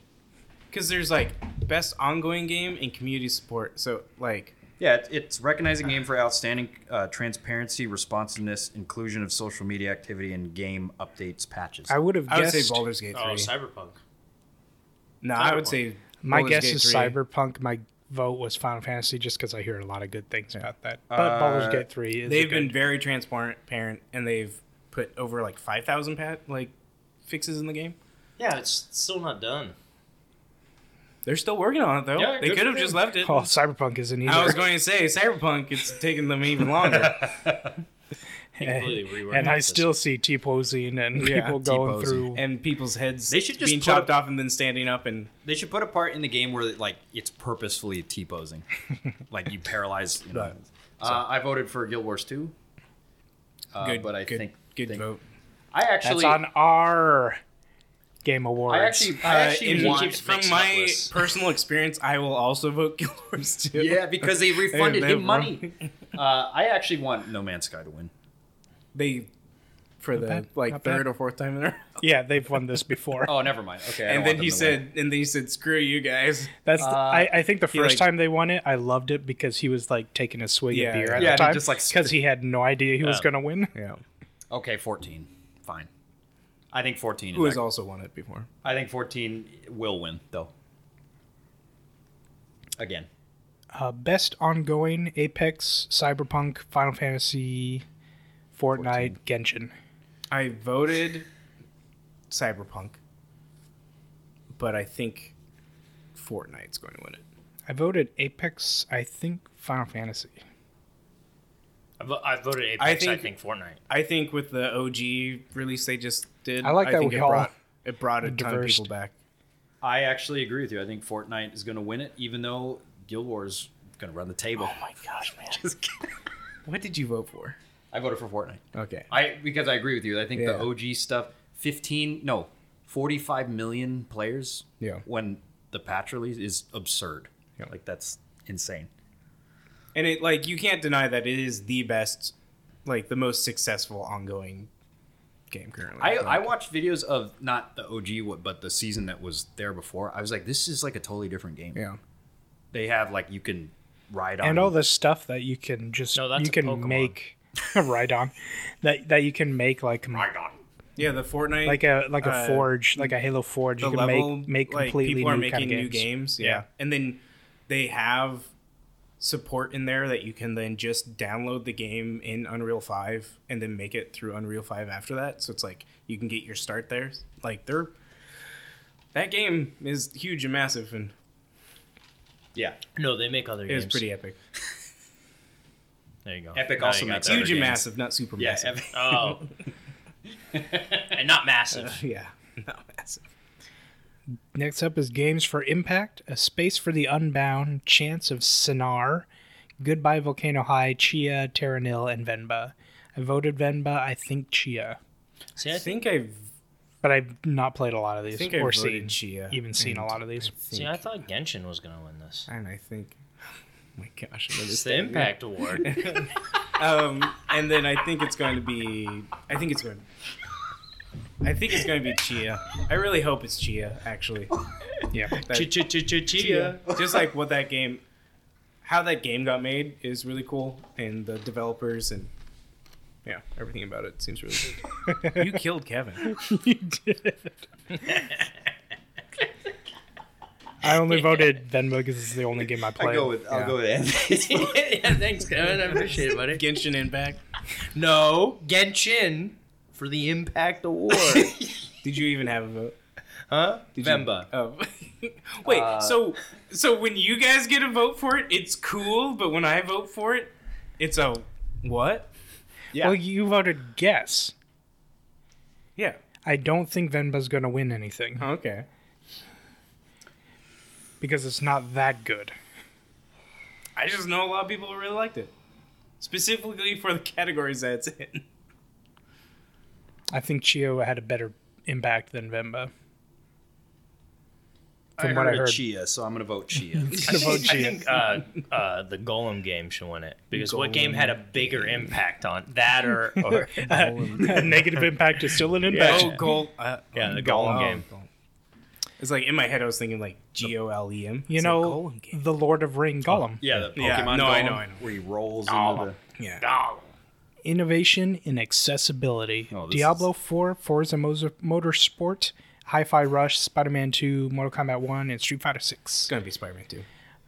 Speaker 4: because there's like best ongoing game and community support. So like,
Speaker 2: Yeah, it- it's recognizing game for outstanding uh, transparency, responsiveness, inclusion of social media activity, and game updates patches.
Speaker 1: I would have
Speaker 4: I would
Speaker 1: guessed.
Speaker 4: say Baldur's Gate
Speaker 3: Oh,
Speaker 4: three.
Speaker 3: Cyberpunk.
Speaker 4: no, I would say
Speaker 1: my
Speaker 4: Baldur's
Speaker 1: guess
Speaker 4: Gate
Speaker 1: is
Speaker 4: 3.
Speaker 1: Cyberpunk. My vote was Final Fantasy, just because I hear a lot of good things about that. But
Speaker 2: Uh,
Speaker 1: Baldur's Gate Three is. a
Speaker 4: They've
Speaker 1: good-
Speaker 4: been very transparent, parent, and they've put over like five thousand pat like fixes in the game.
Speaker 3: Yeah, it's still not done.
Speaker 4: They're still working on it though.
Speaker 3: Yeah,
Speaker 4: they
Speaker 3: good
Speaker 4: could have
Speaker 3: for
Speaker 4: just
Speaker 3: them.
Speaker 4: left it.
Speaker 1: Oh, Cyberpunk isn't either.
Speaker 4: I was going to say Cyberpunk. It's taking them even longer.
Speaker 3: They completely reworked
Speaker 1: and I
Speaker 3: the system.
Speaker 1: still see T posing and
Speaker 4: Yeah,
Speaker 1: people going
Speaker 2: T-posing.
Speaker 1: through.
Speaker 4: and people's heads
Speaker 2: They should just
Speaker 4: being
Speaker 2: put
Speaker 4: chopped
Speaker 2: up-
Speaker 4: off and then standing up and
Speaker 2: They should put a part in the game where like it's purposefully t-posing, like you paralyze. You know.
Speaker 4: Right.
Speaker 2: uh, I voted for Guild Wars Two, uh,
Speaker 4: good.
Speaker 2: but I
Speaker 4: good,
Speaker 2: think
Speaker 4: good
Speaker 2: think-
Speaker 4: vote.
Speaker 2: I
Speaker 1: That's
Speaker 2: actually,
Speaker 1: on our Game Awards.
Speaker 2: I actually, I actually
Speaker 4: Uh,
Speaker 2: want
Speaker 4: in-
Speaker 2: to
Speaker 4: from
Speaker 2: mix it up
Speaker 4: my
Speaker 2: lists.
Speaker 4: personal experience, I will also vote Guild Wars 2.
Speaker 2: yeah, because they refunded
Speaker 4: they
Speaker 2: him
Speaker 4: were-
Speaker 2: money. Uh, I actually want No Man's Sky to win.
Speaker 4: they for the
Speaker 1: bad,
Speaker 4: like
Speaker 1: not
Speaker 4: third
Speaker 1: bad.
Speaker 4: or fourth time in a row.
Speaker 1: yeah, they've won this before.
Speaker 2: Oh, never mind. Okay, I don't
Speaker 4: And
Speaker 2: want
Speaker 4: then
Speaker 2: them
Speaker 4: he
Speaker 2: to win.
Speaker 4: said, and then he said, "Screw you guys."
Speaker 1: That's the,
Speaker 2: Uh,
Speaker 1: I, I think the
Speaker 4: he,
Speaker 1: first
Speaker 4: like-
Speaker 1: time they won it, I loved it because he was like taking a swig
Speaker 4: Yeah,
Speaker 1: of beer at
Speaker 2: yeah,
Speaker 1: the
Speaker 2: and he
Speaker 1: time,
Speaker 2: just, like, Oh. spit-
Speaker 1: because he had no idea he was
Speaker 3: Yeah.
Speaker 1: going to win.
Speaker 4: Yeah,
Speaker 2: "Okay, 14, fine." I think 14 is
Speaker 4: who has
Speaker 2: ac-
Speaker 4: also won it before.
Speaker 2: I think 14 will win, though. Again.
Speaker 1: Uh, best ongoing: Apex, Cyberpunk, Final Fantasy, Fortnite, Genshin.
Speaker 4: I voted Cyberpunk, but I think Fortnite's going to win it.
Speaker 1: I voted Apex. I think Final Fantasy.
Speaker 3: I, vo- I voted Apex.
Speaker 4: I
Speaker 3: I
Speaker 4: think-
Speaker 3: think, Fortnite.
Speaker 4: I think with the OG release they just did,
Speaker 1: I like that
Speaker 4: think
Speaker 1: we
Speaker 4: it
Speaker 1: all
Speaker 4: brought it brought a ton of
Speaker 1: diversed.
Speaker 4: people back.
Speaker 2: I actually agree with you. I think Fortnite is going to win it, even though Guild Wars going to run the table.
Speaker 4: my gosh, man! What did you vote for?
Speaker 2: I voted for Fortnite.
Speaker 4: Okay,
Speaker 2: I Because I agree with you. I think
Speaker 4: Yeah.
Speaker 2: the OG stuff, 15, no, 45 million players
Speaker 4: Yeah.
Speaker 2: when the patch release is absurd.
Speaker 4: Yeah.
Speaker 2: Like, that's insane.
Speaker 4: and it like you can't deny that it is the best, like the most successful ongoing game currently.
Speaker 2: I,
Speaker 4: Like,
Speaker 2: I watched videos of not the OG, one, but the season that was there before. I was like, this is like a totally different game.
Speaker 4: yeah.
Speaker 2: They have, like, you can ride on
Speaker 1: and all the stuff that you can just
Speaker 3: No, that's
Speaker 1: you
Speaker 3: a
Speaker 1: can
Speaker 3: Pokemon.
Speaker 1: make right on that that you can make like m-
Speaker 2: on.
Speaker 4: Yeah, the Fortnite
Speaker 1: like a like a
Speaker 4: uh,
Speaker 1: forge like a Halo forge
Speaker 4: the
Speaker 1: you can
Speaker 4: level
Speaker 1: make make
Speaker 4: like,
Speaker 1: completely
Speaker 4: people are
Speaker 1: new
Speaker 4: making
Speaker 1: kind of
Speaker 4: new
Speaker 1: games.
Speaker 4: games. Yeah.
Speaker 1: Yeah.
Speaker 4: and then they have support in there that you can then just download the game in Unreal Five and then make it through Unreal Five after that. So it's like you can get your start there. Like they're that game is huge and massive and
Speaker 2: Yeah.
Speaker 3: No, they make other
Speaker 4: it
Speaker 3: games.
Speaker 4: was pretty epic.
Speaker 3: There you go.
Speaker 2: Epic
Speaker 3: Now
Speaker 2: also
Speaker 3: you got
Speaker 2: makes
Speaker 3: that.
Speaker 2: other
Speaker 4: Huge and
Speaker 2: games.
Speaker 4: massive, not super
Speaker 2: Yeah.
Speaker 4: massive.
Speaker 2: ev-
Speaker 3: Oh. and not massive.
Speaker 4: yeah, not massive.
Speaker 1: Next up is Games for Impact, A Space for the Unbound, Chance of Sinar, Goodbye Volcano High, Chia, Terranil, and Venba. I voted Venba, I think Chia.
Speaker 3: See,
Speaker 4: I
Speaker 3: I think.
Speaker 4: think I've
Speaker 1: But I've not played a lot of these
Speaker 4: I think I
Speaker 1: or
Speaker 4: voted
Speaker 1: seen
Speaker 4: Chia
Speaker 1: even seen a
Speaker 4: and
Speaker 1: lot of these.
Speaker 3: See, I thought Genshin was gonna win this.
Speaker 4: and I think. Oh my gosh!
Speaker 3: It's
Speaker 4: I noticed
Speaker 3: the
Speaker 4: that. Yeah.
Speaker 3: Impact Award.
Speaker 4: um, and then I think it's going to be. I think it's going. I think it's going to be Chia. I really hope it's Chia. Actually,
Speaker 1: Yeah.
Speaker 3: Chia.
Speaker 4: just like what that game, how that game got made is really cool, and the developers and yeah, everything about it seems really good. you killed Kevin.
Speaker 1: you did it. I only voted Venba because it's the only game I played.
Speaker 4: Yeah.
Speaker 2: with Anthony.
Speaker 3: yeah, thanks, Kevin. I appreciate it, buddy.
Speaker 4: Genshin Impact.
Speaker 3: No, Genshin for the Impact Award.
Speaker 4: Did you even have a vote?
Speaker 3: huh?
Speaker 4: Did you-
Speaker 2: Venba.
Speaker 4: Oh. Wait,
Speaker 2: Uh,
Speaker 4: so so when you guys get a vote for it, it's cool, but when I vote for it, it's a what?
Speaker 2: yeah.
Speaker 1: Well, you voted Guess.
Speaker 4: Yeah. Oh,
Speaker 1: I don't think Venba's going to win anything
Speaker 4: Okay.
Speaker 1: because it's not that good.
Speaker 4: I just know a lot of people who really liked it, specifically for the categories that it's in.
Speaker 1: I think Chio had a better impact than Venba. From what I heard,
Speaker 2: Chia, so I'm gonna vote Chia.
Speaker 3: I
Speaker 1: vote
Speaker 3: think, I
Speaker 1: Gia.
Speaker 3: think uh, uh, the Golem game should win it because what
Speaker 1: Golem
Speaker 3: game had a bigger impact on that or, or
Speaker 1: a negative impact is still an impact.
Speaker 4: Oh, goal. Uh,
Speaker 3: yeah the Golem
Speaker 4: oh,
Speaker 3: game?
Speaker 4: goal. It's like in my head, I was thinking like G O L E M.
Speaker 1: you
Speaker 4: It's a
Speaker 1: know,
Speaker 4: Golem game. Oh.
Speaker 1: the Lord of Ring Golem.
Speaker 2: yeah, the Pokemon.
Speaker 4: Yeah, no, I
Speaker 2: Golem,
Speaker 4: know, I know.
Speaker 2: Where he rolls
Speaker 3: Oh.
Speaker 2: into the.
Speaker 4: Yeah.
Speaker 1: Innovation in accessibility.
Speaker 2: Oh, this
Speaker 1: Diablo 4, Forza Moser- Motorsport, Hi-Fi Rush, Spider-Man 2, Mortal Kombat 1, and Street Fighter 6.
Speaker 4: It's gonna be Spider Man 2.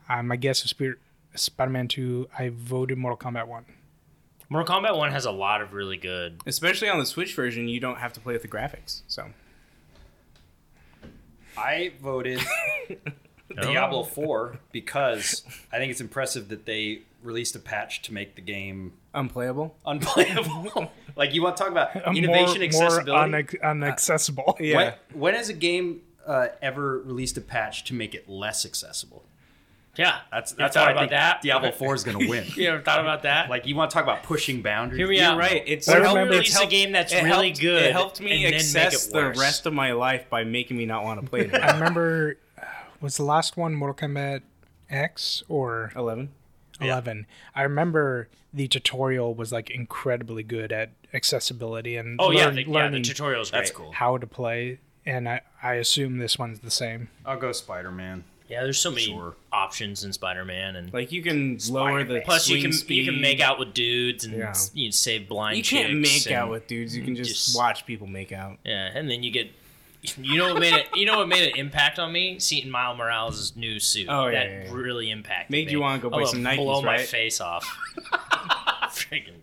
Speaker 1: Uh, my guess is Spirit- Spider-Man 2. I voted Mortal Kombat 1.
Speaker 3: Mortal Kombat One has a lot of really good.
Speaker 4: Especially on the Switch version, you don't have to play with the graphics. So
Speaker 2: I voted Diablo Four because I think it's impressive that they released a patch to make the game
Speaker 4: unplayable.
Speaker 2: unplayable. like you want to talk about
Speaker 1: Uh,
Speaker 2: innovation,
Speaker 1: more,
Speaker 2: accessibility.
Speaker 1: More unac- unaccessible.
Speaker 4: Yeah.
Speaker 2: When, when has a game uh, ever released a patch to make it less accessible?
Speaker 3: Yeah,
Speaker 2: That's
Speaker 3: You
Speaker 2: that's
Speaker 3: thought
Speaker 2: how I
Speaker 3: about
Speaker 2: think
Speaker 3: that?
Speaker 2: Diablo Four is gonna win.
Speaker 3: You ever thought about that?
Speaker 2: Like you want to talk about pushing boundaries?
Speaker 3: Hear me
Speaker 4: You're
Speaker 3: out.
Speaker 4: right. It's
Speaker 1: I
Speaker 3: Or
Speaker 1: remember
Speaker 3: release
Speaker 4: it's helped-
Speaker 3: a game that's
Speaker 4: it
Speaker 3: really
Speaker 4: helped-
Speaker 3: good.
Speaker 4: It helped me
Speaker 3: and then make
Speaker 4: access
Speaker 3: it
Speaker 4: the
Speaker 3: worse.
Speaker 4: rest of my life by making me not want to play it.
Speaker 1: I
Speaker 4: anymore.
Speaker 1: remember, uh, was the last one Mortal Kombat X or
Speaker 3: Oh,
Speaker 4: Eleven.
Speaker 1: 11? I remember the tutorial was like incredibly good at accessibility and
Speaker 3: Oh yeah,
Speaker 1: learn-
Speaker 3: the, yeah, the
Speaker 1: learning
Speaker 3: tutorial's great.
Speaker 2: That's cool.
Speaker 1: how to play. And I, I assume this one's the same.
Speaker 2: I'll go Spider Man.
Speaker 3: Yeah, there's so many
Speaker 2: Sure.
Speaker 3: options in Spider-Man, and
Speaker 4: Like you can lower the
Speaker 3: plus you
Speaker 4: swing
Speaker 3: can
Speaker 4: speed.
Speaker 3: you can make out with dudes and
Speaker 4: Yeah.
Speaker 3: you can save blind.
Speaker 4: You can't
Speaker 3: chicks
Speaker 4: make out
Speaker 3: and-
Speaker 4: with dudes. You can just,
Speaker 3: just-
Speaker 4: watch people make out.
Speaker 3: Yeah, and then you get. You know what made it? You know what made an impact on me? Seeing Miles Morales' new suit.
Speaker 4: Oh, yeah,
Speaker 3: that
Speaker 4: yeah, yeah.
Speaker 3: really impacted.
Speaker 4: Made
Speaker 3: me.
Speaker 4: you wanna go buy
Speaker 3: Although
Speaker 4: some Nikes,
Speaker 3: Blow my
Speaker 4: right?
Speaker 3: face off. Freaking!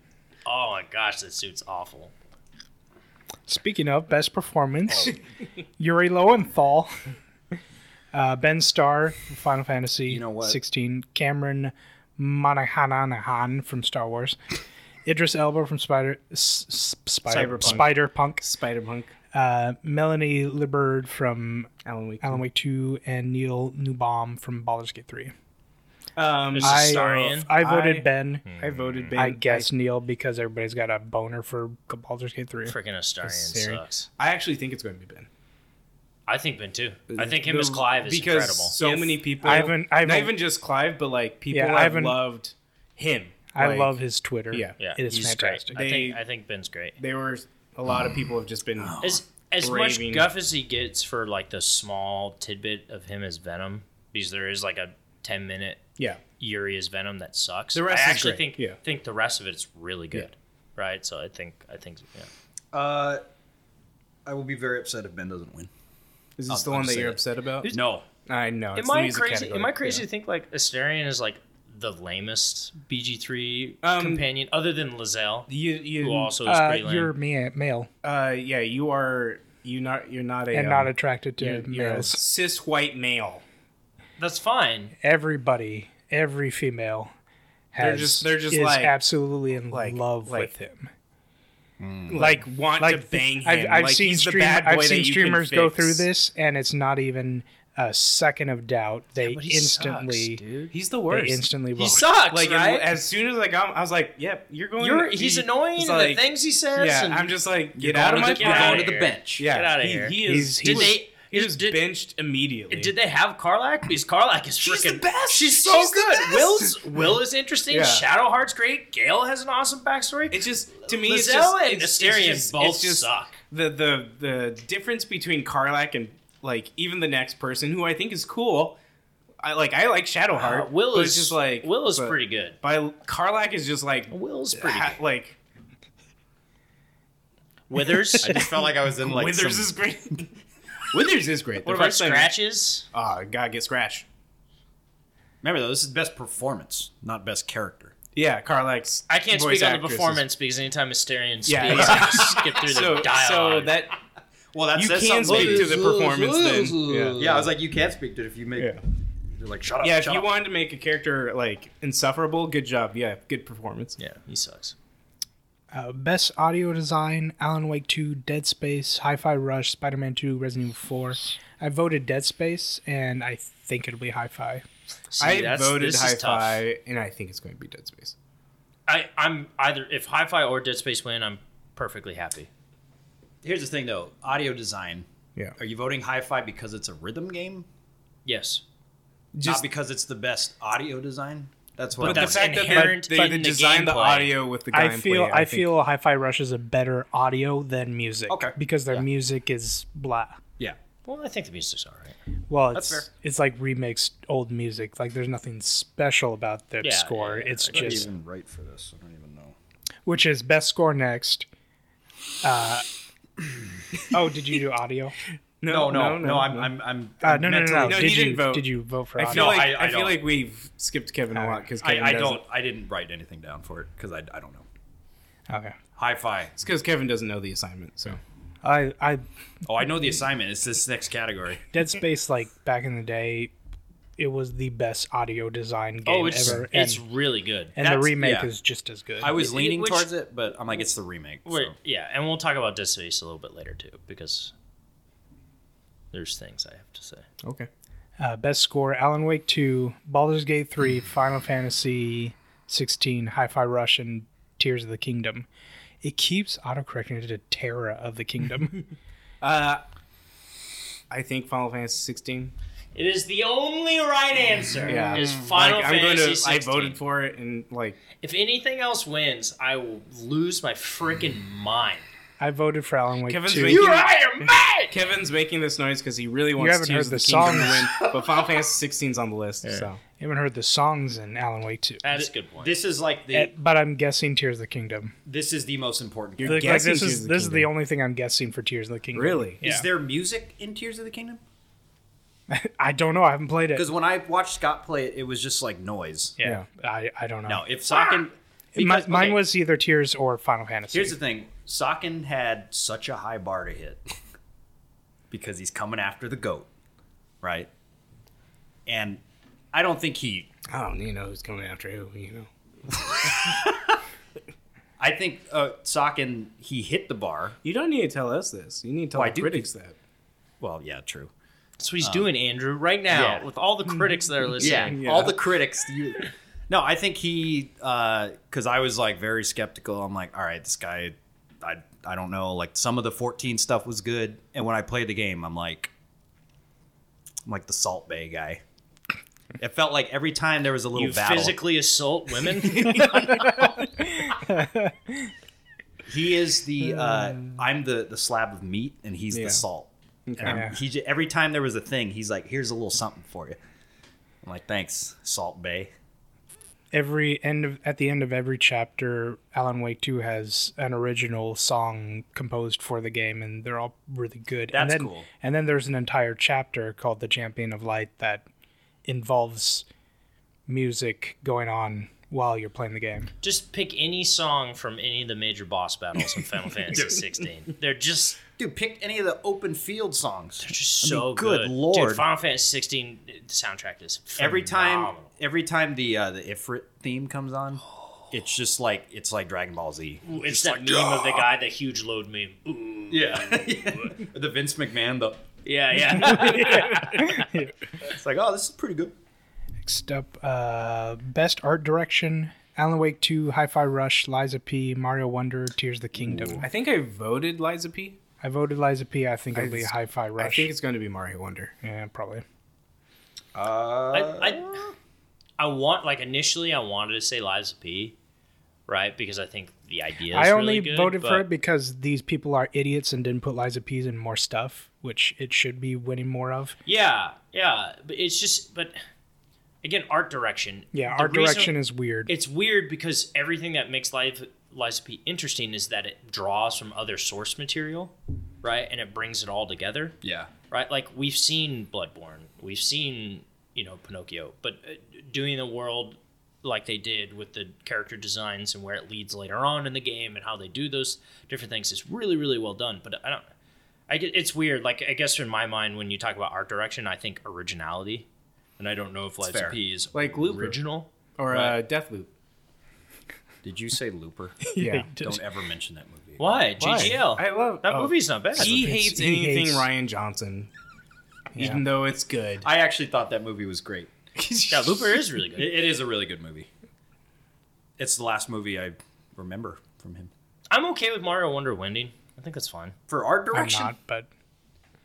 Speaker 3: Oh my gosh, that suit's awful.
Speaker 1: Speaking of best performance,
Speaker 3: Oh.
Speaker 1: Yuri Lowenthal, uh, Ben Starr, from Final Fantasy
Speaker 2: know what?
Speaker 1: 16, Cameron Monaghan from Star Wars, Idris Elba from Spider S- S- Spider
Speaker 4: Cyberpunk.
Speaker 1: Spider Punk,
Speaker 4: Spider Punk,
Speaker 1: uh, Melanie Liberd from
Speaker 4: Alan Wake.
Speaker 1: Alan Wake 2, and Neil Newbaum from Baldur's Gate 3.
Speaker 4: Um,
Speaker 3: This is
Speaker 1: I, uh,
Speaker 3: Starian?
Speaker 1: I voted
Speaker 4: I- Hmm.
Speaker 1: Ben.
Speaker 4: I voted. Ben.
Speaker 1: I guess Neil because everybody's got a boner for Baldur's Gate 3.
Speaker 3: Freaking Astarian
Speaker 4: Sorry.
Speaker 3: sucks.
Speaker 4: I actually think it's going to be Ben.
Speaker 3: I think Ben too. I think him
Speaker 4: The-
Speaker 3: as Clive is
Speaker 4: because
Speaker 3: incredible.
Speaker 4: So many people.
Speaker 1: I haven't- I
Speaker 4: not
Speaker 1: haven't-
Speaker 4: even just Clive, but like people
Speaker 1: Yeah, I
Speaker 4: have
Speaker 1: haven't-
Speaker 4: loved him.
Speaker 1: I
Speaker 4: Like,
Speaker 1: love his Twitter.
Speaker 4: Yeah.
Speaker 3: yeah,
Speaker 1: It is
Speaker 3: he's
Speaker 1: fantastic.
Speaker 3: Great. I think
Speaker 4: They-
Speaker 3: I think Ben's great.
Speaker 4: They were a lot of people have just been.
Speaker 3: As as
Speaker 4: Braving.
Speaker 3: much guff as he gets for like the small tidbit of him as Venom, because there is like a ten minute
Speaker 4: Yeah,
Speaker 3: Yuri as Venom that sucks.
Speaker 4: The rest
Speaker 3: I
Speaker 4: is
Speaker 3: actually
Speaker 4: great,
Speaker 3: think
Speaker 4: yeah.
Speaker 3: think the rest of it's really good, right? So I think I think yeah.
Speaker 2: Uh, I will be very upset if Ben doesn't win.
Speaker 4: is this
Speaker 2: I'll-
Speaker 4: the one
Speaker 2: I'll
Speaker 4: that
Speaker 2: say
Speaker 4: you're
Speaker 2: it.
Speaker 4: upset about?
Speaker 2: No,
Speaker 4: I know. it's
Speaker 3: Oh, Am
Speaker 4: the
Speaker 3: I
Speaker 4: music
Speaker 3: crazy?
Speaker 4: category.
Speaker 3: Am I crazy to think like Asterion is like the lamest BG three
Speaker 4: Um, mm,
Speaker 3: companion other than Lazelle,
Speaker 4: Yeah. You, you
Speaker 3: who also is
Speaker 1: Uh,
Speaker 3: pretty lame?
Speaker 1: you're ma- male
Speaker 4: Uh, yeah, you are. You not. You're not a.
Speaker 1: and
Speaker 4: um,
Speaker 1: not attracted to
Speaker 4: you're- you're a
Speaker 1: males.
Speaker 4: cis white male.
Speaker 3: That's fine.
Speaker 1: Everybody, every female, has,
Speaker 4: They're just- they're just
Speaker 1: is
Speaker 4: like-
Speaker 1: absolutely in
Speaker 4: like-
Speaker 1: love
Speaker 4: like-
Speaker 1: with him.
Speaker 3: Hmm.
Speaker 4: Like, want to bang him.
Speaker 1: I've, I've
Speaker 4: like,
Speaker 1: seen
Speaker 4: he's the
Speaker 1: stream-
Speaker 4: bad
Speaker 1: I've
Speaker 4: boy that
Speaker 1: seen
Speaker 4: you can
Speaker 1: streamers go
Speaker 4: fix.
Speaker 1: through this, and it's not even a second of doubt. They
Speaker 3: But he
Speaker 1: instantly,
Speaker 3: sucks, dude.
Speaker 4: He's the
Speaker 1: they
Speaker 4: worst.
Speaker 1: instantly
Speaker 3: He
Speaker 1: vote.
Speaker 3: sucks,
Speaker 4: like and
Speaker 3: right?
Speaker 4: as soon as I got, him, I was like, "Yep, you're going."
Speaker 3: You're, he's
Speaker 4: he-
Speaker 3: annoying.
Speaker 4: it's
Speaker 3: and
Speaker 4: like-
Speaker 3: the things he says.
Speaker 4: Yeah,
Speaker 3: and
Speaker 4: I'm just like, get
Speaker 2: You're
Speaker 4: out of
Speaker 2: going
Speaker 4: my.
Speaker 2: to the- you're
Speaker 3: pocket.
Speaker 2: going to the bench.
Speaker 4: Yeah,
Speaker 3: Get outta
Speaker 4: he-
Speaker 3: here.
Speaker 4: He,
Speaker 1: He's-
Speaker 4: is.
Speaker 3: did
Speaker 4: he
Speaker 1: he's-
Speaker 4: was,
Speaker 3: they?
Speaker 4: he
Speaker 3: is-
Speaker 4: was
Speaker 3: did,
Speaker 4: benched immediately.
Speaker 3: Did they have Carlac? Because Carlac is freaking.
Speaker 4: She's the best.
Speaker 3: She's so
Speaker 4: She's the
Speaker 3: good.
Speaker 4: best.
Speaker 3: Will's Will is interesting.
Speaker 4: Yeah.
Speaker 3: Shadowheart's great. Gale has an awesome backstory.
Speaker 4: It's just to me. it's
Speaker 3: Lizelle
Speaker 4: just,
Speaker 3: and
Speaker 4: it's, it's
Speaker 3: Asterion
Speaker 4: just-
Speaker 3: both
Speaker 4: it's just
Speaker 3: suck.
Speaker 4: The the the difference between Karlak and like even the next person who I think is cool. I like I like
Speaker 3: Uh,
Speaker 4: Shadowheart.
Speaker 3: Will
Speaker 4: but
Speaker 3: is
Speaker 4: it's just like
Speaker 3: Will is
Speaker 4: but-
Speaker 3: pretty good.
Speaker 4: By Karlak is just like
Speaker 3: Will's pretty
Speaker 4: ha-
Speaker 3: good.
Speaker 4: like
Speaker 3: Withers.
Speaker 2: I just felt like I was in like
Speaker 4: Withers
Speaker 2: some-
Speaker 4: is great. Withers is great. The
Speaker 3: what about
Speaker 4: first time-
Speaker 3: scratches?
Speaker 4: Ah, gotta get Scratch.
Speaker 2: Remember though, this is best performance, not best character.
Speaker 4: Yeah, Karlak's.
Speaker 3: I can't
Speaker 4: voice
Speaker 3: speak on the
Speaker 4: actress is-
Speaker 3: performance because anytime Asterion speaks,
Speaker 4: Yeah,
Speaker 3: I just skip through
Speaker 4: So
Speaker 3: the
Speaker 4: so
Speaker 3: dialogue.
Speaker 4: that
Speaker 2: Well, that
Speaker 4: you
Speaker 2: says
Speaker 4: can
Speaker 2: something.
Speaker 4: speak to the performance then. Yeah.
Speaker 2: Yeah, I was like, you can't speak to it if you make.
Speaker 4: Yeah.
Speaker 2: You're like, shut up.
Speaker 4: Yeah, if
Speaker 2: shut
Speaker 4: you
Speaker 2: up.
Speaker 4: wanted to make a character like insufferable, good job. Yeah, good performance.
Speaker 3: yeah, he sucks.
Speaker 1: Uh, best audio design: Alan Wake 2, Dead Space, Hi-Fi Rush, Spider-Man 2, Resident Evil 4. I voted Dead Space, and I think it'll be Hi-Fi.
Speaker 3: See,
Speaker 4: I
Speaker 3: that's-
Speaker 4: voted
Speaker 3: this is
Speaker 4: Hi
Speaker 3: tough.
Speaker 4: Fi, and I think it's going to be Dead Space.
Speaker 3: I, I'm either if Hi-Fi or Dead Space win, I'm perfectly happy.
Speaker 2: Here's the thing, though. Audio design.
Speaker 4: Yeah.
Speaker 2: Are you voting hi-fi because it's a rhythm game,
Speaker 3: Yes,
Speaker 2: not because it's the best audio design? That's what.
Speaker 3: but
Speaker 2: I'm
Speaker 3: that's
Speaker 2: like.
Speaker 4: fact that they're-
Speaker 3: inherent
Speaker 4: They,
Speaker 3: in
Speaker 4: they
Speaker 3: the
Speaker 4: designed the,
Speaker 3: gameplay.
Speaker 4: audio with the gameplay.
Speaker 1: I feel I,
Speaker 4: think.
Speaker 1: feel Hi-Fi Rush is a better audio than music.
Speaker 2: Okay.
Speaker 1: Because their
Speaker 2: Yeah.
Speaker 1: music is blah.
Speaker 2: yeah.
Speaker 3: Well, I think the music's all right.
Speaker 1: Well,
Speaker 2: That's
Speaker 1: it's it's like remixed old music. Like there's nothing special about the
Speaker 3: Yeah,
Speaker 1: score.
Speaker 3: yeah, yeah,
Speaker 1: it's
Speaker 3: I
Speaker 1: just
Speaker 2: even right for this. I don't even know.
Speaker 1: which is best score next. Uh, oh, did you do audio?
Speaker 2: No, no, no. I'm, I'm, I'm.
Speaker 1: Uh,
Speaker 2: I'm
Speaker 1: no, no, no, no.
Speaker 2: mentally-
Speaker 4: No, he
Speaker 1: Did you
Speaker 4: didn't vote.
Speaker 1: did you vote for
Speaker 4: I
Speaker 1: audio?
Speaker 4: feel
Speaker 2: No,
Speaker 4: like
Speaker 2: I-
Speaker 4: I,
Speaker 2: I
Speaker 4: feel
Speaker 2: don't. Uh,
Speaker 4: like we've skipped Kevin a lot because Kevin
Speaker 2: I, I
Speaker 4: doesn't-
Speaker 2: don't. I didn't write anything down for it because I, I don't know.
Speaker 1: Okay.
Speaker 2: Hi-fi.
Speaker 4: It's because Kevin doesn't know the assignment. So
Speaker 1: I I
Speaker 2: Oh, I know the assignment. It's this next category.
Speaker 1: Dead Space like back in the day, it was the best audio design game
Speaker 3: Oh, it's
Speaker 1: ever.
Speaker 3: it's
Speaker 1: and
Speaker 3: really good.
Speaker 1: and the
Speaker 2: that's-
Speaker 1: remake
Speaker 2: yeah.
Speaker 1: is just as good.
Speaker 2: I was
Speaker 3: It-
Speaker 2: leaning
Speaker 3: which-
Speaker 2: towards it, but I'm like, it's the remake. so.
Speaker 3: Wait, yeah, and we'll talk about Dead Space a little bit later too, because there's things I have to say.
Speaker 4: okay.
Speaker 1: Uh, best score: Alan Wake 2, Baldur's Gate 3, Final Fantasy 16, Hi-Fi Rush, and Tears of the Kingdom. It keeps autocorrecting it to Terra of the Kingdom.
Speaker 4: Uh, I think Final Fantasy 16.
Speaker 3: It is the only right answer. Mm.
Speaker 4: Yeah,
Speaker 3: is Final
Speaker 4: Like,
Speaker 3: Fantasy.
Speaker 4: I'm going to. I
Speaker 3: 16.
Speaker 4: voted for it, and like
Speaker 3: If anything else wins, I will lose my freaking mind.
Speaker 1: I voted for Alan Wake
Speaker 4: Kevin's
Speaker 1: 2.
Speaker 4: making- You are
Speaker 3: out of mind.
Speaker 4: Kevin's making this noise because he really wants
Speaker 1: haven't
Speaker 4: to use
Speaker 1: heard
Speaker 4: the,
Speaker 1: the
Speaker 4: Kingdom to
Speaker 1: songs.
Speaker 4: win, but Final Fantasy 16's on the list. So
Speaker 1: You haven't heard the songs in Alan Wake 2.
Speaker 3: That's a good point.
Speaker 2: This is like the.
Speaker 1: Eh, But I'm guessing Tears of the Kingdom.
Speaker 2: this is the most important.
Speaker 4: You're
Speaker 1: Like, like,
Speaker 4: guessing
Speaker 1: this
Speaker 4: Tears
Speaker 1: is
Speaker 4: of
Speaker 1: this
Speaker 4: the
Speaker 1: is the
Speaker 4: Kingdom.
Speaker 1: only thing I'm guessing for Tears of the Kingdom.
Speaker 4: really.
Speaker 1: Yeah.
Speaker 2: Is there music in Tears of the Kingdom?
Speaker 1: I don't know. I haven't played it.
Speaker 2: Because when I watched Scott play it, it was just like noise.
Speaker 1: Yeah, Ah! I, I don't know.
Speaker 2: No, if Socken.
Speaker 1: My,
Speaker 2: because-
Speaker 1: Mine
Speaker 2: okay,
Speaker 1: was either Tears or Final Fantasy.
Speaker 2: Here's the thing Socken had such a high bar to hit because he's coming after the GOAT, right? And I don't think he.
Speaker 4: I don't you know who's coming after who. You know.
Speaker 2: I think uh, Socken, he hit the bar.
Speaker 4: You don't need to tell us this. You need to tell
Speaker 2: Well, I
Speaker 4: the
Speaker 2: do
Speaker 4: critics that.
Speaker 2: Well, yeah, true.
Speaker 3: That's what he's doing, Andrew, right now
Speaker 2: yeah.
Speaker 3: with all the critics that are
Speaker 2: Yeah,
Speaker 3: listening.
Speaker 2: all the critics. You, no, I think he because I was like very skeptical. I'm like, all right, this guy, I I don't know. Like some of the 14 stuff was good, and when I played the game, I'm like, I'm like the Salt Bay guy. It felt like every time there was a little
Speaker 3: You
Speaker 2: battle.
Speaker 3: physically assault women.
Speaker 2: he is the uh, I'm the the slab of meat, and he's
Speaker 4: Yeah.
Speaker 2: the salt. And I'm-
Speaker 1: Yeah.
Speaker 2: he j- every time there was a thing, he's like, here's a little something for you. I'm like, thanks, Salt Bay.
Speaker 1: every end of at the end of every chapter, Alan Wake Two has an original song composed for the game, and they're all really good. and
Speaker 2: That's
Speaker 1: then,
Speaker 2: cool.
Speaker 1: And then there's an entire chapter called "The Champion of Light" that involves music going on while you're playing the game.
Speaker 3: just pick any song from any of the major boss battles in Final Fantasy 16. They're just
Speaker 2: Dude, pick any of the open field songs.
Speaker 3: they're just so
Speaker 2: good
Speaker 3: good.
Speaker 2: lord.
Speaker 3: Dude, Final Fantasy 16 the soundtrack is
Speaker 2: every time
Speaker 3: phenomenal.
Speaker 2: every time the uh, the Ifrit theme comes on, it's just like it's like Dragon Ball Z.
Speaker 3: Ooh, it's that meme of the guy, the huge load meme. Ooh.
Speaker 2: Yeah. the Vince McMahon the
Speaker 3: Yeah, yeah.
Speaker 2: it's like, oh, this is pretty good.
Speaker 1: Next up, uh, best art direction: Alan Wake Two, Hi-Fi Rush, Liza P, Mario Wonder, Tears of the Kingdom.
Speaker 4: I think I voted Liza P.
Speaker 1: I voted Liza P. I think it'll
Speaker 4: I-
Speaker 1: be Hi-Fi
Speaker 4: I
Speaker 1: Rush.
Speaker 4: think it's going to be Mario Wonder.
Speaker 1: yeah, probably.
Speaker 2: Uh,
Speaker 3: I, I, I want like initially I wanted to say Liza P, right? Because I think the idea. Is
Speaker 1: I only
Speaker 3: really good,
Speaker 1: voted for
Speaker 3: but-
Speaker 1: it because these people are idiots and didn't put Liza P's in more stuff, which it should be winning more of.
Speaker 3: Yeah, yeah, but it's just but again, art direction.
Speaker 1: Yeah,
Speaker 3: The
Speaker 1: art
Speaker 3: reason-
Speaker 1: direction is weird.
Speaker 3: It's weird because everything that makes life Liza P interesting is that it draws from other source material, right? And it brings it all together,
Speaker 2: yeah.
Speaker 3: right? Like we've seen Bloodborne, we've seen you know Pinocchio, but uh, doing the world like they did with the character designs and where it leads later on in the game and how they do those different things is really really well done. But I don't. I get, it's weird. Like I guess in my mind, when you talk about art direction, I think originality, and I don't know if Liza
Speaker 2: fair.
Speaker 3: P is
Speaker 4: Like Looper.
Speaker 3: original.
Speaker 4: Or
Speaker 3: Right.
Speaker 4: uh, Deathloop.
Speaker 2: Did you say Looper?
Speaker 4: Yeah.
Speaker 2: Don't ever mention that movie.
Speaker 3: Why? GGL.
Speaker 4: I love
Speaker 3: that
Speaker 4: oh,
Speaker 3: movie's not bad.
Speaker 4: He
Speaker 1: It's-
Speaker 4: hates
Speaker 1: he
Speaker 4: anything
Speaker 1: hates-
Speaker 4: Ryan Johnson, even though it's good.
Speaker 2: I actually thought that movie was great.
Speaker 3: yeah, Looper is really
Speaker 2: It,
Speaker 3: good.
Speaker 2: it is a really good movie. It's the last movie I remember from him
Speaker 3: I'm okay with Mario Wonder winning. I think that's fine.
Speaker 2: for art
Speaker 1: I'm
Speaker 2: direction
Speaker 1: not, but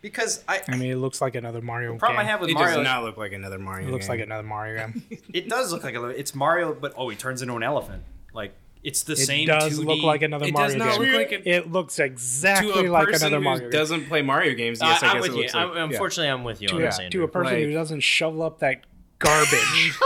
Speaker 2: because I.
Speaker 1: I mean, it looks like another Mario
Speaker 2: problem
Speaker 1: game.
Speaker 2: I have with
Speaker 4: it
Speaker 2: Mario,
Speaker 4: does
Speaker 2: is-
Speaker 4: not look like another Mario.
Speaker 1: it looks
Speaker 4: game.
Speaker 1: like another Mario game.
Speaker 2: it does look like a. It's Mario, but oh, he turns into an elephant. Like it's the
Speaker 1: It
Speaker 2: same.
Speaker 1: does
Speaker 2: 2D.
Speaker 1: look like another
Speaker 4: It does
Speaker 1: Mario
Speaker 4: not
Speaker 1: game.
Speaker 4: look like
Speaker 1: it looks
Speaker 4: to a
Speaker 1: exactly like
Speaker 4: person
Speaker 1: another
Speaker 4: who
Speaker 1: Mario game.
Speaker 4: doesn't play Mario games. Yes, I,
Speaker 3: I, am
Speaker 4: guess
Speaker 3: with
Speaker 4: it
Speaker 3: you.
Speaker 4: looks
Speaker 3: I'm,
Speaker 4: Like, yeah.
Speaker 3: unfortunately, I'm with you on
Speaker 1: To a-
Speaker 3: this, Andrew.
Speaker 1: to a person
Speaker 4: Like-
Speaker 1: who doesn't shovel up that garbage.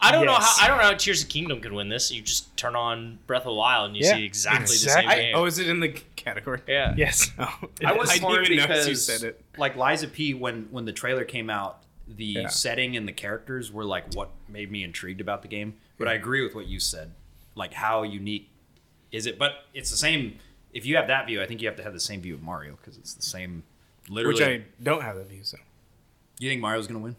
Speaker 3: I don't know
Speaker 1: Yes.
Speaker 3: how I don't know how Tears of Kingdom could win this. You just turn on Breath of the Wild and you
Speaker 1: Yeah.
Speaker 3: see exactly,
Speaker 1: Exactly.
Speaker 3: the same game.
Speaker 4: Oh, is it in the category?
Speaker 3: yeah.
Speaker 1: yes.
Speaker 4: Oh,
Speaker 2: I was
Speaker 4: didn't
Speaker 2: smart
Speaker 4: even
Speaker 2: because
Speaker 4: notice you said it.
Speaker 2: like Liza P when when the trailer came out, the
Speaker 4: Yeah.
Speaker 2: setting and the characters were like what made me intrigued about the game. But I agree with what you said. Like how unique is it? But it's the same if you have that view, I think you have to have the same view of Mario because it's the same literally
Speaker 4: Which I don't have that view. So
Speaker 2: You think Mario's gonna win?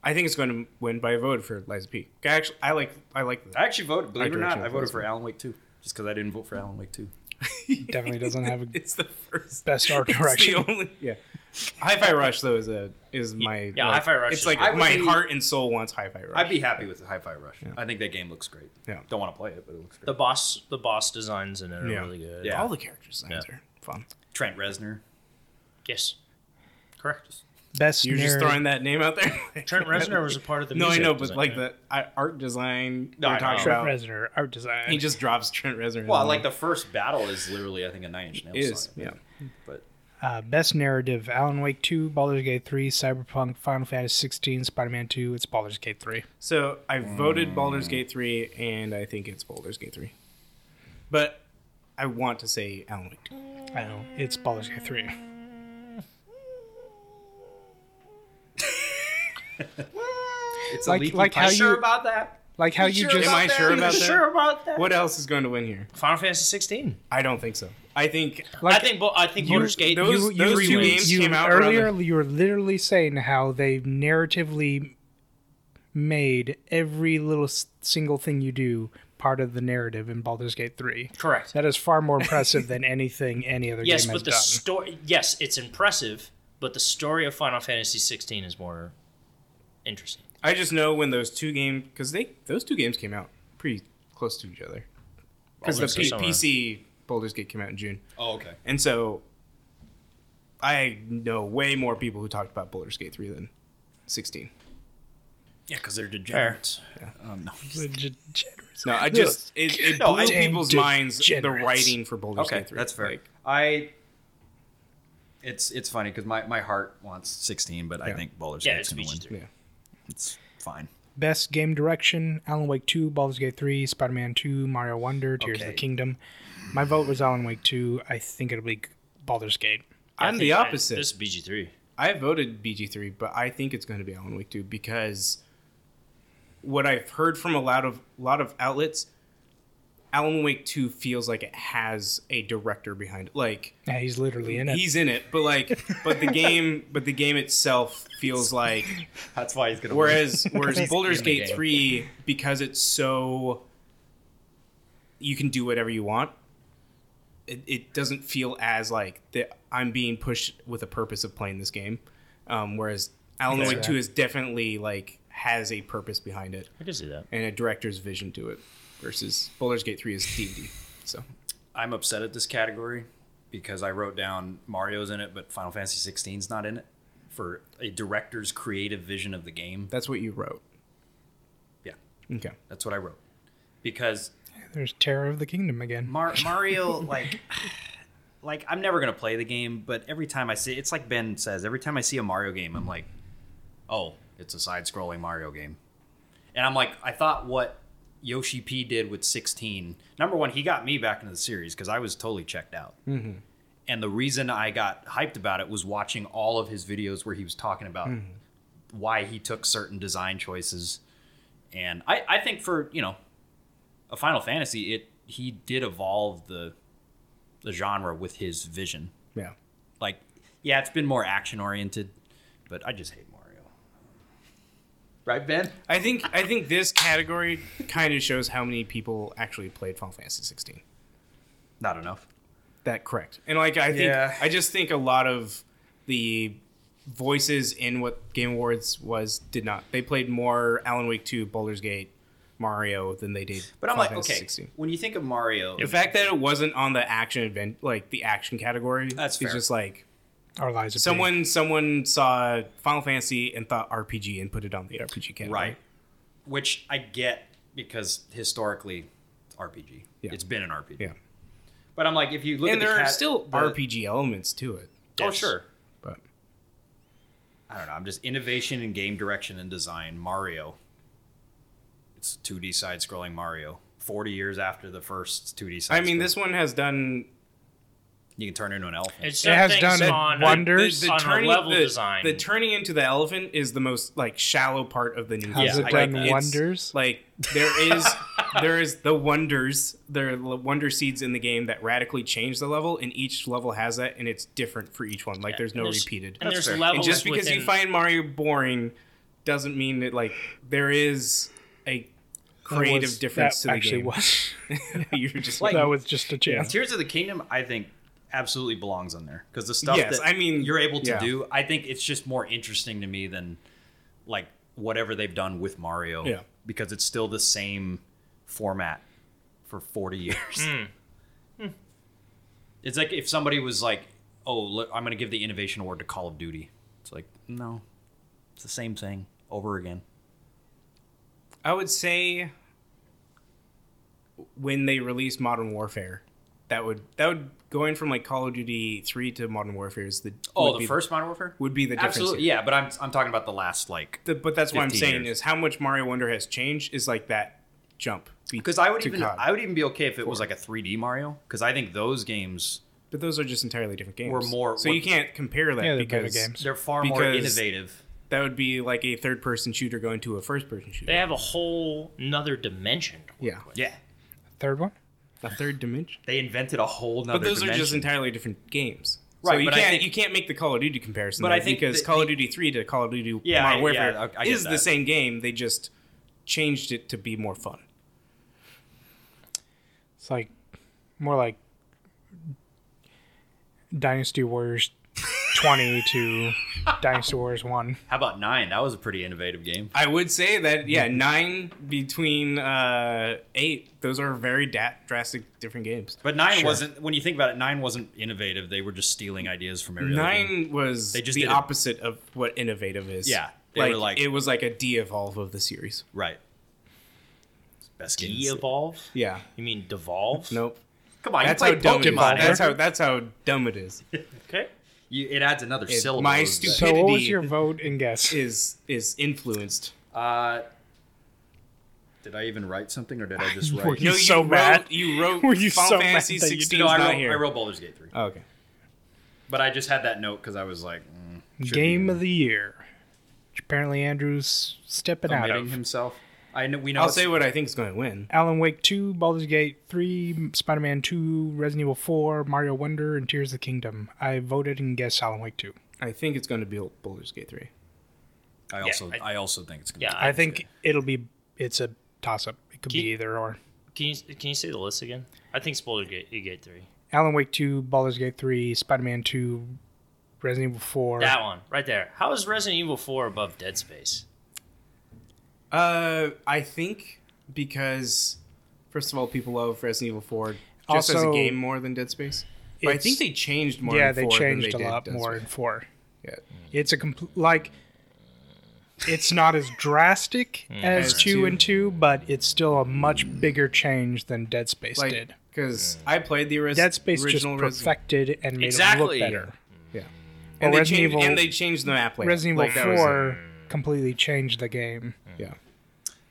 Speaker 4: I think it's going to win by a vote for Liza P. I actually, I like, I like that.
Speaker 2: I actually voted, believe it or not,
Speaker 4: direction
Speaker 2: I voted
Speaker 4: votes
Speaker 2: for Alan Wake 2. Just because I didn't vote for Alan Wake 2.
Speaker 1: Definitely doesn't have a
Speaker 4: It's the first
Speaker 1: best art
Speaker 4: It's the
Speaker 1: direction.
Speaker 4: only- yeah. Hi-Fi Rush though is a is my
Speaker 3: Yeah,
Speaker 4: like,
Speaker 3: Hi-Fi Rush
Speaker 4: It's
Speaker 3: is
Speaker 4: like
Speaker 2: I would
Speaker 4: my
Speaker 2: be-
Speaker 4: heart and soul wants Hi-Fi Rush.
Speaker 2: I'd be happy with the Hi-Fi Rush. I think that game looks great.
Speaker 4: Yeah.
Speaker 2: Don't want to play it, but it looks great.
Speaker 3: The boss the boss designs in it are
Speaker 4: Yeah.
Speaker 3: really good.
Speaker 2: Yeah.
Speaker 4: All the characters names
Speaker 2: Yeah.
Speaker 4: are fun.
Speaker 2: Trent Reznor.
Speaker 3: Yes. Correct.
Speaker 1: Best
Speaker 4: You're just
Speaker 1: narrative.
Speaker 4: throwing that name out there.
Speaker 3: Trent Reznor was a part of the
Speaker 4: No, I
Speaker 3: music
Speaker 4: know, but
Speaker 3: design,
Speaker 4: like
Speaker 3: right?
Speaker 4: the I- art design
Speaker 2: No, I
Speaker 4: we're talking
Speaker 2: know.
Speaker 1: Trent
Speaker 4: about.
Speaker 1: Reznor art design.
Speaker 4: He just drops Trent Reznor.
Speaker 2: Well, like the first battle is literally, I think, a Nine Inch Nails
Speaker 4: is
Speaker 2: Um, song.
Speaker 4: yeah.
Speaker 2: But
Speaker 1: Uh, best narrative: Alan Wake 2, Baldur's Gate 3, Cyberpunk, Final Fantasy 16, Spider-Man 2. It's Baldur's Gate 3.
Speaker 4: So I
Speaker 1: Mm.
Speaker 4: voted Baldur's Gate three, and I think it's Baldur's Gate three. But I want to say Alan Wake. 2.
Speaker 1: I know it's Baldur's Gate 3.
Speaker 2: It's
Speaker 1: Like- like how you-
Speaker 2: about that?
Speaker 1: Like how you, just
Speaker 4: Am I sure about that?
Speaker 3: sure about that?
Speaker 4: What else is going to win here?
Speaker 3: Final Fantasy 16.
Speaker 4: I don't think so. I think
Speaker 1: Like-
Speaker 3: I think bo- I think Baldur's Gate
Speaker 4: those-
Speaker 3: you-
Speaker 4: those
Speaker 3: you-
Speaker 4: two
Speaker 3: you-
Speaker 4: games-
Speaker 1: you
Speaker 4: came out
Speaker 1: earlier you were literally saying how they narratively made every little s- single thing you do part of the narrative in Baldur's Gate 3.
Speaker 3: Correct.
Speaker 1: That is far more impressive than anything any other
Speaker 3: Yes,
Speaker 1: game has
Speaker 3: but the
Speaker 1: done.
Speaker 3: story yes, it's impressive, but the story of Final Fantasy 16 is more interesting.
Speaker 4: I just know when those two games because they those two games came out pretty close to each other because the
Speaker 3: Almost
Speaker 4: P-
Speaker 3: summer.
Speaker 4: PC Baldur's Gate came out in June,
Speaker 2: Oh, okay.
Speaker 4: and so I know way more people who talked about Baldur's Gate three than sixteen.
Speaker 2: Yeah, because they're degenerates. Um, no.
Speaker 1: Legit- generous.
Speaker 4: No, I just it, it
Speaker 2: No, I-
Speaker 4: blew people's
Speaker 1: Damn
Speaker 4: minds the
Speaker 1: degenerates.
Speaker 4: writing for Baldur's
Speaker 2: Okay,
Speaker 4: Gate three.
Speaker 2: that's fair.
Speaker 4: Like,
Speaker 2: I. It's it's funny because my, my heart wants 16, but I
Speaker 4: Yeah.
Speaker 2: think Baldur's
Speaker 3: Yeah,
Speaker 2: Gate's
Speaker 3: it's
Speaker 2: gonna win.
Speaker 3: PG-13.
Speaker 2: It's fine.
Speaker 1: Best game direction: Alan Wake 2, Baldur's Gate 3, Spider-Man 2, Mario Wonder, Tears of
Speaker 2: Okay.
Speaker 1: the Kingdom. My vote was Alan Wake 2. I think it'll be Baldur's Gate.
Speaker 4: I'm
Speaker 3: I
Speaker 4: the
Speaker 3: think I-
Speaker 4: opposite.
Speaker 3: this is BG3.
Speaker 4: I voted BG three, but I think it's going to be Alan Wake two because what I've heard from a lot of lot of outlets, Alan Wake two feels like it has a director behind it. Like
Speaker 1: Yeah, he's literally in it.
Speaker 4: he's in it, but like but the game but the game itself feels like
Speaker 2: That's why he's gonna.
Speaker 4: whereas whereas
Speaker 1: He's
Speaker 4: Baldur's
Speaker 2: in the
Speaker 4: Gate
Speaker 2: game.
Speaker 4: three because it's so you can do whatever you want. It, it doesn't feel as like that I'm being pushed with a purpose of playing this game. Um, whereas Alan
Speaker 1: That's
Speaker 4: Wake
Speaker 1: right.
Speaker 4: two is definitely like has a purpose behind it
Speaker 3: I can see that.
Speaker 4: and a director's vision to it. Versus Baldur's Gate three is D D. So
Speaker 2: I'm upset at this category because I wrote down Mario's in it, but Final Fantasy 16's not in it for a director's creative vision of the game.
Speaker 4: that's what you wrote.
Speaker 2: Yeah,
Speaker 4: Okay.
Speaker 2: that's what I wrote because
Speaker 1: There's Terror of the Kingdom again.
Speaker 2: Mar- Mario, like, like I'm never gonna play the game, but every time I see, it's like Ben says, every time I see a Mario game, I'm like, oh, it's a side-scrolling Mario game, and I'm like, I thought what Yoshi P did with 16. Number one, he got me back into the series because I was totally checked out. And the reason I got hyped about it was watching all of his videos where he was talking about why he took certain design choices. And I, I think for, you know, a Final Fantasy, it he did evolve the the genre with his vision.
Speaker 4: Yeah.
Speaker 2: Like, yeah, it's been more action oriented, but I just hate Mario. Right, Ben?
Speaker 4: I think I think this category kind of shows how many people actually played Final Fantasy 16.
Speaker 2: Not enough.
Speaker 4: That correct. And like I think
Speaker 1: Yeah.
Speaker 4: I just think a lot of the voices in what Game Awards was did not. They played more Alan Wake 2, Baldur's Gate, Mario than they did.
Speaker 2: But I'm
Speaker 4: Final
Speaker 2: like,
Speaker 4: Fantasy
Speaker 2: okay,
Speaker 4: 16.
Speaker 2: when you think of Mario,
Speaker 4: The fact that it wasn't on the action event, like the action category,
Speaker 2: That's
Speaker 4: is
Speaker 2: fair.
Speaker 4: just like
Speaker 1: Our lives are
Speaker 4: someone someone saw Final Fantasy and thought RPG and put it on the RPG category.
Speaker 2: right? Which I get because historically, it's RPG.
Speaker 4: Yeah.
Speaker 2: It's been an RPG.
Speaker 4: Yeah.
Speaker 2: But I'm like, if you look
Speaker 4: and
Speaker 2: at
Speaker 4: there
Speaker 2: the
Speaker 4: are
Speaker 2: cat-
Speaker 4: still
Speaker 2: the-
Speaker 4: RPG elements to it.
Speaker 2: Oh,
Speaker 3: Yes.
Speaker 2: sure.
Speaker 4: But
Speaker 2: I don't know. I'm just innovation in game direction and design. Mario. It's 2D side scrolling Mario. 40 years after the first 2D side
Speaker 4: I mean, this one has done
Speaker 2: You can turn into an elephant.
Speaker 3: It's
Speaker 1: It has
Speaker 3: done
Speaker 1: done
Speaker 3: things
Speaker 1: it
Speaker 3: on
Speaker 1: wonder-
Speaker 4: the,
Speaker 1: Wonders
Speaker 4: the
Speaker 3: on
Speaker 4: turning
Speaker 3: level
Speaker 4: the,
Speaker 3: design.
Speaker 4: The turning into the elephant is the most like shallow part of the new.
Speaker 1: Has
Speaker 4: game.
Speaker 2: it
Speaker 4: Like,
Speaker 2: done
Speaker 4: it's-
Speaker 1: wonders?
Speaker 4: Like there is there is the wonders. There are the wonder seeds in the game that radically change the level, and each level has that, and it's different for each one. Like there's no
Speaker 3: And there's-
Speaker 4: repeated.
Speaker 3: And
Speaker 2: That's
Speaker 3: there's
Speaker 2: fair. And
Speaker 3: levels
Speaker 4: And just because you
Speaker 3: within-
Speaker 4: find Mario boring doesn't mean that like there is a
Speaker 1: That was-
Speaker 4: creative
Speaker 1: that
Speaker 4: difference to the
Speaker 1: actually
Speaker 4: game.
Speaker 1: Was,
Speaker 4: You're just
Speaker 2: Like-
Speaker 4: like,
Speaker 1: that was just a chance.
Speaker 2: Tears of the Kingdom, I think, absolutely belongs on there because the stuff
Speaker 4: Yes,
Speaker 2: that
Speaker 4: I mean,
Speaker 2: you're able to
Speaker 4: yeah.
Speaker 2: do, I think it's just more interesting to me than like whatever they've done with Mario.
Speaker 4: Yeah.
Speaker 2: because it's still the same format for 40 years. Hmm. It's like if somebody was like, "Oh, look, I'm going to give the innovation award to Call of Duty." It's like, no, it's the same thing over again.
Speaker 4: I would say when they release Modern Warfare, that would that would going from like Call of Duty three to Modern Warfare is the
Speaker 2: Oh,
Speaker 4: would
Speaker 2: the
Speaker 4: be-
Speaker 2: first Modern Warfare
Speaker 4: would be the difference.
Speaker 2: absolutely,
Speaker 4: here.
Speaker 2: yeah. But I'm I'm talking about the last like
Speaker 4: The- but that's what I'm
Speaker 2: 15
Speaker 4: saying
Speaker 2: years.
Speaker 4: is how much Mario Wonder has changed is like that jump be-
Speaker 2: Because I would
Speaker 4: to
Speaker 2: even
Speaker 4: COD.
Speaker 2: I would even be okay if it was like a 3D Mario. Because I think those games
Speaker 4: but those are just entirely different games.
Speaker 2: Were more-
Speaker 4: so you can't compare that
Speaker 1: Yeah, they're better
Speaker 4: because
Speaker 1: games.
Speaker 2: they're far more
Speaker 4: Because-
Speaker 2: innovative.
Speaker 4: that would be like a third person shooter going to a first person shooter.
Speaker 3: they have a whole another dimension. to
Speaker 4: yeah,
Speaker 2: Yeah,
Speaker 1: Third one?
Speaker 4: a third dimension.
Speaker 2: they invented a whole nother.
Speaker 4: But those
Speaker 2: dimension.
Speaker 4: are just entirely different games.
Speaker 2: Right,
Speaker 4: so you
Speaker 2: but I
Speaker 4: can't
Speaker 2: think-
Speaker 4: you can't make the Call of Duty comparison.
Speaker 2: But
Speaker 4: But
Speaker 2: I
Speaker 4: I
Speaker 2: think
Speaker 4: because
Speaker 2: that
Speaker 4: Call of
Speaker 2: the-
Speaker 4: Duty three to Call of Duty
Speaker 2: Yeah, I-
Speaker 4: Modern Warfare
Speaker 2: yeah, I- I get
Speaker 4: is
Speaker 2: that.
Speaker 4: the same game. They just changed it to be more fun.
Speaker 1: It's like more like Dynasty Warriors 20 to Dynasty Warriors 1.
Speaker 2: How about nine? That was a pretty innovative game.
Speaker 4: I would say that yeah, nine between uh, eight, those are very da- drastic different games.
Speaker 2: But nine
Speaker 1: Sure.
Speaker 2: wasn't. When you think about it, nine wasn't innovative. They were just stealing ideas from every other game.
Speaker 4: Nine was
Speaker 2: They just
Speaker 4: the
Speaker 2: did it-
Speaker 4: opposite of what innovative is.
Speaker 2: Yeah, they
Speaker 4: like,
Speaker 2: were like-
Speaker 4: it was like a de-evolve of the series.
Speaker 2: Right. Best game.
Speaker 3: De-evolve?
Speaker 4: Yeah,
Speaker 3: You mean devolve?
Speaker 4: nope.
Speaker 2: Come on,
Speaker 4: That's
Speaker 2: you
Speaker 4: how
Speaker 2: played
Speaker 4: dumb it is.
Speaker 2: Pokemon.
Speaker 1: Devolver.
Speaker 4: That's how that's how dumb it is.
Speaker 3: Okay.
Speaker 2: You, it adds another
Speaker 4: It-
Speaker 2: syllable.
Speaker 4: my
Speaker 2: to that.
Speaker 4: stupid-
Speaker 1: So, what was
Speaker 4: Infinity.
Speaker 1: your vote and guess?
Speaker 4: Is is influenced.
Speaker 2: Uh, did I even write something, or did I just
Speaker 1: Were
Speaker 2: write?
Speaker 1: you so mad?
Speaker 4: Wrote, you wrote
Speaker 1: Were you
Speaker 4: Final
Speaker 1: so
Speaker 4: Fantasy
Speaker 1: mad that you
Speaker 4: 16
Speaker 2: no, I
Speaker 4: not
Speaker 2: wrote,
Speaker 4: here.
Speaker 2: I wrote Baldur's Gate three,
Speaker 4: Oh, okay.
Speaker 2: but I just had that note because I was like, mm, should be
Speaker 1: Game
Speaker 2: in
Speaker 1: of the year. Which apparently, Andrew's stepping out
Speaker 2: omitting
Speaker 1: of.
Speaker 2: himself. I know we know.
Speaker 4: I'll
Speaker 2: it's-
Speaker 4: say what I think is going to win.
Speaker 1: Alan Wake 2, Baldur's Gate 3, Spider Man 2, Resident Evil 4, Mario Wonder, and Tears of the Kingdom. I voted and guessed Alan Wake 2.
Speaker 4: I think it's going to be Baldur's Gate 3.
Speaker 2: I also I, also think it's gonna.
Speaker 3: Yeah,
Speaker 2: be-
Speaker 1: I think it'll be, it's a toss up. It could be
Speaker 3: Keep-
Speaker 1: either or.
Speaker 3: Can you can you say the list again? I think Spoiler Gate, you get three.
Speaker 1: Alan Wake 2, Baldur's Gate 3, Spider Man 2, Resident Evil 4.
Speaker 3: That one right there. How is Resident Evil Four above Dead Space?
Speaker 4: Uh, I think because first of all, people love Resident Evil 4 just as a
Speaker 1: Also,
Speaker 4: game more than Dead Space. But I
Speaker 1: it's-
Speaker 4: think they changed more.
Speaker 1: yeah,
Speaker 4: in
Speaker 1: they
Speaker 4: 4 than
Speaker 1: changed
Speaker 4: they
Speaker 1: a
Speaker 4: did
Speaker 1: lot
Speaker 4: Dead
Speaker 1: more
Speaker 4: Space.
Speaker 1: in 4.
Speaker 4: Yeah.
Speaker 1: It's a complete, like, it's not as drastic as
Speaker 4: Mm. As
Speaker 1: 2
Speaker 4: two.
Speaker 1: and 2, but it's still a much bigger change than Dead Space
Speaker 4: Like
Speaker 1: did.
Speaker 4: because I played the oris-
Speaker 1: Dead Space just
Speaker 4: original Resident
Speaker 1: perfected and made it look
Speaker 3: Exactly.
Speaker 1: better.
Speaker 4: Yeah.
Speaker 1: Well,
Speaker 4: And they,
Speaker 1: Resident
Speaker 4: changed,
Speaker 1: Evil,
Speaker 4: and they changed the map layout.
Speaker 1: Resident
Speaker 4: Like,
Speaker 1: Evil
Speaker 4: that was it.
Speaker 1: 4 completely changed the game.
Speaker 4: Yeah.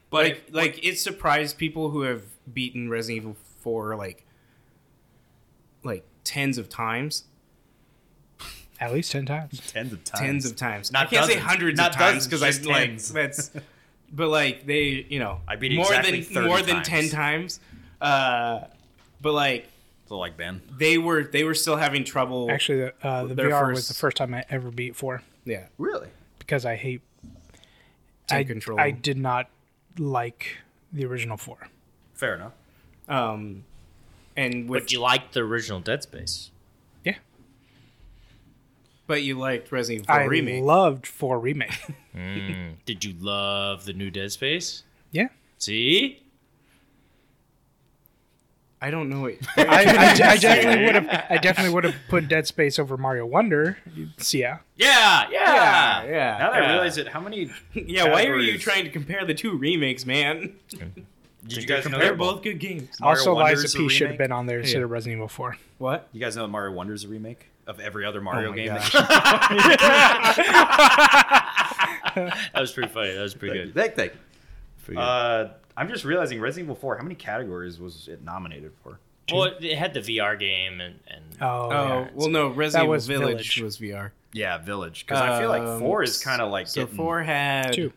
Speaker 2: but
Speaker 4: like like it surprised people who have beaten Resident Evil 4 like like tens of times,
Speaker 1: At least 10 times.
Speaker 2: tens of times.
Speaker 4: tens of times.
Speaker 2: Not
Speaker 4: I can't say
Speaker 2: dozens.
Speaker 4: hundreds
Speaker 2: Not
Speaker 4: of
Speaker 2: dozens,
Speaker 4: times because I
Speaker 2: just
Speaker 4: like
Speaker 2: tens.
Speaker 4: that's but like they you know
Speaker 2: I beat it
Speaker 4: more
Speaker 2: exactly
Speaker 4: than
Speaker 2: 30
Speaker 4: more than
Speaker 2: times.
Speaker 4: ten times, uh, but like
Speaker 2: so like Ben.
Speaker 4: they were they were still having trouble.
Speaker 1: Actually, the, uh, the
Speaker 4: Their
Speaker 1: VR was
Speaker 4: first-
Speaker 1: the first time I ever beat 4
Speaker 4: yeah,
Speaker 2: Really?
Speaker 1: because I hate. I,
Speaker 4: take control.
Speaker 1: I did not like the original four.
Speaker 2: Fair enough.
Speaker 4: um, and with
Speaker 3: But you liked the original Dead Space.
Speaker 1: Yeah,
Speaker 4: but you liked Resident Evil
Speaker 1: I
Speaker 4: 4 remake.
Speaker 1: loved four remake.
Speaker 3: Did you love the new Dead Space?
Speaker 1: yeah,
Speaker 3: See?
Speaker 4: I don't know it.
Speaker 1: I, I, I definitely would have. I definitely would have put Dead Space over Mario Wonder. So yeah,
Speaker 3: Yeah, yeah.
Speaker 4: yeah,
Speaker 2: Now that I
Speaker 3: Yeah.
Speaker 2: realize it, how many?
Speaker 4: yeah. Why are you
Speaker 2: Categories.
Speaker 4: trying to compare the two remakes, man?
Speaker 2: Did you guys know
Speaker 4: They're
Speaker 2: that-
Speaker 4: both good games.
Speaker 2: Mario
Speaker 1: also,
Speaker 2: Wonder
Speaker 1: Liza
Speaker 2: is a
Speaker 1: P should have
Speaker 2: remake?
Speaker 1: been on there instead
Speaker 4: Yeah.
Speaker 1: of Resident Evil Four.
Speaker 4: What?
Speaker 2: You guys know that Mario Wonder is a remake of every other Mario
Speaker 4: Oh my
Speaker 2: game.
Speaker 4: gosh.
Speaker 2: that-
Speaker 3: That was pretty funny. That was pretty good.
Speaker 2: Thank thank.
Speaker 3: Pretty good.
Speaker 2: Uh, I'm just realizing Resident Evil 4. How many categories was it nominated for?
Speaker 3: well, it- it had the VR game and, and
Speaker 1: Oh,
Speaker 4: Oh, well, no. Resident Evil
Speaker 1: was
Speaker 4: Village.
Speaker 1: Village.
Speaker 4: was VR.
Speaker 2: Yeah, Village. Because I feel like
Speaker 4: Um,
Speaker 2: four is kind of like
Speaker 4: So
Speaker 2: getting,
Speaker 4: four had.
Speaker 1: two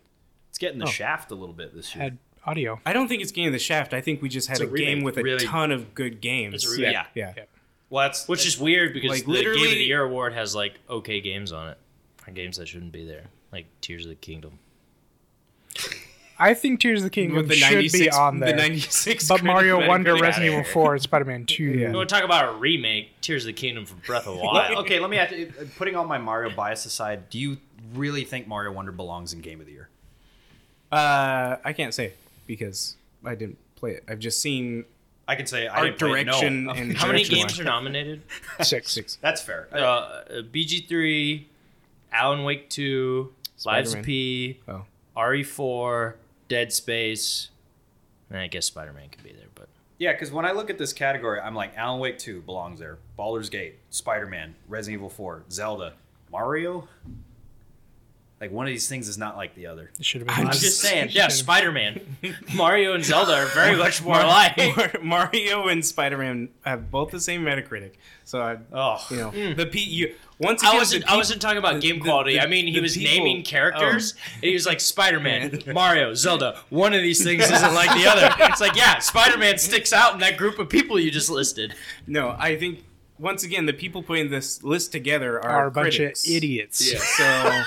Speaker 2: It's getting the
Speaker 1: oh.
Speaker 2: shaft a little bit this year.
Speaker 1: had audio.
Speaker 4: I don't think it's Game of the Shaft. I think we just had
Speaker 2: It's
Speaker 4: a,
Speaker 2: a remake,
Speaker 4: game with a
Speaker 2: really.
Speaker 4: ton of good games.
Speaker 3: It's a remake.
Speaker 2: Yeah.
Speaker 4: Yeah.
Speaker 1: Yeah.
Speaker 2: Well, that's
Speaker 3: which is weird because
Speaker 4: Like,
Speaker 3: the Game of
Speaker 4: literally-
Speaker 3: the Year award has like okay games on it, or games that shouldn't be there, like Tears of the Kingdom.
Speaker 1: I think Tears of the Kingdom
Speaker 4: With the
Speaker 1: should
Speaker 4: 96,
Speaker 1: be on
Speaker 4: The
Speaker 1: there.
Speaker 4: 96
Speaker 1: but Mario
Speaker 4: Metacritic.
Speaker 1: Wonder,
Speaker 3: outta
Speaker 1: Resident Evil
Speaker 3: here.
Speaker 1: Four, and Spider Man Two.
Speaker 4: Yeah.
Speaker 3: You want to talk about a remake? Tears of the Kingdom from Breath of the
Speaker 2: Let-
Speaker 3: Wild.
Speaker 2: okay, let me ask you, uh, putting all my Mario bias aside, do you really think Mario Wonder belongs in Game of the Year?
Speaker 4: Uh, I can't say because I didn't play it. I've just seen
Speaker 2: I can say I
Speaker 4: Art
Speaker 2: didn't play it, no.
Speaker 4: direction and-
Speaker 3: How many
Speaker 4: Direction
Speaker 3: games are nominated?
Speaker 1: Six.
Speaker 4: six.
Speaker 2: That's fair.
Speaker 3: Uh, uh, BG3, Alan Wake 2, Lives of
Speaker 4: Spider-Man.
Speaker 3: P,
Speaker 4: Oh,
Speaker 3: RE4, Dead Space. And I guess Spider Man could be there, but
Speaker 2: yeah, because when I look at this category, I'm like Alan Wake 2 belongs there. Baldur's Gate, Spider Man, Resident Evil 4, Zelda, Mario. Like one of these things is not like the other.
Speaker 1: It should have been.
Speaker 4: I'm
Speaker 1: on
Speaker 3: I'm
Speaker 1: there.
Speaker 4: Just-
Speaker 3: just saying, yeah, Spider Man, Mario, and Zelda are very much more alike.
Speaker 4: Mar- Mario and Spider Man have both the same Metacritic. So I,
Speaker 2: Oh,
Speaker 4: you know, the P. You once again,
Speaker 3: I
Speaker 4: the
Speaker 3: wasn't. I
Speaker 4: peop-
Speaker 3: wasn't talking about game
Speaker 4: the-
Speaker 3: quality.
Speaker 4: the-
Speaker 3: I mean, he
Speaker 4: the
Speaker 3: was
Speaker 4: people-
Speaker 3: naming characters, and he was like Spider-Man, Mario, Zelda. One of these things isn't like the other. It's like, yeah, Spider-Man sticks out in that group of people you just listed.
Speaker 4: No, I think once again the people putting this list together are,
Speaker 1: are a bunch
Speaker 4: critics.
Speaker 1: of idiots.
Speaker 4: So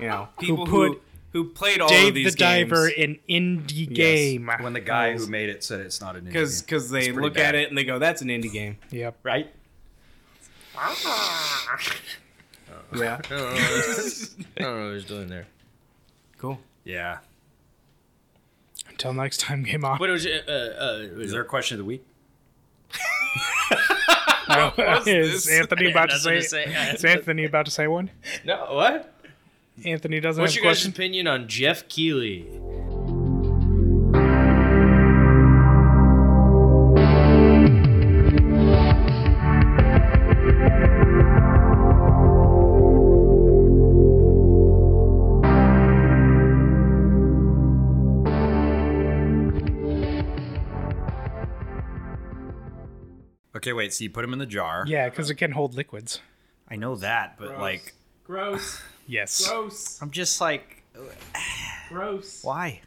Speaker 4: you know, people who
Speaker 1: put
Speaker 4: who, played all
Speaker 1: Dave
Speaker 4: of
Speaker 1: the
Speaker 4: these
Speaker 1: Diver, an indie game.
Speaker 4: Ah,
Speaker 2: when the guy who made it said it's not an
Speaker 4: because
Speaker 2: Indian.
Speaker 4: because they
Speaker 2: pretty
Speaker 4: look
Speaker 2: bad.
Speaker 4: at it and they go, "That's an indie game."
Speaker 1: Yep.
Speaker 2: right?
Speaker 4: Yeah,
Speaker 3: I don't know what he's doing there.
Speaker 4: cool.
Speaker 2: Yeah.
Speaker 1: Until next time, game on.
Speaker 3: But it was. Uh, uh, it
Speaker 2: Is
Speaker 3: was
Speaker 2: there a question of the week?
Speaker 1: Is
Speaker 4: this?
Speaker 1: Anthony about to
Speaker 3: Nothing
Speaker 1: say?
Speaker 3: to say.
Speaker 1: Is Anthony about to say one?
Speaker 3: no, what?
Speaker 1: Anthony doesn't
Speaker 3: What's
Speaker 1: have
Speaker 3: your
Speaker 1: a
Speaker 3: guys'
Speaker 1: question.
Speaker 3: opinion on Jeff Keeley?
Speaker 2: Okay, wait. So you put him in the jar.
Speaker 1: Yeah, because it can hold liquids.
Speaker 2: I know that, but like,
Speaker 4: gross,
Speaker 1: Yes.
Speaker 4: gross,
Speaker 2: I'm just like,
Speaker 4: gross.
Speaker 2: why?